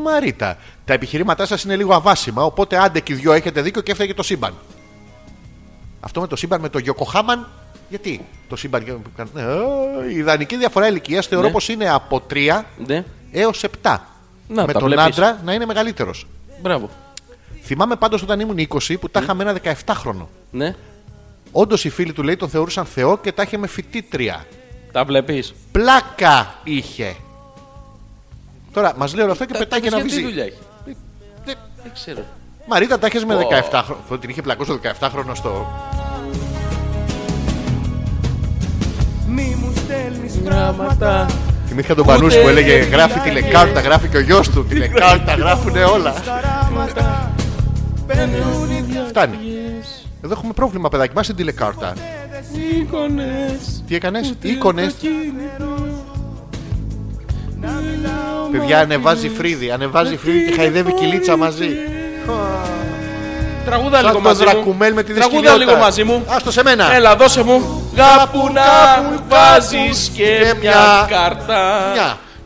Speaker 3: Μαρίτα. Τα επιχειρήματά σας είναι λίγο αβάσιμα, οπότε άντε και οι δυο έχετε δίκιο και έφταιγε το σύμπαν. Αυτό με το σύμπαν με το Γιοκοχάμαν, γιατί το σύμπαν. και- Ε, η ιδανική διαφορά ηλικίας θεωρώ
Speaker 2: Ναι.
Speaker 3: πως είναι από 3
Speaker 2: Ναι.
Speaker 3: έως 7.
Speaker 2: Να,
Speaker 3: με
Speaker 2: τα
Speaker 3: τον
Speaker 2: βλέπεις.
Speaker 3: άντρα να είναι μεγαλύτερος.
Speaker 2: Μπράβο.
Speaker 3: Θυμάμαι πάντως όταν ήμουν 20 που τα είχαμε ένα 17χρονο.
Speaker 2: Ναι.
Speaker 3: Όντως οι φίλοι του λέει τον θεωρούσαν Θεό και τα είχε με φοιτήτρια.
Speaker 2: Τα βλέπεις.
Speaker 3: Πλάκα είχε. Τώρα μας λέει όλα αυτά και πετάει και ένα
Speaker 2: Τι
Speaker 3: βυζί.
Speaker 2: δουλειά έχει.
Speaker 3: Ναι.
Speaker 2: Δεν ξέρω.
Speaker 3: Μαρίτα τα είχες με
Speaker 2: Ω.
Speaker 3: 17 χρόνια. Την είχε πλακώσει το 17 χρόνο στο.
Speaker 1: Μη μου στέλνεις πράγματα
Speaker 3: Θυμήθηκα τον Πανούση
Speaker 2: Ούτε
Speaker 3: που έλεγε
Speaker 2: δεν
Speaker 3: γράφει
Speaker 1: μιλάγες.
Speaker 3: τηλεκάρτα, γράφει και ο γιος του. Τηλεκάρτα, γράφουν όλα.
Speaker 1: Τα ράματα Παίρνουν οι
Speaker 2: Ναι.
Speaker 1: δυο
Speaker 3: Φτάνει. Εδώ έχουμε πρόβλημα, παιδάκι. Μα την τηλεκάρτα.
Speaker 2: Εικόνες.
Speaker 3: Τι έκανες, εικόνε. Παιδιά ανεβάζει φρύδι, ανεβάζει φρύδι και χαϊδεύει κυλίτσα μαζί.
Speaker 2: Τραγούδα λίγο
Speaker 3: Σαν τον
Speaker 2: μαζί μου.
Speaker 3: Δρακουμέλ με τη
Speaker 2: Τραγούδα
Speaker 3: δυσκολία.
Speaker 2: λίγο μαζί μου.
Speaker 3: Άστο σε μένα.
Speaker 2: Έλα, δώσε μου. Κάπου να
Speaker 3: κάπου
Speaker 2: βάζεις και
Speaker 3: και
Speaker 2: μια
Speaker 3: μια
Speaker 2: κάρτα.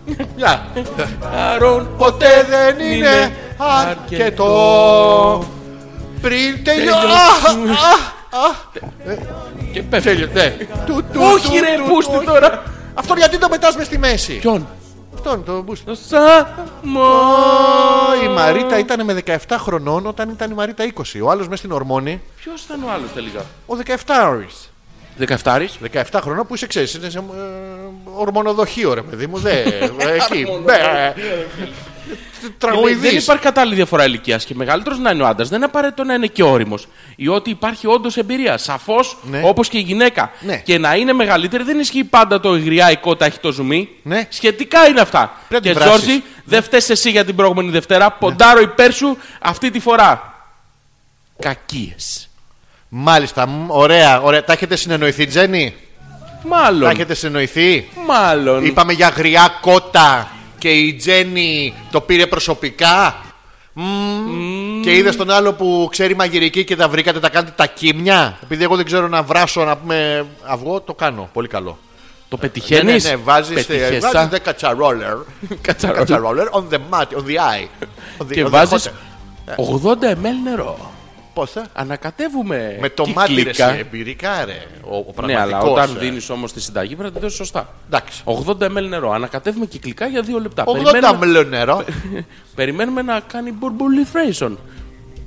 Speaker 3: Μια. Μια.
Speaker 2: Άρων
Speaker 3: Ποτέ δεν είναι
Speaker 2: είναι
Speaker 3: αρκετό. Πριν τελειώσει.
Speaker 2: Τελειώσουμε. και πέφτει.
Speaker 3: Τέλειωσε.
Speaker 2: Όχι ρε, πούστη τώρα.
Speaker 3: Αυτόν γιατί το πετάς μες στη μέση.
Speaker 2: Ποιον.
Speaker 3: Αυτόν το μπούστι.
Speaker 2: Το σαμό.
Speaker 3: Η Μαρίτα ήταν με 17 χρονών όταν ήταν η Μαρίτα 20. Ο άλλος μες στην ορμόνη,
Speaker 2: Ποιος ήταν ο άλλος τελικά.
Speaker 3: ο 17ης.
Speaker 2: 17
Speaker 3: 17 χρονών που είσαι ξέρεις, είναι σε ε, ορμονοδοχείο ρε παιδί μου. Δε, ε, εκεί.
Speaker 2: Ορμονοδοχείο,
Speaker 3: μπε.
Speaker 2: Δεν, δεν
Speaker 3: τραγουδεί.
Speaker 2: υπάρχει κατάλληλη διαφορά ηλικίας. Και μεγαλύτερος να είναι ο άντρα δεν είναι απαραίτητο να είναι και όριμος. Ή ότι υπάρχει όντως εμπειρία. Σαφώς
Speaker 3: Ναι.
Speaker 2: όπως και η γυναίκα.
Speaker 3: Ναι.
Speaker 2: Και να είναι μεγαλύτερη δεν ισχύει πάντα το υγριάικο ταχυτό ζουμί.
Speaker 3: Ναι.
Speaker 2: Σχετικά είναι αυτά.
Speaker 3: Πρέπει να
Speaker 2: και
Speaker 3: την Ναι. βράσεις.
Speaker 2: Τζόρτζι, δεν φταίει εσύ για την προηγούμενη Δευτέρα. Ποντάρω υπέρ σου αυτή τη φορά. Κακίες.
Speaker 3: Μάλιστα, μ, ωραία, ωραία. Τα έχετε συνεννοηθεί, Τζένι. Τα
Speaker 2: Μάλλον.
Speaker 3: έχετε συνεννοηθεί.
Speaker 2: Μάλλον.
Speaker 3: Είπαμε για γριά κότα και η Τζένι το πήρε προσωπικά. Μμμ. Και είδε τον άλλο που ξέρει μαγειρική και τα βρήκατε, τα κάνετε τα κίμια. Επειδή εγώ δεν ξέρω να βράσω, να πούμε αυγό, το κάνω. Πολύ καλό.
Speaker 2: Το πετυχαίνεις.
Speaker 3: Ναι, ναι, βάζει
Speaker 2: Πετυχέσα.
Speaker 3: 10 κατσαρόλερ.
Speaker 2: Κατσαρόλερ.
Speaker 3: Κατσαρόλερ on the mat, on the eye. On the- on
Speaker 2: Και
Speaker 3: the
Speaker 2: βάζεις
Speaker 3: hot.
Speaker 2: 80 ml νερό.
Speaker 3: Πόσα.
Speaker 2: Ανακατεύουμε.
Speaker 3: Με το μάτι ρε,
Speaker 2: κυκλικά.
Speaker 3: εσύ, εμπειρικά ρε. Ο, ο
Speaker 2: Ναι, αλλά
Speaker 3: πραγματικός,
Speaker 2: όταν
Speaker 3: ε.
Speaker 2: δίνεις όμως τη συνταγή πρέπει να τη δώσεις σωστά.
Speaker 3: Εντάξει.
Speaker 2: 80 ml νερό. Ανακατεύουμε κυκλικά για 2 λεπτά.
Speaker 3: 80
Speaker 2: Περιμένουμε...
Speaker 3: μελό νερό.
Speaker 2: Περιμένουμε να κάνει borbolithration.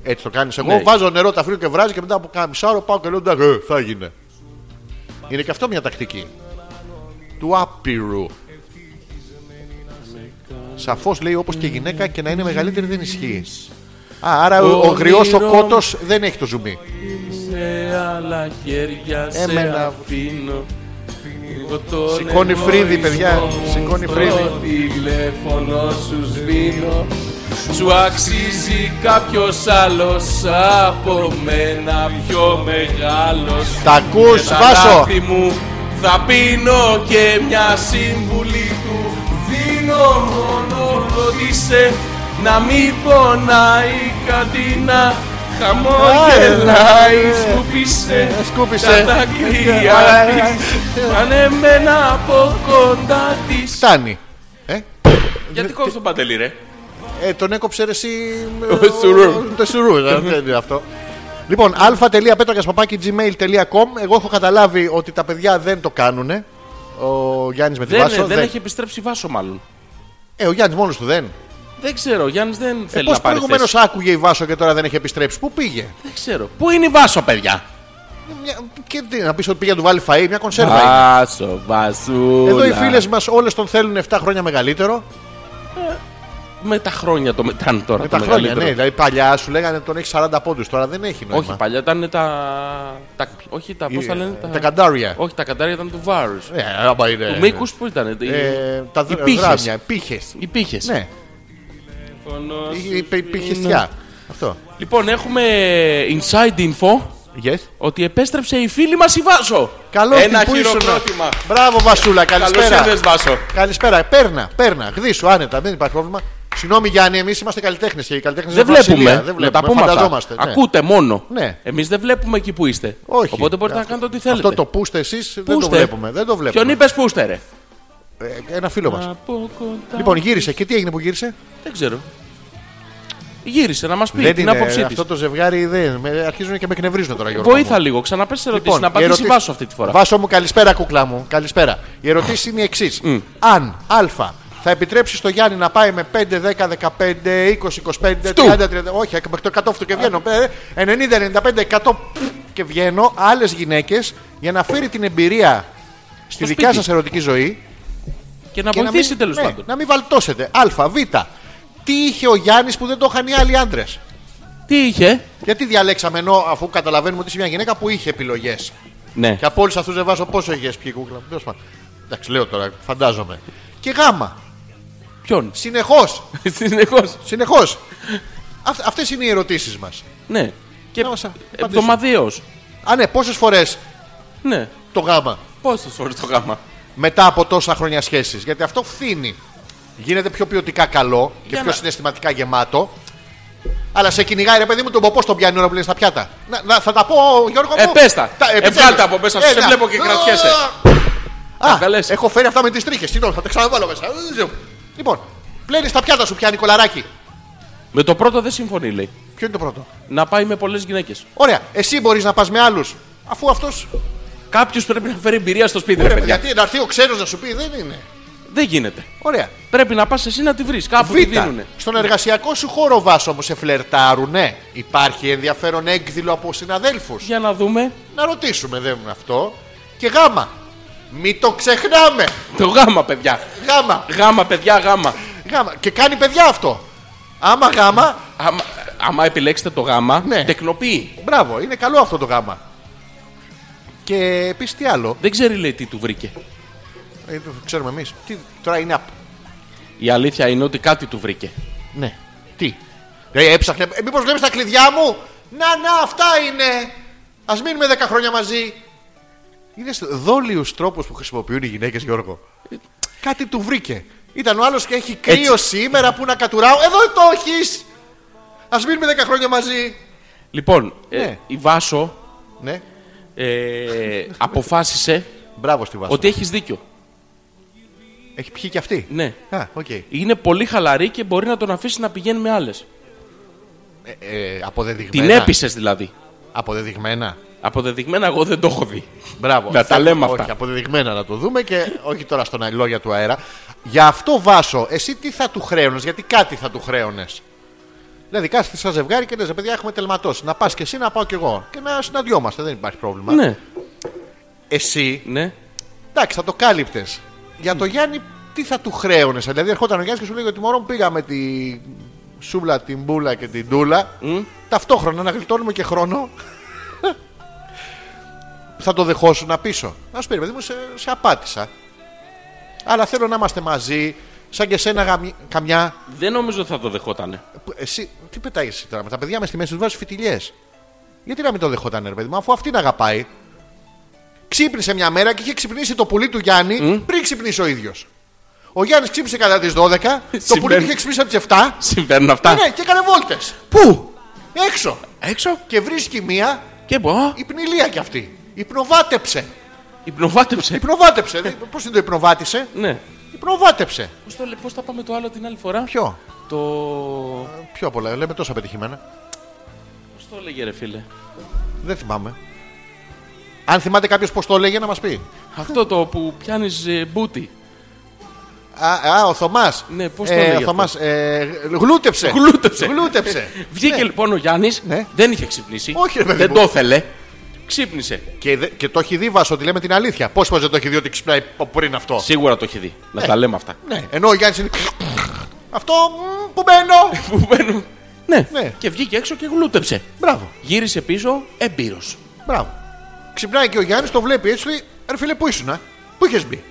Speaker 3: Έτσι το κάνεις. Εγώ
Speaker 2: Ναι.
Speaker 3: βάζω νερό, τα φρύνω και βράζει και μετά από καμισάρο πάω και λέω εντάξει, ε, θα έγινε. Είναι και αυτό μια τακτική. Του άπειρου. Σαφώς λέει όπως και η γυναίκα και να είναι μεγαλύτερη δεν ισχύει. Α, άρα ο, ο γριό ο
Speaker 2: Όνειρο.
Speaker 3: κότος δεν έχει το ζουμί.
Speaker 2: Σε άλλα χέρια σε
Speaker 3: Εμένα.
Speaker 2: αφήνω. Εγώ τον
Speaker 3: Σηκώνει φρύδι, παιδιά.
Speaker 2: εγωισμό μου
Speaker 3: Σηκώνει
Speaker 2: στο
Speaker 3: φρύδι.
Speaker 2: τηλέφωνο σου σβήνω. Σου αξίζει κάποιος άλλος από μένα πιο μεγάλος
Speaker 3: Τα ακούς,
Speaker 2: Και τα
Speaker 3: Βάσο?
Speaker 2: λάθη μου θα πίνω και μια σύμβουλη του Δίνω μόνο ρώτησε να μην πονάει κάτι να χαμόγελάει Σκούπισε
Speaker 3: Ε, σκούπισε.
Speaker 2: τα δάκρυα
Speaker 3: Ε,
Speaker 2: της Πάνε μένα από κοντά της
Speaker 3: Φτάνει. Ε,
Speaker 2: Γιατί κόβεις τον Παντελή ρε
Speaker 3: ε, τον έκοψε ρε εσύ.
Speaker 2: Ο Σουρού.
Speaker 3: Το σουρού, ε, δεν είναι αυτό. Λοιπόν, α.πέτρακα.gmail.com Εγώ έχω καταλάβει ότι τα παιδιά δεν το κάνουνε. Ο Γιάννης με τη
Speaker 2: δεν, ε,
Speaker 3: Βάσο.
Speaker 2: δεν, έχει επιστρέψει Βάσο μάλλον
Speaker 3: Ε, ο Γιάννης μόνος του δεν.
Speaker 2: Δεν ξέρω, ο Γιάννης δεν θέλει
Speaker 3: Πώς
Speaker 2: να πάρει
Speaker 3: προηγουμένως
Speaker 2: θέση
Speaker 3: άκουγε η Βάσο και τώρα δεν έχει επιστρέψει. Πού πήγε.
Speaker 2: Δεν ξέρω, πού είναι η Βάσο παιδιά
Speaker 3: Μια- Και τι, να πεις ότι πήγε να του βάλει φαΐ, μια κονσέρβα. είναι.
Speaker 2: Βάσο, Βάσου
Speaker 3: Εδώ οι φίλες μας όλες τον θέλουν 7 χρόνια μεγαλύτερο.
Speaker 2: Με τα χρόνια το μετάνε τώρα
Speaker 3: Με
Speaker 2: το
Speaker 3: τα χρόνια,
Speaker 2: μεγαλύτερο.
Speaker 3: ναι. Δηλαδή παλιά σου λέγανε τον έχεις 40 πόντους, τώρα δεν έχει νόημα.
Speaker 2: Όχι, παλιά ήταν τα. τα όχι, τα. Πώς τα λένε.
Speaker 3: Ε, τα καντάρια.
Speaker 2: Όχι, τα καντάρια ήταν του Βάρους.
Speaker 3: Ε, άμα είναι.
Speaker 2: Του μήκους που ήταν.
Speaker 3: Ε, τα
Speaker 2: οι
Speaker 3: δρα-
Speaker 2: πύχες.
Speaker 3: δράμια, πύχες.
Speaker 2: Οι πύχες.
Speaker 3: Ναι, η- η πε- πύχεστιά.
Speaker 2: Ναι.
Speaker 3: Αυτό.
Speaker 2: Λοιπόν, έχουμε inside info
Speaker 3: Yes.
Speaker 2: ότι επέστρεψε η φίλη μας η Βάσο.
Speaker 3: Καλό
Speaker 2: Ένα
Speaker 3: που ήσουν.
Speaker 2: χειροκρότημα.
Speaker 3: Μπράβο, Βασούλα,
Speaker 2: Καλώς
Speaker 3: καλησπέρα.
Speaker 2: ήρθες, Βάσο.
Speaker 3: Καλησπέρα. Παίρνα, παίρνα. Γδίσου, άνετα, δεν υπάρχει πρόβλημα. Συγγνώμη Γιάννη, εμείς είμαστε καλλιτέχνες και οι καλλιτέχνες
Speaker 2: Δεν βλέπουμε.
Speaker 3: Δεν
Speaker 2: Να τα
Speaker 3: βλέπουμε.
Speaker 2: πούμε
Speaker 3: φανταζόμαστε.
Speaker 2: αυτά.
Speaker 3: ναι.
Speaker 2: Ακούτε μόνο.
Speaker 3: Ναι.
Speaker 2: Εμείς δεν βλέπουμε εκεί που είστε.
Speaker 3: Όχι.
Speaker 2: Οπότε μπορείτε
Speaker 3: Αυτό-
Speaker 2: να κάνετε ό,τι θέλετε.
Speaker 3: Αυτό το πούστε εσείς δεν το
Speaker 2: Πούστε.
Speaker 3: βλέπουμε. Δεν το βλέπουμε.
Speaker 2: Ποιον είπες, πούστε, ρε.
Speaker 3: Ε, Ένα φίλο μας. Λοιπόν, γύρισε και τι έγινε που γύρισε.
Speaker 2: Δεν ξέρω. Γύρισε να μας πει
Speaker 3: Δεν
Speaker 2: την
Speaker 3: είναι-
Speaker 2: άποψή τη.
Speaker 3: Αυτό το ζευγάρι δεν. με- Αρχίζουν και με εκνευρίζουν τώρα, Γιώργο. μου.
Speaker 2: Βοήθα λίγο, ξαναπες σε ερωτήσεις. να
Speaker 3: η
Speaker 2: απαντήσει
Speaker 3: ερωτήση-
Speaker 2: Βάσο αυτή τη φορά.
Speaker 3: Λοιπόν, Βάσο μου, καλησπέρα, κούκλα μου. Καλησπέρα. Η ερωτήση είναι η εξής.
Speaker 2: Mm.
Speaker 3: Αν Α θα επιτρέψει στο Γιάννη να πάει με 5, 10, 15, 20, 25, 30, 30. Όχι, μέχρι το 100 φτου και βγαίνω. ε, 90, 95, 100 και βγαίνω άλλες γυναίκες για να φέρει την εμπειρία στη δικιά
Speaker 2: σπίτι.
Speaker 3: σας ερωτική ζωή.
Speaker 2: Και να
Speaker 3: και να
Speaker 2: βοηθήσει
Speaker 3: μην-
Speaker 2: τέλος
Speaker 3: ναι,
Speaker 2: πάντων.
Speaker 3: Να μην βαλτώσετε. Α, Β. Τι είχε ο Γιάννης που δεν το είχαν οι άλλοι άντρες.
Speaker 2: Τι είχε.
Speaker 3: Γιατί διαλέξαμε ενώ αφού καταλαβαίνουμε ότι είσαι μια γυναίκα που είχε επιλογές.
Speaker 2: Ναι.
Speaker 3: Και από όλους αυτούς δεν βάζω πόσο είχες πιει κούκλα. Τέλος πάντων. Εντάξει, λέω τώρα, φαντάζομαι. Και γάμα.
Speaker 2: Ποιον.
Speaker 3: Συνεχώς.
Speaker 2: Συνεχώς.
Speaker 3: Συνεχώς. Αυτές είναι οι ερωτήσεις μας.
Speaker 2: Ναι. Και
Speaker 3: Να μας α-
Speaker 2: εβδομαδιαίως.
Speaker 3: Α, ναι, πόσες φορές
Speaker 2: Ναι.
Speaker 3: το γάμα
Speaker 2: Πόσες φορές το γάμα.
Speaker 3: μετά από τόσα χρόνια σχέσει. Γιατί αυτό φθήνει. Γίνεται πιο ποιοτικά καλό και
Speaker 2: Για
Speaker 3: πιο
Speaker 2: να-
Speaker 3: συναισθηματικά γεμάτο. Αλλά σε κυνηγάει ρε παιδί μου τον ποπό στον πιάνει ώρα που λες τα πιάτα. Να, να- θα τα πω, Γιώργο.
Speaker 2: Ε,
Speaker 3: μου.
Speaker 2: πες τα.
Speaker 3: Τα-
Speaker 2: Ε,
Speaker 3: επιτέλους.
Speaker 2: βγάλ τα από μέσα σου, σε
Speaker 3: Έλα.
Speaker 2: βλέπω και κρατιέσαι.
Speaker 3: Α,
Speaker 2: καλές.
Speaker 3: έχω φέρει αυτά με τις τρίχες. Τι νόημα, θα τα ξαναβάλω μέσα. Λοιπόν, πλένεις τα πιάτα σου, πιάνει κολαράκι.
Speaker 2: Με το πρώτο δεν συμφωνεί, λέει.
Speaker 3: Ποιο είναι το πρώτο.
Speaker 2: Να πάει με πολλές γυναίκες.
Speaker 3: Ωραία, εσύ μπορείς να πας με άλλους. Αφού αυτός.
Speaker 2: Κάποιος πρέπει να φέρει εμπειρία στο σπίτι, ρε παιδιά.
Speaker 3: Γιατί να έρθει ο ξένος να σου πει δεν είναι.
Speaker 2: Δεν γίνεται.
Speaker 3: Ωραία.
Speaker 2: Πρέπει να πας εσύ να τη βρεις. Κάπου τη
Speaker 3: Β.
Speaker 2: δίνουνε.
Speaker 3: Στον εργασιακό σου χώρο βάσο όμως σε φλερτάρουνε. Υπάρχει ενδιαφέρον έκδηλο από συναδέλφους.
Speaker 2: Για να δούμε
Speaker 3: Να ρωτήσουμε, δεν είναι αυτό. Και γάμα. Μην το ξεχνάμε.
Speaker 2: το γάμα, παιδιά.
Speaker 3: Γάμα.
Speaker 2: Γάμα, παιδιά, γάμα.
Speaker 3: γάμα. Και κάνει παιδιά αυτό. Άμα γάμα,
Speaker 2: Άμα, άμα επιλέξετε το γάμα,
Speaker 3: Ναι.
Speaker 2: τεκνοποιεί.
Speaker 3: μπράβο, είναι καλό αυτό το γάμα. Και επίση τι άλλο,
Speaker 2: Δεν ξέρει λέει τι του βρήκε.
Speaker 3: ε, το ξέρουμε εμείς. Τι τώρα είναι απ.
Speaker 2: Η αλήθεια είναι ότι κάτι του βρήκε.
Speaker 3: Ναι. Τι. Ε, έψαχνε. Ε, Μήπως βλέπεις τα κλειδιά μου. Να, να, αυτά είναι. Ας μείνουμε 10 χρόνια μαζί. Είναι δόλιου τρόπου που χρησιμοποιούν οι γυναίκες, Γιώργο. Κάτι του βρήκε. Ήταν ο άλλος και έχει κρύο σήμερα που να κατουράω. Εδώ το έχεις. Ας μείνουμε 10 χρόνια μαζί.
Speaker 2: Λοιπόν,
Speaker 3: Ναι.
Speaker 2: ε, η Βάσο
Speaker 3: Ναι.
Speaker 2: ε, αποφάσισε
Speaker 3: Μπράβο στη βάση.
Speaker 2: ότι έχεις δίκιο.
Speaker 3: Έχει πιει και αυτή.
Speaker 2: Ναι.
Speaker 3: Α, οκ.
Speaker 2: Είναι πολύ χαλαρή και μπορεί να τον αφήσει να πηγαίνει με άλλες.
Speaker 3: Ε, ε, αποδεδειγμένα.
Speaker 2: Την έπεισες δηλαδή.
Speaker 3: Αποδεδειγμένα.
Speaker 2: Αποδεδειγμένα εγώ δεν το έχω δει.
Speaker 3: Μπράβο.
Speaker 2: Να τα λέμε
Speaker 3: Όχι,
Speaker 2: αυτά.
Speaker 3: αποδεδειγμένα να το δούμε και όχι τώρα στον α- λόγια του αέρα. Για αυτό βάσο, εσύ τι θα του χρέωνες, γιατί κάτι θα του χρέωνες. Δηλαδή, κάθεσαι σαν ζευγάρι και λες: Παιδιά, έχουμε τελματώσει. Να πας και εσύ, να πάω κι εγώ. Και να συναντιόμαστε, δεν υπάρχει πρόβλημα.
Speaker 2: Ναι,
Speaker 3: Εσύ,
Speaker 2: ναι.
Speaker 3: εντάξει, θα το κάλυπτες. Για το Γιάννη, τι θα του χρέωνες. Δηλαδή, ερχόταν ο Γιάννης και σου λέει: Ότι μωρό μου πήγαμε τη σούβλα, την μπούλα και την ντούλα. Ταυτόχρονα να γλιτώνουμε και χρόνο. θα το δεχόσουν να πίσω. Να σου πει, «Ρε παιδί μου, σε, σε απάτησα. Αλλά θέλω να είμαστε μαζί, σαν και σένα γαμι... καμιά.
Speaker 2: Δεν νομίζω ότι θα το δεχότανε.
Speaker 3: Που- Εσύ, τι πετάει εσύ τώρα με τα παιδιά με στη μέση τους βάζεις φιτιλιές. Γιατί να μην το δεχόταν, ρε παιδί μου, αφού αυτήν αγαπάει. Ξύπνησε μια μέρα και είχε ξυπνήσει το πουλί του Γιάννη πριν ξυπνήσει ο ίδιος. Ο Γιάννης ξύπνησε κατά τις 12, το πουλί
Speaker 2: Συμβαίνει.
Speaker 3: του είχε ξυπνήσει από τις 7.
Speaker 2: Συμβαίνουν αυτά.
Speaker 3: Ναι, και έκανε βόλτες.
Speaker 2: Πού?
Speaker 3: Έξω.
Speaker 2: Έξω.
Speaker 3: Και βρίσκει μία
Speaker 2: Και πω, α,
Speaker 3: υπνηλία κι αυτή. Υπνοβάτεψε.
Speaker 2: υπνοβάτεψε.
Speaker 3: Υπνοβάτεψε. Πώ είναι το υπνοβάτησε.
Speaker 2: Ναι.
Speaker 3: Υπνοβάτεψε.
Speaker 2: Πώς, το, λέ- πώς θα πάμε το άλλο την άλλη φορά.
Speaker 3: Ποιο.
Speaker 2: Το...
Speaker 3: Πιο πολλά. Λέμε τόσα πετυχημένα.
Speaker 2: Πώς το έλεγε ρε φίλε.
Speaker 3: Δεν θυμάμαι. Αν θυμάται κάποιος πώς το έλεγε να μας πει.
Speaker 2: Αυτό το που πιάνεις ε, μπούτι.
Speaker 3: Α, α, ο Θωμάς.
Speaker 2: Ναι, πώς το έλεγε
Speaker 3: Ο Θωμάς. Ε, γλούτεψε.
Speaker 2: Γλούτεψε.
Speaker 3: Γλούτεψε.
Speaker 2: Βγήκε λοιπόν ο Γιάννης,
Speaker 3: Ναι.
Speaker 2: δεν είχε ξυπνήσει.
Speaker 3: Όχι, ρε παιδί
Speaker 2: δεν
Speaker 3: μου.
Speaker 2: το ήθελε. Ξύπνησε.
Speaker 3: και, δε- και το έχει δει βάσο ότι λέμε την αλήθεια. Πώς πω δεν το έχει δει ότι ξυπνάει πριν αυτό.
Speaker 2: Σίγουρα το έχει δει. Να τα λέμε αυτά.
Speaker 3: Ναι. Ενώ ο Γιάννης είναι. αυτό μ, που μπαίνω.
Speaker 2: Που μπαίνουν. Ναι.
Speaker 3: Ναι.
Speaker 2: και βγήκε έξω και γλούτεψε.
Speaker 3: Μπράβο.
Speaker 2: Γύρισε πίσω, εμπειρος.
Speaker 3: Μπράβο. Ξυπνάει και ο Γιάννης, το βλέπει έτσι. Λέει, ρε φίλε, πού ήσουν, α? Πού είχες μπει.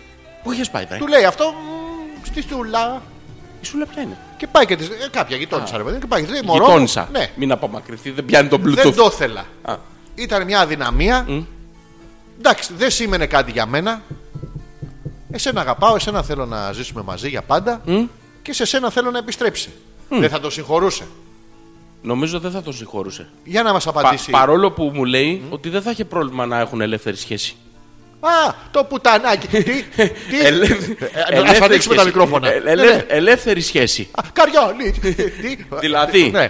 Speaker 2: Πού είχε πάει, Βρέ.
Speaker 3: Του λέει αυτό. «Μμμ, Στη σούλα.
Speaker 2: Η σούλα ποια είναι.
Speaker 3: Και πάει και της. Ε, κάποια γειτόνισσα, ρε παιδί. μου, Και πάει και της λέει, «Μωρό μου».
Speaker 2: Γειτόνισσα.
Speaker 3: Ναι.
Speaker 2: Μην απομακρυνθεί, δεν πιάνει τον Bluetooth.
Speaker 3: Δεν το ήθελα.
Speaker 2: Α.
Speaker 3: Ήταν μια αδυναμία. Εντάξει, δεν σήμαινε κάτι για μένα. Εσένα αγαπάω, εσένα θέλω να ζήσουμε μαζί για πάντα. Και σε σένα θέλω να επιστρέψει. Δεν θα το συγχωρούσε.
Speaker 2: Νομίζω δεν θα τον συγχωρούσε.
Speaker 3: Για να μας
Speaker 2: Πα-
Speaker 3: απαντήσει.
Speaker 2: παρόλο που μου λέει ότι δεν θα είχε πρόβλημα να έχουν ελεύθερη σχέση.
Speaker 3: Α, το πουτανάκι. τι, τι. Ε,
Speaker 2: Ελεύθερη-
Speaker 3: Α
Speaker 2: ελεύθερη
Speaker 3: ανοίξουμε τα
Speaker 2: σχέση.
Speaker 3: μικρόφωνα.
Speaker 2: Ε,
Speaker 3: Ναι,
Speaker 2: ελεύθερη-
Speaker 3: ναι.
Speaker 2: Ελεύθερη σχέση.
Speaker 3: Α, Καριόλι. Τι.
Speaker 2: Δηλαδή.
Speaker 3: Ναι.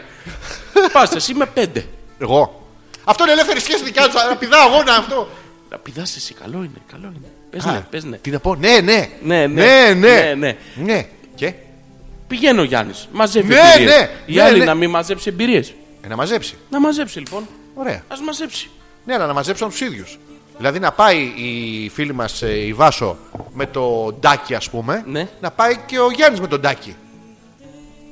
Speaker 2: Πα εσύ με πέντε.
Speaker 3: Εγώ. Αυτό είναι ελεύθερη σχέση δικιά τους. Να πηδάω εγώ να αυτό.
Speaker 2: Να πηδάς εσύ, καλό είναι, καλό είναι. Πες
Speaker 3: Α,
Speaker 2: ναι, πες ναι.
Speaker 3: Τι να πω, ναι, ναι.
Speaker 2: Ναι, ναι.
Speaker 3: ναι.
Speaker 2: Ναι, ναι.
Speaker 3: Ναι. Και
Speaker 2: Πηγαίνει ο Γιάννης, μαζεύει
Speaker 3: Ναι,
Speaker 2: εμπειρίες.
Speaker 3: ναι,
Speaker 2: Οι
Speaker 3: ναι,
Speaker 2: άλλοι
Speaker 3: ναι.
Speaker 2: να μην μαζέψει εμπειρίες.
Speaker 3: ε, να μαζέψει.
Speaker 2: Να μαζέψει λοιπόν.
Speaker 3: Ωραία.
Speaker 2: Ας μαζέψει.
Speaker 3: Ναι, αλλά να μαζέψουν τους ίδιους. Δηλαδή να πάει η φίλη μας η Βάσο με το Ντάκι, ας πούμε.
Speaker 2: Ναι.
Speaker 3: Να πάει και ο Γιάννης με τον Ντάκι.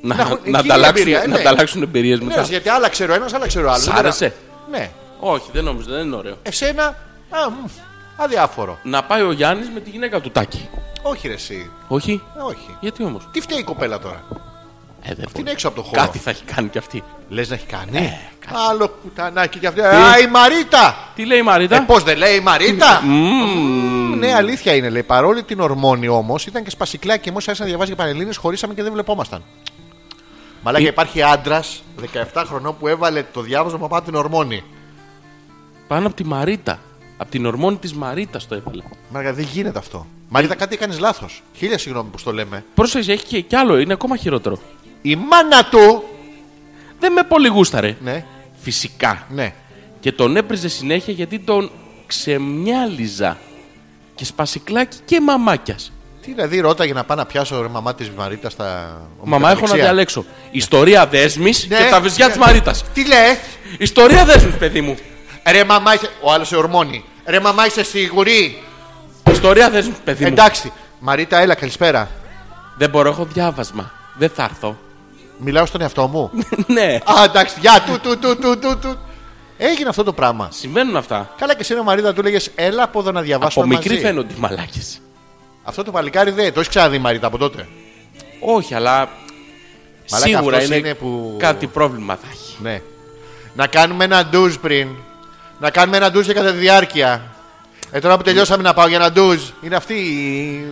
Speaker 2: Να,
Speaker 3: έχουν
Speaker 2: να,
Speaker 3: εκείνη η
Speaker 2: ανταλλάξουν,
Speaker 3: εμπειρία, ε,
Speaker 2: να
Speaker 3: ναι.
Speaker 2: ανταλλάξουν εμπειρίε μετά.
Speaker 3: Ναι, γιατί άλλα ξέρω ένας, άλλα ξέρω άλλο.
Speaker 2: Σ'
Speaker 3: Δεν
Speaker 2: άρεσε?
Speaker 3: ένα- Ναι.
Speaker 2: Όχι, δεν νομίζω, δεν είναι ωραίο.
Speaker 3: Εσένα, α, μ, αδιάφορο.
Speaker 2: Να πάει ο Γιάννης με τη γυναίκα του Τάκη.
Speaker 3: Όχι, ρε, εσύ.
Speaker 2: Όχι,
Speaker 3: Ε, Όχι.
Speaker 2: γιατί όμως.
Speaker 3: Τι φταίει η κοπέλα τώρα.
Speaker 2: Ε, δεν
Speaker 3: Την
Speaker 2: μπορεί.
Speaker 3: έξω από το χώρο.
Speaker 2: Κάτι θα έχει κάνει κι αυτή.
Speaker 3: Λες να έχει κάνει.
Speaker 2: Ε, κάτι.
Speaker 3: Άλλο κουτανάκι κι αυτή. Α, η Μαρίτα!
Speaker 2: Τι λέει η Μαρίτα.
Speaker 3: Ε, πώς δεν λέει η Μαρίτα! Μμμ, Ναι, αλήθεια είναι, λέει. Παρόλη την ορμόνη όμως, ήταν και σπασικλά και εμεί άρεσε να διαβάζει για πανελίνε, χωρίσαμε και δεν βλεπόμασταν. Μαλάκα, υπάρχει άντρας 17 χρονών που έβαλε το διάβασμα πάνω από την ορμόνη.
Speaker 2: Πάνω από τη Μαρίτα. Από την ορμόνη της Μαρίτας το έβαλε.
Speaker 3: Μαργα, δεν γίνεται αυτό. Μαρίτα, κάτι έκανες λάθος. Χίλια συγγνώμη που στο λέμε.
Speaker 2: Πρόσεξε, έχει και κι άλλο, είναι ακόμα χειρότερο.
Speaker 3: Η μάνα του.
Speaker 2: Δεν με πολύ γούσταρε.
Speaker 3: Ναι,
Speaker 2: Φυσικά.
Speaker 3: ναι.
Speaker 2: Και τον έπριζε συνέχεια γιατί τον ξεμιάλιζα. Και σπασικλάκι και μαμάκιας.
Speaker 3: Τι δηλαδή ρώταγε να πάω να πιάσω ρε μαμά της Μαρίτας στα.
Speaker 2: Μαμά, έχω να διαλέξω. Ιστορία δέσμης
Speaker 3: Ναι.
Speaker 2: και τα βυζιά της Μαρίτας.
Speaker 3: Τι λες,
Speaker 2: Ιστορία δέσμης, παιδί μου.
Speaker 3: ρε μαμά είσαι. Ο άλλος σε ορμόνη. Ρε μαμά είσαι σίγουρη.
Speaker 2: Ιστορία δέσμης, παιδί μου.
Speaker 3: Εντάξει. Μαρίτα, έλα, καλησπέρα.
Speaker 2: Δεν μπορώ, έχω διάβασμα. Δεν θα έρθω.
Speaker 3: Μιλάω στον εαυτό μου.
Speaker 2: ναι,
Speaker 3: Α, εντάξει, γεια του, του, του, του, του, του. Έγινε αυτό το πράγμα.
Speaker 2: συμβαίνουν αυτά.
Speaker 3: Καλά και εσύ, ρε Μαρίδα, του λέγες Έλα από εδώ να διαβάσουμε.
Speaker 2: Από μικρή
Speaker 3: μαζί.
Speaker 2: φαίνονται οι μαλάκες.
Speaker 3: Αυτό το παλικάρι δεν το έχεις ξαναδεί Μαρίδα από τότε.
Speaker 2: Όχι, αλλά.
Speaker 3: Μαλάκα,
Speaker 2: σίγουρα
Speaker 3: αυτός
Speaker 2: είναι,
Speaker 3: είναι που-
Speaker 2: κάτι πρόβλημα θα έχει.
Speaker 3: Ναι. Να κάνουμε ένα ντουζ πριν. Να κάνουμε ένα ντουζ για κατά τη διάρκεια. Ε, τώρα που τελειώσαμε να πάω για ένα ντουζ. Είναι αυτή η.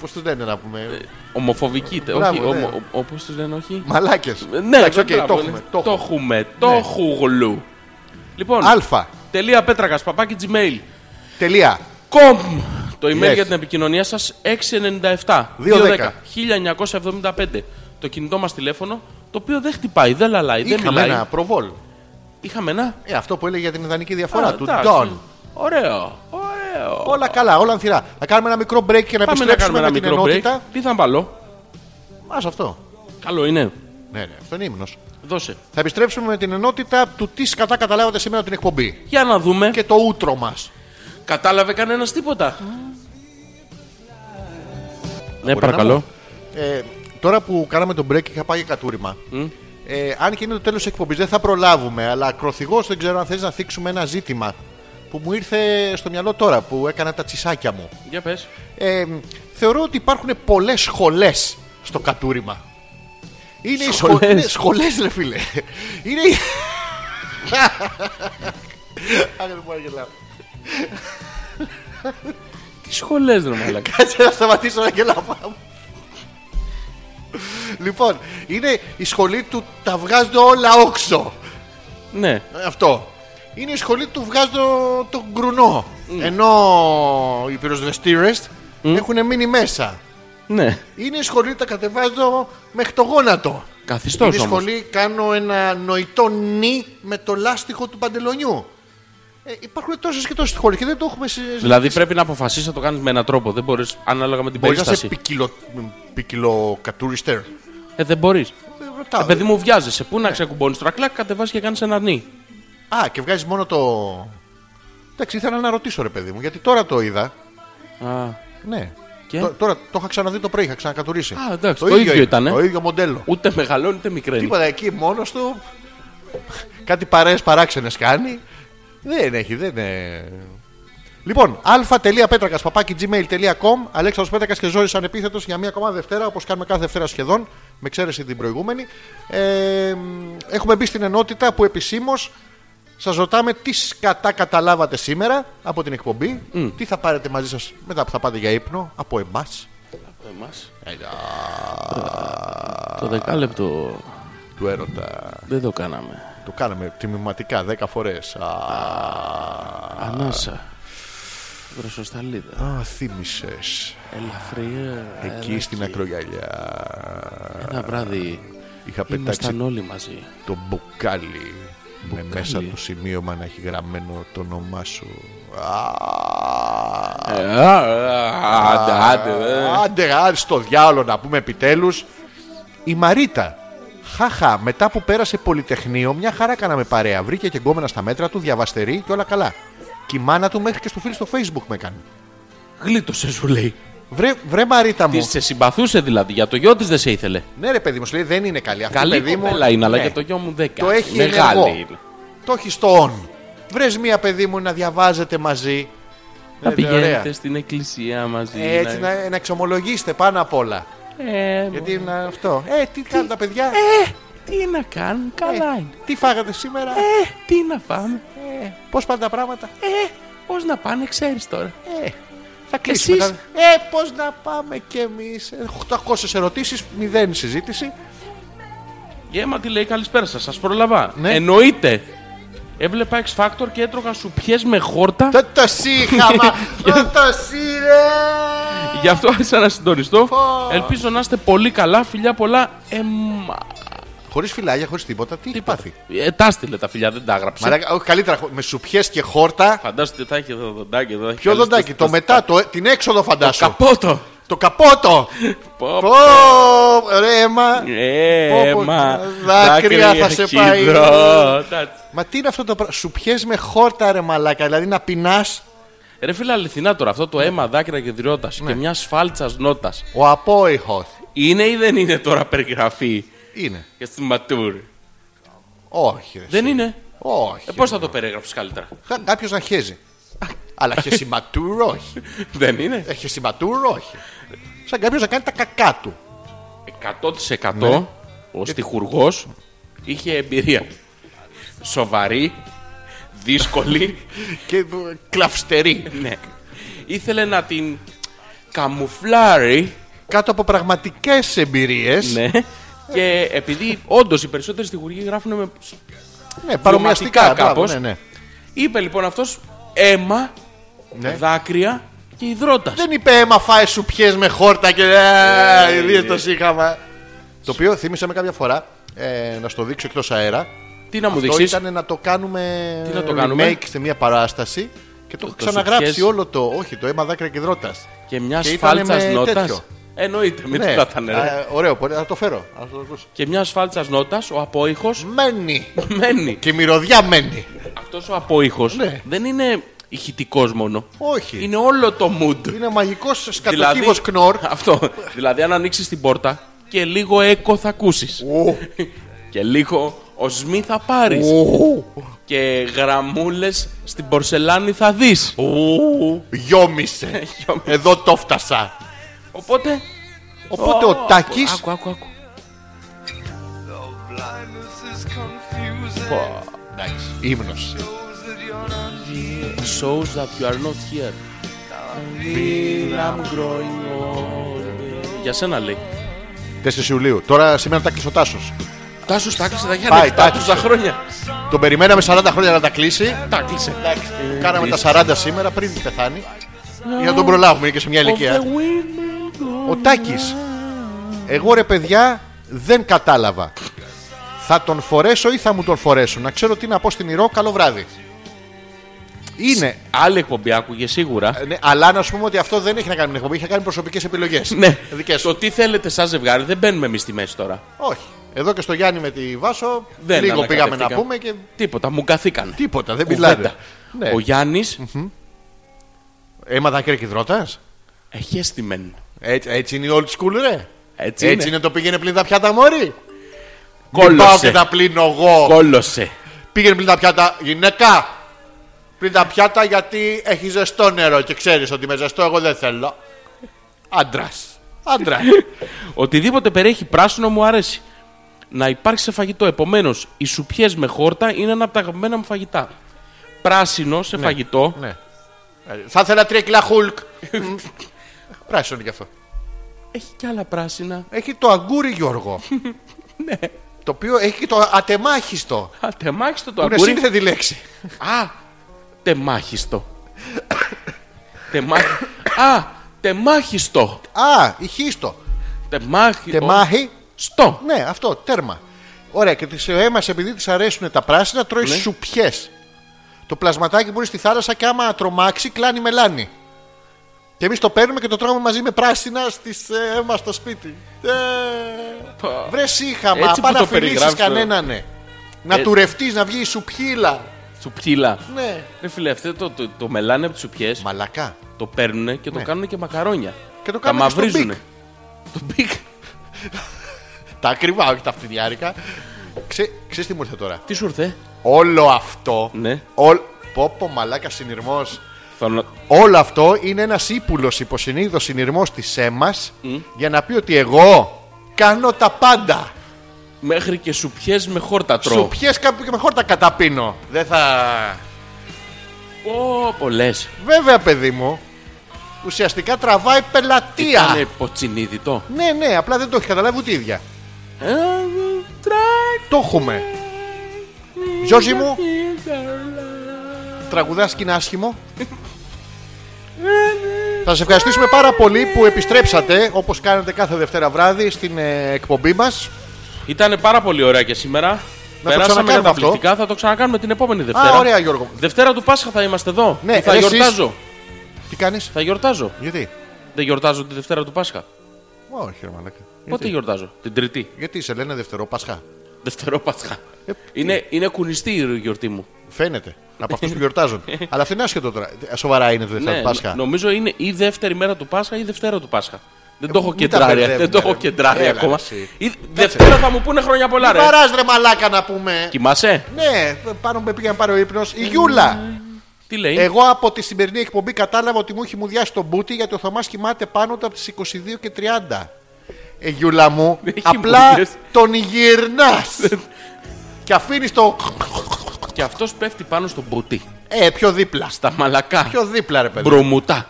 Speaker 3: Πώς τους λένε να πούμε.
Speaker 2: Ομοφοβική. τε-
Speaker 3: μπράβο,
Speaker 2: όχι,
Speaker 3: ναι.
Speaker 2: ομο, όπως τους λένε, όχι.
Speaker 3: Μαλάκες.
Speaker 2: Ε, Ναι,
Speaker 3: Εντάξει, οκ,
Speaker 2: μπράβο, ναι.
Speaker 3: το έχουμε. Το
Speaker 2: Το
Speaker 3: έχουμε.
Speaker 2: έχουμε. Το
Speaker 3: Ναι.
Speaker 2: χουγλου. Λοιπόν,
Speaker 3: Αλφα.
Speaker 2: τελεία πέτρακας παπάκι gmail.
Speaker 3: Τελεία.
Speaker 2: Com. Το email
Speaker 3: Yes.
Speaker 2: για την επικοινωνία σας 697
Speaker 3: 210.
Speaker 2: 1975. Το κινητό μας τηλέφωνο, το οποίο δεν χτυπάει, δεν λαλάει, Ε, δεν
Speaker 3: Είχαμε
Speaker 2: μιλάει.
Speaker 3: ένα προβόλ.
Speaker 2: Είχαμε ένα.
Speaker 3: Ε, αυτό που έλεγε για την ιδανική διαφορά
Speaker 2: Α,
Speaker 3: του
Speaker 2: εντάξει.
Speaker 3: Ντόν.
Speaker 2: Ωραίο. Ωραίο.
Speaker 3: Όλα καλά, όλα ανθυρά. Να κάνουμε ένα μικρό break και να
Speaker 2: Πάμε να κάνουμε
Speaker 3: επιστρέψουμε
Speaker 2: ένα
Speaker 3: με την
Speaker 2: μικρό break.
Speaker 3: ενότητα.
Speaker 2: Τι θα βάλω.
Speaker 3: Μας αυτό.
Speaker 2: Καλό είναι.
Speaker 3: Ναι, ναι, αυτό είναι ύμνος.
Speaker 2: Δώσε.
Speaker 3: Θα επιστρέψουμε με την ενότητα του τι σκατά καταλάβατε σήμερα την εκπομπή.
Speaker 2: Για να δούμε.
Speaker 3: Και το ούτρο μας.
Speaker 2: Ε, Κατάλαβε κανένας τίποτα. Ναι,
Speaker 3: Μπορεί να
Speaker 2: παρακαλώ.
Speaker 3: Ε, τώρα που κάναμε τον break και είχα πάει για κατούριμα. Ε, αν και είναι το τέλος της εκπομπής, δεν θα προλάβουμε. Αλλά ακροθυγώς δεν ξέρω αν θες να θίξουμε ένα ζήτημα που μου ήρθε στο μυαλό τώρα που έκανα τα τσισάκια μου.
Speaker 2: Για πες.
Speaker 3: Ε, θεωρώ ότι υπάρχουν πολλές σχολές στο κατούριμα. Είναι οι σχολέ.
Speaker 2: Σχολές.
Speaker 3: Είναι σχολές, ρε φίλε. Είναι οι. Άγα, δεν μπορώ να γελάω.
Speaker 2: Τι σχολές ρε μαλάκα.
Speaker 3: Κάτσε να σταματήσω να γελάω πάνω. Λοιπόν, είναι η σχολή του τα βγάζω όλα όξο.
Speaker 2: ναι.
Speaker 3: Ε, Αυτό. Είναι η σχολή του βγάζω τον κρουνό. Ενώ οι πυροσβεστήρες έχουν μείνει μέσα.
Speaker 2: Ναι.
Speaker 3: Είναι η σχολή τα κατεβάζω μέχρι το γόνατο.
Speaker 2: Καθιστός
Speaker 3: Είναι η
Speaker 2: όμως.
Speaker 3: σχολή κάνω ένα νοητό νι με το λάστιχο του παντελονιού. Ε, υπάρχουν τόσες και τόσες σχολέ και δεν το έχουμε συζητήσει.
Speaker 2: Δηλαδή πρέπει να αποφασίσεις να το κάνεις με έναν τρόπο. Δεν μπορείς ανάλογα με την
Speaker 3: Μπορείς να
Speaker 2: περίσταση.
Speaker 3: είσαι ποικιλο, ποικιλοκατουριστέρ.
Speaker 2: Ε, δεν μπορείς.
Speaker 3: Ε, Ναι. ρωτάω.
Speaker 2: Ε, παιδί μου, βιάζεσαι. Πού να ξεκουμπώνει τώρα, κλακ, κατεβάζει και κάνεις ένα νι.
Speaker 3: ε, Α, και βγάζεις μόνο το. Εντάξει, ήθελα να ρωτήσω ρε παιδί μου, γιατί τώρα το είδα.
Speaker 2: Α,
Speaker 3: Ναι.
Speaker 2: Και?
Speaker 3: Τω- τώρα το είχα ξαναδεί το πρωί, είχα ξανακατουρίσει.
Speaker 2: Α, εντάξει, το ίδιο
Speaker 3: είναι,
Speaker 2: ήτανε.
Speaker 3: Το ίδιο μοντέλο.
Speaker 2: ούτε μεγαλώνει ούτε μικραίνει.
Speaker 3: Τίποτα εκεί μόνος του. Κάτι παρέες παράξενες κάνει. Δεν έχει, δεν είναι. Λοιπόν, α.πέτρακα παπάκι gmail.com Αλέξανδρος Πέτρακας και Ζόρι ανεπίθετος για μία ακόμα Δευτέρα, όπως κάνουμε κάθε Δευτέρα σχεδόν, με εξαίρεση την προηγούμενη. Ε, μ, έχουμε μπει στην ενότητα που επισήμως σας ρωτάμε τι σκατά καταλάβατε σήμερα από την εκπομπή, τι θα πάρετε μαζί σας μετά που θα πάτε για ύπνο από εμάς.
Speaker 2: Εμάς. Το δεκάλεπτο
Speaker 3: Του έρωτα.
Speaker 2: δεν το κάναμε.
Speaker 3: Το κάναμε τιμηματικά 10 φορέ.
Speaker 2: Ανάσα. Βρεσοσταλίδα.
Speaker 3: Α, θύμισε.
Speaker 2: Ελαφριά.
Speaker 3: Εκεί στην ακρογιαλιά
Speaker 2: ε, Ένα βράδυ
Speaker 3: είχα πετάξει
Speaker 2: ήμασταν όλοι μαζί.
Speaker 3: το μπουκάλι, με μέσα το σημείωμα να έχει γραμμένο το όνομά σου. Α,
Speaker 2: Ε, Άντε, άντε, ε. δε.
Speaker 3: Άντε, άντε, στο διάλογο να πούμε επιτέλους. Η Μαρίτα. Χαχα, μετά που πέρασε πολυτεχνείο, μια χαρά κάναμε παρέα. Βρήκε και γκόμενα στα μέτρα του, διαβαστερή και όλα καλά. Και η μάνα του μέχρι και στο φίλο στο facebook με έκανε.
Speaker 2: Γλίτωσε, σου λέει.
Speaker 3: Βρε, βρε Μαρίτα
Speaker 2: Τη
Speaker 3: μου.
Speaker 2: σε συμπαθούσε δηλαδή. Για το γιο της δεν σε ήθελε.
Speaker 3: Ναι, ρε παιδί μου, σου λέει δεν είναι καλή. Αυτή
Speaker 2: Καλή
Speaker 3: παιδί μου.
Speaker 2: κοπέλα είναι, αλλά
Speaker 3: ναι.
Speaker 2: για το γιο μου δεν
Speaker 3: Το
Speaker 2: κάνει.
Speaker 3: έχει
Speaker 2: Μεγάλη
Speaker 3: ενεργό.
Speaker 2: είναι.
Speaker 3: Το έχει στο on. Βρες μία παιδί μου να διαβάζετε μαζί.
Speaker 2: Να
Speaker 3: Ε,
Speaker 2: πηγαίνετε
Speaker 3: ωραία. Ε,
Speaker 2: στην εκκλησία μαζί.
Speaker 3: Έτσι να, να εξομολογήσετε πάνω απ' όλα.
Speaker 2: Ε,
Speaker 3: Γιατί να αυτό. Ε, τι κάνουν τα παιδιά.
Speaker 2: ε, τι να κάνουν, καλά
Speaker 3: Ε,
Speaker 2: είναι.
Speaker 3: τι φάγατε σήμερα.
Speaker 2: Ε, τι να φάμε.
Speaker 3: Πώς πάνε τα πράγματα.
Speaker 2: Ε, πώς να πάνε, ξέρεις τώρα.
Speaker 3: Ε, θα κλείσουμε.
Speaker 2: Εσείς.
Speaker 3: τα- Ε, πώς να πάμε κι εμείς. 800 ερωτήσεις, μηδέν συζήτηση.
Speaker 2: Γέμα τι λέει, καλησπέρα σας, σας προλαβά.
Speaker 3: Ναι.
Speaker 2: Εννοείται. Έβλεπα X Factor και έτρωγα σου πιες με χόρτα.
Speaker 3: Δεν το σύγχαμα. Δεν το σύρε.
Speaker 2: Γι' αυτό άρχισα να συντονιστώ.
Speaker 3: Πω.
Speaker 2: Ελπίζω να είστε πολύ καλά. Φιλιά πολλά. Ε, Εμ,
Speaker 3: Χωρί φυλάγια, χωρίς τίποτα. Τι έχει πάθει.
Speaker 2: Ε, τα στείλε τα φιλιά, δεν τα έγραψε.
Speaker 3: Μαλάκα, όχι, καλύτερα χω- με σουπιές και χόρτα.
Speaker 2: Φαντάζεστε θα έχει εδώ δοντάκι. εδώ θα έχει
Speaker 3: Ποιο
Speaker 2: καλή
Speaker 3: δοντάκι,
Speaker 2: στάση,
Speaker 3: το
Speaker 2: τα-
Speaker 3: μετά, το, την έξοδο φαντάσου.
Speaker 2: Καπότο.
Speaker 3: Το καπότο.
Speaker 2: Πω,
Speaker 3: Πω, ρέμα.
Speaker 2: Ε,
Speaker 3: Πω, πω,
Speaker 2: μα.
Speaker 3: δάκρυα θα σε πάει.
Speaker 2: χειρό, τα-
Speaker 3: Μα τι είναι αυτό το πράγμα. Σουπιές με χόρτα, ρε μαλάκα. Δηλαδή να πεινάς.
Speaker 2: Ρε φίλε, αληθινά τώρα αυτό
Speaker 3: Ναι.
Speaker 2: το αίμα, δάκρυα και δριότα και μια σφάλτσα νότας.
Speaker 3: Ο απόϊχος.
Speaker 2: Είναι ή δεν είναι τώρα περιγραφή
Speaker 3: Είναι.
Speaker 2: και στη Ματούρ.
Speaker 3: Όχι. Ρε,
Speaker 2: Δεν
Speaker 3: εσύ.
Speaker 2: είναι.
Speaker 3: Όχι.
Speaker 2: Ε, Πώς θα το περιγράψεις καλύτερα.
Speaker 3: Κάποιος να χέζει. Αλλά χεσιματούρ όχι.
Speaker 2: Δεν είναι.
Speaker 3: Ε, Χεσιματούρ όχι. Σαν κάποιος να κάνει τα κακά του.
Speaker 2: 100%
Speaker 3: Ναι.
Speaker 2: ο στιχουργός είχε εμπειρία. Σοβαρή, δύσκολη.
Speaker 3: Και ε, κλαυστερή.
Speaker 2: ναι. Ήθελε να την καμουφλάρει.
Speaker 3: Κάτω από πραγματικές εμπειρίες.
Speaker 2: Ναι. Και επειδή όντως οι περισσότεροι στιχουργοί γράφουν με.
Speaker 3: Ναι, παρομοιαστικά
Speaker 2: Βιωματικά
Speaker 3: μπράβο,
Speaker 2: κάπως.
Speaker 3: Ναι, ναι.
Speaker 2: Είπε λοιπόν αυτός αίμα,
Speaker 3: Ναι.
Speaker 2: δάκρυα και υδρότας.
Speaker 3: Δεν είπε αίμα φάε σου πιες με χόρτα και
Speaker 2: Ε,
Speaker 3: ιδίες το σύγχαμα. Το οποίο θύμισα με κάποια φορά ε, να στο δείξω εκτός αέρα.
Speaker 2: Τι να μου
Speaker 3: Αυτό
Speaker 2: δείξεις.
Speaker 3: ήταν να το κάνουμε
Speaker 2: Τι να το κάνουμε?
Speaker 3: remake σε μια παράσταση και το, έχω
Speaker 2: το
Speaker 3: ξαναγράψει
Speaker 2: σου
Speaker 3: όλο το. Όχι, το αίμα δάκρυα και δρότας.
Speaker 2: Και μια
Speaker 3: και ήτανε
Speaker 2: φάλτσα
Speaker 3: με
Speaker 2: νότας.
Speaker 3: τέτοιο. Ναι.
Speaker 2: Εννοείται, μην το κρατάνε, ρε.
Speaker 3: α, ωραίο, πολύ, θα το φέρω. Ας το ακούσω.
Speaker 2: Και μια φάλτσα νότας, ο απόϊχος
Speaker 3: Μένει.
Speaker 2: μένει.
Speaker 3: Και η μυρωδιά μένει.
Speaker 2: Αυτός ο απόϊχος
Speaker 3: Ναι.
Speaker 2: δεν είναι ηχητικός μόνο.
Speaker 3: Όχι. Είναι,
Speaker 2: Είναι όλο το mood. Δηλαδή-
Speaker 3: μαγικό σκατοκύβος κνόρ.
Speaker 2: Αυτό. δηλαδή, αν ανοίξεις την πόρτα και λίγο έκο θα ακούσεις.
Speaker 3: Ου,
Speaker 2: και λίγο οσμή θα πάρεις.
Speaker 3: ου,
Speaker 2: και γραμμούλες στην πορσελάνη θα δεις.
Speaker 3: ου,
Speaker 2: Ε,
Speaker 3: Γιόμισε.
Speaker 2: Γιόμισε.
Speaker 3: Εδώ το φτάσα.
Speaker 2: Οπότε.
Speaker 3: Οπότε ο Τάκης
Speaker 2: Άκου, άκου, άκου.
Speaker 3: Εντάξει, ύμνος.
Speaker 2: Shows that you are not here. I'm growing old. Για σένα λέει.
Speaker 3: 4 Ιουλίου. Τώρα σήμερα τάκλει ο Τάσος.
Speaker 2: Τάσος τάκλεισε τα
Speaker 3: Πάει,
Speaker 2: χέρια του
Speaker 3: τάκλεισε.
Speaker 2: τα χρόνια.
Speaker 3: Τον περιμέναμε 40 χρόνια να τα κλείσει.
Speaker 2: Τάκλεισε.
Speaker 3: Εντάξει, κάναμε τα 40 σήμερα πριν πεθάνει. Για να τον προλάβουμε, είναι και σε μια ηλικία. Ο Τάκης. Εγώ ρε παιδιά δεν κατάλαβα. Θα τον φορέσω ή θα μου τον φορέσουν. Να ξέρω τι να πω στην Ηρώ. Καλό βράδυ. Είναι.
Speaker 2: Άλλη εκπομπή άκουγε σίγουρα.
Speaker 3: Ε, ναι, αλλά να σου πούμε ότι αυτό δεν έχει να κάνει με την εκπομπή. Έχει να κάνει προσωπικές επιλογές.
Speaker 2: Ναι,
Speaker 3: Δικές
Speaker 2: το τι θέλετε σαν ζευγάρι δεν μπαίνουμε εμείς στη μέση τώρα.
Speaker 3: Όχι. Εδώ και στο Γιάννη με τη Βάσο.
Speaker 2: Δεν
Speaker 3: λίγο πήγαμε να
Speaker 2: ανακατευτήκα.
Speaker 3: πούμε και
Speaker 2: Τίποτα, μου καθήκανε.
Speaker 3: τίποτα. Δεν
Speaker 2: Κουβέντα.
Speaker 3: μιλάμε. Ναι.
Speaker 2: Ο Γιάννης
Speaker 3: Έμα δάκρυα κυδρότα.
Speaker 2: έχει αίσθημεν.
Speaker 3: Έτσι, έτσι είναι η old school, ρε.
Speaker 2: Έτσι,
Speaker 3: Έτσι, είναι. το πήγαινε πλήν τα πιάτα, Μωρή. Μην πάω και
Speaker 2: Κόλωσε.
Speaker 3: τα πλύνω εγώ.
Speaker 2: Κόλωσε.
Speaker 3: Πήγαινε πλήν τα πιάτα, γυναίκα. Πλήν τα πιάτα γιατί έχει ζεστό νερό και ξέρεις ότι με ζεστό εγώ δεν θέλω. Άντρας. Άντρα.
Speaker 2: Οτιδήποτε περιέχει πράσινο μου αρέσει. Να υπάρξει σε φαγητό. Επομένως, οι σουπιέ με χόρτα είναι ένα από τα αγαπημένα μου φαγητά. Πράσινο σε φαγητό.
Speaker 3: ναι. Ε, Θα ήθελα τρία κιλά χουλκ. Μμ. Πράσινο είναι κι αυτό.
Speaker 2: Έχει κι άλλα πράσινα.
Speaker 3: Έχει το αγκούρι, Γιώργο. Το οποίο έχει και το ατεμάχιστο.
Speaker 2: Α, τεμάχιστο το
Speaker 3: Που είναι
Speaker 2: αγκούρι.
Speaker 3: σύνθετη λέξη.
Speaker 2: Α, τεμάχιστο. Τεμάχι... Α, τεμάχιστο.
Speaker 3: Α, ηχίστο.
Speaker 2: Τεμάχι...
Speaker 3: Τεμάχι.
Speaker 2: Στο.
Speaker 3: Ναι, αυτό, τέρμα. Ωραία, και τη αίμα επειδή τη αρέσουν τα πράσινα, τρώει
Speaker 2: Ναι.
Speaker 3: σουπιές. Το πλασματάκι μπορεί στη θάλασσα και άμα τρομάξει, κλάνει μελάνι. Και εμείς το παίρνουμε και το τρώμε μαζί με πράσινα στις αίμα στο σπίτι. Ε,
Speaker 2: Πα.
Speaker 3: βρε σύγχαμα,
Speaker 2: Έτσι
Speaker 3: πά
Speaker 2: που
Speaker 3: να
Speaker 2: το
Speaker 3: φιλήσεις
Speaker 2: περιγράφεις,
Speaker 3: κανέναν. Ναι. Να
Speaker 2: Ε.
Speaker 3: του ρευτεί, να βγει η σουπιέλα.
Speaker 2: Σουπιέλα.
Speaker 3: Ναι.
Speaker 2: Ρε φίλε, αυτό το, το, το μελάνε από τις σουπιές,
Speaker 3: Μαλακά.
Speaker 2: το παίρνουν και το κάνουν και μακαρόνια.
Speaker 3: Ναι. Και το
Speaker 2: Τα
Speaker 3: κάνουμε και στο
Speaker 2: μαυρίζουνε.
Speaker 3: Big.
Speaker 2: Το μπικ.
Speaker 3: Τα ακριβά, όχι τα αυτιδιάρικα. Ξέ, ξέρεις τι μου ήρθε τώρα.
Speaker 2: Τι σου ήρθε.
Speaker 3: Όλο αυτό.
Speaker 2: Ναι.
Speaker 3: Όλ... Πω, πω, μαλάκα συνειρμός.
Speaker 2: Θέλω να-
Speaker 3: Όλο αυτό είναι ένας ύπουλος υποσυνείδητος συνειρμός της αίμας για να πει ότι εγώ κάνω τα πάντα.
Speaker 2: Μέχρι και σουπιέ με χόρτα τρώω.
Speaker 3: Σου πιες κάπου και με χόρτα καταπίνω. Δεν θα.
Speaker 2: Πω, πολλέ.
Speaker 3: Βέβαια, παιδί μου, ουσιαστικά τραβάει πελατεία.
Speaker 2: Ήταν υποτσινίδητο.
Speaker 3: Ναι, ναι, απλά δεν το έχεις καταλάβει ούτε η ίδια.
Speaker 2: Ε, τρακ,
Speaker 3: Το έχουμε. Γιώργη μου,
Speaker 2: ήθελα.
Speaker 3: τραγουδά και είναι άσχημο. Θα σα ευχαριστήσουμε πάρα πολύ που επιστρέψατε όπως κάνετε κάθε Δευτέρα βράδυ στην ε, εκπομπή μας.
Speaker 2: Ήταν πάρα πολύ ωραία και σήμερα.
Speaker 3: το
Speaker 2: Περάσαμε
Speaker 3: ξανακάνουμε
Speaker 2: καταπληκτικά. Θα το ξανακάνουμε την επόμενη Δευτέρα.
Speaker 3: Α, ωραία, Γιώργο.
Speaker 2: Δευτέρα του Πάσχα θα είμαστε εδώ.
Speaker 3: Ναι,
Speaker 2: Που θα
Speaker 3: ρε, εσείς.
Speaker 2: γιορτάζω.
Speaker 3: Τι κάνεις,
Speaker 2: Θα γιορτάζω.
Speaker 3: Γιατί.
Speaker 2: Δεν γιορτάζω τη Δευτέρα του Πάσχα.
Speaker 3: Όχι, ρε μαλάκα.
Speaker 2: Πότε γιορτάζω. Την Τρίτη.
Speaker 3: Γιατί σε λένε Δευτερό Πάσχα.
Speaker 2: Δευτερό Πάσχα.
Speaker 3: Ε,
Speaker 2: Είναι, είναι κουνιστή η γιορτή μου.
Speaker 3: Φαίνεται. Από αυτούς που γιορτάζουν. Αλλά αυτό είναι άσχετο τώρα. Ε, Σοβαρά είναι το Δευτερό
Speaker 2: Ναι,
Speaker 3: Πάσχα.
Speaker 2: νο- Νομίζω είναι ή δεύτερη μέρα του Πάσχα ή Δευτέρα του Πάσχα. Δεν το έχω
Speaker 3: Ε, Μην τα
Speaker 2: κεντράρει, ε,
Speaker 3: μπερδεύουμε,
Speaker 2: δεν το έχω
Speaker 3: ρε.
Speaker 2: κεντράρει
Speaker 3: Έλα,
Speaker 2: ακόμα.
Speaker 3: εσύ.
Speaker 2: Η Δευτέρα θα μου πούνε χρόνια πολλά, ρε.
Speaker 3: Παράς ρε μαλάκα να πούμε.
Speaker 2: Κοιμάσαι.
Speaker 3: Ναι, πάνω με πήγε να πάρει ο ύπνος. Η Γιούλα.
Speaker 2: Τι λέει.
Speaker 3: Εγώ από τη σημερινή εκπομπή κατάλαβα ότι μου έχει μουδιάσει τον μπούτι γιατί ο Θωμάς κοιμάται πάνω του από τις 22 και 30. Ε, Γιούλα μου,
Speaker 2: Δεν έχει
Speaker 3: απλά
Speaker 2: μουδιάσει.
Speaker 3: τον γυρνάς. και αφήνεις το...
Speaker 2: Και αυτός πέφτει πάνω στο μπουτί.
Speaker 3: Ε, πιο δίπλα.
Speaker 2: Στα μαλακά.
Speaker 3: Πιο δίπλα ρε παιδί.
Speaker 2: Μπρομουτά.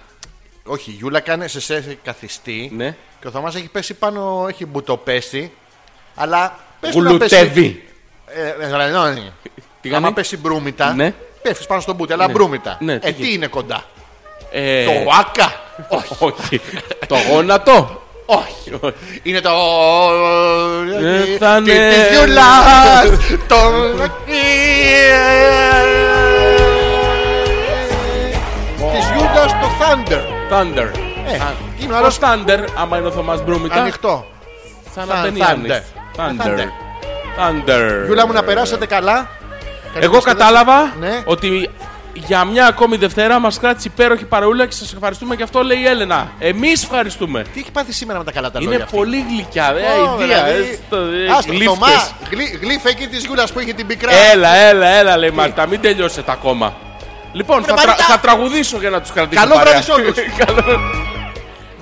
Speaker 3: Όχι, η Γιούλα κάνει σε σε καθιστή
Speaker 2: Ναι.
Speaker 3: και ο Θωμάς έχει πέσει πάνω, έχει μπουτοπέσει, αλλά πες του να πέσει...
Speaker 2: Γλουτεύει.
Speaker 3: Ε, ε, ρανώνει.
Speaker 2: Τι
Speaker 3: Άμα
Speaker 2: κάνει?
Speaker 3: πέσει μπρούμητα,
Speaker 2: Ναι.
Speaker 3: πέφτεις πάνω στον μπούτι, αλλά μπρούμητα.
Speaker 2: Ναι,
Speaker 3: ε,
Speaker 2: τι
Speaker 3: τι είναι κοντά.
Speaker 2: Ε,
Speaker 3: Το άκα.
Speaker 2: όχι. Το γόνατο.
Speaker 3: Όχι. Είναι το.
Speaker 2: Ε, θα
Speaker 3: Τι-
Speaker 2: είναι.
Speaker 3: τη γιουλάς. Ε, Το. Της γιούλα το Thunder.
Speaker 2: Thunder.
Speaker 3: Ε, είναι ο
Speaker 2: Το
Speaker 3: άλλος
Speaker 2: Thunder, άμα είναι ο Θωμάς Μπρούμητα,
Speaker 3: ανοιχτό.
Speaker 2: θα
Speaker 3: Thun-
Speaker 2: αναπαίνει
Speaker 3: Thunder.
Speaker 2: Thunder.
Speaker 3: Thunder.
Speaker 2: Thunder.
Speaker 3: Γιούλα μου να περάσετε καλά. Καλή
Speaker 2: Εγώ
Speaker 3: σας
Speaker 2: κατάλαβα
Speaker 3: Ναι.
Speaker 2: ότι για μια ακόμη Δευτέρα μας κράτησε υπέροχη παρεούλα και σας ευχαριστούμε και αυτό λέει η Έλενα. Εμείς ευχαριστούμε.
Speaker 3: Τι έχει πάθει σήμερα με τα καλά τα
Speaker 2: Είναι
Speaker 3: λόγια. αυτή.
Speaker 2: πολύ γλυκιά, δε,
Speaker 3: Ω,
Speaker 2: αηδία,
Speaker 3: δηλαδή,
Speaker 2: ε, στο- ε,
Speaker 3: Άστο,
Speaker 2: γλύφτες.
Speaker 3: Θωμά, γλυ- γλύφε εκεί της Γιούλας που είχε την πικρά.
Speaker 2: Έλα, έλα, έλα, λέει η Μάρτα, μην τελειώσετε ακόμα. Λοιπόν, θα, τρα-
Speaker 3: Μαρίτα.
Speaker 2: θα τραγουδήσω για να τους κρατήσω
Speaker 3: Καλό
Speaker 2: παρέα.
Speaker 3: βράδυ σε όλους.
Speaker 2: Καλό-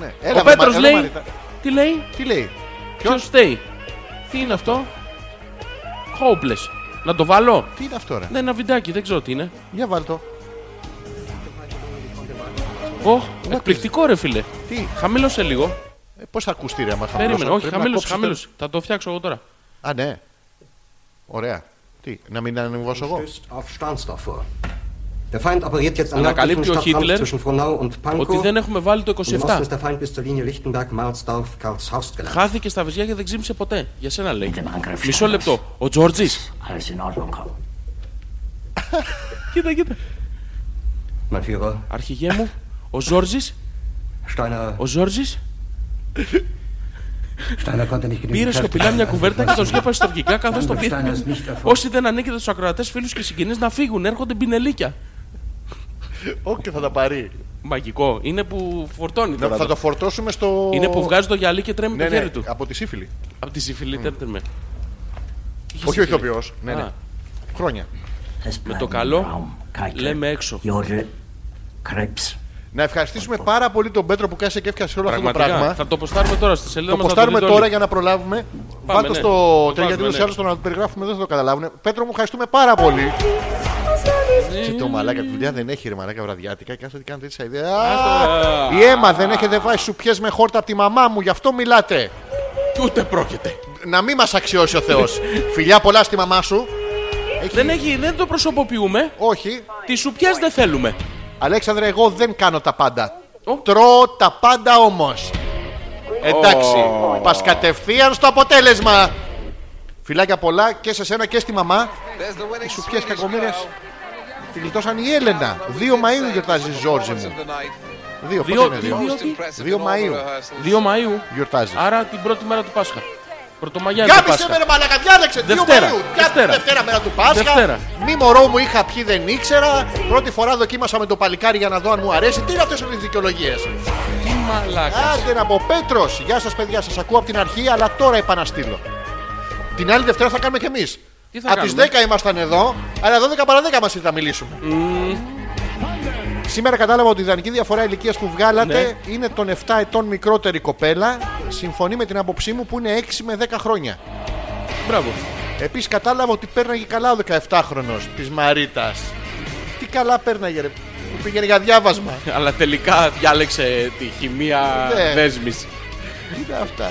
Speaker 3: Ναι,
Speaker 2: Ο
Speaker 3: έλα, Μα-
Speaker 2: Πέτρος
Speaker 3: έλα,
Speaker 2: λέει,
Speaker 3: Μαρίτα.
Speaker 2: τι λέει,
Speaker 3: Τι λέει.
Speaker 2: ποιος θέλει. Τι είναι αυτό, Hopeless. Να το βάλω.
Speaker 3: Τι είναι αυτό, ρε.
Speaker 2: Ναι, ένα βιντεάκι, δεν ξέρω τι είναι.
Speaker 3: Για βάλ' το.
Speaker 2: Ωχ, εκπληκτικό ρε φίλε.
Speaker 3: Τι,
Speaker 2: Χαμήλωσε λίγο.
Speaker 3: ε, πώς θα ακουστεί ρε, άμα χαμηλώσω.
Speaker 2: Περίμενε, όχι,
Speaker 3: Πρέπει να
Speaker 2: χαμήλωσε,
Speaker 3: κόψεις το-
Speaker 2: χαμήλωσε. Θα το φτιάξω εγώ τώρα.
Speaker 3: Α, ναι. Ωραία. Τι, να μην ανεβώσω εγώ.
Speaker 4: stößt auf Stahnsdorf vor. Der Feind operiert jetzt am
Speaker 2: Ανακαλύπτει
Speaker 4: nördlichen
Speaker 2: ο Χίτλερ
Speaker 4: Stadtrand zwischen Frohnau und
Speaker 2: Ότι
Speaker 4: Pankow.
Speaker 2: δεν έχουμε βάλει το
Speaker 4: Im Osten
Speaker 2: 27.
Speaker 4: ist der Feind bis zur Linie Lichtenberg-Marsdorf-Karlshorst gelangt.
Speaker 2: Χάθηκε στα βυζιά και δεν ξύμισε ποτέ. Για σένα λέει.
Speaker 5: dem Angriff
Speaker 2: Μισό λεπτό. Ο Τζόρτζης.
Speaker 5: Alles in Ordnung.
Speaker 2: Κοίτα, κοίτα.
Speaker 4: Mein Führer,
Speaker 2: Αρχηγέ μου, ο Ζόρζης,
Speaker 4: Steiner,
Speaker 2: ο Ζόρζης
Speaker 5: Steiner konnte nicht genügend
Speaker 2: πήρε σιωπηλά μια κουβέρτα και τον σκέπασε στα βγικά καθώς τον
Speaker 5: Steiner
Speaker 2: πήρε.
Speaker 5: ist nicht erfolgt.
Speaker 2: Όσοι δεν ανήκετε στους ακροατές, φίλους και συγγενείς να φύγουν, έρχονται πινελίκια.
Speaker 3: Όχι, θα τα πάρει.
Speaker 2: Μαγικό. Είναι που φορτώνει τώρα.
Speaker 3: Ναι, Θα
Speaker 2: το-
Speaker 3: το φορτώσουμε στο.
Speaker 2: Είναι που βγάζει το γυαλί και τρέμει
Speaker 3: ναι,
Speaker 2: το χέρι
Speaker 3: ναι,
Speaker 2: του.
Speaker 3: από τη σύφυλη.
Speaker 2: Από τη συμφιλή τέρτεμε.
Speaker 3: Όχι ο ηθοποιό. Ναι,
Speaker 2: Α.
Speaker 3: ναι. Χρόνια.
Speaker 5: Es bleiben
Speaker 2: το καλό,
Speaker 5: im Raum Keitel,
Speaker 2: λέμε έξω.
Speaker 5: Jodel, Krebs.
Speaker 3: Να ευχαριστήσουμε πάρα πολύ τον Πέτρο που κάθισε και έφτιαξε όλο αυτό το
Speaker 2: Πραγματικά.
Speaker 3: πράγμα.
Speaker 2: Θα το ποστάρουμε τώρα στη
Speaker 3: Το
Speaker 2: σελίδα μα.
Speaker 3: ποστάρουμε τώρα για να προλάβουμε. Βάλτε
Speaker 2: ναι.
Speaker 3: στο
Speaker 2: Το
Speaker 3: τέλειο
Speaker 2: βάζουμε,
Speaker 3: γιατί
Speaker 2: ναι.
Speaker 3: άλλου το να το περιγράφουμε δεν θα το καταλάβουν. Πέτρο μου, ευχαριστούμε πάρα πολύ. Τι το μαλάκα, τη δουλειά δεν έχει ρε μαλάκα βραδιάτικα και κάθεται και κάνετε έτσι ιδέα.
Speaker 2: Άστο.
Speaker 3: Η αίμα δεν έχετε βάσει σουπιέ με χόρτα από τη μαμά μου, γι' αυτό μιλάτε.
Speaker 2: Και Ε, ούτε πρόκειται.
Speaker 3: Να μην μας αξιώσει ο Θεός. Φιλιά πολλά στη μαμά σου.
Speaker 2: Δεν, έχει, δεν το προσωποποιούμε.
Speaker 3: Όχι.
Speaker 2: Τι σου πιες δεν θέλουμε.
Speaker 3: Αλέξανδρε, εγώ δεν κάνω τα πάντα.
Speaker 2: Ω.
Speaker 3: Τρώω τα πάντα όμως. Εντάξει. Πας κατευθείαν στο αποτέλεσμα. Φιλάκια πολλά και σε σένα και στη μαμά. Οι σου πιέ κακομοίρες. Τη γλιτώσαν η Έλενα. 2 Μαΐου γιορτάζει η Ζόρζη μου. Δύο,
Speaker 2: Δύο-
Speaker 3: πότε είναι
Speaker 2: τι-
Speaker 3: δύο.
Speaker 2: δύο- τι?
Speaker 3: 2 Μαΐου
Speaker 2: 2 Μαΐου.
Speaker 3: γιορτάζεις.
Speaker 2: Άρα την πρώτη μέρα του Πάσχα. Πρωτομαγιά του
Speaker 3: Γάμισε με
Speaker 2: Πάσχα.
Speaker 3: ρε μαλακα, διάλεξε. 2
Speaker 2: Δευτέρα,
Speaker 3: Μαΐου. Δευτέρα.
Speaker 2: Δευτέρα.
Speaker 3: Δευτέρα μέρα του Πάσχα.
Speaker 2: Δευτέρα.
Speaker 3: Μη μωρό μου είχα πιει δεν ήξερα. Πρώτη φορά δοκίμασα με το παλικάρι για να δω αν μου αρέσει. Τι είναι αυτές όλες οι δικαιολογίες.
Speaker 2: Τι μαλάκας.
Speaker 3: Άντε να πω, Πέτρος, γεια σας παιδιά, σας ακούω από την αρχή, αλλά τώρα επαναστείλω. Την άλλη Δευτέρα θα κάνουμε κι εμείς.
Speaker 2: Τι θα
Speaker 3: Από τις 10
Speaker 2: κάνουμε?
Speaker 3: ήμασταν εδώ, αλλά 12 παρα 10 μα θα μιλήσουμε. Σήμερα κατάλαβα ότι η ιδανική διαφορά ηλικίας που βγάλατε
Speaker 2: Ναι.
Speaker 3: είναι των 7 ετών μικρότερη κοπέλα. Συμφωνεί με την άποψή μου που είναι 6 με 10 χρόνια.
Speaker 2: Μπράβο.
Speaker 3: Επίσης κατάλαβα ότι πέρναγε καλά ο 17χρονο της Μαρίτας. Τι καλά πέρναγε, ρε. Που πήγαινε για διάβασμα.
Speaker 2: Αλλά τελικά διάλεξε τη χημεία
Speaker 3: Ναι.
Speaker 2: δέσμης.
Speaker 3: Τι είναι αυτά.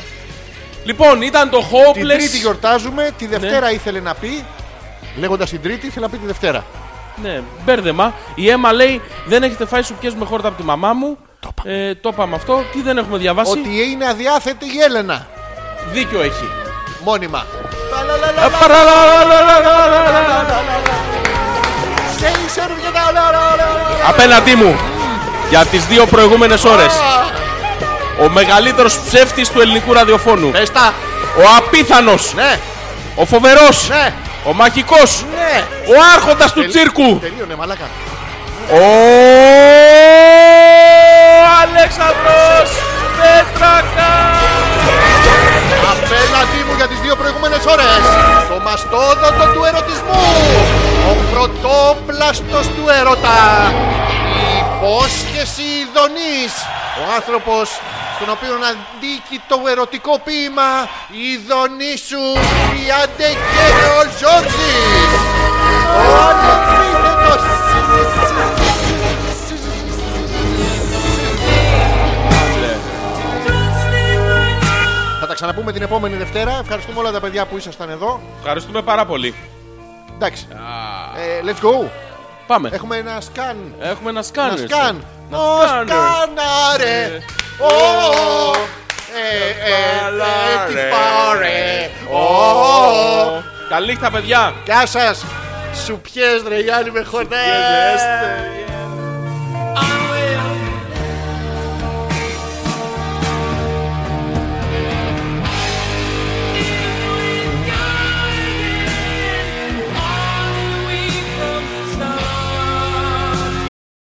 Speaker 2: Λοιπόν, ήταν το
Speaker 3: Την
Speaker 2: Hopeless.
Speaker 3: Τρίτη γιορτάζουμε, τη Δευτέρα ήθελε να πει. Λέγοντας την Τρίτη, ήθελε να πει τη Δευτέρα.
Speaker 2: Ναι, μπέρδεμα. Η Έμα λέει: Δεν έχετε φάει σουπιές με χόρτα από τη μαμά μου. Το είπαμε, ε, το είπαμε αυτό. Τι δεν έχουμε διαβάσει.
Speaker 3: Ότι είναι αδιάθετη η Έλενα.
Speaker 2: Δίκιο έχει.
Speaker 3: Μόνιμα. Σε είσαι, ρε, βγαίνε, λα, λα, λα, λα.
Speaker 2: Απέναντί μου για τις δύο προηγούμενες ώρες ο μεγαλύτερος ψεύτης του ελληνικού ραδιοφώνου
Speaker 3: Πες τα.
Speaker 2: ο απίθανος,
Speaker 3: Ναι,
Speaker 2: ο φοβερός,
Speaker 3: ναι,
Speaker 2: ο μαγικός,
Speaker 3: ναι.
Speaker 2: ο άρχοντας του τσίρκου
Speaker 3: Τελείωνε, μαλάκα.
Speaker 2: ο Αλέξανδρος Δε Πέτρακα!
Speaker 3: Απέναντί μου για τις δύο προηγούμενες ώρες Το μαστόδοτο του ερωτισμού Ο πρωτόπλαστος του έρωτα Η υπόσχεση ειδονής Ο άνθρωπος στον οποίο αντίκει το ερωτικό ποίημα Ειδονή σου η Αντεκέρο Ζόρζης Ο ανεπίθετος Θα τα ξαναπούμε την επόμενη Δευτέρα Ευχαριστούμε όλα τα παιδιά που ήσασταν εδώ
Speaker 2: Ευχαριστούμε πάρα πολύ.
Speaker 3: Εντάξει Ε, Let's go
Speaker 2: Πάμε.
Speaker 3: Έχουμε ένα σκάν
Speaker 2: Έχουμε Ε, ένα
Speaker 3: Να
Speaker 2: σκάνερ.
Speaker 3: σκάν.
Speaker 2: Να
Speaker 3: Ως
Speaker 2: σκάνερ.
Speaker 3: σκάναρε. Ω. Ε, ε, ε, τι πάρε. Ω.
Speaker 2: Καλή νύχτα, παιδιά.
Speaker 3: Γεια σας. Σουπιές ρε Γιάννη με χωνές.
Speaker 2: Γεια σας.